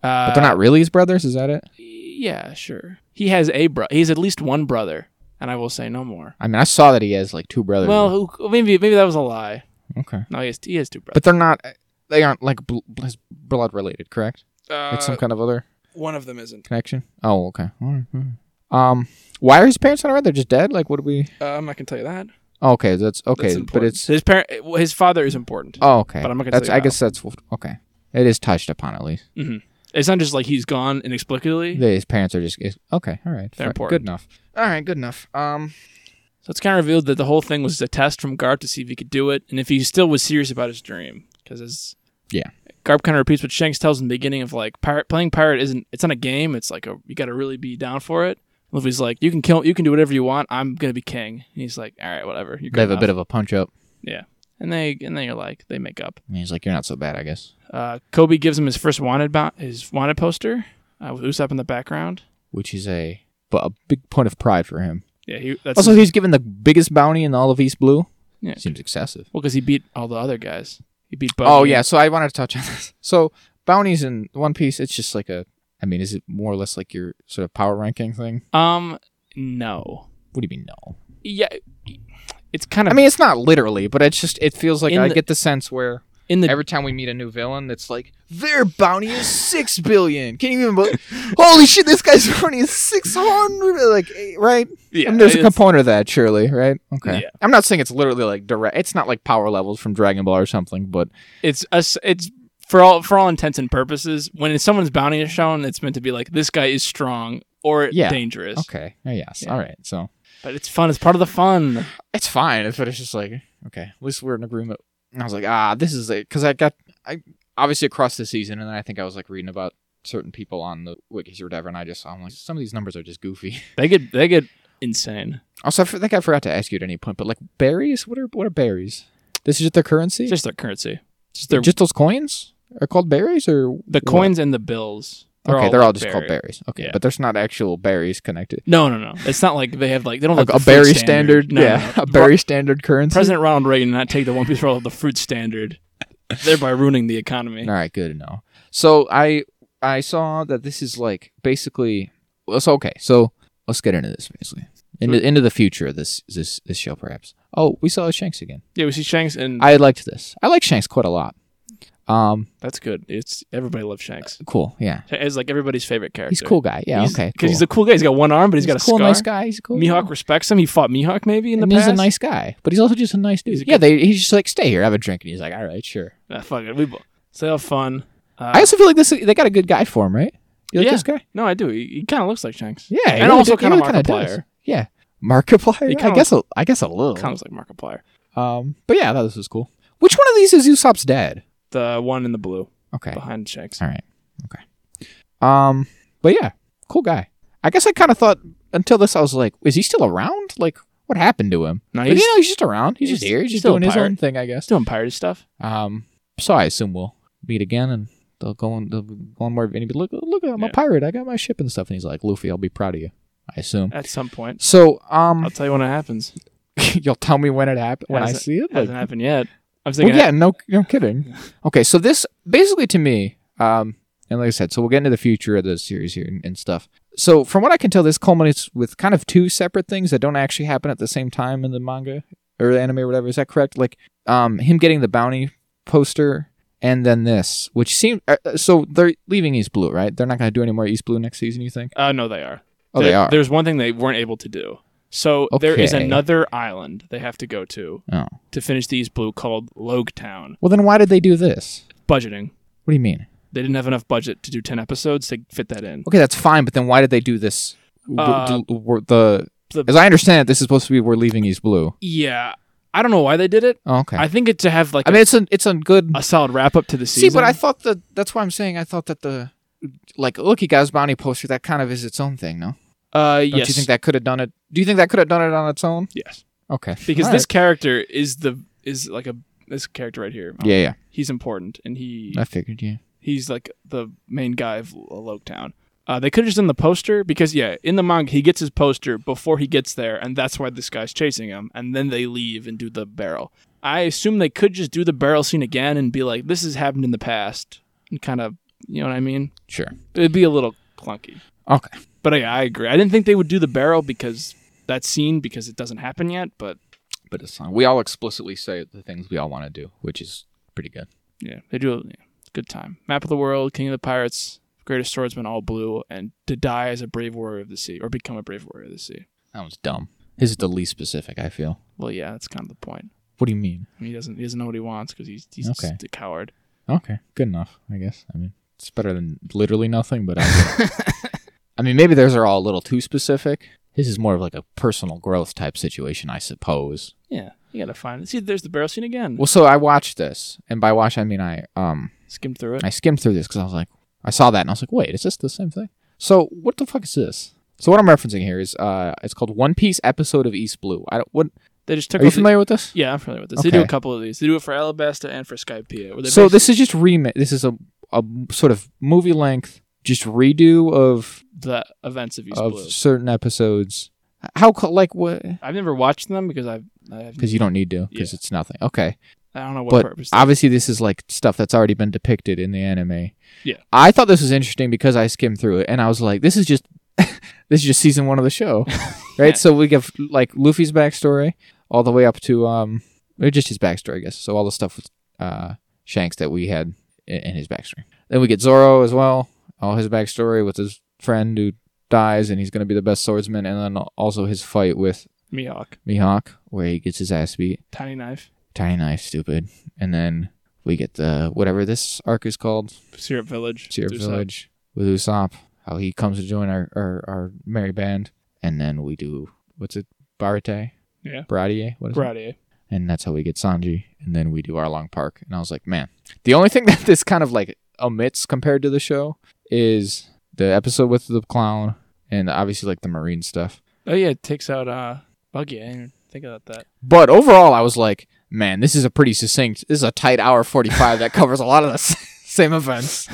[SPEAKER 1] Uh,
[SPEAKER 2] but they're not really his brothers. Is that it?
[SPEAKER 1] Yeah, sure. He has a bro. He's at least one brother, and I will say no more.
[SPEAKER 2] I mean, I saw that he has like two brothers.
[SPEAKER 1] Well, uh, who- maybe maybe that was a lie.
[SPEAKER 2] okay,
[SPEAKER 1] No, he has he has two brothers.
[SPEAKER 2] but they're not. They aren't like bl- bl- his blood related, correct? Like some kind of other
[SPEAKER 1] Uh, one of them isn't.
[SPEAKER 2] connection. Oh, okay. All right. all right. Um, why are his parents not around? They're just dead. Like, what do we?
[SPEAKER 1] Uh, I'm not gonna tell you that.
[SPEAKER 2] Oh, okay, that's okay, but it's
[SPEAKER 1] his parent. well, His father is important.
[SPEAKER 2] oh, okay.
[SPEAKER 1] But I'm not gonna
[SPEAKER 2] that's,
[SPEAKER 1] tell you
[SPEAKER 2] I
[SPEAKER 1] how.
[SPEAKER 2] guess that's okay. It is touched upon at least.
[SPEAKER 1] It's not just like he's gone inexplicably.
[SPEAKER 2] that his parents are just is- okay. All right,
[SPEAKER 1] They're
[SPEAKER 2] fi-
[SPEAKER 1] important.
[SPEAKER 2] Good enough. All right, good enough. Um,
[SPEAKER 1] So it's kind of revealed that the whole thing was a test from Garp to see if he could do it and if he still was serious about his dream. Because as
[SPEAKER 2] Yeah.
[SPEAKER 1] Garp kind of repeats what Shanks tells in the beginning of like pirate playing pirate isn't it's not a game. It's like a you got to really be down for it. Luffy's like you can kill you can do whatever you want. I'm gonna be king. And he's like all right whatever. You're
[SPEAKER 2] they have
[SPEAKER 1] good
[SPEAKER 2] a bit
[SPEAKER 1] enough."
[SPEAKER 2] of a punch up.
[SPEAKER 1] and they and they are like they make up.
[SPEAKER 2] And he's like, "You're not so bad, I guess."
[SPEAKER 1] Uh, Kobe gives him his first wanted bo- his wanted poster uh, with Usopp in the background.
[SPEAKER 2] Which is a but a big point of pride for him.
[SPEAKER 1] Yeah, he that's
[SPEAKER 2] Also, he's given the biggest bounty in all of East Blue.
[SPEAKER 1] Yeah.
[SPEAKER 2] Seems excessive.
[SPEAKER 1] well because he beat all the other guys. He beat Buggy.
[SPEAKER 2] Oh yeah, so I wanted to touch on this. (laughs) So bounties in One Piece, it's just like a. I mean, is it more or less like your sort of power ranking thing?
[SPEAKER 1] Um no.
[SPEAKER 2] What do you mean no?
[SPEAKER 1] Yeah, it's kind of
[SPEAKER 2] I mean, it's not literally, but it's just it feels like
[SPEAKER 1] In
[SPEAKER 2] I
[SPEAKER 1] the-
[SPEAKER 2] get the sense where
[SPEAKER 1] in the
[SPEAKER 2] Every time we meet a new villain, it's like their bounty is six billion. Can you
[SPEAKER 1] (laughs)
[SPEAKER 2] even? believe? Holy shit! This guy's bounty is six hundred. Like eh, right?
[SPEAKER 1] yeah,
[SPEAKER 2] I mean, there's a
[SPEAKER 1] it's-
[SPEAKER 2] component of that, surely, right? Okay.
[SPEAKER 1] Yeah.
[SPEAKER 2] I'm not saying it's literally like direct. It's not like power levels from Dragon Ball or something, but
[SPEAKER 1] It's us. It's for all for all intents and purposes. When it's someone's bounty is shown, it's meant to be like this guy is strong or
[SPEAKER 2] Yeah.
[SPEAKER 1] dangerous.
[SPEAKER 2] okay. Oh, yes.
[SPEAKER 1] Yeah.
[SPEAKER 2] All right. So
[SPEAKER 1] But it's fun. It's part of the fun.
[SPEAKER 2] it's fine, but it's just like okay. At least we're in agreement. And I was like, ah, this is it, because I got I obviously across the season, and then I think I was like reading about certain people on the wikis or whatever, and I just saw I'm like, some of these numbers are just goofy.
[SPEAKER 1] They get they get insane.
[SPEAKER 2] (laughs) Also, I f- think I forgot to ask you at any point, but like berries, what are what are berries? This is just their currency.
[SPEAKER 1] It's just their currency. It's just their
[SPEAKER 2] just those coins are called berries, or
[SPEAKER 1] the
[SPEAKER 2] what?
[SPEAKER 1] coins and the bills.
[SPEAKER 2] okay, they're all
[SPEAKER 1] like
[SPEAKER 2] just called
[SPEAKER 1] berry.
[SPEAKER 2] berries. Okay,
[SPEAKER 1] Yeah.
[SPEAKER 2] but there's not actual berries connected.
[SPEAKER 1] No, no, no. It's not like they have like they don't have
[SPEAKER 2] Like
[SPEAKER 1] like,
[SPEAKER 2] a
[SPEAKER 1] the fruit
[SPEAKER 2] berry standard,
[SPEAKER 1] No, no,
[SPEAKER 2] yeah,
[SPEAKER 1] no.
[SPEAKER 2] a berry standard currency.
[SPEAKER 1] President Ronald Reagan did not take the one piece roll of the fruit standard, thereby ruining the economy.
[SPEAKER 2] All right, good to know. So I I saw that this is like basically. Well, so okay, so let's get into this basically into into the future of this this this show perhaps. Oh, we saw Shanks again.
[SPEAKER 1] Yeah, we see Shanks, and
[SPEAKER 2] I liked this. I like Shanks quite a lot. Um,
[SPEAKER 1] that's good. It's everybody loves Shanks.
[SPEAKER 2] cool. Yeah,
[SPEAKER 1] It's like everybody's favorite character.
[SPEAKER 2] he's a cool guy. Yeah, okay.
[SPEAKER 1] Because
[SPEAKER 2] cool.
[SPEAKER 1] he's a cool guy. He's got one arm, but he's got a
[SPEAKER 2] cool,
[SPEAKER 1] scar.
[SPEAKER 2] nice guy. He's a cool.
[SPEAKER 1] Mihawk respects him. He fought Mihawk maybe in the
[SPEAKER 2] and
[SPEAKER 1] past.
[SPEAKER 2] he's a nice guy, but he's also just a nice dude.
[SPEAKER 1] He's a
[SPEAKER 2] yeah, they, he's just like, stay here, have a drink, and he's like, all right, sure.
[SPEAKER 1] Ah, fuck it. We bo- so they have fun. Uh,
[SPEAKER 2] I also feel like this. They got a good guy for him, right? You like
[SPEAKER 1] Yeah.
[SPEAKER 2] this guy?
[SPEAKER 1] no, I do. He, he kind of looks like Shanks.
[SPEAKER 2] Yeah, he
[SPEAKER 1] and
[SPEAKER 2] really
[SPEAKER 1] also
[SPEAKER 2] did- he
[SPEAKER 1] kind of
[SPEAKER 2] really kinda does.
[SPEAKER 1] Markiplier.
[SPEAKER 2] Yeah, Markiplier.
[SPEAKER 1] He
[SPEAKER 2] Yeah, I
[SPEAKER 1] kinda
[SPEAKER 2] guess. A, I guess a little.
[SPEAKER 1] Kind of looks like Markiplier.
[SPEAKER 2] Um, but yeah, I thought this was cool. Which one of these is Usopp's dad?
[SPEAKER 1] The one in the blue
[SPEAKER 2] Okay.
[SPEAKER 1] behind Shanks.
[SPEAKER 2] All right. Okay. Um, but yeah, cool guy. I guess I kind of thought until this, I was like, is he still around? Like, what happened to him?
[SPEAKER 1] No,
[SPEAKER 2] But
[SPEAKER 1] he's
[SPEAKER 2] you know, he's just around. He's, just
[SPEAKER 1] he's-
[SPEAKER 2] here.
[SPEAKER 1] he's
[SPEAKER 2] He's just
[SPEAKER 1] still a
[SPEAKER 2] doing his
[SPEAKER 1] pirate.
[SPEAKER 2] own thing, I guess.
[SPEAKER 1] he's doing pirate stuff.
[SPEAKER 2] Um, so I assume we'll meet again, and they'll go on. They'll go on more. And he'll be, look, look, I'm
[SPEAKER 1] Yeah.
[SPEAKER 2] a pirate. I got my ship and stuff. And he's like, Luffy, I'll be proud of you. I assume.
[SPEAKER 1] At some point,
[SPEAKER 2] So, um,
[SPEAKER 1] I'll tell you when it happens.
[SPEAKER 2] (laughs) you'll tell me when it happened when I
[SPEAKER 1] Hasn't-
[SPEAKER 2] see it. Like,
[SPEAKER 1] hasn't happened yet. I was
[SPEAKER 2] well,
[SPEAKER 1] thinking.
[SPEAKER 2] yeah, no, no kidding. Okay, so this basically to me, um, and like I said, so we'll get into the future of the series here and, and stuff. So from what I can tell, this culminates with kind of two separate things that don't actually happen at the same time in the manga or the anime or whatever. Is that correct? Like, um, him getting the bounty poster and then this, which seemed uh, uh, so they're leaving East Blue, right? They're not going to do any more East Blue next season. You think?
[SPEAKER 1] Uh, no, they are.
[SPEAKER 2] Oh, they
[SPEAKER 1] There-
[SPEAKER 2] are.
[SPEAKER 1] There's one thing they weren't able to do. So there is
[SPEAKER 2] Okay.
[SPEAKER 1] another island they have to go to
[SPEAKER 2] Oh.
[SPEAKER 1] to finish the East Blue called Logetown.
[SPEAKER 2] Well, then why did they do this?
[SPEAKER 1] Budgeting.
[SPEAKER 2] What do you mean?
[SPEAKER 1] They didn't have enough budget to do 10 episodes to fit that in.
[SPEAKER 2] Okay, that's fine, but then why did they do this? W-
[SPEAKER 1] Uh,
[SPEAKER 2] d- w- the,
[SPEAKER 1] the-
[SPEAKER 2] as I understand it, this is supposed to be we're leaving East Blue.
[SPEAKER 1] Yeah. I don't know why they did it.
[SPEAKER 2] Oh, okay.
[SPEAKER 1] I think it's to have like
[SPEAKER 2] I mean, it's a it's a good.
[SPEAKER 1] a, a solid wrap up to the
[SPEAKER 2] See,
[SPEAKER 1] season.
[SPEAKER 2] but I thought that that's why I'm saying I thought that the like looky guys bounty poster that kind of is its own thing. No,
[SPEAKER 1] uh
[SPEAKER 2] Don't
[SPEAKER 1] yes.
[SPEAKER 2] you think that could have done it? Do you think that could have done it on its own?
[SPEAKER 1] yes.
[SPEAKER 2] Okay,
[SPEAKER 1] Because
[SPEAKER 2] All
[SPEAKER 1] this character is the is like a this character right here.
[SPEAKER 2] right. yeah,
[SPEAKER 1] He's important and he
[SPEAKER 2] yeah, I figured, yeah.
[SPEAKER 1] he's like the main guy of L- Loketown. Uh, they could have just done the poster because yeah, in the manga he gets his poster before he gets there, and that's why this guy's chasing him. And then they leave and do the barrel. I assume they could just do the barrel scene again and be like, "This has happened in the past," and kind of, you know what I mean?
[SPEAKER 2] Sure.
[SPEAKER 1] It'd be a little clunky.
[SPEAKER 2] Okay.
[SPEAKER 1] But yeah, I agree. I didn't think they would do the barrel because that scene because it doesn't happen yet. But
[SPEAKER 2] But it's fine. We all explicitly say the things we all want to do, which is pretty good.
[SPEAKER 1] yeah, they do a yeah, good time. Map of the World, King of the Pirates, Greatest Swordsman, All Blue, and to die as a brave warrior of the sea or become a brave warrior of the sea.
[SPEAKER 2] That was dumb. His is the least specific. I feel.
[SPEAKER 1] Well, yeah, that's kind of the point.
[SPEAKER 2] What do you mean?
[SPEAKER 1] I mean, he doesn't he doesn't know what he wants because he's he's
[SPEAKER 2] Okay.
[SPEAKER 1] just a coward.
[SPEAKER 2] Okay, good enough, I guess. I mean, it's better than literally nothing, (laughs) but I, I mean, maybe those are all a little too specific. This is more of like a personal growth type situation, I suppose.
[SPEAKER 1] Yeah, you gotta find it. See, there's the barrel scene again.
[SPEAKER 2] Well, so I watched this, and by watch I mean I um
[SPEAKER 1] Skim through it.
[SPEAKER 2] I skimmed through this because I was like, I saw that, and I was like, wait, is this the same thing? So what the fuck is this? So what I'm referencing here is uh, it's called One Piece episode of East Blue. I don't. What
[SPEAKER 1] They just took.
[SPEAKER 2] are you
[SPEAKER 1] off the-
[SPEAKER 2] familiar with this?
[SPEAKER 1] (laughs) yeah, I'm familiar with this. They do a
[SPEAKER 2] Okay.
[SPEAKER 1] couple of these. They do it for Alabasta and for Skypea. Where they
[SPEAKER 2] So
[SPEAKER 1] basi-
[SPEAKER 2] this is just remake. This is a a sort of movie length, just redo of
[SPEAKER 1] the events of East
[SPEAKER 2] of
[SPEAKER 1] Blue.
[SPEAKER 2] certain episodes. How co- like what?
[SPEAKER 1] I've never watched them because I've, I've
[SPEAKER 2] Because you don't need to, because
[SPEAKER 1] Yeah.
[SPEAKER 2] it's nothing. Okay,
[SPEAKER 1] I don't know what
[SPEAKER 2] but
[SPEAKER 1] purpose. they-
[SPEAKER 2] obviously this is like stuff that's already been depicted in the anime.
[SPEAKER 1] Yeah.
[SPEAKER 2] I thought this was interesting because I skimmed through it and I was like, this is just (laughs) this is just season one of the show,
[SPEAKER 1] (laughs)
[SPEAKER 2] right?
[SPEAKER 1] Yeah.
[SPEAKER 2] So we give like Luffy's backstory all the way up to um, or just his backstory, I guess. So all the stuff with uh Shanks that we had in, in his backstory. Then we get Zoro as well, all his backstory with his friend who dies and he's going to be the best swordsman, and then also his fight with
[SPEAKER 1] Mihawk,
[SPEAKER 2] Mihawk where he gets his ass beat
[SPEAKER 1] Tiny Knife,
[SPEAKER 2] tiny knife stupid and then we get the whatever this arc is called
[SPEAKER 1] Syrup Village,
[SPEAKER 2] Seer
[SPEAKER 1] Zusa.
[SPEAKER 2] village with usopp how he comes to join our, our our merry band and then we do what's it barate
[SPEAKER 1] Yeah.
[SPEAKER 2] barate what is it
[SPEAKER 1] Karate.
[SPEAKER 2] and that's how we get sanji and then we do our long park and i was like man the only thing (laughs) that this kind of like omits compared to the show is the episode with the clown and obviously like the marine stuff
[SPEAKER 1] Oh yeah, it takes out uh Buggy. I didn't even think about that.
[SPEAKER 2] But overall, I was like, man, this is a pretty succinct. This is a tight hour forty-five that covers a lot of the (laughs) s- same events.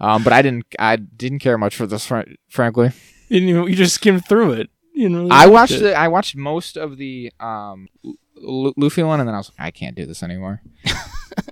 [SPEAKER 2] Um, but I didn't, I didn't care much for this, fr- frankly.
[SPEAKER 1] You, didn't even- you just skimmed through it. You didn't really
[SPEAKER 2] I
[SPEAKER 1] watch it.
[SPEAKER 2] watched, the, I watched most of the um, L- L- Luffy one, and then I was like, I can't do this (laughs) anymore.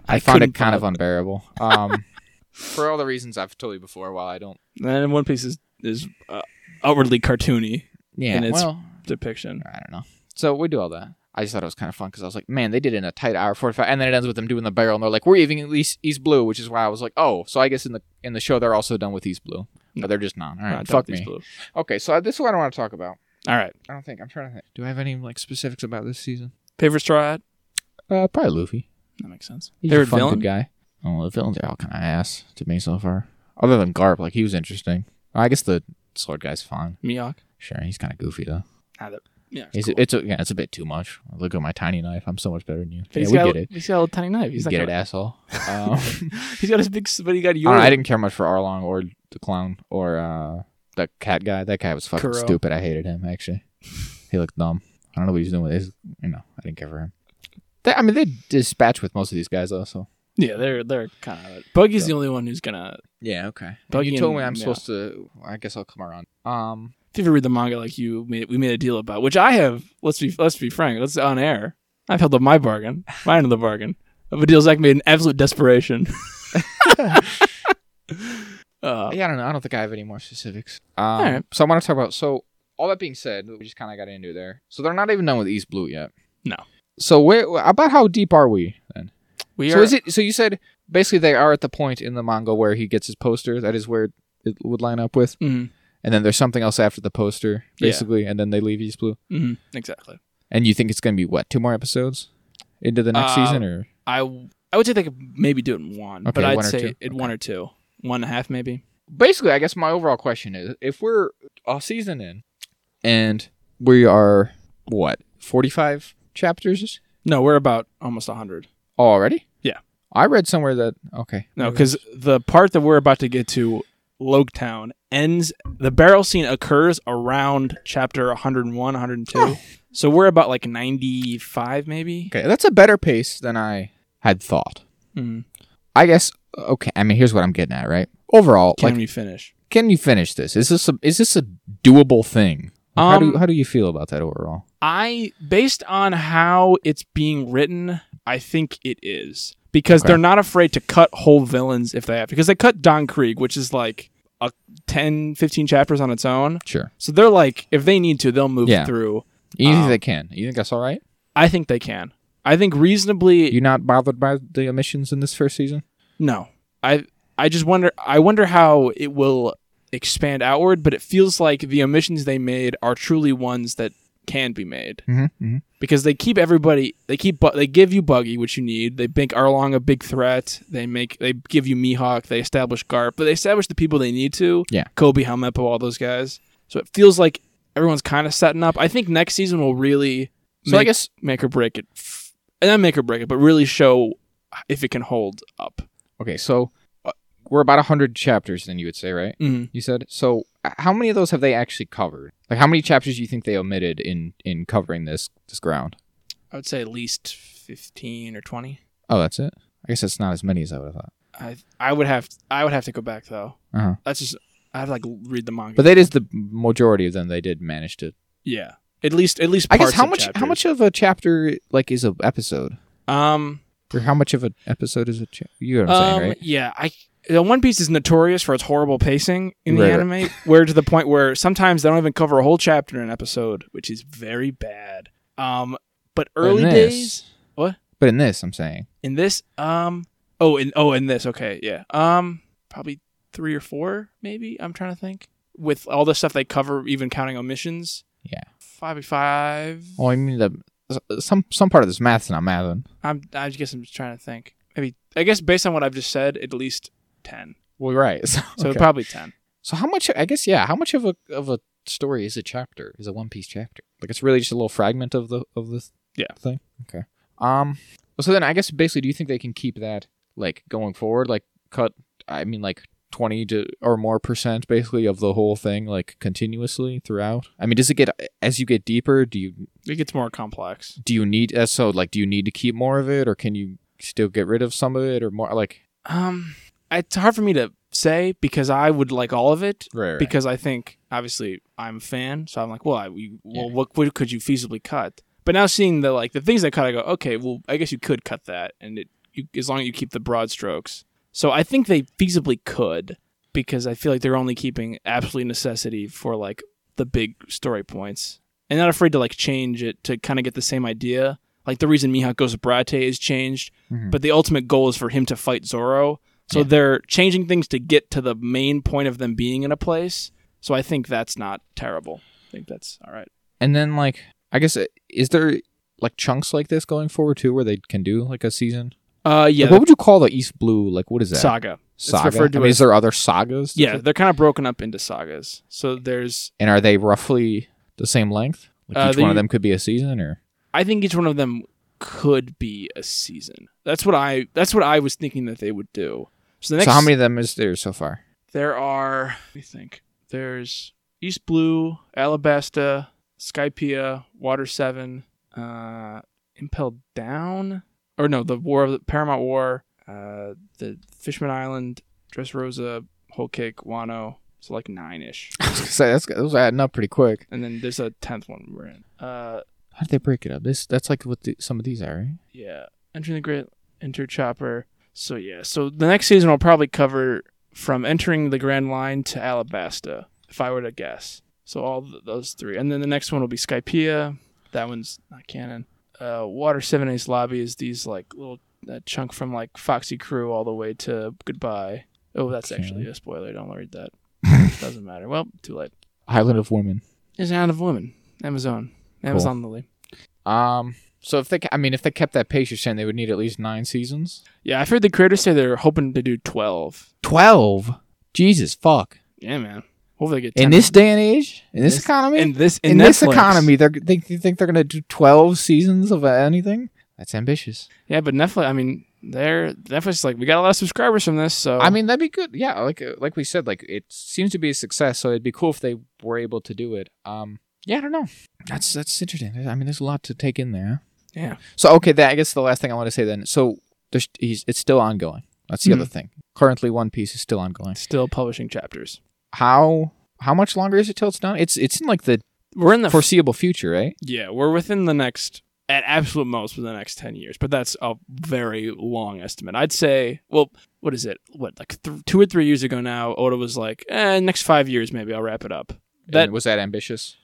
[SPEAKER 2] I, found
[SPEAKER 1] couldn't
[SPEAKER 2] it kind of
[SPEAKER 1] follow.
[SPEAKER 2] unbearable. Um, (laughs) for all the reasons I've told you before, while I don't,
[SPEAKER 1] And One Piece is is uh, outwardly cartoony
[SPEAKER 2] yeah,
[SPEAKER 1] And it's-
[SPEAKER 2] well,
[SPEAKER 1] depiction.
[SPEAKER 2] I don't know. So we do all that. I just thought it was kind of fun because I was like, man, they did it in a tight hour forty-five, and then it ends with them doing the barrel, and they're like, we're even at least East Blue, which is why I was like, oh, so I guess in the in the show they're also done with East Blue,
[SPEAKER 1] No.
[SPEAKER 2] but they're just not. All right,
[SPEAKER 1] Not
[SPEAKER 2] fuck
[SPEAKER 1] Doctor
[SPEAKER 2] me.
[SPEAKER 1] Blue.
[SPEAKER 2] Okay, so this is what I want to talk about.
[SPEAKER 1] All right,
[SPEAKER 2] I don't think I'm trying to think. Do I have any like specifics about this season?
[SPEAKER 1] favorite straw hat.
[SPEAKER 2] Uh, probably Luffy.
[SPEAKER 1] That makes sense.
[SPEAKER 2] He's
[SPEAKER 1] Favorite
[SPEAKER 2] a fun
[SPEAKER 1] villain.
[SPEAKER 2] good guy. Oh, the villains are all kind of ass to me so far. Other than Garp, like he was interesting. I guess the sword guy's fine.
[SPEAKER 1] Mihawk.
[SPEAKER 2] Sure, he's kind of goofy though.
[SPEAKER 1] Ah, that- yeah,
[SPEAKER 2] It's,
[SPEAKER 1] cool.
[SPEAKER 2] it's a, yeah, it's a bit too much. Look at my tiny knife. I'm so much better than you.
[SPEAKER 1] But
[SPEAKER 2] yeah,
[SPEAKER 1] he's
[SPEAKER 2] we
[SPEAKER 1] got,
[SPEAKER 2] get it.
[SPEAKER 1] He's got a little tiny knife.
[SPEAKER 2] He's
[SPEAKER 1] He's
[SPEAKER 2] get
[SPEAKER 1] not
[SPEAKER 2] it,
[SPEAKER 1] gonna-
[SPEAKER 2] asshole. (laughs) Um,
[SPEAKER 1] (laughs) He's got his big. s- But he got
[SPEAKER 2] I,
[SPEAKER 1] yours.
[SPEAKER 2] don't know, I didn't care much for Arlong or the clown or uh, the cat guy. That guy was fucking
[SPEAKER 1] Kuro.
[SPEAKER 2] stupid. I hated him actually. He looked dumb. I don't know what he's doing with his. You know, I didn't care for him. They, I mean, they dispatch with most of these guys though. So
[SPEAKER 1] Yeah, they're they're kind of. Buggy's the only one who's gonna.
[SPEAKER 2] yeah, okay.
[SPEAKER 1] Buggy
[SPEAKER 2] you told
[SPEAKER 1] and-
[SPEAKER 2] me I'm
[SPEAKER 1] yeah.
[SPEAKER 2] supposed to. I guess I'll come around. Um,
[SPEAKER 1] If you ever read the manga like you made, we made a deal about, which I have. Let's be let's be frank. Let's on air. I've held up my bargain, my end of the bargain, of a deal Zach made in absolute desperation. (laughs) uh,
[SPEAKER 2] yeah, I don't know. I don't think I have any more specifics. Um,
[SPEAKER 1] right.
[SPEAKER 2] So I want to talk about. So all that being said, we just kind of got into there. So they're not even done with East Blue yet.
[SPEAKER 1] No.
[SPEAKER 2] So where about how deep are we then?
[SPEAKER 1] we
[SPEAKER 2] so
[SPEAKER 1] are.
[SPEAKER 2] is it? So you said basically they are at the point in the manga where he gets his poster. That is where it would line up with,
[SPEAKER 1] Mhm.
[SPEAKER 2] and and then there's something else after the poster,
[SPEAKER 1] Yeah.
[SPEAKER 2] basically, and then they leave East Blue.
[SPEAKER 1] hmm Exactly.
[SPEAKER 2] And you think it's going to be what? Two more episodes into the next
[SPEAKER 1] Uh,
[SPEAKER 2] season, or
[SPEAKER 1] I w- I would say they could maybe do it in one, but
[SPEAKER 2] Okay,
[SPEAKER 1] I'd
[SPEAKER 2] one or
[SPEAKER 1] say
[SPEAKER 2] two.
[SPEAKER 1] it
[SPEAKER 2] Okay.
[SPEAKER 1] one or two, one and a half maybe.
[SPEAKER 2] basically, I guess my overall question is: if we're a season in, and we are what forty-five chapters
[SPEAKER 1] No, we're about almost hundred.
[SPEAKER 2] already?
[SPEAKER 1] Yeah.
[SPEAKER 2] I read somewhere that okay.
[SPEAKER 1] No, because the part that we're about to get to, Logetown, ends. The barrel scene occurs around chapter 101, 102. So we're about like 95, maybe.
[SPEAKER 2] okay, that's a better pace than I had thought.
[SPEAKER 1] Mm.
[SPEAKER 2] I guess okay. I mean, here's what I'm getting at, right? Overall,
[SPEAKER 1] Can
[SPEAKER 2] like,
[SPEAKER 1] we finish?
[SPEAKER 2] can you finish this? Is this a is this a doable thing? Like, how
[SPEAKER 1] Um,
[SPEAKER 2] do how do you feel about that overall?
[SPEAKER 1] I, based on how it's being written, I think it is because
[SPEAKER 2] Okay.
[SPEAKER 1] they're not afraid to cut whole villains if they have because they cut Don Krieg, which is like a 10, 15 chapters on its own.
[SPEAKER 2] Sure,
[SPEAKER 1] So they're like, if they need to, they'll move
[SPEAKER 2] Yeah.
[SPEAKER 1] through.
[SPEAKER 2] you think
[SPEAKER 1] Um,
[SPEAKER 2] they can? You think that's all right?
[SPEAKER 1] I think they can. I think reasonably,
[SPEAKER 2] You're not bothered by the omissions in this first season?
[SPEAKER 1] No, I I just wonder. I wonder how it will expand outward, but it feels like the omissions they made are truly ones that can be made
[SPEAKER 2] Mm-hmm, mm-hmm.
[SPEAKER 1] because they keep everybody. They keep Bu- they give you Buggy, which you need. They make Arlong a big threat. They make they give you Mihawk. They establish Garp, but they establish the people they need to.
[SPEAKER 2] Yeah.
[SPEAKER 1] Kobe, Helmepo, all those guys. So it feels like everyone's kind of setting up. I think next season will really
[SPEAKER 2] So I
[SPEAKER 1] make-
[SPEAKER 2] guess
[SPEAKER 1] make or break it, F- not make or break it, but really show if it can hold up.
[SPEAKER 2] okay. So uh, we're about hundred chapters, then you would say, right?
[SPEAKER 1] Mm-hmm.
[SPEAKER 2] You said so. h- How many of those have they actually covered? Like, how many chapters do you think they omitted in in covering this this ground?
[SPEAKER 1] I would say at least 15 or 20.
[SPEAKER 2] Oh, that's it. I guess that's not as many as I would have thought.
[SPEAKER 1] I I would have I would have to go back though.
[SPEAKER 2] Uh-huh.
[SPEAKER 1] That's just I have to like read the manga.
[SPEAKER 2] But that is the majority of them. They did manage to.
[SPEAKER 1] yeah. At least at least
[SPEAKER 2] I guess
[SPEAKER 1] parts
[SPEAKER 2] how
[SPEAKER 1] of
[SPEAKER 2] much how
[SPEAKER 1] chapters.
[SPEAKER 2] much of a chapter like is a episode,
[SPEAKER 1] um
[SPEAKER 2] or how much of an episode is a cha- you know what I'm
[SPEAKER 1] um,
[SPEAKER 2] saying, right?
[SPEAKER 1] yeah, I the One Piece is notorious for its horrible pacing in the
[SPEAKER 2] Right, right.
[SPEAKER 1] anime, where to the point where sometimes they don't even cover a whole chapter in an episode, which is very bad. Um but
[SPEAKER 2] But in
[SPEAKER 1] early
[SPEAKER 2] this-
[SPEAKER 1] days what?
[SPEAKER 2] But in this, I'm saying
[SPEAKER 1] in this um oh in oh in this okay yeah um probably three or four maybe i'm trying to think with all the stuff they cover even counting omissions
[SPEAKER 2] Yeah.
[SPEAKER 1] five by five
[SPEAKER 2] Well, I mean, the, s- some some part of this math's not mathing.
[SPEAKER 1] i'm i guess i'm just trying to think maybe i guess based on what i've just said at least 10
[SPEAKER 2] Well, right. (laughs) So,
[SPEAKER 1] so
[SPEAKER 2] okay.
[SPEAKER 1] probably 10
[SPEAKER 2] so how much? I guess yeah. How much of a of a story is a chapter? Is a One Piece chapter? Like it's really just a little fragment of the of this
[SPEAKER 1] Yeah.
[SPEAKER 2] thing. Okay. Um. So then I guess basically, do you think they can keep that like going forward? Like cut. I mean, like twenty to or more percent basically of the whole thing, like continuously throughout. I mean, does it get as you get deeper? Do you
[SPEAKER 1] it gets more complex
[SPEAKER 2] do you need uh, so like do you need to keep more of it or can you still get rid of some of it or more like
[SPEAKER 1] um it's hard for me to say because i would like all of it
[SPEAKER 2] right, right.
[SPEAKER 1] because I think obviously I'm a fan, so I'm like, well, I, we, well,
[SPEAKER 2] Yeah.
[SPEAKER 1] what, what could you feasibly cut? But now seeing the like the things they cut, I go, okay, well, I guess you could cut that, and it you, as long as you keep the broad strokes. So I think they feasibly could because I feel like they're only keeping absolute necessity for like the big story points and not afraid to like change it to kind of get the same idea. Like the reason Mihawk goes to Brate is changed,
[SPEAKER 2] Mhm.
[SPEAKER 1] but the ultimate goal is for him to fight Zoro. So
[SPEAKER 2] Yeah.
[SPEAKER 1] they're changing things to get to the main point of them being in a place. So I think that's not terrible. I think that's all right.
[SPEAKER 2] and then like i guess uh, is there like chunks like this going forward too where they can do like a season
[SPEAKER 1] Uh, yeah,
[SPEAKER 2] Like, what would you call the east blue like what is
[SPEAKER 1] the
[SPEAKER 2] that
[SPEAKER 1] saga.
[SPEAKER 2] saga
[SPEAKER 1] referred to
[SPEAKER 2] I mean,
[SPEAKER 1] as-
[SPEAKER 2] is there other sagas
[SPEAKER 1] Yeah, they're kind of broken up into sagas. So there's,
[SPEAKER 2] and are they roughly the same length like
[SPEAKER 1] Uh,
[SPEAKER 2] each one of
[SPEAKER 1] they-
[SPEAKER 2] them could be a season or
[SPEAKER 1] I think each one of them could be a season. That's what I. That's what I was thinking that they would do. So the next,
[SPEAKER 2] so how many of them is there so far (laughs)
[SPEAKER 1] There are. Let me think. There's East Blue, Alabasta, Skypea, Water Seven, uh, Impel Down, or no, the War of the Paramount War, uh, the Fishman Island, Dressrosa, Whole Cake, Wano. So like nine ish,
[SPEAKER 2] I was gonna say, that's those are adding up pretty quick
[SPEAKER 1] and then there's a tenth one we're in. Uh,
[SPEAKER 2] how did they break it up this that's like what the, some of these are right
[SPEAKER 1] yeah, entering the Great Enter Chopper. So yeah, so the next season will probably cover from entering the Grand Line to Alabasta, if I were to guess. So all th- those three, and then the next one will be Skypea. That one's not canon. Uh, Water Seven Ace Lobby is these like little that chunk from like Foxy Crew all the way to Goodbye. Oh, that's
[SPEAKER 2] Okay.
[SPEAKER 1] actually a spoiler. Don't read that. Doesn't matter. Well, too late.
[SPEAKER 2] Island of Women.
[SPEAKER 1] Is out of women. Amazon. Amazon Lily.
[SPEAKER 2] Um. So if they, ca- I mean, if they kept that pace, you're saying they would need at least nine seasons.
[SPEAKER 1] Yeah, I've heard the creators say they're hoping to do twelve.
[SPEAKER 2] Twelve. Jesus fuck.
[SPEAKER 1] Yeah, man. Hopefully they get 10.
[SPEAKER 2] In this day and age, in this,
[SPEAKER 1] This-
[SPEAKER 2] economy,
[SPEAKER 1] in this in,
[SPEAKER 2] in this
[SPEAKER 1] Netflix.
[SPEAKER 2] economy, they're they, you think they're gonna do twelve seasons of anything? That's ambitious.
[SPEAKER 1] Yeah, but Netflix. I mean, they're Netflix. is Like, we got a lot of subscribers from this, so
[SPEAKER 2] I mean, that'd be good. Yeah, like uh, like we said, like it seems to be a success. So it'd be cool if they were able to do it. Um, yeah, I don't know. That's that's interesting. I mean, there's a lot to take in there.
[SPEAKER 1] Yeah.
[SPEAKER 2] So okay, that I guess the last thing I want to say then. So there's he's, it's still ongoing. That's the
[SPEAKER 1] Mhm.
[SPEAKER 2] other thing. Currently, One Piece is still ongoing.
[SPEAKER 1] still publishing chapters.
[SPEAKER 2] How how much longer is it till it's done? It's it's in like the
[SPEAKER 1] We're in the
[SPEAKER 2] foreseeable future, right?
[SPEAKER 1] yeah, we're within the next at absolute most for the next ten years, but that's a very long estimate. I'd say, well, what is it? What like th- two or three years ago now, Oda was like, eh, next five years maybe I'll wrap it up. That-
[SPEAKER 2] And was that ambitious?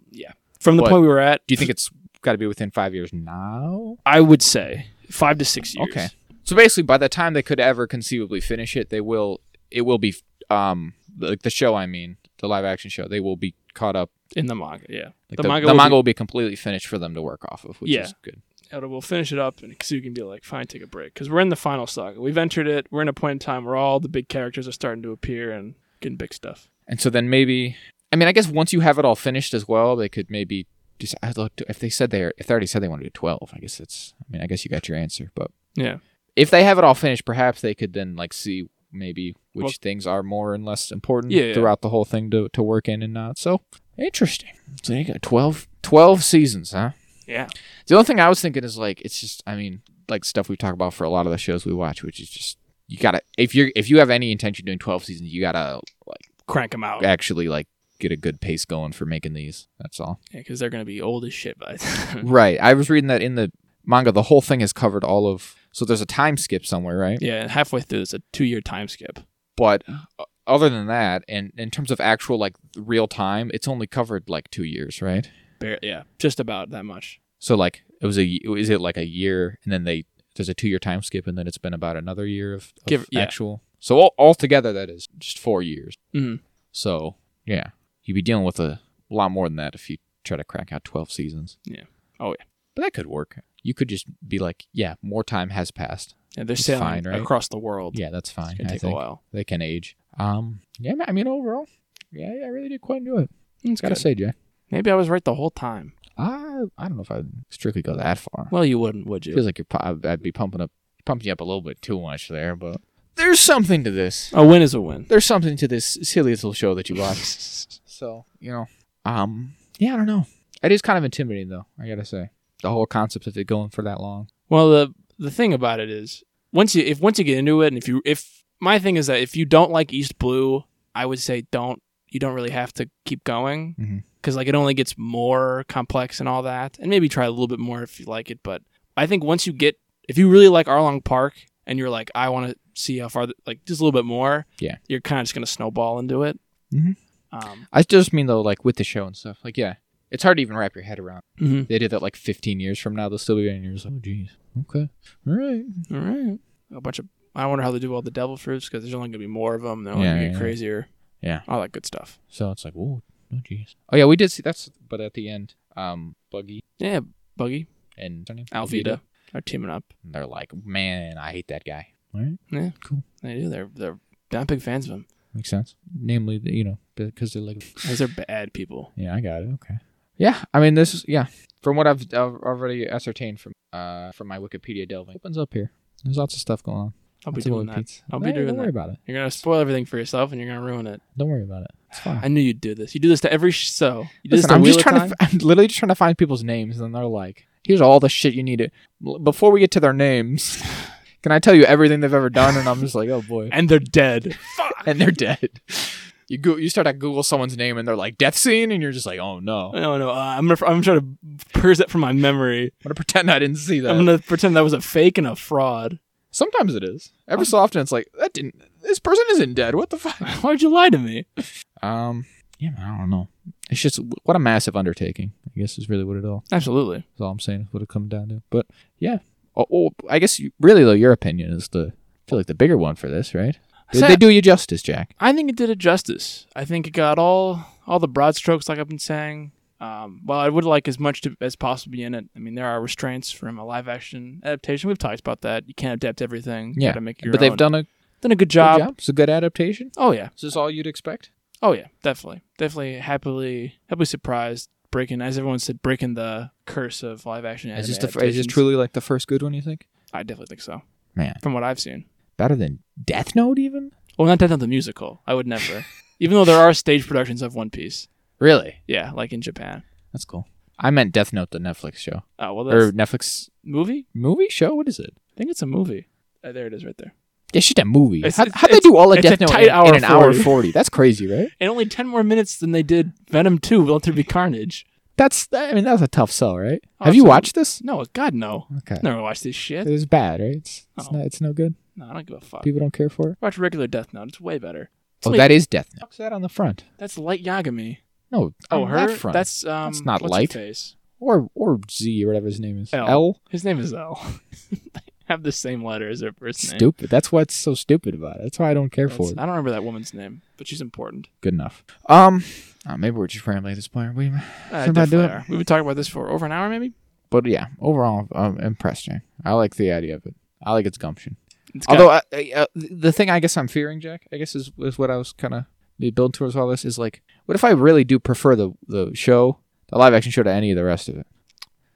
[SPEAKER 1] From the
[SPEAKER 2] What?
[SPEAKER 1] point we were at,
[SPEAKER 2] Do you think it's got to be within five years now?
[SPEAKER 1] I would say five to six years.
[SPEAKER 2] Okay. So basically, by the time they could ever conceivably finish it, they will. It will be um like the show. I mean, the live action show. They will be caught up.
[SPEAKER 1] in the manga, yeah,
[SPEAKER 2] Like
[SPEAKER 1] The
[SPEAKER 2] the,
[SPEAKER 1] manga
[SPEAKER 2] the
[SPEAKER 1] will
[SPEAKER 2] manga
[SPEAKER 1] be-
[SPEAKER 2] will be completely finished for them to work off of, which
[SPEAKER 1] Yeah.
[SPEAKER 2] is good.
[SPEAKER 1] Oda will finish it up, and Kazuki can be like, fine, take a break, because we're in the final saga. We've entered it. We're in a point in time where all the big characters are starting to appear and getting big stuff.
[SPEAKER 2] And so then maybe, I mean, I guess once you have it all finished as well, they could maybe just I'd like to- if they said they if they already said they want to do twelve. I guess that's. I mean, I guess you got your answer, but
[SPEAKER 1] Yeah.
[SPEAKER 2] if they have it all finished, perhaps they could then like see maybe which
[SPEAKER 1] Well-
[SPEAKER 2] things are more and less important
[SPEAKER 1] Yeah, yeah.
[SPEAKER 2] throughout the whole thing to, to work in and not. So interesting. So you got 12, 12 seasons, huh?
[SPEAKER 1] Yeah.
[SPEAKER 2] The only thing I was thinking is like it's just I mean like stuff we talk about for a lot of the shows we watch, which is just you gotta if you're if you have any intention of doing twelve seasons, you gotta
[SPEAKER 1] Crank them out.
[SPEAKER 2] actually like get a good pace going for making these. That's all.
[SPEAKER 1] because they're gonna be old as shit by
[SPEAKER 2] (laughs)
[SPEAKER 1] then.
[SPEAKER 2] Right. I was reading that in the manga, the whole thing has covered all of. So there's a time skip somewhere, right?
[SPEAKER 1] (laughs) yeah, and halfway through, it's a two-year time skip.
[SPEAKER 2] but uh, other than that and in terms of actual like real time it's only covered like two years right
[SPEAKER 1] Bar- yeah, just about that much.
[SPEAKER 2] so like it was a y- is it like a year and then they there's a two year time skip and then it's been about another year of, of
[SPEAKER 1] Give- yeah.
[SPEAKER 2] actual so all altogether that is just four years
[SPEAKER 1] Mhm.
[SPEAKER 2] so yeah you'd be dealing with a lot more than that if you try to crack out 12 seasons
[SPEAKER 1] Yeah. Oh, yeah.
[SPEAKER 2] but that could work you could just be like yeah more time has passed
[SPEAKER 1] And they're
[SPEAKER 2] It's
[SPEAKER 1] sailing
[SPEAKER 2] fine, right?
[SPEAKER 1] across the world.
[SPEAKER 2] yeah that's fine
[SPEAKER 1] it's gonna
[SPEAKER 2] I
[SPEAKER 1] take
[SPEAKER 2] think.
[SPEAKER 1] a while.
[SPEAKER 2] they can age um yeah I mean overall yeah, yeah i really did quite enjoy it
[SPEAKER 1] It's
[SPEAKER 2] Gotta
[SPEAKER 1] good.
[SPEAKER 2] say, Jay,
[SPEAKER 1] Maybe I was right the whole time.
[SPEAKER 2] I I don't know if I'd strictly go that far.
[SPEAKER 1] Well, you wouldn't, would you?
[SPEAKER 2] Feels like you're pu- I'd I'd be pumping up, pumping you up a little bit too much there, but there's something to this.
[SPEAKER 1] A win is a
[SPEAKER 2] (laughs)
[SPEAKER 1] win.
[SPEAKER 2] There's something to this silly little show that you
[SPEAKER 1] (laughs)
[SPEAKER 2] watch. so you know, um, yeah, I don't know. It is kind of intimidating, though. I gotta say, the whole concept of it going for that long.
[SPEAKER 1] Well, the the thing about it is once you if once you get into it, and if you if my thing is that if you don't like East Blue, I would say don't you don't really have to keep going
[SPEAKER 2] Mhm.
[SPEAKER 1] because like it only gets more complex and all that, and maybe try a little bit more if you like it. But I think once you get if you really like Arlong Park and you're like I want to see how far th- like just a little bit more,
[SPEAKER 2] Yeah.
[SPEAKER 1] you're kind of just gonna snowball into it.
[SPEAKER 2] Mhm.
[SPEAKER 1] Um,
[SPEAKER 2] I just mean though, like with the show and stuff. Like, yeah, it's hard to even wrap your head around.
[SPEAKER 1] mhm.
[SPEAKER 2] They did that like 15 years from now. They'll still be in years. Like, oh, geez. Okay. All right.
[SPEAKER 1] All right, a bunch of I wonder how they do all the devil fruits because there's only gonna be more of them. They're only
[SPEAKER 2] Yeah,
[SPEAKER 1] gonna get
[SPEAKER 2] yeah, yeah.
[SPEAKER 1] crazier.
[SPEAKER 2] Yeah.
[SPEAKER 1] all that good stuff.
[SPEAKER 2] So it's like, whoa, oh jeez. Oh yeah, we did see that's but at the end, um, Buggy
[SPEAKER 1] Yeah, Buggy.
[SPEAKER 2] and what's her name?
[SPEAKER 1] Alvida are teaming up.
[SPEAKER 2] And they're like, Man, I hate that guy. All right.
[SPEAKER 1] Yeah.
[SPEAKER 2] Cool.
[SPEAKER 1] They do. They're they're not big fans of him
[SPEAKER 2] Makes sense. Namely you know, because they're like
[SPEAKER 1] because they're bad people.
[SPEAKER 2] Yeah, I got it. Okay. Yeah, I mean this is yeah. From what I've, I've already ascertained from uh from my Wikipedia delving. Opens up here. There's lots of stuff going on.
[SPEAKER 1] I'll be
[SPEAKER 2] Lots of
[SPEAKER 1] doing
[SPEAKER 2] little
[SPEAKER 1] that.
[SPEAKER 2] beats.
[SPEAKER 1] I'll be
[SPEAKER 2] Hey,
[SPEAKER 1] doing
[SPEAKER 2] Don't
[SPEAKER 1] that.
[SPEAKER 2] worry about it.
[SPEAKER 1] You're gonna spoil everything for yourself and you're gonna ruin it.
[SPEAKER 2] Don't worry about it. It's fine.
[SPEAKER 1] I knew you'd do this. You do this to every sh- so. You do this
[SPEAKER 2] Listen,
[SPEAKER 1] to
[SPEAKER 2] I'm
[SPEAKER 1] Wheel
[SPEAKER 2] just
[SPEAKER 1] of
[SPEAKER 2] trying
[SPEAKER 1] Time.
[SPEAKER 2] to. (laughs) I'm literally just trying to find people's names, and they're like, "Here's all the shit you need to." L- Before we get to their names, (laughs) can I tell you everything they've ever done? And I'm just like, "Oh boy,"
[SPEAKER 1] and they're dead. (laughs) Fuck.
[SPEAKER 2] and they're dead. You go, you start to Google someone's name, and they're like, "Death scene," and you're just like, "Oh no," I'm
[SPEAKER 1] No, no. Uh, I'm gonna, I'm trying to purge that from my memory.
[SPEAKER 2] gonna (laughs) pretend I didn't see that.
[SPEAKER 1] I'm gonna pretend that was a fake and a fraud. (laughs)
[SPEAKER 2] Sometimes it is. Every so often, it's like that didn't. This person isn't dead. What the fuck?
[SPEAKER 1] Why would you lie to me?
[SPEAKER 2] Um, yeah, man, I don't know. It's just what a massive undertaking. I guess is really what it all.
[SPEAKER 1] Absolutely.
[SPEAKER 2] That's all I'm saying. Is what it comes down to. But yeah, oh, oh, I guess you, really though, your opinion is the I feel like the bigger one for this, right?
[SPEAKER 1] I
[SPEAKER 2] Did
[SPEAKER 1] So-
[SPEAKER 2] they do you justice, Jack?
[SPEAKER 1] I think it did it justice. I think it got all all the broad strokes, like I've been saying. Um, well, I would like as much to, as possible be in it. I mean, there are restraints from a live action adaptation. We've talked about that. You can't adapt everything.
[SPEAKER 2] Yeah,
[SPEAKER 1] you gotta make your
[SPEAKER 2] but they've
[SPEAKER 1] own.
[SPEAKER 2] done a good
[SPEAKER 1] done a good job.
[SPEAKER 2] job. It's a good adaptation.
[SPEAKER 1] Oh yeah,
[SPEAKER 2] Is this all you'd expect?
[SPEAKER 1] oh yeah, definitely, definitely, happily, happily surprised. Breaking, as everyone said, breaking the curse of live action.
[SPEAKER 2] Is
[SPEAKER 1] Anime
[SPEAKER 2] this, the, f- is
[SPEAKER 1] adaptations.
[SPEAKER 2] this truly like the first good one, you think?
[SPEAKER 1] I definitely think so.
[SPEAKER 2] Man.
[SPEAKER 1] from what I've seen.
[SPEAKER 2] Better than Death Note, even?
[SPEAKER 1] Well, not Death Note the musical. I would
[SPEAKER 2] (laughs)
[SPEAKER 1] never. Even though there are stage productions of One Piece.
[SPEAKER 2] Really?
[SPEAKER 1] Yeah, like in Japan.
[SPEAKER 2] That's cool. I meant Death Note, the Netflix show.
[SPEAKER 1] Oh well, that's
[SPEAKER 2] Or Netflix
[SPEAKER 1] movie.
[SPEAKER 2] movie show? What is it?
[SPEAKER 1] I think it's a movie. Uh, there it is, right there.
[SPEAKER 2] Yeah, shit, that movie.
[SPEAKER 1] It's-
[SPEAKER 2] how,
[SPEAKER 1] it's-
[SPEAKER 2] how'd they do all of
[SPEAKER 1] it's a
[SPEAKER 2] Death Note
[SPEAKER 1] tight
[SPEAKER 2] in,
[SPEAKER 1] hour
[SPEAKER 2] in an hour
[SPEAKER 1] 40.
[SPEAKER 2] 40? That's crazy, right?
[SPEAKER 1] And only ten more minutes than they did Venom Two. Let there be carnage.
[SPEAKER 2] That's, I mean, that was a tough sell, right?
[SPEAKER 1] Oh,
[SPEAKER 2] Have you
[SPEAKER 1] absolutely.
[SPEAKER 2] watched this?
[SPEAKER 1] No, God no.
[SPEAKER 2] Okay.
[SPEAKER 1] Never watched this
[SPEAKER 2] It
[SPEAKER 1] shit.
[SPEAKER 2] was bad, right? It's, it's,
[SPEAKER 1] Oh.
[SPEAKER 2] not, it's no good.
[SPEAKER 1] No, I don't give a fuck.
[SPEAKER 2] People don't care for it.
[SPEAKER 1] Watch regular Death Note. It's way better. It's
[SPEAKER 2] Oh,
[SPEAKER 1] like-
[SPEAKER 2] that is Death Note. What's that on the front?
[SPEAKER 1] that's Light Yagami.
[SPEAKER 2] No,
[SPEAKER 1] Oh,
[SPEAKER 2] on
[SPEAKER 1] her.
[SPEAKER 2] that front.
[SPEAKER 1] That's um.
[SPEAKER 2] That's not
[SPEAKER 1] what's
[SPEAKER 2] light.
[SPEAKER 1] Her face?
[SPEAKER 2] or or Z or whatever his name is.
[SPEAKER 1] L.
[SPEAKER 2] L.
[SPEAKER 1] His name is L. They (laughs) have the same letter as their first name.
[SPEAKER 2] Stupid. That's what's so stupid about it. That's why I don't care for
[SPEAKER 1] That's-
[SPEAKER 2] it.
[SPEAKER 1] I don't remember that woman's name, but she's important.
[SPEAKER 2] Good enough. Um, uh, maybe we're just rambling at this point. aren't We,
[SPEAKER 1] Uh,
[SPEAKER 2] Somebody do
[SPEAKER 1] definitely
[SPEAKER 2] it.
[SPEAKER 1] are. We've been talking about this for over an hour, maybe.
[SPEAKER 2] but yeah, overall, I'm impressed. Jack. I like the idea of it. I like its gumption.
[SPEAKER 1] It's got-
[SPEAKER 2] Although I, I, uh, the thing I guess I'm fearing, Jack, I guess is, is what I was kind of building towards all this is like, what if I really do prefer the the show, the live action show, to any of the rest of it?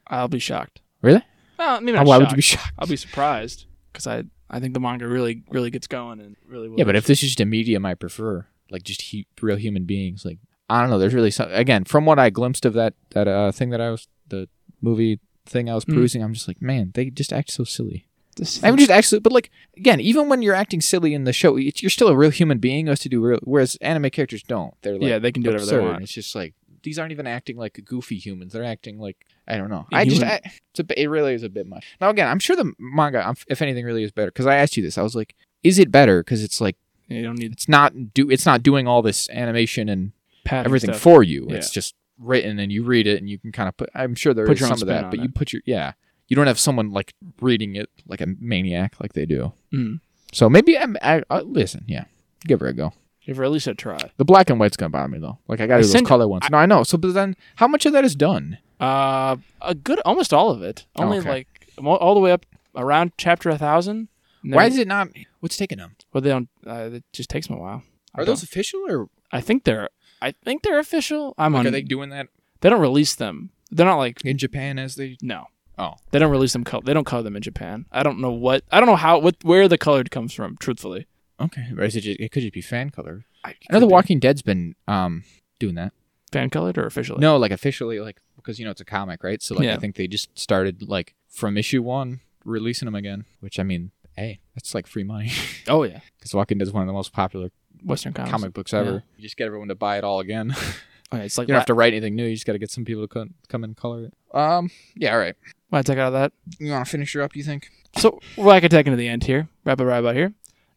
[SPEAKER 1] I'll be shocked.
[SPEAKER 2] Really?
[SPEAKER 1] Well, maybe
[SPEAKER 2] Why
[SPEAKER 1] not
[SPEAKER 2] would
[SPEAKER 1] shocked.
[SPEAKER 2] you be shocked?
[SPEAKER 1] I'll be surprised because I I think the manga really really gets going and really. Will
[SPEAKER 2] Yeah, but if this is just a medium I prefer, like just he, real human beings, like I don't know, there's really some again from what I glimpsed of that that uh, thing that I was the movie thing I was
[SPEAKER 1] Mm.
[SPEAKER 2] perusing, I'm just like, man, they just act so silly.
[SPEAKER 1] this,
[SPEAKER 2] I mean, just actually, but like again, even when you're acting silly in the show, it's, you're still a real human being. Who has to do real, whereas anime characters don't. They're like
[SPEAKER 1] yeah, they can do whatever
[SPEAKER 2] absurd,
[SPEAKER 1] they
[SPEAKER 2] and
[SPEAKER 1] want.
[SPEAKER 2] It's just like these aren't even acting like goofy humans. They're acting like I don't know. I just I,
[SPEAKER 1] Inhuman.
[SPEAKER 2] it's a, bit- it really is a bit much. Now again, I'm sure the manga, um, if anything, really is better. Because I asked you this, I was like, is it better? Because it's like
[SPEAKER 1] You don't need
[SPEAKER 2] it's not do it's not doing all this animation and
[SPEAKER 1] pattern
[SPEAKER 2] everything
[SPEAKER 1] stuff.
[SPEAKER 2] for you.
[SPEAKER 1] Yeah.
[SPEAKER 2] It's just written and you read it and you can kind of put. I'm sure there is
[SPEAKER 1] Put your own
[SPEAKER 2] some of
[SPEAKER 1] spin
[SPEAKER 2] that,
[SPEAKER 1] on
[SPEAKER 2] but you
[SPEAKER 1] it.
[SPEAKER 2] put your yeah. You don't have someone like reading it like a maniac like they do.
[SPEAKER 1] Mm.
[SPEAKER 2] So maybe I'm, I, I listen. Yeah, give her a go.
[SPEAKER 1] Give her at least a try.
[SPEAKER 2] The black and white's gonna bother me though. Like I gotta
[SPEAKER 1] I
[SPEAKER 2] do those
[SPEAKER 1] sent-
[SPEAKER 2] color ones. no, I know. So but then how much of that is done?
[SPEAKER 1] Uh, a good almost all of it.
[SPEAKER 2] Oh,
[SPEAKER 1] Only
[SPEAKER 2] okay.
[SPEAKER 1] like mo- all the way up around chapter a thousand. And
[SPEAKER 2] Why
[SPEAKER 1] then-
[SPEAKER 2] is it not? What's taking them?
[SPEAKER 1] Well, they don't. Uh, it just takes them a while. I
[SPEAKER 2] Are
[SPEAKER 1] don't-
[SPEAKER 2] those official or
[SPEAKER 1] I think they're. I think they're official. I'm
[SPEAKER 2] like,
[SPEAKER 1] on.
[SPEAKER 2] are they doing that
[SPEAKER 1] they don't release them. They're not like
[SPEAKER 2] in Japan as they?
[SPEAKER 1] no.
[SPEAKER 2] Oh,
[SPEAKER 1] They don't release them. Col- they don't color them in Japan. I don't know what. I don't know how. What where the colored comes from. Truthfully,
[SPEAKER 2] okay. Or is it? Just, it could just be fan color.
[SPEAKER 1] I,
[SPEAKER 2] I know The Walking Dead's been um doing that.
[SPEAKER 1] fan colored or officially.
[SPEAKER 2] No, like officially, like because you know it's a comic, right? So like I
[SPEAKER 1] Yeah.
[SPEAKER 2] think they just started like from issue one releasing them again. Which I mean, hey, that's like free money (laughs)
[SPEAKER 1] Oh yeah,
[SPEAKER 2] because Walking Dead is one of the most popular
[SPEAKER 1] Western comics.
[SPEAKER 2] comic books
[SPEAKER 1] yeah.
[SPEAKER 2] ever. You just get everyone to buy it all again. (laughs)
[SPEAKER 1] Okay, it's like
[SPEAKER 2] you don't have to write anything new. You just got to get some people to co- come in and color it. Um, yeah, all right.
[SPEAKER 1] Want to take out of that?
[SPEAKER 2] You want to finish her up? You think?
[SPEAKER 1] So we're like attacking to the end here. Wrap it right about here.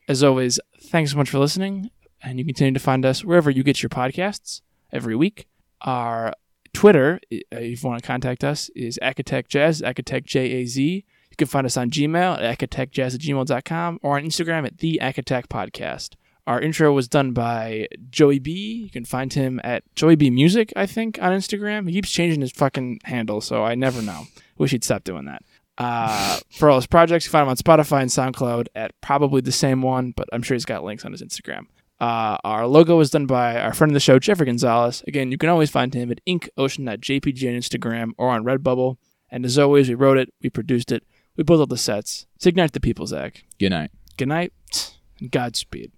[SPEAKER 1] As always, thanks so much for listening, and you continue to find us wherever you get your podcasts every week. Our Twitter, i- uh, if you want to contact us, is Acatech Jazz, Acatech J A Z. You can find us on Gmail at acatechjazz at gmail.com or on Instagram at the Acatech Podcast. Our intro was done by Joey B. You can find him at Joey B Music, I think, on Instagram. He keeps changing his fucking handle, so I never know. Wish he'd stop doing that. Uh, for all his projects, you find him on Spotify and SoundCloud at probably the same one, but I'm sure he's got links on his Instagram. Uh, our logo was done by our friend of the show, Jeffrey Gonzalez. Again, you can always find him at inkocean.jpg on Instagram or on Redbubble. And as always, we wrote it, we produced it, we built all the sets. Signite the people, Zach.
[SPEAKER 2] Good night.
[SPEAKER 1] Good night and Godspeed.